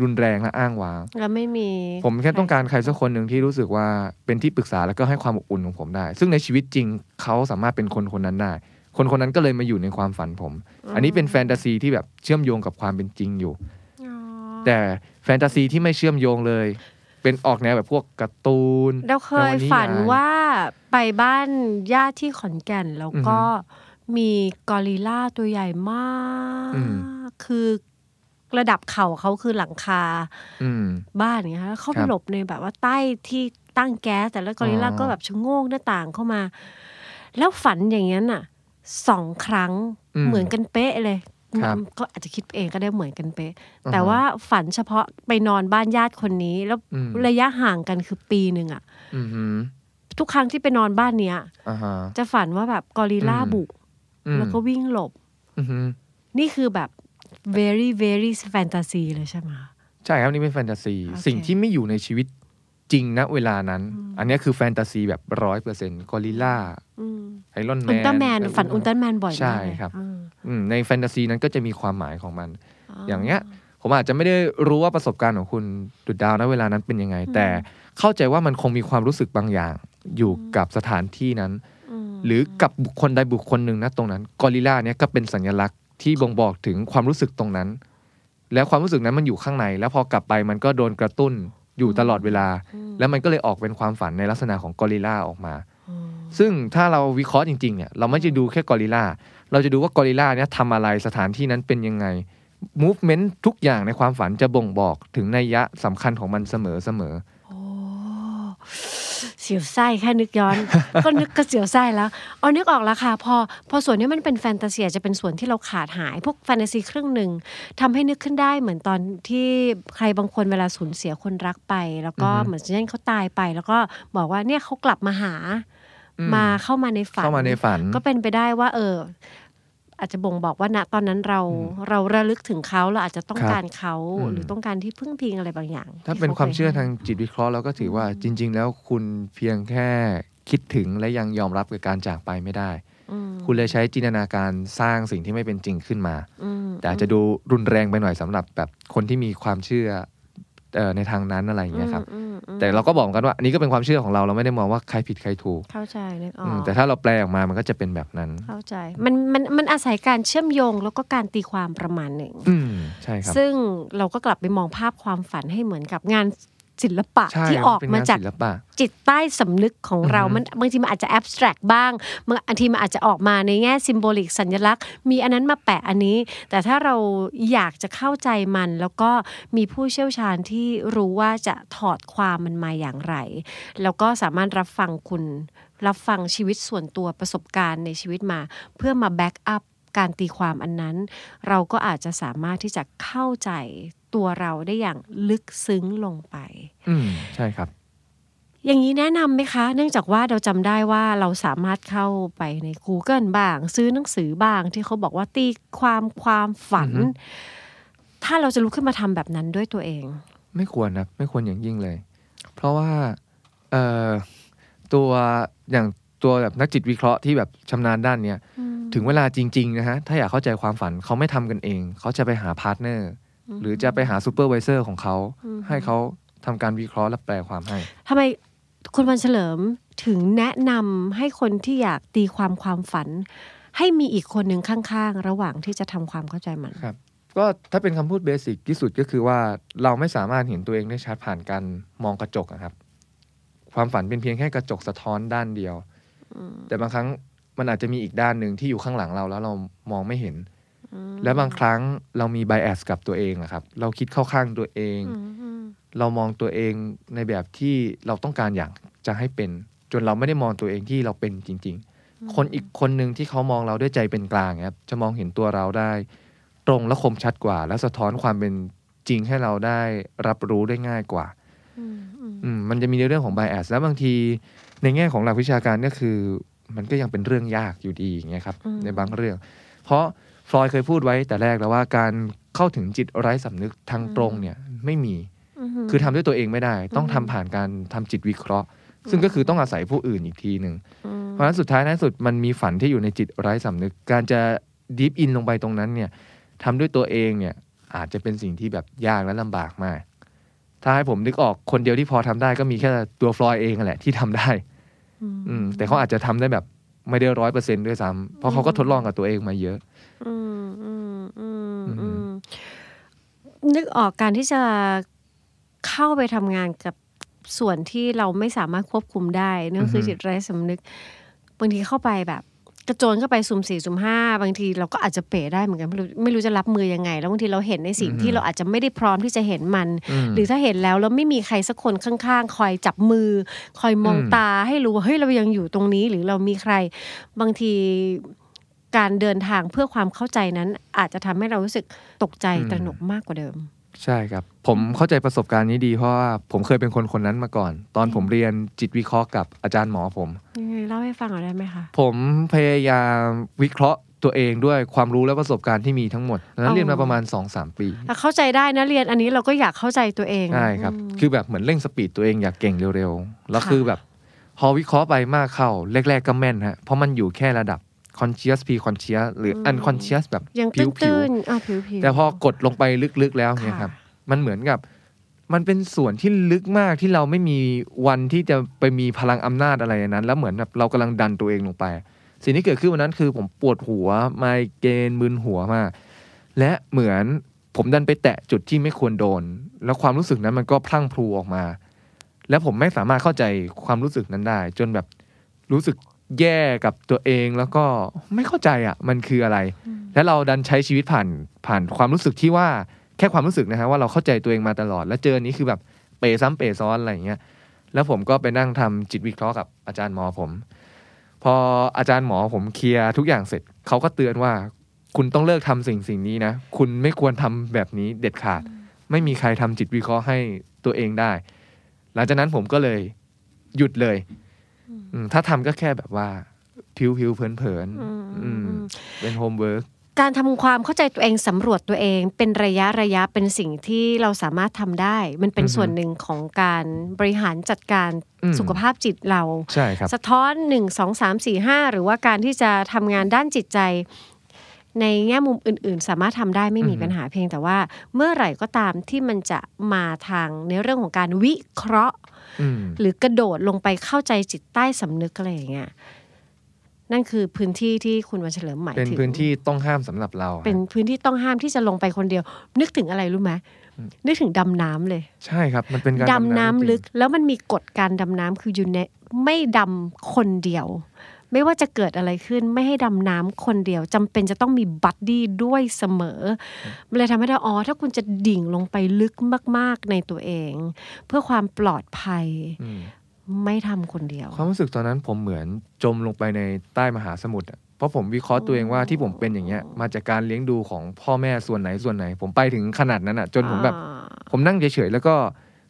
Speaker 9: รุนแรงและอ้างว้าง
Speaker 10: แล้วไม่มี
Speaker 9: ผมแค่ต้องการใครสักคนหนึ่งที่รู้สึกว่าเป็นที่ปรึกษาแล้วก็ให้ความอบอุ่นของผมได้ ซึ่งในชีวิตจริงเขาสามารถเป็นคนคนนั้นได้ คนคนนั้นก็เลยมาอยู่ในความฝันผม อันนี้เป็นแฟนตาซีที่แบบเชื่อมโยงกับความเป็นจริงอยู่
Speaker 10: อ๋อ
Speaker 9: แต่แฟนตาซีที่ไม่เชื่อมโยงเลย เป็นออกแนวแบบพวกการ์ตูน
Speaker 10: เราเคยฝันว่าไปบ้านญาติที่ขอนแก่น แล้วก็มีกอริลลาตัวใหญ่มาก คือระดับเข่าเขาคือหลังคา
Speaker 9: อืม
Speaker 10: บ้านอย่างเงี้ยแล้วเขา
Speaker 9: ค
Speaker 10: ไป
Speaker 9: รับ
Speaker 10: หลบในแบบว่าใต้ที่ตั้งแก๊สแต่แล้วกอริลลา
Speaker 9: อ๋อ
Speaker 10: ก็แบบชะโงกหน้าต่างเข้ามา แล้วฝันอย่างนั้นน่ะสองครั้งเหมือนกันเป๊ะเลย
Speaker 9: ครับ
Speaker 10: ก็อาจจะคิดเองก็ได้เหมือนกันเป๊ะ
Speaker 9: อือฮะ
Speaker 10: แต่ว่าฝันเฉพาะไปนอนบ้านญาติคนนี้ แล้ว
Speaker 9: อืม
Speaker 10: ระยะห่างกันคือปีหนึ่งอะ
Speaker 9: อืมฮึ
Speaker 10: ทุกครั้งที่ไปนอนบ้านเนี้ย
Speaker 9: อ่าฮะ
Speaker 10: จะฝันว่าแบบกอริลลา
Speaker 9: อืม
Speaker 10: บุก
Speaker 9: อืม
Speaker 10: แล้วก็วิ่งหลบ
Speaker 9: อือฮึ
Speaker 10: นี่คือแบบ very very fantasy เลยใช่ไหม
Speaker 9: ใช่ครับนี่เป็นแฟนตาซี
Speaker 10: โอเค
Speaker 9: สิ่งที่ไม่อยู่ในชีวิตจริงณเวลานั้น อันนี้คือแฟนตาซีแบบร้อยเปอร์เซ็นต์กอริลล่า
Speaker 10: อืม
Speaker 9: ไอรอนแมน
Speaker 10: อุลตร้าแมนฝันอุลตร้าแมนบ่อยมาก
Speaker 9: ใช่
Speaker 10: เลย
Speaker 9: ครับ
Speaker 10: อ่า
Speaker 9: อืมในแฟนตาซีนั้นก็จะมีความหมายของมัน อย่างเงี้ย ผมอาจจะไม่ได้รู้ว่าประสบการณ์ของคุณดุดดาวณเวลานั้นเป็นยังไง แต่เข้าใจว่ามันคงมีความรู้สึกบางอย่างอยู่กับสถานที่นั้น
Speaker 10: ม
Speaker 9: หรือกับบุคคลใดบุคคลหนึ่งนะตรงนั้นกอริลลาเนี่ยก็เป็นสัญลักษณ์ที่บ่งบอกถึงความรู้สึกตรงนั้น แล้วความรู้สึกนั้นมันอยู่ข้างใน แล้วพอกลับไปมันก็โดนกระตุ้นอยู่ตลอดเวลา แล้วมันก็เลยออกเป็นความฝันในลักษณะของกอริลลาออกมา ซึ่งถ้าเราวิเคราะห์จริงๆเนี่ยเราไม่จะดูแค่กอริลลาเราจะดูว่ากอริลลาเนี่ยทำอะไรสถานที่นั้นเป็นยังไง movement ทุกอย่างในความฝันจะบ่งบอกถึงนัยยะสำคัญของมันเสมอๆ
Speaker 10: เสียวไส้แค่นึกย้อน ก็นึกก็เสียวไส้แล้วอ๋อนึกออกแล้วค่ะพอพอส่วนนี้มันเป็นแฟนตาเซียจะเป็นส่วนที่เราขาดหาย พวกแฟนตาซีครึ่งหนึ่งทำให้นึกขึ้นได้เหมือนตอนที่ใครบางคนเวลาสูญเสียคนรักไป แล้วก็เหมือนเช่นเขาตายไป แล้วก็บอกว่าเนี่ยเขากลับมาหา
Speaker 9: อื
Speaker 10: มาเข้ามาในฝัน
Speaker 9: เข้ามาในฝัน
Speaker 10: ก็เป็นไปได้ว่า เออ อาจจะบ่งบอกว่าณตอนนั้นเราเราระลึกถึงเขาเราอาจจะต้อง
Speaker 9: ครับ
Speaker 10: การเขา
Speaker 9: อืม
Speaker 10: หรือต้องการที่พึ่งพิงอะไรบางอย่าง
Speaker 9: ถ้า
Speaker 10: ที่
Speaker 9: เป็นความ
Speaker 10: ข
Speaker 9: เชื่อ
Speaker 10: ให้
Speaker 9: ทางจิตวิเคราะห์เราก็ถือว่าจริง ๆ แล้วคุณเพียงแค่คิดถึงและยังยอมรับกับการจากไปไม่ได้
Speaker 10: อืม
Speaker 9: คุณเลยใช้จินตนาการสร้างสิ่งที่ไม่เป็นจริงขึ้นมา
Speaker 10: อืม
Speaker 9: แต่อาจจะดูรุนแรงไปหน่อยสำหรับแบบคนที่มีความเชื่อเอ่อในทางนั้นอะไรอย่างเงี้ยครับ
Speaker 10: อืมอืม
Speaker 9: แต่เราก็บอกกันว่าอันนี้ก็เป็นความเชื่อของเราเราไม่ได้มองว่าใครผิดใครถูก
Speaker 10: เข้าใจนึกออ
Speaker 9: ม
Speaker 10: ก
Speaker 9: แต่ถ้าเราแปลออกมามันก็จะเป็นแบบนั้น
Speaker 10: เข้าใจ มันมันมันอาศัยการเชื่อมโยงแล้วก็การตีความประมาณหนึ่ง
Speaker 9: อืมใช่ครับ
Speaker 10: ซึ่งเราก็กลับไปมองภาพความฝันให้เหมือนกับงานศิลปะ
Speaker 9: ใช่
Speaker 10: ที่
Speaker 9: ครับ
Speaker 10: ออก
Speaker 9: เป็
Speaker 10: มาง
Speaker 9: นาน
Speaker 10: จาก
Speaker 9: ศิลปะ
Speaker 10: จิตใต้สำนึกของเรา
Speaker 9: อือฮึ
Speaker 10: มันบางทีมันอาจจะแอบสแตรกบ้างบางทีมันอาจจะออกมาในแง่ซิมโบลิกสัญลักษณ์ มีอันนั้นมาแปะอันนี้ แต่ถ้าเราอยากจะเข้าใจมัน แล้วก็มีผู้เชี่ยวชาญที่รู้ว่าจะถอดความมันมาอย่างไร แล้วก็สามารถรับฟังคุณ รับฟังชีวิตส่วนตัวประสบการณ์ในชีวิตมา เพื่อมาแบ็กอัพการตีความอันนั้น เราก็อาจจะสามารถที่จะเข้าใจตัวเราได้อย่างลึกซึ้งลงไป
Speaker 9: ืมใช่ครับ
Speaker 10: อย่างนี้แนะนำไหมคะ เนื่องจากว่าเราจำได้ว่าเราสามารถเข้าไปใน Google บ้าง ซื้อหนังสือบ้าง ที่เขาบอกว่าตีความความฝัน
Speaker 9: อือฮึ
Speaker 10: ถ้าเราจะลุกขึ้นมาทำแบบนั้นด้วยตัวเอง
Speaker 9: ไม่ควรครับไม่ควรอย่างยิ่งเลย เพราะว่าเอ่อตัวอย่างตัวแบบนักจิตวิเคราะห์ที่แบบชำนาญด้านเนี้ยถึงเวลาจริงๆนะฮะถ้าอยากเข้าใจความฝันเขาไม่ทำกันเอง เขาจะไปหาพาร์ทเนอร์ หรือจะไปหาซูเปอร์ไวิเซอร์ของเขา ให้เขาทำการวิเคราะห์และแปลความให้
Speaker 10: ทำไมคุณวันเฉลิม ถึงแนะนำให้คนที่อยากตีความความฝัน ให้มีอีกคนหนึ่งข้างๆ ระหว่างที่จะทำความเข้าใจมัน
Speaker 9: ครับ ก็ถ้าเป็นคำพูดเบสิกที่สุดก็คือว่าเราไม่สามารถเห็นตัวเองได้ชัดผ่านการมองกระจกอะครับ ความฝันเป็นเพียงแค่กระจกสะท้อนด้านเดียว แต่บางครั้งมันอาจจะมีอีกด้านหนึ่งที่อยู่ข้างหลังเราแล้วเรามองไม่เห็น และบางครั้งเรามี b i แอสกับตัวเองนะครับ เราคิดเข้าข้างตัวเอง เรามองตัวเองในแบบที่เราต้องการอยากจะให้เป็น จนเราไม่ได้มองตัวเองที่เราเป็นจริง ๆ คนอีกคนหนึ่งที่เขามองเราด้วยใจเป็นกลางครับจะมองเห็นตัวเราได้ ตรงและคมชัดกว่า และสะท้อนความเป็นจริงให้เราได้รับรู้ได้ง่ายกว่า อืมมันจะมีในเรื่องของ bias แล้วบางทีในแง่ของหลักวิชาการก็คือ มันก็ยังเป็นเรื่องยากอยู่ดีอย่างเงี้ยครับ
Speaker 10: อืม
Speaker 9: ในบางเรื่อง เพราะฟลอยด์เคยพูดไว้แต่แรกแล้วว่าการเข้าถึงจิตไร้สำนึกทางตรงเนี่ยไม่มี คือทำด้วยตัวเองไม่ได้ ต้องทำผ่านการทำจิตวิเคราะห์ ซึ่งก็คือต้องอาศัยผู้อื่นอีกทีหนึ่ง เพราะฉะนั้นสุดท้ายในที่สุดมันมีฝันที่อยู่ในจิตไร้สำนึก การจะด e ฟอินลงไปตรงนั้นเนี่ยทำด้วยตัวเองเนี่ยอาจจะเป็นสิ่งที่แบบยากและลำบากมาก ถ้าให้ผมนึกออกคนเดียวที่พอทำได้ก็มีแค่ตัวฟลอยด์เองนั่นแหละที่ทำได้ อืมแต่เขาอาจจะทำได้แบบไม่ได้ร้อยเปอร์เซ็นด้วยซ้ำเพราะเขาก็ทดลองกับตัวเองมาเยอะ
Speaker 10: อืมอืมอืม
Speaker 9: อื
Speaker 10: อื
Speaker 9: ม
Speaker 10: มนึกออกการที่จะเข้าไปทำงานกับส่วนที่เราไม่สามารถควบคุมได้นั่นคือจิตไร้สำนึก บางทีเข้าไปแบบ กระโจนเข้าไปสุ่มสี่สุ่มห้าบางทีเราก็อาจจะเป๋ได้เหมือนกันไม่รู้ไม่รู้จะรับมือยังไง แล้วบางทีเราเห็นในสิ่งที่เราอาจจะไม่ได้พร้อมที่จะเห็นมัน
Speaker 9: ม
Speaker 10: หรือถ้าเห็นแล้วแล้วไม่มีใครสักคนข้างๆ คอยจับมือ คอยมอง
Speaker 9: อืม
Speaker 10: ตาให้รู้ว่าเฮ้ยเรายังอยู่ตรงนี้ หรือเรามีใคร บางทีการเดินทางเพื่อความเข้าใจนั้น อาจจะทำให้เรารู้สึกตกใจตระหนกมากกว่าเดิม
Speaker 9: ใช่ครับ ผมเข้าใจประสบการณ์นี้ดีเพราะว่าผมเคยเป็นคนคนนั้นมาก่อน ตอนผมเรียนจิตวิเคราะห์กับอาจารย์หมอผม
Speaker 10: ยังไงเล่าให้ฟังหน่อยได้ไหมคะ
Speaker 9: ผมพยายามวิเคราะห์ตัวเองด้วยความรู้และประสบการณ์ที่มีทั้งหมดดังนั้น
Speaker 10: อ๋อ
Speaker 9: เรียนมาประมาณ 2-3 ปี
Speaker 10: อ่ะเข้าใจได้นะเรียนอันนี้เราก็อยากเข้าใจตัวเอง
Speaker 9: ใช่ครับ
Speaker 10: อืม
Speaker 9: คือแบบเหมือนเร่งสปีดตัวเองอยากเก่งเร็วๆ แล้ว
Speaker 10: ค่ะ
Speaker 9: คือแบบ พอวิเคราะห์ไปมากเข้า แรกๆก็แม่นฮะ เพราะมันอยู่แค่ระดับ conscious p conscious หรือ unconscious แบบ
Speaker 10: ยัง
Speaker 9: ผิวผิว
Speaker 10: ตื้นๆอ่ะผิวๆ
Speaker 9: แต่พอกดลงไปลึกๆแล้วเนี่ยครับ มันเหมือนกับ มันเป็นส่วนที่ลึกมากที่เราไม่มีวันที่จะไปมีพลังอำนาจอะไรในนั้น แล้วเหมือนแบบเรากำลังดันตัวเองลงไป สิ่งที่เกิดขึ้นวันนั้นคือผมปวดหัวไมเกรนมึนหัวมาก และเหมือนผมดันไปแตะจุดที่ไม่ควรโดน แล้วความรู้สึกนั้นมันก็พลั่งพลูออกมา และผมไม่สามารถเข้าใจความรู้สึกนั้นได้ จนแบบรู้สึกแย่กับตัวเองแล้วก็ไม่เข้าใจอ่ะ มันคืออะไร และเราดันใช้ชีวิตผ่านผ่านความรู้สึกที่ว่าแค่ความรู้สึกนะฮะว่าเราเข้าใจตัวเองมาตลอด แล้วเจออนนี้คือแบบเปซ้ำเปซ้อนอะไรอย่างเงี้ย แล้วผมก็ไปนั่งทำจิตวิเคราะห์กับอาจารย์หมอผม พออาจารย์หมอผมเคลียร์ทุกอย่างเสร็จเขาก็เตือนว่า คุณต้องเลิกทำสิ่งสิ่งนี้นะ คุณไม่ควรทำแบบนี้เด็ดขาด ไม่มีใครทำจิตวิเคราะห์ให้ตัวเองได้ หลังจากนั้นผมก็เลยหยุดเลยอืมถ้าทำก็แค่แบบว่าผิวผิวๆเผินเผินๆอืมเป็นโฮมเวิร์ก
Speaker 10: การทำความเข้าใจตัวเองสำรวจตัวเองเป็นระยะระยะเป็นสิ่งที่เราสามารถทำได้ มันเป็น
Speaker 9: อือฮึ
Speaker 10: ส่วนหนึ่งของการบริหารจัดการ
Speaker 9: อืม
Speaker 10: สุขภาพจิตเรา
Speaker 9: ใช่ครับ
Speaker 10: สะท้อน 1 2 3 4 5 หรือว่าการที่จะทำงานด้านจิตใจ ในแง่มุมอื่น ๆ สามารถทำได้ไม่มี
Speaker 9: อือฮึ
Speaker 10: ปัญหาเพียงแต่ว่า เมื่อไหร่ก็ตามที่มันจะมาทางในเรื่องของการวิเคราะห์
Speaker 9: อืม
Speaker 10: หรือกระโดดลงไปเข้าใจจิตใต้สำนึกอะไรอย่างเงี้ยนั่นคือพื้นที่ที่คุณวันเฉลิมหมาย
Speaker 9: เป็น
Speaker 10: ถึง
Speaker 9: พื้นที่ต้องห้ามสำหรับเรา
Speaker 10: เป็นพื้นที่ต้องห้ามที่จะลงไปคนเดียว นึกถึงอะไรรู้ไหมนึกถึงดำน้ำเลย
Speaker 9: ใช่ครับ มันเป็นการ
Speaker 10: ดำน้ำ
Speaker 9: จริง
Speaker 10: ลึกแล้วมันมีกฎการดำน้ำคืออยู่ในไม่ดำคนเดียว ไม่ว่าจะเกิดอะไรขึ้นไม่ให้ดำน้ำคนเดียวจำเป็นจะต้องมีบัดดี้ด้วยเสมอมันเลยทำให้เราอ๋อถ้าคุณจะดิ่งลงไปลึกมาก ๆในตัวเอง เพื่อความปลอดภัย
Speaker 9: อืม
Speaker 10: ไม่ทำคนเดียว
Speaker 9: ความรู้สึกตอนนั้นผมเหมือนจมลงไปในใต้มหาสมุทรอะเพราะผมวิเคราะห์ตัวเองว่าที่ผมเป็นอย่างเงี้ย มาจากการเลี้ยงดูของพ่อแม่ส่วนไหนส่วนไหน ผมไปถึงขนาดนั้นอ่ะ จนผมแบบ ผมนั่งเฉยๆแล้วก็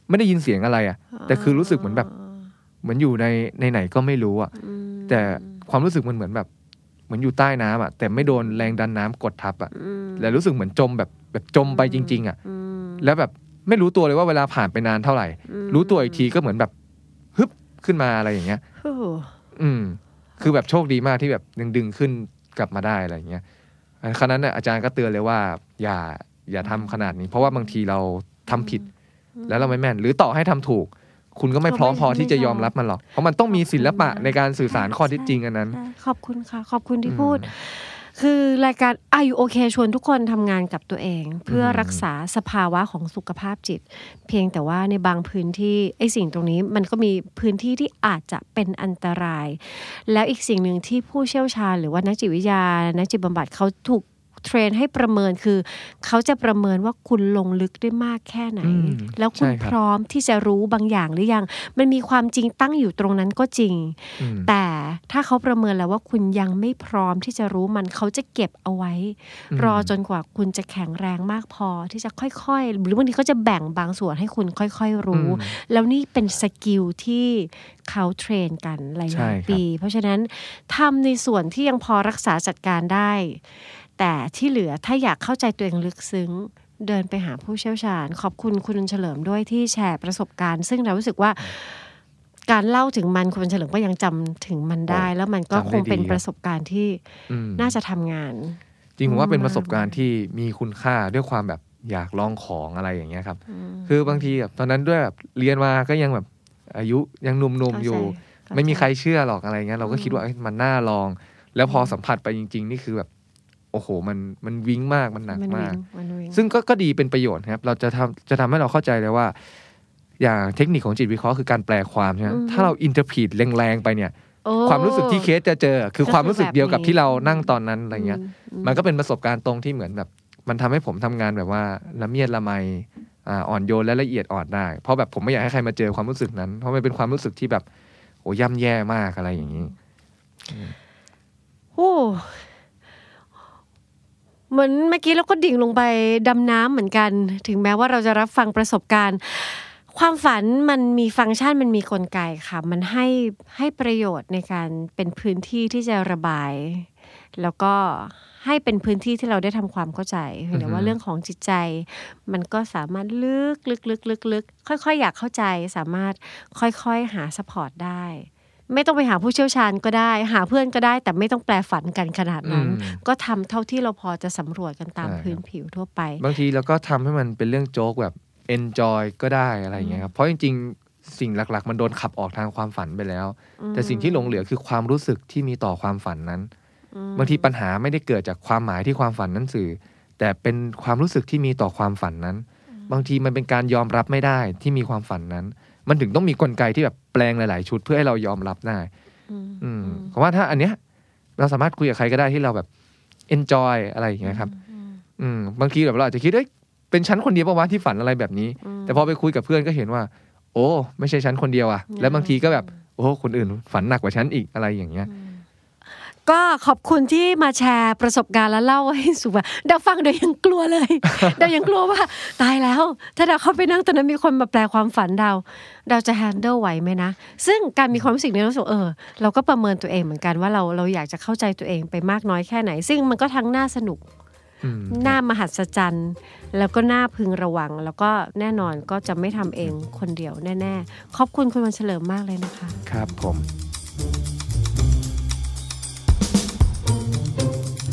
Speaker 9: ไม่ได้ยินเสียงอะไรอ่ะ แต่คือรู้สึกเหมือนแบบ เหมือนอยู่ในในไหนก็ไม่รู้อ่ะ แต่ความรู้สึกมันเหมือนแบบ เหมือนอยู่ใต้น้ำอ่ะ แต่ไม่โดนแรงดันน้ำกดทับอ่ะแต่รู้สึกเหมือนจมแบบแบบจมไปจริง ๆ อ่ะ แล้วแบบไม่รู้ตัวเลยว่าเวลาผ่านไปนานเท่าไหร่ รู้ตัวอีกทีก็เหมือนแบบฮึบขึ้นมาอะไรอย่างเงี้ย
Speaker 10: โอ้โห
Speaker 9: อืม คือแบบโชคดีมากที่แบบดึงดึงขึ้นกลับมาได้อะไรอย่างเงี้ยอันครั้งนั้นน่ะอาจารย์ก็เตือนเลยว่า อย่าอย่าทำขนาดนี้ เพราะว่าบางทีเราทำผิด แล้วเราไม่แม่น หรือต่อให้ทำถูก คุณก็ไม่พร้อมพอที่จะ
Speaker 10: ไม่พร้อ
Speaker 9: ย
Speaker 10: ม
Speaker 9: อมรับมันหรอกเพราะมันต้องมีศิลปะในการสื่อสารข้อเที่จริงอันนั้น
Speaker 10: ได้ขอบคุณค่ะ ขอบคุณที่พูด คือรายการอายุโอเคชวนทุกคนทำงานกับตัวเอง เพื่อรักษาสภาวะของสุขภาพจิต เพียงแต่ว่าในบางพื้นที่ไอ้สิ่งตรงนี้มันก็มีพื้นที่ที่อาจจะเป็นอันตราย แล้วอีกสิ่งหนึ่งที่ผู้เชี่ยวชาญ หรือว่านักจิตวิทยานักจิตบำบัดเขาถูกเทรนให้ประเมินคือ เขาจะประเมินว่าคุณลงลึกได้มากแค่ไหน
Speaker 9: อืม
Speaker 10: แล้วคุณ
Speaker 9: ใช่ครับ
Speaker 10: พร้อมที่จะรู้บางอย่างหรือยัง มันมีความจริงตั้งอยู่ตรงนั้นก็จริง
Speaker 9: อืม
Speaker 10: แต่ถ้าเขาประเมินแล้วว่าคุณยังไม่พร้อมที่จะรู้มันเขาจะเก็บเอาไว้
Speaker 9: อืม
Speaker 10: รอจนกว่าคุณจะแข็งแรงมากพอที่จะค่อยๆ หรือบางทีเขาจะแบ่งบางส่วนให้คุณค่อยๆ รู้ แล้วนี่เป็นสกิลที่เขาเทรนกันหล
Speaker 9: ใช่
Speaker 10: า
Speaker 9: ค
Speaker 10: ย
Speaker 9: รับ
Speaker 10: ๆปี เพราะฉะนั้นทำในส่วนที่ยังพอรักษาจัดการได้ แต่ที่เหลือถ้าอยากเข้าใจตัวเองลึกซึ้ง เดินไปหาผู้เชี่ยวชาญ ขอบคุณคุณเฉลิมด้วยที่แชร์ประสบการณ์ ซึ่งเรารู้สึกว่าการเล่าถึงมันคุณเฉลิมก็ยังจำถึงมันได้ แล้วมันก็
Speaker 9: จำได้
Speaker 10: คงเป็น
Speaker 9: ดีครับ
Speaker 10: ประสบการณ์ที่
Speaker 9: อืม
Speaker 10: น่าจะทำงาน
Speaker 9: จริงผมว่าเป็นประสบการ
Speaker 10: มา
Speaker 9: ณ์
Speaker 10: ก
Speaker 9: ที่มีคุณค่าด้วยความแบบอยากลองของอะไรอย่างเงี้ยครับ คือบางทีแบบตอนนั้นด้วยแบบเรียนมาก็ยังแบบอายุยังหนุ่มๆอยู่
Speaker 10: เข้าจ
Speaker 9: ไม่มีใครเชื่อหรอกอะไรเงี้ยเราก็คิดว่าเอ้ยมันน่าลอง แล้วพอสัมผัสไปจริง ๆ นี่คือแบบ โอ้โห มันมันวิ้งมากมันหนัก
Speaker 10: น
Speaker 9: มาก
Speaker 10: วิ่งมันวิ่ง
Speaker 9: ซึ่งก็ก็ดีเป็นประโยชน์ครับ เราจะทำจะทำให้เราเข้าใจเลยว่า อย่างเทคนิคของจิตวิเคราะห์คือการแปลความใช่ไหม
Speaker 10: อืม
Speaker 9: ถ้าเราอินเทอร์พรีตแรงๆไปเนี่ย
Speaker 10: โอ้
Speaker 9: ความรู้สึกที่เคสจะเจอ คือ
Speaker 10: ก็คือ
Speaker 9: ความรู้สึกเดียวกับ
Speaker 10: แบบนี้
Speaker 9: ที่เรานั่งตอนนั้นอะไรเงี้ย
Speaker 10: อื
Speaker 9: มันก็เป็นประสบการณ์ตรงที่เหมือนแบบ มันทำให้ผมทำงานแบบว่าละเมียดละไมอ่าอ่อนโยนและละเอียดอ่อนได้ เพราะแบบผมไม่อยากให้ใครมาเจอความรู้สึกนั้น เพราะมันเป็นความรู้สึกที่แบบโอ้ย่ำแย่มากอะไรอย่างนี้
Speaker 10: โอ้เหมือนเมื่อกี้เราก็ดิ่งลงไปดำน้ำเหมือนกัน ถึงแม้ว่าเราจะรับฟังประสบการณ์ ความฝันมันมีฟังก์ชันมันมีกลไกค่ะ มันให้ให้ประโยชน์ในการเป็นพื้นที่ที่จะระบาย แล้วก็ให้เป็นพื้นที่ที่เราได้ทำความเข้าใจเพียงแต่ว่าเรื่องของจิตใจ มันก็สามารถลึกลึกลึกลึกลึกค่อยๆ อยากเข้าใจ สามารถค่อยๆ หาสปอร์ตได้ ไม่ต้องไปหาผู้เชี่ยวชาญก็ได้ หาเพื่อนก็ได้ แต่ไม่ต้องแปลฝันกันขนาดนั้น
Speaker 9: อืม
Speaker 10: ก็ทำเท่าที่เราพอจะสำรวจกันตาม
Speaker 9: ใช่
Speaker 10: พื้นผิวทั่วไป
Speaker 9: บางทีเราก็ทำให้มันเป็นเรื่องโจ๊กแบบ enjoy ก็ได้อะไรอย่างเงี้ยครับ เพราะจริงๆ สิ่งหลักๆ มันโดนขับออกทางความฝันไปแล้ว แต่สิ่งที่หลงเหลือคือความรู้สึกที่มีต่อความฝันนั้น บางทีปัญหาไม่ได้เกิดจากความหมายที่ความฝันนั้นสื่อ แต่เป็นความรู้สึกที่มีต่อความฝันนั้น บางทีมันเป็นการยอมรับไม่ได้ที่มีความฝันนั้น มันถึงต้องมีกลไกที่แบบแปลงหลาย ๆ ชุดเพื่อให้เรายอมรับได้ อืมผมว่าถ้าอันเนี้ยเราสามารถคุยกับใครก็ได้ที่เราแบบ enjoy อะไรอย่างเงี้ยครับ อืมบางทีแบบเราอาจจะคิดเอ้ยเป็นฉันคนเดียวปะวะที่ฝันอะไรแบบนี้ แต่พอไปคุยกับเพื่อนก็เห็นว่า โอ้ ไม่ใช่ฉันคนเดียวอะแล้วบางทีก็แบบโอ้คนอื่นฝันหนักกว่าฉันอีกอะไรอย่างเงี้ย
Speaker 10: ก็ขอบคุณที่มาแชร์ประสบการณ์และเล่าให้สุว่าดาวฟังเดาวยังกลัวเลย ดาวยังกลัวว่า ตายแล้ว ถ้าดาวเข้าไปนั่งตอนนั้นมีคนมาแปลความฝันดาวดาวจะแฮนเดิลไหวไหมนะ ซึ่งการมีความรู้สึกในยรู้สึกเออ เราก็ประเมินตัวเองเหมือนกันว่าเราเราอยากจะเข้าใจตัวเองไปมากน้อยแค่ไหน ซึ่งมันก็ทั้งน่าสนุก
Speaker 9: อืม
Speaker 10: น่ามหัศจรรย์ แล้วก็น่าพึงระวัง แล้วก็แน่นอนก็จะไม่ทำเองคนเดียวแน่ๆ ขอบคุณคุณวันเฉลิมมากเลยนะคะ
Speaker 9: ครับผม